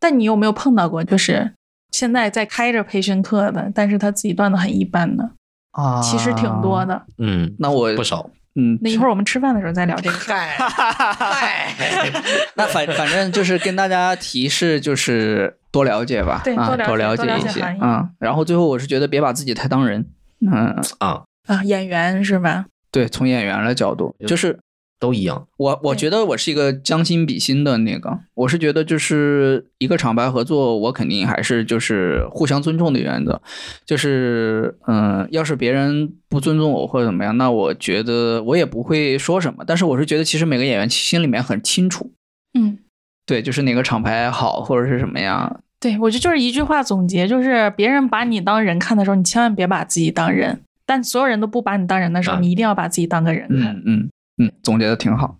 Speaker 1: 但你有没有碰到过，就是现在在开着培训课的，但是他自己段子很一般的，
Speaker 2: 啊
Speaker 1: 其实挺多。的。
Speaker 3: 嗯，
Speaker 2: 那我
Speaker 3: 不少。
Speaker 2: 嗯，
Speaker 1: 那一会儿我们吃饭的时候再聊这个事儿。
Speaker 3: 嗨，
Speaker 2: 那反反正就是跟大家提示，就是多了解吧，
Speaker 1: 对
Speaker 2: 啊，
Speaker 1: 多了
Speaker 2: 了
Speaker 1: 解
Speaker 2: 一
Speaker 1: 多了解
Speaker 2: 些
Speaker 1: 行业
Speaker 2: 嗯。然后最后我是觉得别把自己太当人，嗯，
Speaker 3: 啊，
Speaker 1: 啊，演员是吧？
Speaker 2: 对，从演员的角度，就是
Speaker 3: 都一样。
Speaker 2: 我我
Speaker 1: 对
Speaker 2: 觉得我是一个将心比心的那个，我是觉得就是一个厂牌合作，我肯定还是就是互相尊重的原则，就是嗯、呃要是别人不尊重我或者怎么样，那我觉得我也不会说什么。但是我是觉得其实每个演员心里面很清楚，
Speaker 1: 嗯，
Speaker 2: 对，就是哪个厂牌好或者是什么样，
Speaker 1: 对，我觉得就是一句话总结，就是别人把你当人看的时候，你千万别把自己当人。但所有人都不把你当人的时候，
Speaker 3: 啊
Speaker 1: 你一定要把自己当个人看。
Speaker 2: 嗯嗯嗯，总结的 挺好。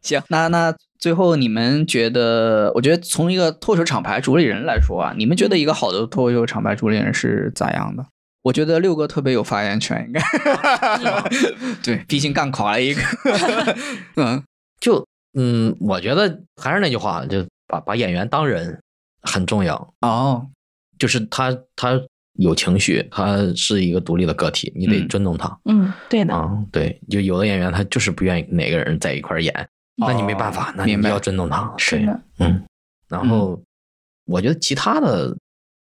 Speaker 2: 行，那那最后你们觉得，我觉得从一个脱口秀厂牌主理人来说啊，你
Speaker 3: 嗯
Speaker 2: 们觉得一个好的脱口秀厂牌主理人是咋样的？我觉得六哥特别有发言权，应该
Speaker 3: 嗯
Speaker 2: 对，毕竟干垮了一个。嗯，
Speaker 3: 就嗯，我觉得还是那句话，就把把演员当人很重要。
Speaker 2: 哦，
Speaker 3: 就是他他有情绪，他是一个独立的个体，你得
Speaker 2: 嗯
Speaker 3: 尊重他。
Speaker 1: 嗯，对的，
Speaker 3: 啊，对，就有的演员他就是不愿意跟哪个人在一块儿演，那你没办法，那你
Speaker 2: 哦明白
Speaker 3: 要尊重他。
Speaker 1: 是
Speaker 3: 对，
Speaker 1: 的，
Speaker 3: 嗯。然后我觉得其他的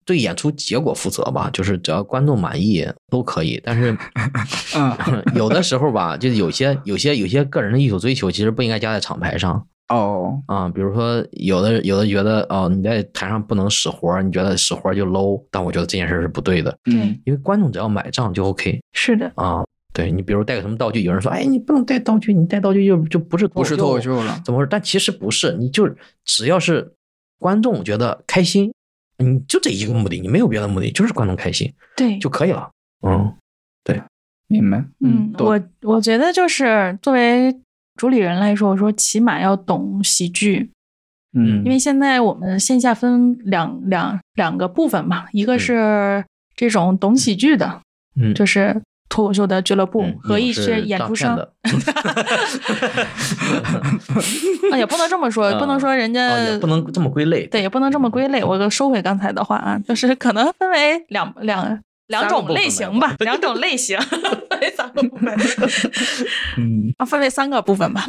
Speaker 3: 对演出结果负责吧，就是只要观众满意都可以。但是
Speaker 2: 嗯，
Speaker 3: 有的时候吧，就有些有些有些个人的艺术追求其实不应该加在厂牌上
Speaker 2: 哦，
Speaker 3: 啊。比如说有的有的觉得哦你在台上不能使活儿，你觉得使活儿就 low，但我觉得这件事儿是不对的，
Speaker 2: 嗯，
Speaker 3: 因为观众只要买账就 OK。
Speaker 1: 是的，
Speaker 3: 啊，对你比如带个什么道具，有人说，哎，你不能带道具，你带道具就就不是
Speaker 2: 不是脱口，秀了，
Speaker 3: 怎么回事？但其实不是，你就只要是观众觉得开心，你就这一个目的，你没有别的目的，就是观众开心
Speaker 1: 对，
Speaker 3: 就可以了。嗯，
Speaker 2: 明白？
Speaker 1: 嗯，
Speaker 2: 懂
Speaker 1: 我我觉得就是作为主理人来说，我说起码要懂喜剧，
Speaker 2: 嗯，
Speaker 1: 因为现在我们线下分两两两个部分嘛，一个
Speaker 3: 嗯
Speaker 1: 是这种懂喜剧的，
Speaker 3: 嗯，
Speaker 1: 就是脱口秀的俱乐部
Speaker 3: 嗯
Speaker 1: 和
Speaker 3: 你
Speaker 1: 一
Speaker 3: 是
Speaker 1: 些演
Speaker 3: 诈
Speaker 1: 出
Speaker 3: 骗
Speaker 1: 生，
Speaker 3: 的
Speaker 1: 啊，也不能这么说，不能说人家、
Speaker 3: 啊 也不能这么归类。
Speaker 1: 对，也不能这么归类。我给收回刚才的话啊，就是可能分为两两两
Speaker 3: 三个
Speaker 1: 种
Speaker 3: 部分
Speaker 1: 类
Speaker 3: 吧
Speaker 1: 型吧，两种类 型，分为三个部分，
Speaker 3: 嗯
Speaker 1: 啊，分为三个部分吧，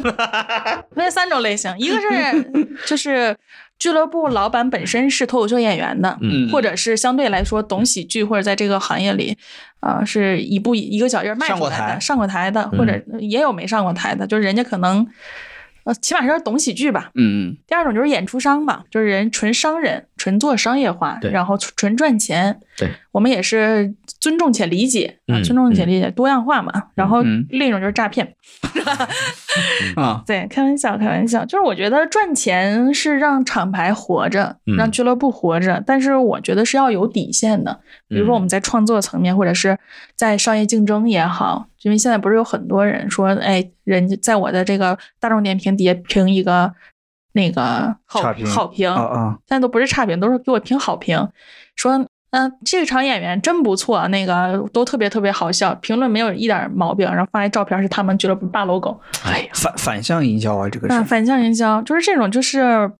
Speaker 1: 分为三种类型，一个是就是。俱乐部老板本身是脱口秀演员的，
Speaker 3: 嗯
Speaker 1: 或者是相对来说懂喜剧或者在这个行业里，啊、是一步一个脚印儿迈
Speaker 2: 上
Speaker 1: 出
Speaker 2: 过
Speaker 1: 来的，
Speaker 2: 台
Speaker 1: 上过台的，
Speaker 3: 嗯
Speaker 1: 或者也有没上过台的，就是人家可能，呃，起码是懂喜剧吧。
Speaker 2: 嗯
Speaker 1: 第二种就是演出商吧，就是人纯商人，纯做商业化，
Speaker 3: 对
Speaker 1: 然后纯纯赚钱。
Speaker 3: 对，
Speaker 1: 我们也是尊重且理解，啊
Speaker 3: 嗯
Speaker 1: 尊重且理解，多样化嘛。然后
Speaker 2: 嗯
Speaker 1: 另一种就是诈骗，
Speaker 2: 嗯啊，
Speaker 1: 对，开玩笑，开玩笑，就是我觉得赚钱是让厂牌活着，
Speaker 3: 嗯
Speaker 1: 让俱乐部活着，但是我觉得是要有底线的。比如说我
Speaker 2: 嗯
Speaker 1: 们在创作层面，或者是在商业竞争也好，因为现在不是有很多人说，哎，人家在我的这个大众点评底下评一个那个好
Speaker 2: 差评
Speaker 1: 好评，
Speaker 2: 啊啊，
Speaker 1: 现在都不是差评，都是给我评好评，说嗯、这场演员真不错，那个都特别特别好笑，评论没有一点毛病，然后发一照片是他们俱乐部大 logo。
Speaker 2: 哎呀，反反向营销啊，这个
Speaker 1: 那
Speaker 2: 是，
Speaker 1: 反向营销就是这种，就是啊，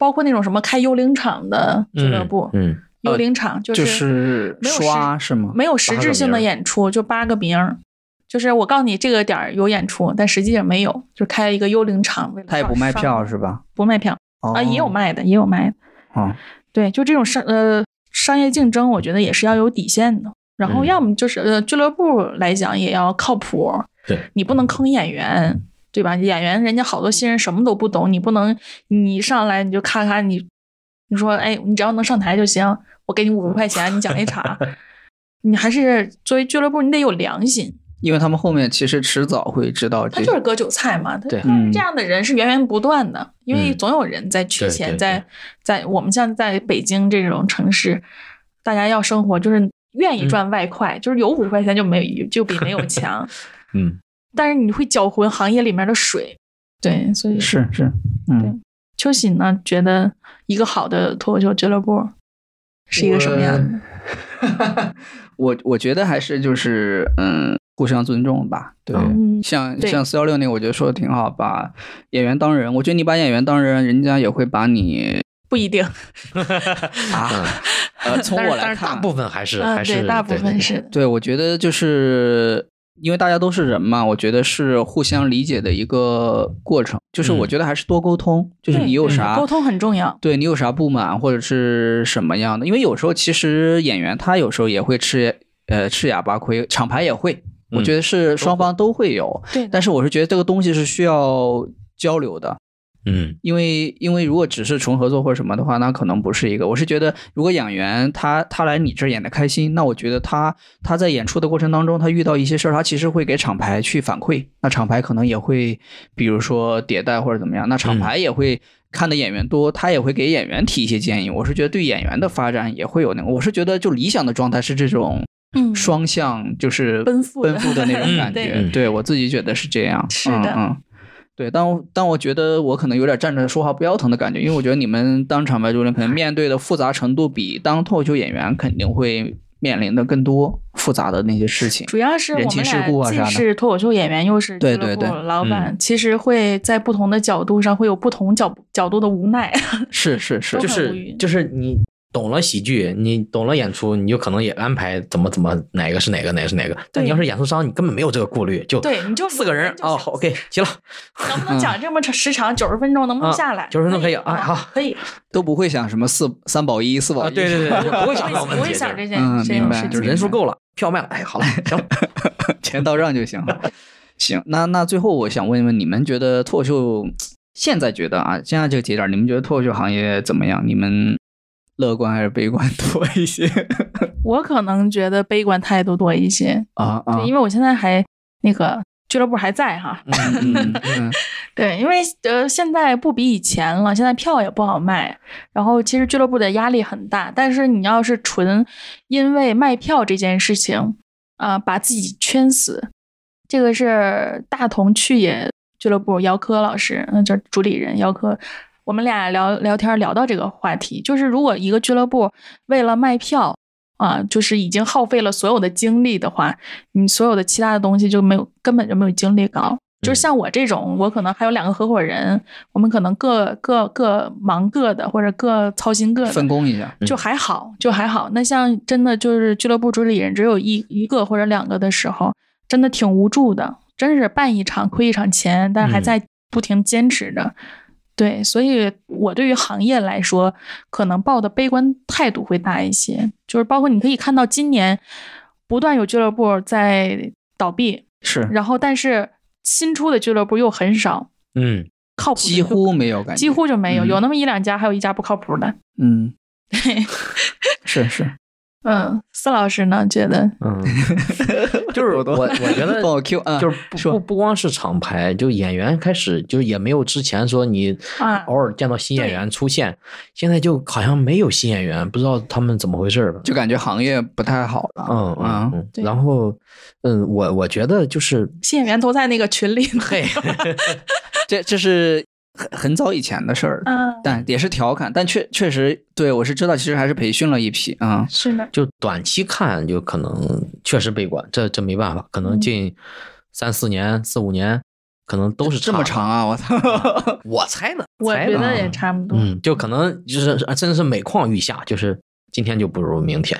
Speaker 1: 包括那种什么开幽灵场的俱乐部，
Speaker 3: 嗯，
Speaker 1: 幽灵场就是、
Speaker 2: 就是
Speaker 1: 没有
Speaker 2: 刷
Speaker 1: 实
Speaker 2: 是吗？
Speaker 1: 没有实质性的演出，就八个名儿。就是我告诉你这个点儿有演出，但实际上没有，就开一个幽灵场。为了
Speaker 2: 他也不卖
Speaker 1: 上
Speaker 2: 票是吧？
Speaker 1: 不卖票啊，
Speaker 2: 啊
Speaker 1: 也有
Speaker 3: 哦
Speaker 1: 卖的，也有卖的。
Speaker 2: 啊，
Speaker 1: 对，就这种商呃商业竞争，我觉得也是要有底线的。然后
Speaker 3: 嗯
Speaker 1: 要么就是、呃俱乐部来讲也要靠谱，
Speaker 3: 对
Speaker 1: 你不能坑演员，对吧？演员人家好多新人什么都不懂，你不能你一上来你就咔咔你你说哎，你只要能上台就行，我给你五十块钱，你讲一场。 你还是作为俱乐部，你得有良心。
Speaker 2: 因为他们后面其实迟早会知道
Speaker 1: 他
Speaker 2: 这，嗯
Speaker 1: 就是割韭菜嘛，他
Speaker 3: 对
Speaker 1: 但是这样的人是源源不断的，因为
Speaker 3: 嗯
Speaker 1: 总有人在缺
Speaker 3: 对
Speaker 1: 钱，
Speaker 3: 对
Speaker 1: 在在我们像在北京这种城市，大家要生活就是愿
Speaker 3: 嗯
Speaker 1: 意赚外快，就是有五十块钱就没有就比没 有强，
Speaker 3: 嗯，
Speaker 1: 但是你会搅浑行业里面的水，对，所以
Speaker 2: 是是，嗯，
Speaker 1: 秋喜呢觉得一个好的脱口秀俱乐部是一个什么样的？
Speaker 2: 我我觉得还是就是嗯，互相尊重吧，对。
Speaker 3: 嗯
Speaker 1: 嗯，
Speaker 2: 像
Speaker 1: 对
Speaker 2: 像四幺六那个，我觉得说的挺好，把演员当人。我觉得你把演员当人，人家也会把你
Speaker 1: 不一定，
Speaker 2: 啊，呃，从
Speaker 3: 但
Speaker 2: 我
Speaker 3: 是但
Speaker 2: 来
Speaker 3: 是
Speaker 2: 看，
Speaker 3: 大部分还是
Speaker 1: 嗯，
Speaker 3: 还是
Speaker 1: 对，大部分是的，
Speaker 2: 对，我觉得就是因为大家都是人嘛，我觉得是互相理解的一个过程。就是我
Speaker 3: 嗯
Speaker 2: 觉得还是多沟通，就是
Speaker 1: 对
Speaker 2: 你有
Speaker 1: 对
Speaker 2: 啥
Speaker 1: 沟通很重要，
Speaker 2: 对你有啥不满或者是什么样的？因为有时候其实演员他有时候也会吃呃吃哑巴亏，厂牌也会，我
Speaker 3: 嗯
Speaker 2: 觉得是双方都会有。
Speaker 1: 对的，
Speaker 2: 但是我是觉得这个东西是需要交流的，
Speaker 3: 嗯
Speaker 2: 因为因为如果只是纯合作或者什么的话，那可能不是一个。我是觉得，如果演员他他来你这儿演的开心，那我觉得他他在演出的过程当中，他遇到一些事儿，他其实会给厂牌去反馈，那厂牌可能也会，比如说迭代或者怎么样，那厂牌也会。看的演员多，他也会给演员提一些建议。我是觉得对演员的发展也会有那个，我是觉得就理想的状态是这种
Speaker 1: 嗯，
Speaker 2: 双向，就是
Speaker 1: 奔赴的
Speaker 2: 奔赴的那种 感
Speaker 1: 对
Speaker 2: 觉。对我自己觉得是这样。
Speaker 1: 是的
Speaker 2: 嗯。嗯对，但我但我觉得我可能有点站着说话不腰疼的感觉，因为我觉得你们当场白主任可能面对的复杂程度比当脱口秀演员肯定会面临的更多复杂的那些事情。
Speaker 1: 主要是我
Speaker 2: 人
Speaker 1: 们
Speaker 2: 情世故
Speaker 1: 俩既
Speaker 2: 啊啥的
Speaker 1: 是脱口秀演员，又是
Speaker 2: 对
Speaker 1: 俱乐
Speaker 2: 对
Speaker 1: 部
Speaker 2: 对
Speaker 1: 老板，其实会在不同的角度上会有不同角角度的无奈。
Speaker 2: 是是是
Speaker 1: 都
Speaker 3: 就
Speaker 1: 很无
Speaker 3: 是
Speaker 1: 语
Speaker 3: 就是你懂了喜剧，你懂了演出，你就可能也安排怎么怎么哪个是哪个，哪个是哪个。但你要是演出商，你根本没有这个顾虑，就
Speaker 1: 对，你就
Speaker 3: 四个人
Speaker 1: 就
Speaker 3: 哦
Speaker 1: 行
Speaker 3: ，OK，行了，
Speaker 1: 能不能讲这么长时长，九十分钟能不能
Speaker 3: 啊
Speaker 1: 下来？
Speaker 3: 90分钟可以
Speaker 1: 吗
Speaker 3: 哎好
Speaker 1: 可以，
Speaker 2: 都不会想什么四三保一四保
Speaker 3: 啊，
Speaker 2: 一。
Speaker 3: 对对对，就不会想这种问
Speaker 1: 不
Speaker 3: 题
Speaker 1: 会，想这件
Speaker 2: 嗯
Speaker 1: 这
Speaker 2: 明
Speaker 1: 件
Speaker 2: 白
Speaker 1: 事情
Speaker 3: 就
Speaker 1: 啊
Speaker 3: 是。人数够了，票卖了，哎，好了，行了，
Speaker 2: 钱到账就行了。行，那那最后我想问一问，你们觉得脱口秀现在觉得啊，现在这个节点，你们觉得脱口秀行业怎么样？你们乐观还是悲观多一些？
Speaker 1: 我可能觉得悲观态度多一些，
Speaker 2: 啊啊
Speaker 1: 对，因为我现在还那个俱乐部还在哈，
Speaker 2: 嗯嗯嗯
Speaker 1: 对，因为呃，现在不比以前了，现在票也不好卖，然后其实俱乐部的压力很大。但是你要是纯因为卖票这件事情啊、把自己圈死，这个是大同去也俱乐部姚科老师，嗯，就是主理人姚科，我们俩聊聊天聊到这个话题，就是如果一个俱乐部为了卖票啊、就是已经耗费了所有的精力的话，你所有的其他的东西就没有，根本就没有精力搞。
Speaker 2: 嗯
Speaker 1: 就是像我这种，我可能还有两个合伙人，我们可能各各各忙各的，或者各操心各
Speaker 2: 嗯，
Speaker 1: 的，
Speaker 2: 分工一下。
Speaker 3: 嗯
Speaker 1: 就还好，就还好。那像真的就是俱乐部主理人只有一一个或者两个的时候，真的挺无助的，真是办一场亏一场钱，但是还
Speaker 3: 嗯
Speaker 1: 在不停坚持着。对，所以我对于行业来说，可能抱的悲观态度会大一些。就是包括你可以看到，今年不断有俱乐部在倒闭，
Speaker 2: 是
Speaker 1: 然后但是新出的俱乐部又很少，
Speaker 3: 嗯，
Speaker 1: 靠谱的
Speaker 2: 几乎没有感觉，
Speaker 1: 几乎就没有，
Speaker 2: 嗯
Speaker 1: 有那么一两家，还有一家不靠谱的。
Speaker 2: 嗯，是是，
Speaker 1: 嗯，司老师呢觉得，
Speaker 3: 嗯， 就是我我觉得
Speaker 2: 帮我 Q 啊，
Speaker 3: 就是不
Speaker 2: 说
Speaker 3: 不不光是厂牌，就演员开始就也没有之前说你
Speaker 1: 啊
Speaker 3: 偶尔见到新演员出现，现在就好像没有新演员，不知道他们怎么回事了。
Speaker 2: 就感觉行业不太好了，
Speaker 3: 嗯嗯
Speaker 2: 啊，
Speaker 3: 嗯，
Speaker 1: 对
Speaker 3: 然后嗯，我我觉得就是
Speaker 1: 新演员都在那个群里呢。
Speaker 3: 嘿，
Speaker 2: 这这是很很早以前的事儿，
Speaker 1: 嗯，
Speaker 2: 但也是调侃，但确确实对我是知道，其实还是培训了一批啊，
Speaker 1: 是的，
Speaker 3: 就短期看就可能确实悲观，这这没办法，可能
Speaker 1: 嗯
Speaker 3: 近三四年、四五年，可能都是
Speaker 2: 这么
Speaker 3: 差
Speaker 2: 长啊，我操，
Speaker 3: 的，我猜的，
Speaker 1: 我
Speaker 3: 猜
Speaker 1: 觉
Speaker 3: 的
Speaker 1: 得
Speaker 3: 啊
Speaker 1: 也差不多。
Speaker 3: 嗯，就可能就是真的是每况愈下，就是今天就不如明天。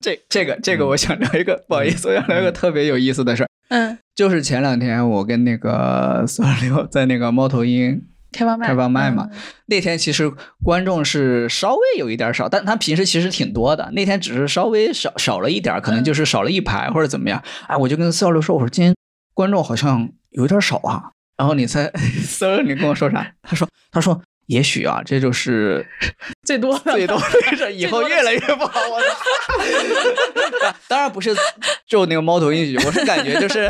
Speaker 2: 这这个这个我想聊一个，不好意思，我想聊一个特别有意思的事儿，
Speaker 1: 嗯，
Speaker 2: 就是前两天我跟那个 索六在那个猫头鹰
Speaker 1: 开放麦，
Speaker 2: 开放麦嘛
Speaker 1: 嗯，
Speaker 2: 那天其实观众是稍微有一点少，但他平时其实挺多的。那天只是稍微少少了一点，可能就是少了一排或者怎么样。哎，我就跟四幺六说，我说今天观众好像有点少啊。然后你猜， 四幺六你跟我说啥？他说他说也许啊，这就是
Speaker 1: 最多的
Speaker 2: 最多的事，以后越来越不好。我操！当 当然不是就那个猫头鹰局，我是感觉就是，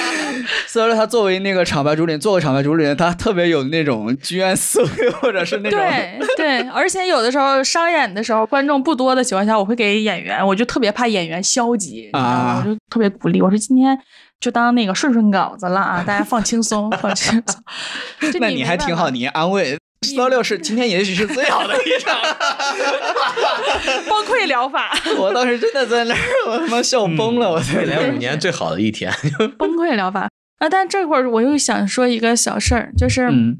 Speaker 2: 虽然说他作为那个厂牌主理人，做过厂牌主理人，他特别有那种居安思危，或者是那种
Speaker 1: 对对，而且有的时候商演的时候，观众不多的情况下，我会给演员，我就特别怕演员消极，你知道吗
Speaker 2: 啊
Speaker 1: 我就特别鼓励，我说今天就当那个顺顺稿子了 啊，大家放轻松，放轻松。 这
Speaker 2: 那
Speaker 1: 你
Speaker 2: 你
Speaker 1: 没
Speaker 2: 还
Speaker 1: 办
Speaker 2: 挺
Speaker 1: 法
Speaker 2: 好，，你安慰。幺六是今天也许是最好的一 场，
Speaker 1: 崩溃疗 法，
Speaker 2: 我当时真的在那儿，我他妈笑崩了，我
Speaker 1: 嗯
Speaker 3: 未
Speaker 2: 在那
Speaker 3: 来
Speaker 2: 儿
Speaker 3: 五年最好的一 天，
Speaker 1: 崩溃疗法。啊，但这会儿我又想说一个小事儿，就是、
Speaker 2: 嗯，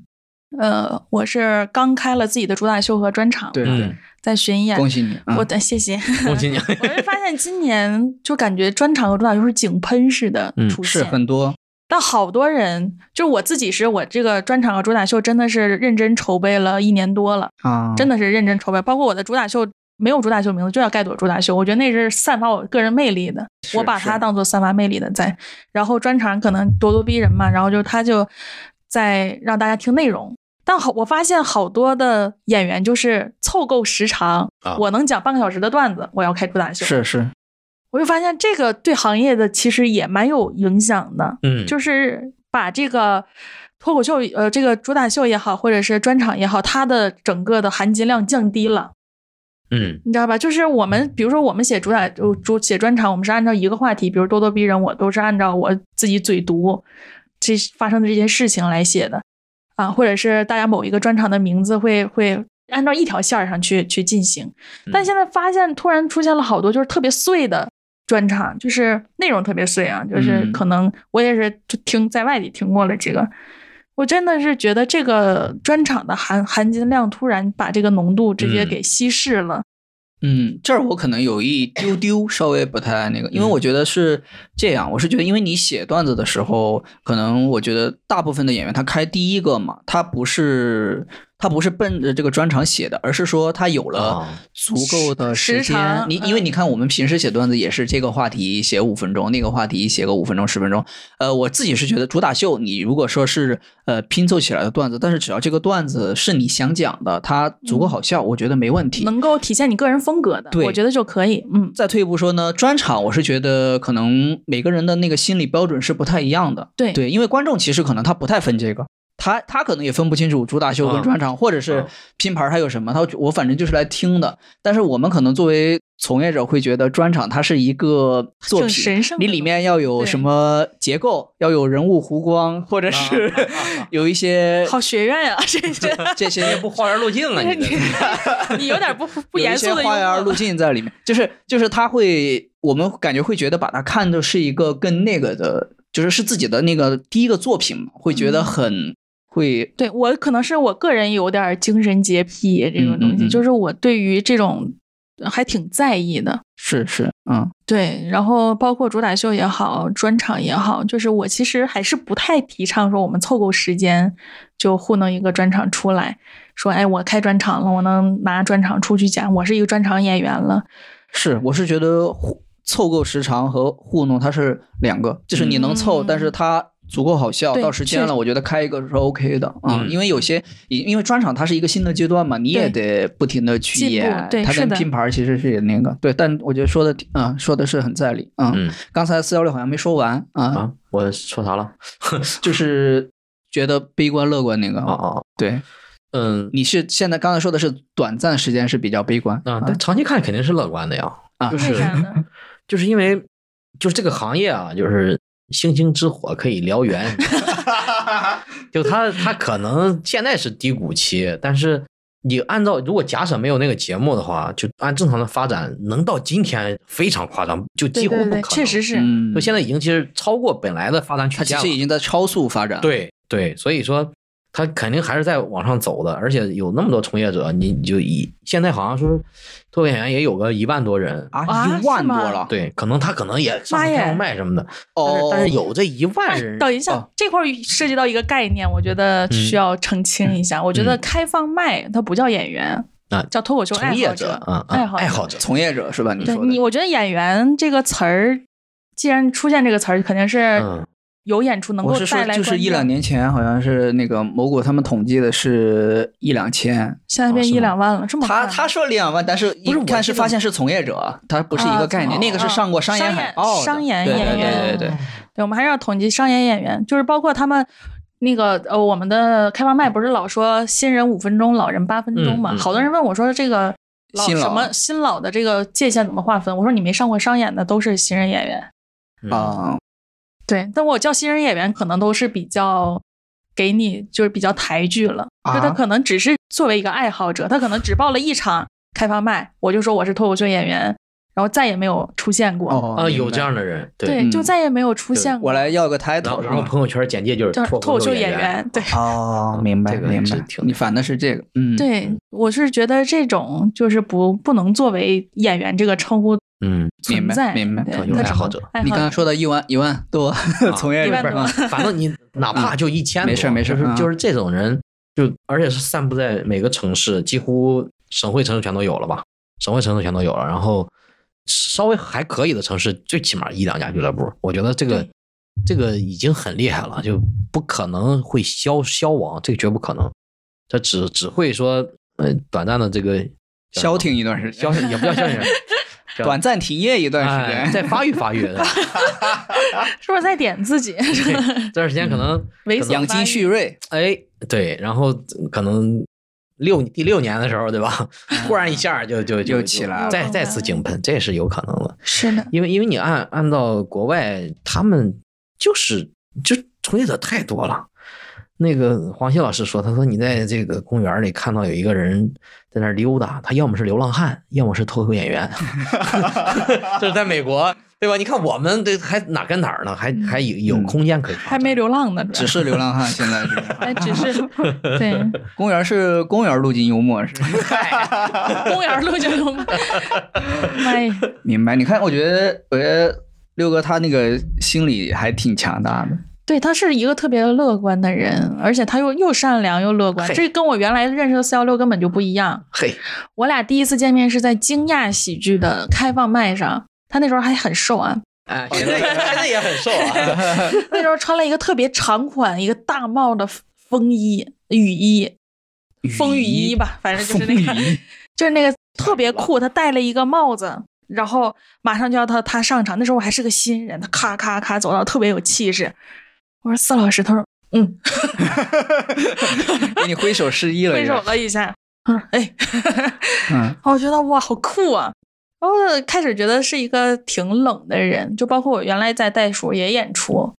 Speaker 1: 呃，我是刚开了自己的主打秀和专场，
Speaker 2: 对 对，
Speaker 1: 在巡演，
Speaker 2: 恭喜你，
Speaker 1: 我
Speaker 2: 嗯
Speaker 1: 的谢谢。
Speaker 3: 嗯恭喜你。
Speaker 1: 我就发现今年就感觉专场和主打秀是井喷式的
Speaker 3: 嗯
Speaker 1: 出
Speaker 2: 是
Speaker 1: 现，
Speaker 2: 很多，
Speaker 1: 但好多人，就我自己是我这个专场和主打秀真的是认真筹备了一年多了，
Speaker 2: 啊，
Speaker 1: 真的是认真筹备。包括我的主打秀没有主打秀名字，就叫盖朵主打秀，我觉得那是散发我个人魅力的，
Speaker 2: 是
Speaker 1: 我把它
Speaker 2: 是
Speaker 1: 当做散发魅力的在。然后专场可能咄咄逼人嘛，然后就他就在让大家听内容。但好，我发现好多的演员就是凑够时长，
Speaker 3: 啊
Speaker 1: 我能讲半个小时的段子，我要开主打秀。
Speaker 2: 是是，
Speaker 1: 我就发现这个对行业的其实也蛮有影响的。
Speaker 3: 嗯，
Speaker 1: 就是把这个脱口秀，呃，这个主打秀也好，或者是专场也好，它的整个的含金量降低了，
Speaker 3: 嗯
Speaker 1: 你知道吧？就是我们，比如说我们写主打主主写专场，我们是按照一个话题，比如咄咄逼人，我都是按照我自己嘴读这发生的这些事情来写的啊，或者是大家某一个专场的名字会会。按照一条线儿上去去进行，但
Speaker 3: 嗯
Speaker 1: 现在发现突然出现了好多就是特别碎的专场，就是内容特别碎啊，就是
Speaker 2: 嗯
Speaker 1: 可能我也是就听在外地听过了这个，我真的是觉得这个专场的含含金量突然把这个浓度直接
Speaker 3: 嗯
Speaker 1: 给稀释了。
Speaker 2: 嗯，这儿我可能有一丢丢稍微不太那个，因为我觉得是这样，我是觉得，因为你写段子的时候，可能我觉得大部分的演员他开第一个嘛，他不是他不是奔着这个专场写的，而是说他有了
Speaker 3: 啊
Speaker 2: 足够的
Speaker 1: 时
Speaker 2: 时
Speaker 1: 时
Speaker 2: 间，
Speaker 1: 长
Speaker 2: 你
Speaker 1: 嗯
Speaker 2: 因为你看我们平时写段子也是这个话题写五分钟，那个话题写个五分钟十分钟，呃，我自己是觉得主打秀，你如果说是呃拼凑起来的段子，但是只要这个段子是你想讲的，它足
Speaker 1: 嗯
Speaker 2: 够好笑，我觉得没问题。
Speaker 1: 能够体现你个人风格的，
Speaker 2: 对
Speaker 1: 我觉得就可以。嗯，
Speaker 2: 再退一步说呢，专场我是觉得可能每个人的那个心理标准是不太一样的。
Speaker 1: 对
Speaker 2: 对，因为观众其实可能他不太分这个，他他可能也分不清楚主打秀跟
Speaker 3: 嗯
Speaker 2: 专场，或者是
Speaker 3: 嗯
Speaker 2: 拼盘他有什么，他我反正就是来听的。但是我们可能作为从业者会觉得专场它是一个作
Speaker 1: 挺
Speaker 2: 品，
Speaker 1: 神圣的
Speaker 2: 你里面要有
Speaker 1: 对
Speaker 2: 什么结构，要有人物弧光，或
Speaker 3: 啊
Speaker 2: 者是、 有一些
Speaker 1: 好学院呀、啊，这 这
Speaker 2: 这些
Speaker 3: 不花园路径啊，你这
Speaker 1: 你你有点 不不
Speaker 2: 有一
Speaker 1: 严
Speaker 2: 些
Speaker 1: 肃的
Speaker 2: 花
Speaker 1: 幽
Speaker 2: 园
Speaker 1: 默
Speaker 2: 路径在里面，就是就是他会，我们感觉会觉得把它看的是一个更那个的，就是是自己的那个第一个作品嘛，会觉
Speaker 1: 嗯
Speaker 2: 得很、会
Speaker 1: 对我可能是我个人有点精神洁癖这种
Speaker 2: 嗯
Speaker 1: 东西，
Speaker 2: 嗯嗯
Speaker 1: 就是我对于这种还挺在意的。
Speaker 2: 是是，嗯，
Speaker 1: 对，然后包括主打秀也好，专场也好，就是我其实还是不太提倡说我们凑够时间就糊弄一个专场出来，说哎我开专场了，我能拿专场出去讲，我是一个专场演员了。
Speaker 2: 是，我是觉得糊凑够时长和糊弄它是两个，就是你能凑，
Speaker 1: 嗯
Speaker 2: 但是它足够好笑，
Speaker 1: 对
Speaker 2: 到时间
Speaker 1: 确
Speaker 2: 了，我觉得开一个是 OK 的啊、
Speaker 3: 嗯
Speaker 2: 因为有些因因为专场它是一个新的阶段嘛，你也得不停的去
Speaker 1: 进步
Speaker 2: 演，
Speaker 1: 对
Speaker 2: 它
Speaker 1: 是的
Speaker 2: 跟拼盘其实是那个对，但我觉得说的挺嗯说的是很在理啊、
Speaker 3: 嗯
Speaker 2: 刚才四幺六好像没说完啊，
Speaker 3: 啊，我说啥了？
Speaker 2: 就是觉得悲观乐观那个
Speaker 3: 啊，啊，
Speaker 2: 对，
Speaker 3: 嗯
Speaker 2: 你是现在刚才说的是短暂时间是比较悲观
Speaker 3: 啊，但长期看肯定是乐观的呀。
Speaker 2: 啊
Speaker 3: 就
Speaker 1: 为
Speaker 3: 是
Speaker 1: 啥呢？
Speaker 3: 就是因为就是这个行业啊，就是星星之火可以燎原。 就他他可能现在是低谷期，但是你按照如果假设没有那个节目的话，就按正常的发展，能到今天非常夸张，就
Speaker 1: 对
Speaker 3: 几乎
Speaker 1: 对
Speaker 3: 不可能。
Speaker 1: 对，确实，是，
Speaker 2: 嗯
Speaker 3: 就，现在已经其实超过本来的发展曲
Speaker 2: 它其
Speaker 3: 线了。
Speaker 2: 实已经在超速发展，，
Speaker 3: 对对，所以说他肯定还是在往上走的，而且有那么多从业者，你你就以现在好像说脱口演员也有个一万多人，
Speaker 1: 啊
Speaker 2: 啊，一万
Speaker 1: 是
Speaker 2: 多
Speaker 1: 吗
Speaker 2: 了，
Speaker 3: 对，可能他可能也上
Speaker 1: 妈耶
Speaker 3: 上卖什么的，但是
Speaker 2: 哦，
Speaker 3: 但是有这一万人，
Speaker 1: 等一下，
Speaker 2: 哦嗯
Speaker 1: 这块儿涉及到一个概念，我觉得需要澄清一下。我觉得开放麦它不叫演员，
Speaker 3: 啊
Speaker 1: 叫脱口秀爱
Speaker 3: 从业
Speaker 1: 好
Speaker 3: 者
Speaker 1: 者，
Speaker 3: 啊，
Speaker 1: 爱
Speaker 3: 啊
Speaker 1: 好
Speaker 3: 爱
Speaker 1: 者
Speaker 3: 好者，
Speaker 2: 从业者是吧？你
Speaker 1: 对
Speaker 2: 说
Speaker 1: 你，
Speaker 2: 的
Speaker 1: 我觉得演员这个词儿，既然出现这个词儿，肯定是
Speaker 3: 嗯
Speaker 1: 有演出能够
Speaker 2: 我是说
Speaker 1: 带来
Speaker 2: 就是
Speaker 1: 观
Speaker 2: 一
Speaker 1: 众
Speaker 2: 两，年前好像是那个蘑菇他们统计的是一两千，
Speaker 1: 现在变一两万了，这么快
Speaker 2: 哦他
Speaker 1: 吗
Speaker 2: 他说两万，但是一
Speaker 3: 不是我
Speaker 2: 看
Speaker 3: 记
Speaker 2: 是
Speaker 3: 得
Speaker 2: 发现是从业者，它不是一
Speaker 1: 啊
Speaker 2: 个概念，
Speaker 1: 哦
Speaker 2: 那个是
Speaker 1: 哦
Speaker 2: 上过商演
Speaker 1: 商
Speaker 2: 海
Speaker 1: 演
Speaker 2: 报的，
Speaker 1: 商演
Speaker 2: 对
Speaker 1: 演
Speaker 2: 对对
Speaker 1: 员
Speaker 2: 对对，啊
Speaker 1: 对，我们还是要统计商演演员，就是包括他们那个呃，我们的开放麦不是老说新人五分钟，老人八分钟嘛？
Speaker 3: 嗯嗯
Speaker 1: 好多人问我说这个老
Speaker 2: 新老啊
Speaker 1: 什么新老的这个界限怎么划分？我说你没上过商演的都是新人演员，
Speaker 3: 嗯
Speaker 2: 对，
Speaker 1: 嗯
Speaker 2: 啊，
Speaker 1: 对，但我叫新人演员可能都是比较。给你就是比较抬举了，就他
Speaker 2: 啊
Speaker 1: 可能只是作为一个爱好者，他可能只报了一场开放麦，我就说我是脱口秀演员，然后再也没有出现过。
Speaker 2: 哦
Speaker 3: 啊，有这。
Speaker 2: 明白
Speaker 3: 样的人，
Speaker 1: 对，
Speaker 2: 嗯
Speaker 1: 就再也没有出
Speaker 3: 对
Speaker 1: 现过。
Speaker 2: 我来要个
Speaker 3: 然
Speaker 2: title，
Speaker 3: 后然后朋友圈简介就是
Speaker 1: 就是
Speaker 3: 脱
Speaker 1: 脱口秀演
Speaker 3: 演
Speaker 1: 员，对
Speaker 2: 哦，明白
Speaker 3: 这个
Speaker 2: 明
Speaker 3: 是
Speaker 2: 白
Speaker 3: 挺，
Speaker 2: 你反的是这个，嗯，，
Speaker 1: 对，我是觉得这种就是不不能作为演员这个称呼
Speaker 3: 嗯，
Speaker 1: 存
Speaker 2: 明白
Speaker 1: 在，
Speaker 2: 明白
Speaker 1: 对
Speaker 3: 脱口秀
Speaker 1: 它
Speaker 3: 爱
Speaker 1: 只
Speaker 3: 好
Speaker 1: 能
Speaker 3: 者
Speaker 1: 爱
Speaker 2: 你刚
Speaker 1: 好
Speaker 2: 刚说的一万一万多 从业
Speaker 1: 一
Speaker 2: 者
Speaker 1: 万，多
Speaker 3: 不 是反正你哪怕就一千多，
Speaker 2: 啊没事没事
Speaker 3: 就是
Speaker 2: 嗯
Speaker 3: 就是这种人，就而且是散布在每个城市，几乎省会城市全都有了吧，省会城市全都有了，然后稍微还可以的城市，最起码一两家俱乐部，我觉得这个
Speaker 1: 对
Speaker 3: 这个已经很厉害了，就不可能会消消亡，这个绝不可能，这只只会说呃短暂的这个
Speaker 2: 消停一段时间
Speaker 3: 消，也不叫 消停，叫
Speaker 2: 短暂停业一段时
Speaker 3: 哎
Speaker 2: 间，
Speaker 3: 再发育发育，
Speaker 1: 是不是在点自己？
Speaker 3: 对这段时间
Speaker 2: 嗯
Speaker 3: 可能。
Speaker 1: 猥琐
Speaker 2: 养
Speaker 1: 发育
Speaker 2: 精蓄锐，
Speaker 3: 哎，对，然后可能六第六年的时候，对吧？ 忽然一下就就就
Speaker 2: 啊又起来了
Speaker 3: 再再次井喷，这是有可能的。
Speaker 1: 是 的，
Speaker 3: 因为因为你按按照国外，他们就是就从业者太多了。那个黄西老师说，他说你在这个公园里看到有一个人在那儿溜达，他要么是流浪汉，要么是脱口演员。 这是在美国，对吧？你看我们这还哪跟哪儿呢？还还有有
Speaker 2: 嗯
Speaker 3: 空间可以发展，
Speaker 1: 还没流浪呢，主
Speaker 2: 只
Speaker 1: 要
Speaker 2: 是流浪汉现在是
Speaker 1: 还只 是对
Speaker 2: 公园是公园路径幽默是吧。
Speaker 1: 公园儿路就有， 妈呀，
Speaker 2: 明白，你看，我觉得，我觉得六哥他那个心理还挺强大的。
Speaker 1: 对他是一个特别乐观的人，而且他又又善良又乐观，
Speaker 3: 嘿
Speaker 1: 这跟我原来认识的四幺六根本就不一样。
Speaker 3: 嘿，
Speaker 1: 我俩第一次见面是在惊讶喜剧的开放麦上，他那时候还很瘦啊，
Speaker 3: 哎，现在现在也很瘦啊。
Speaker 1: 那时候穿了一个特别长款、一个大帽的风衣、雨衣、风雨衣吧，反正就是那个
Speaker 2: 风雨衣，
Speaker 1: 就是那个特别酷。他戴了一个帽子，然后马上就要他他上场，那时候我还是个新人，他咔咔咔走到特别有气势。我说四老师，他说嗯，
Speaker 2: 给你挥手示意了，
Speaker 1: 挥手了一下，他说哎，
Speaker 2: 嗯，
Speaker 1: 我觉得哇，好酷啊！然后开始觉得是一个挺冷的人，就包括我原来在袋鼠也演出，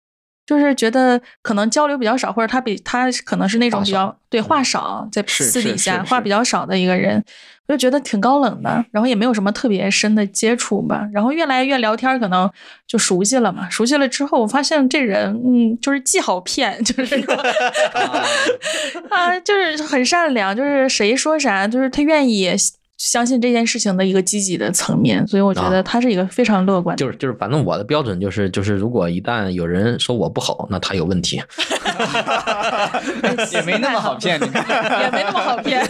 Speaker 1: 就是觉得可能交流比较少，或者他比他可能是那种比较对话少，在
Speaker 2: 嗯是
Speaker 1: 私底
Speaker 2: 是
Speaker 1: 下
Speaker 2: 是
Speaker 1: 话比较少的一个人，我就觉得挺高冷的，然后也没有什么特别深的接触吧，然后越来越聊天，可能就熟悉了嘛。熟悉了之后，我发现这人，嗯，就是既好骗，就是说啊，就是很善良，就是谁说啥，就是他愿意相信这件事情的一个积极的层面，所以我觉得
Speaker 3: 啊
Speaker 1: 他是一个非常乐 观的。
Speaker 3: 就是就是，反正我的标准就是就是，如果一旦有人说我不好，那他有问题。
Speaker 2: 也没那么好骗，你看。
Speaker 1: 也没那么好 骗。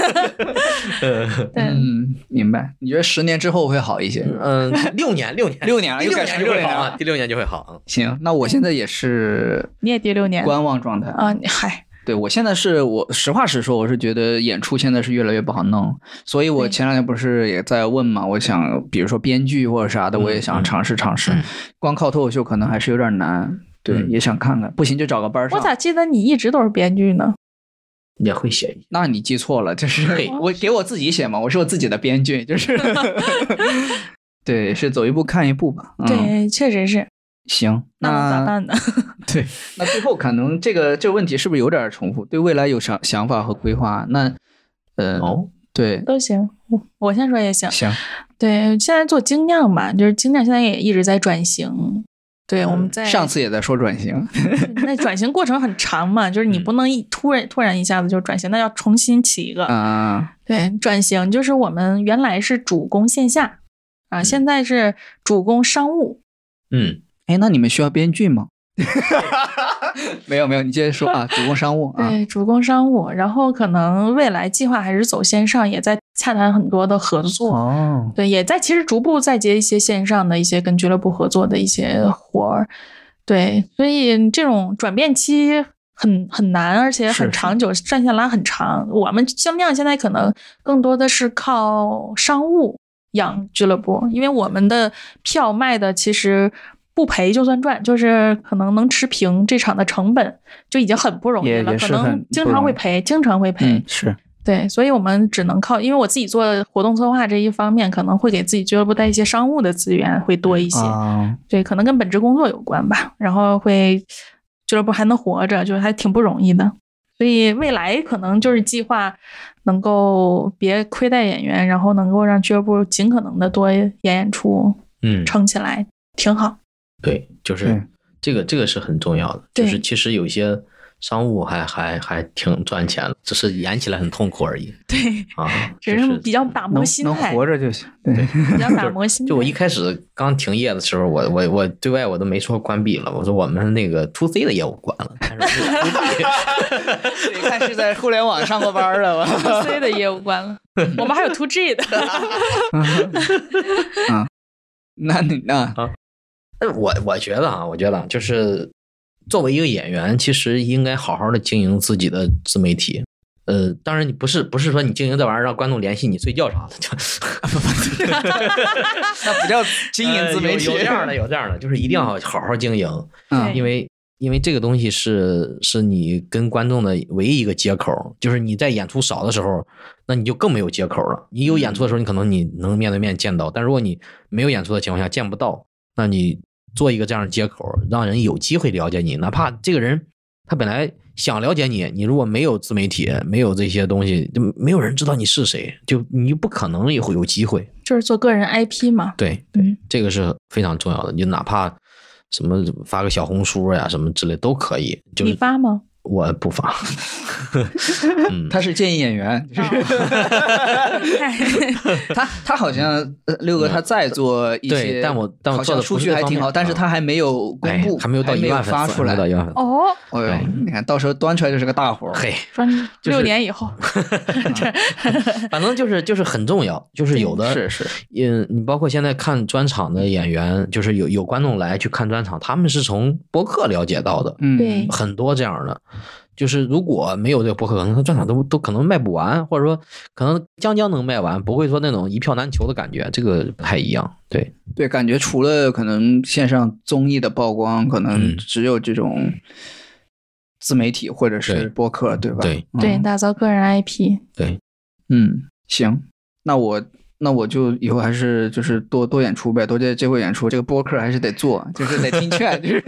Speaker 1: 对，
Speaker 2: 嗯，明白。你觉得十年之后会好一些？
Speaker 3: 嗯，六年六年
Speaker 2: 六年了
Speaker 3: 第
Speaker 2: 又
Speaker 3: 六
Speaker 2: 改
Speaker 3: 年
Speaker 2: 成
Speaker 3: 就会
Speaker 2: 六年
Speaker 3: 好
Speaker 2: 了
Speaker 3: 啊，第六年就会好。
Speaker 2: 行，那我现在也是
Speaker 1: 你也第六年
Speaker 2: 观望状态。
Speaker 1: 啊？你嗨，
Speaker 2: 对我现在是我实话实说，我是觉得演出现在是越来越不好弄，所以我
Speaker 1: 对
Speaker 2: 前两天不是也在问嘛，我想比如说编剧或者啥的，
Speaker 3: 嗯
Speaker 2: 我也想尝试尝试
Speaker 3: 嗯，
Speaker 2: 光靠脱口秀可能还是有点难。对，
Speaker 3: 嗯
Speaker 2: 也想看看，不行就找个班儿
Speaker 1: 我
Speaker 2: 上。
Speaker 1: 咋记得你一直都是编剧
Speaker 2: 嗯
Speaker 1: 呢？
Speaker 3: 也会写
Speaker 2: 那你记错了，就是
Speaker 3: 嘿
Speaker 2: 我给我自己写嘛，我是我自己的编剧，就是对，是走一步看一步吧。嗯、，
Speaker 1: 对，确实是。
Speaker 2: 行，
Speaker 1: 那能咋
Speaker 2: 那
Speaker 1: 办呢？
Speaker 2: 对，那最后可能这个这个问题是不是有点重复？对未来有想想法和规划？那呃，
Speaker 3: 哦，
Speaker 2: 对，
Speaker 1: 都行，我我先说也行。
Speaker 2: 行，
Speaker 1: 对，现在做精酿吧，就是精酿现在也一直在转型。对，我们在
Speaker 2: 嗯上次也在说转型，
Speaker 1: 那转型过程很长嘛，就是
Speaker 2: 嗯
Speaker 1: 你不能一突然突然一下子就转型，那要重新起 一个。
Speaker 2: 嗯、
Speaker 1: 对，转型就是我们原来是主攻线下啊，现在是主攻商务。
Speaker 3: 嗯，
Speaker 2: 哎，那你们需要编剧吗？没有没有，你接着说啊，主攻商务啊，
Speaker 1: 对，主攻商务，然后可能未来计划还是走线上，也在洽谈很多的合作。
Speaker 2: 哦，
Speaker 1: 对，也在其实逐步在接一些线上的一些跟俱乐部合作的一些活儿。对，所以这种转变期很很难，而且
Speaker 2: 是
Speaker 1: 很
Speaker 2: 是
Speaker 1: 长久，战线拉很长。我们精酿现在可能更多的是靠商务养俱乐部，因为我们的票卖的其实。不赔就算赚，就是可能能持平这场的成本就已经很不容易
Speaker 2: 也
Speaker 1: 了，
Speaker 2: 也
Speaker 1: 可
Speaker 2: 是很
Speaker 1: 能
Speaker 2: 不
Speaker 1: 经常
Speaker 2: 容
Speaker 1: 会
Speaker 2: 易
Speaker 1: 赔，经常会赔。
Speaker 2: 嗯，是，
Speaker 1: 对，所以我们只能靠，因为我自己做活动策划这一方面，可能会给自己俱乐部带一些商务的资源会多一些，
Speaker 2: 啊，
Speaker 1: 对，可能跟本职工作有关吧。然后会俱乐部还能活着，就是还挺不容易的。所以未来可能就是计划能够别亏待演员，然后能够让俱乐部尽可能的多演演出，
Speaker 3: 嗯，
Speaker 1: 撑起来挺好。
Speaker 3: 对，就是
Speaker 2: 对
Speaker 3: 这个这个是很重要的，
Speaker 1: 对
Speaker 3: 就是其实有些商务还还还挺赚钱的，只是演起来很痛苦而已
Speaker 1: 对，
Speaker 3: 啊，
Speaker 1: 只
Speaker 3: 就是
Speaker 1: 比较打磨
Speaker 2: 能
Speaker 1: 心
Speaker 2: 能
Speaker 1: 态，
Speaker 2: 活着就行。对，
Speaker 1: 比较打磨心态。
Speaker 3: 就我一开始刚停业的时候，我我我对外我都没说关闭了，我说我们那个 to C 的业务关了，但是我没有关闭
Speaker 2: 一看是在互联网上过班的吧？
Speaker 1: to C 的业务关了，我们还有 to G 的。
Speaker 2: 嗯，那你那
Speaker 3: 但是我我觉得啊，我觉得啊就是作为一个演员，其实应该好好的经营自己的自媒体。呃，当然你不是不是说你经营这玩意儿让观众联系你睡觉啥的，就
Speaker 2: 那不叫经营自媒体，
Speaker 3: 呃有有这样 的有这样的，就是一定要好好经营，
Speaker 2: 嗯
Speaker 3: 啊因为因为这个东西是是你跟观众的唯一一个接口，就是你在演出少的时候，那你就更没有接口了。你有演出的时候，你可能你能面对面见到，但如果你没有演出的情况下见不到，那你做一个这样的接口，让人有机会了解你，哪怕这个人他本来想了解你，你如果没有自媒体，没有这些东西，就没有人知道你是谁，就你就不可能有有机会。
Speaker 1: 就是做个人 IP 嘛。
Speaker 3: 对
Speaker 1: 嗯
Speaker 3: 对，这个是非常重要的。你哪怕什么发个小红书呀、什么之类都可以。就
Speaker 1: 你
Speaker 3: 是
Speaker 1: 发吗？
Speaker 3: 我不发，嗯，
Speaker 2: 他是建议演员，就是他他好像呃六哥他在做一些，
Speaker 3: 对但我但我
Speaker 2: 好像
Speaker 3: 做得不
Speaker 2: 数
Speaker 3: 是
Speaker 2: 据
Speaker 3: 这
Speaker 2: 还
Speaker 3: 方
Speaker 2: 挺
Speaker 3: 面
Speaker 2: 好，但是
Speaker 3: 啊
Speaker 2: 他还没有公
Speaker 3: 哎
Speaker 2: 布，，
Speaker 3: 还没有到一万粉丝，
Speaker 2: 发出来
Speaker 3: 还没有到。一万粉丝。
Speaker 1: 哦，
Speaker 2: 哎呦
Speaker 3: 对，
Speaker 2: 你看到时候端出来就是个大活儿。
Speaker 3: 嘿，
Speaker 1: 说你
Speaker 3: 就是
Speaker 1: 六年以后，
Speaker 3: 反正就是就是很重要，就是有的
Speaker 2: 是是，
Speaker 3: 嗯，你包括现在看专场的演员，就是有有观众来去看专场，他们是从播客了解到的，
Speaker 2: 嗯，
Speaker 1: 对
Speaker 3: 很多这样的。就是如果没有这个博客，可能他专场都都可能卖不完，或者说可能将将能卖完，不会说那种一票难求的感觉，这个不太一样。对，
Speaker 2: 对，感觉除了可能线上综艺的曝光，可能
Speaker 3: 嗯
Speaker 2: 只有这种自媒体或者是
Speaker 3: 对
Speaker 2: 播客，对吧？
Speaker 3: 对
Speaker 2: 嗯
Speaker 1: 对，打造个人 IP，
Speaker 2: 嗯，行，那我那我就以后还是就是多多演出呗，多接接会演出。这个播客还是得做，就是得听劝，就是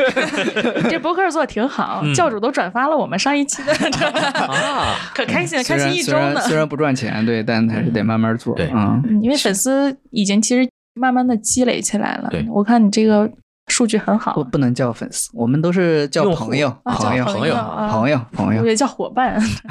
Speaker 1: 这博客做的挺好，
Speaker 3: 嗯
Speaker 1: 教主都转发了我们上一期的，
Speaker 3: 啊，
Speaker 1: 可 开 心了，
Speaker 2: 嗯虽
Speaker 1: 开心
Speaker 2: 然
Speaker 1: 一周
Speaker 2: 虽然
Speaker 1: 呢。
Speaker 2: 虽然不赚钱，对，但还是得慢慢做。
Speaker 3: 对
Speaker 2: 嗯，
Speaker 1: 嗯因为粉丝已经其实慢慢的积累起来了
Speaker 3: 对，
Speaker 1: 我看你这个数据很好
Speaker 2: 不，不能叫粉丝，我们都是叫
Speaker 3: 用户
Speaker 2: 朋友，
Speaker 1: 啊
Speaker 2: 朋友，
Speaker 1: 叫
Speaker 3: 朋友
Speaker 1: 啊
Speaker 2: 朋友，朋
Speaker 1: 我
Speaker 2: 友，
Speaker 1: 也叫伙伴，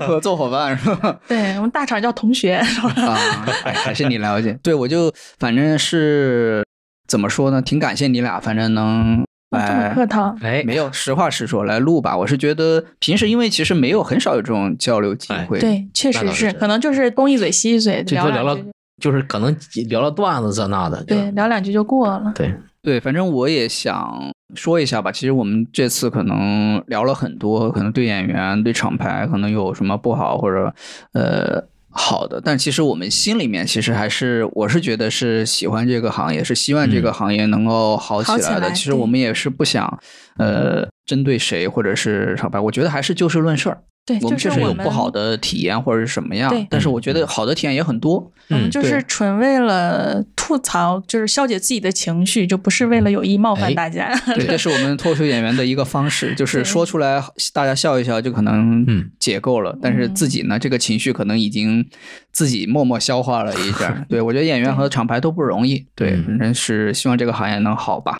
Speaker 2: 合作伙伴是吧？
Speaker 1: 对我们大厂叫同学，
Speaker 2: 啊，哎还是你了解。对，我就反正是怎么说呢，挺感谢你俩，反正能
Speaker 1: 这么
Speaker 2: 来
Speaker 1: 客套，
Speaker 3: 哎，
Speaker 2: 没有，实话实说来录吧。我是觉得平时因为其实没有很少有这种交流机
Speaker 3: 哎
Speaker 2: 会，，
Speaker 1: 对，确
Speaker 3: 那
Speaker 1: 实
Speaker 3: 倒是
Speaker 1: 是，可能就是东一嘴西一嘴，
Speaker 3: 最多聊
Speaker 1: 两
Speaker 3: 聊
Speaker 1: 句，
Speaker 3: 就是可能聊聊段子这那的，就
Speaker 1: 对，聊两句就过了。
Speaker 3: 对，
Speaker 2: 对，反正我也想说一下吧。其实我们这次可能聊了很多，可能对演员、对厂牌可能有什么不好或者呃好的，但其实我们心里面其实还是我是觉得是喜欢这个行业，是希望这个
Speaker 3: 嗯
Speaker 2: 行业能够好起
Speaker 1: 好起
Speaker 2: 来的。
Speaker 1: 来
Speaker 2: 其实
Speaker 1: 对
Speaker 2: 我们也是不想呃针对谁或者是厂牌，我觉得还是就事论事儿。
Speaker 1: 对，
Speaker 2: 我
Speaker 1: 就
Speaker 2: 们
Speaker 1: 是
Speaker 2: 确实有
Speaker 1: 我
Speaker 2: 不好，的体验或者是什么样
Speaker 1: 对，嗯
Speaker 2: 但是我觉得好的体验也很多。
Speaker 1: 我们
Speaker 3: 嗯
Speaker 1: 就是
Speaker 2: 对
Speaker 1: 纯为了吐槽，就是消解自己的情绪，就不是为了有意冒
Speaker 3: 哎
Speaker 1: 犯大家。
Speaker 2: 对，这是我们脱口秀演员的一个方式，就是
Speaker 1: 对
Speaker 2: 说出来大家笑一笑就可能
Speaker 3: 嗯
Speaker 2: 解构了，但是
Speaker 1: 嗯
Speaker 2: 自己呢，这个情绪可能已经自己默默消化了一下。对我觉得演员和厂牌都不容易，对，
Speaker 3: 嗯
Speaker 2: 反正是希望这个行业能好吧。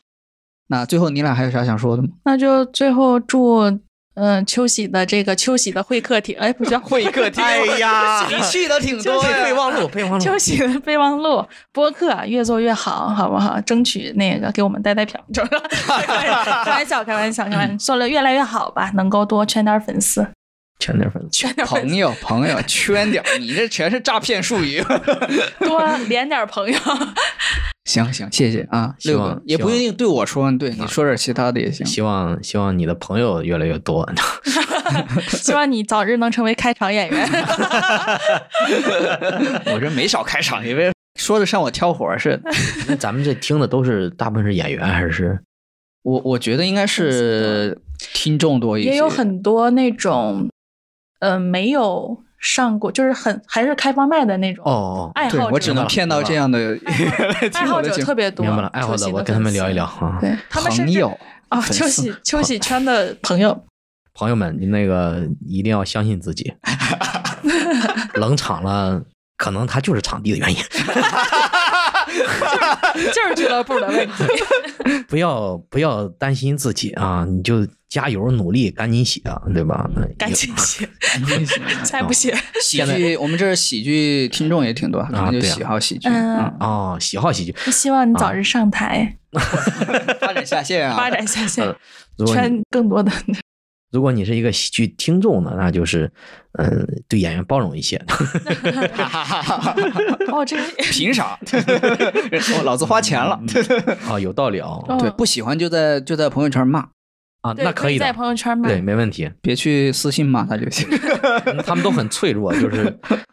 Speaker 2: 那最后你俩还有啥想说的吗？
Speaker 1: 那就最后祝。嗯，秋喜的这个秋喜的会客厅，哎，不叫会客厅，
Speaker 2: 哎呀，你去的挺多呀，
Speaker 3: 忘录，备忘
Speaker 1: 秋喜的备忘录播客啊越做越好，好不好？争取那个给我们带带票，就是吧开玩笑，开玩笑，开玩笑， 做的越来越好吧，能够多圈点粉丝，
Speaker 3: 前点粉丝，
Speaker 1: 圈点粉丝，
Speaker 2: 朋友朋友圈点儿，你这全是诈骗术语。
Speaker 1: 多连点朋友。
Speaker 2: 行行，谢谢啊，
Speaker 3: 希
Speaker 2: 六
Speaker 3: 望
Speaker 2: 个也不一定对我说，对你说点其他的也行。
Speaker 3: 希望希望你的朋友越来越 多。
Speaker 1: 希望你早日能成为开场演员。
Speaker 2: 我这没少开场，因为说的像我挑活儿似的。
Speaker 3: 那咱们这听的都是大部分是演员还是
Speaker 2: 我我觉得应该是听众多一些，
Speaker 1: 也有很多那种，呃，没有上过，就是很还是开放麦的那种
Speaker 3: 哦哦
Speaker 1: 爱
Speaker 2: 对
Speaker 1: 好者，
Speaker 2: 我只能骗到这样的
Speaker 1: 爱
Speaker 2: 听
Speaker 1: 好
Speaker 2: 我的
Speaker 1: 者
Speaker 2: 节
Speaker 1: 特
Speaker 2: 目。
Speaker 1: 别多。
Speaker 3: 明白了，爱好
Speaker 1: 秋
Speaker 3: 的
Speaker 1: 喜
Speaker 3: 我跟他们
Speaker 1: 粉丝
Speaker 3: 聊一聊，啊。
Speaker 1: 对他们甚
Speaker 2: 朋
Speaker 1: 至
Speaker 2: 友
Speaker 1: 啊，
Speaker 2: 粉丝
Speaker 1: 秋 喜秋喜圈的朋友，
Speaker 3: 朋友们，那个一定要相信自 己，冷场了，可能他就是场地的原因，
Speaker 1: 就是俱乐部的问题。
Speaker 3: 不要不要担心自己啊，你就加油努力，赶紧写，对吧？那
Speaker 1: 赶紧写，再
Speaker 3: 哦
Speaker 1: 不写，
Speaker 2: 喜剧，我们这儿喜剧听众也挺多，可能就
Speaker 3: 对啊
Speaker 2: 喜好喜剧，
Speaker 1: 嗯，
Speaker 3: 哦，喜好喜剧，
Speaker 1: 希望你早
Speaker 3: 啊
Speaker 1: 日上台，
Speaker 2: 发展下线啊，
Speaker 1: 发 展下去，
Speaker 3: 呃如果你
Speaker 1: 圈更 多的。
Speaker 3: 如果你是一个喜剧听众呢，那就是嗯，对演员包容一些，
Speaker 1: 哦，这
Speaker 2: 凭啥？我 老子花钱 了，
Speaker 3: 啊，有道理啊、
Speaker 1: 哦
Speaker 2: 对，不喜欢就在就在朋友圈骂，
Speaker 3: 啊，
Speaker 1: 对
Speaker 3: 那可以
Speaker 1: 在
Speaker 3: 的，
Speaker 1: 朋友圈骂。
Speaker 3: 对，没问题，
Speaker 2: 别去私信骂他就 行。
Speaker 3: 嗯他们都很脆弱，就是，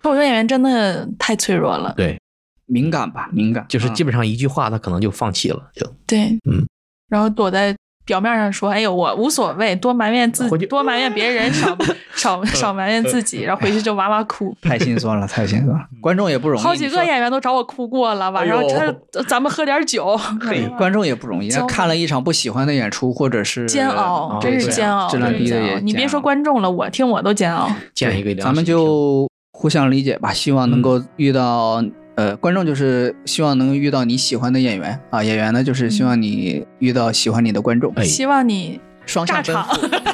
Speaker 1: 脱口秀演员真的太脆弱了
Speaker 3: 对，
Speaker 2: 敏感吧，敏感，
Speaker 3: 就是
Speaker 2: 啊
Speaker 3: 基本上一句话他可能就放弃了，就
Speaker 1: 对，
Speaker 3: 嗯，
Speaker 1: 然后躲在表面上说：“哎呦，我无所谓，多埋怨自
Speaker 3: 回去
Speaker 1: 多埋怨别人，少
Speaker 2: 嗯
Speaker 1: 少少埋怨自己。”然后回去就哇哇哭。
Speaker 2: 太心酸了，太心酸了，观众也不容易，
Speaker 1: 好几
Speaker 2: 你
Speaker 1: 个
Speaker 2: 说
Speaker 1: 演员都找我哭过了，晚上
Speaker 2: 哎呦
Speaker 1: 这咱们喝点酒，
Speaker 2: 对，观众也不容易，
Speaker 1: 焦虑
Speaker 2: 看了一场不喜欢的演出，或者是
Speaker 1: 煎熬，真是
Speaker 2: 啊对
Speaker 1: 煎熬，
Speaker 2: 质量
Speaker 1: 真是
Speaker 2: 低的
Speaker 1: 煎
Speaker 2: 也
Speaker 1: 熬。
Speaker 2: 煎
Speaker 1: 你别
Speaker 2: 熬
Speaker 1: 说观众了，我听我都煎熬。
Speaker 3: 建一个良
Speaker 2: 咱们
Speaker 3: 心平
Speaker 2: 就互相理解吧，希望能够遇到、呃，观众就是希望能遇到你喜欢的演员啊，演员呢就是
Speaker 1: 嗯
Speaker 2: 希望你遇到喜欢你的观众，
Speaker 3: 哎
Speaker 1: 希望你
Speaker 2: 双
Speaker 1: 炸
Speaker 2: 向奔
Speaker 1: 场，
Speaker 2: 赴。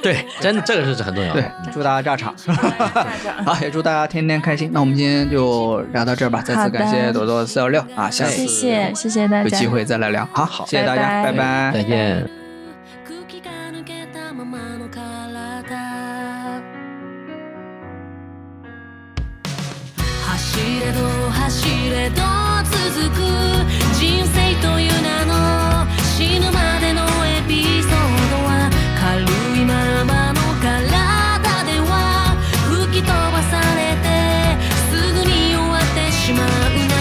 Speaker 3: 对，真这个是很重要的。
Speaker 2: 对，祝大家炸场。 好，也祝大家天天开心。那我们今天就聊到这儿吧，再次感
Speaker 1: 好
Speaker 2: 谢
Speaker 1: 的
Speaker 2: 朵朵四幺六啊，下
Speaker 1: 谢
Speaker 2: 次
Speaker 1: 谢谢谢大
Speaker 2: 有
Speaker 1: 家
Speaker 2: 机。会再来聊。好，谢谢大家，
Speaker 1: 拜拜
Speaker 2: 拜
Speaker 3: 再见。
Speaker 5: 空気が抜けたままの体走れど走れど続く人生という名の死ぬまでのエピソードは軽いままの体では吹き飛ばされてすぐに終わってしまうな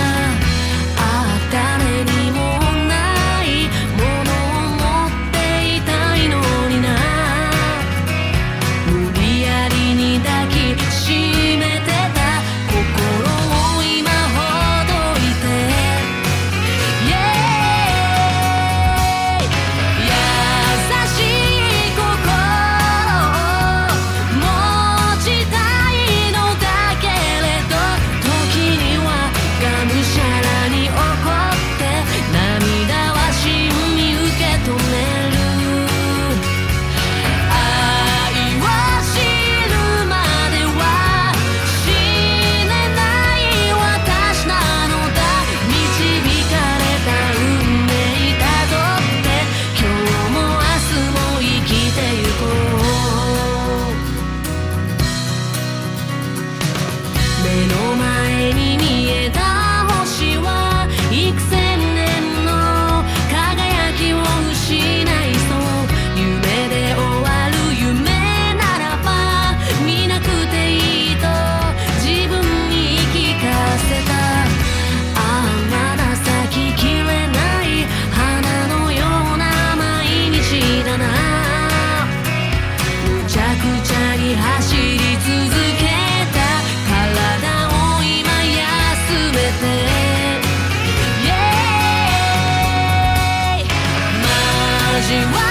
Speaker 5: ああ誰にもないものを持っていたいのにな無理やりに抱きしめてた心を今ほどいてじわ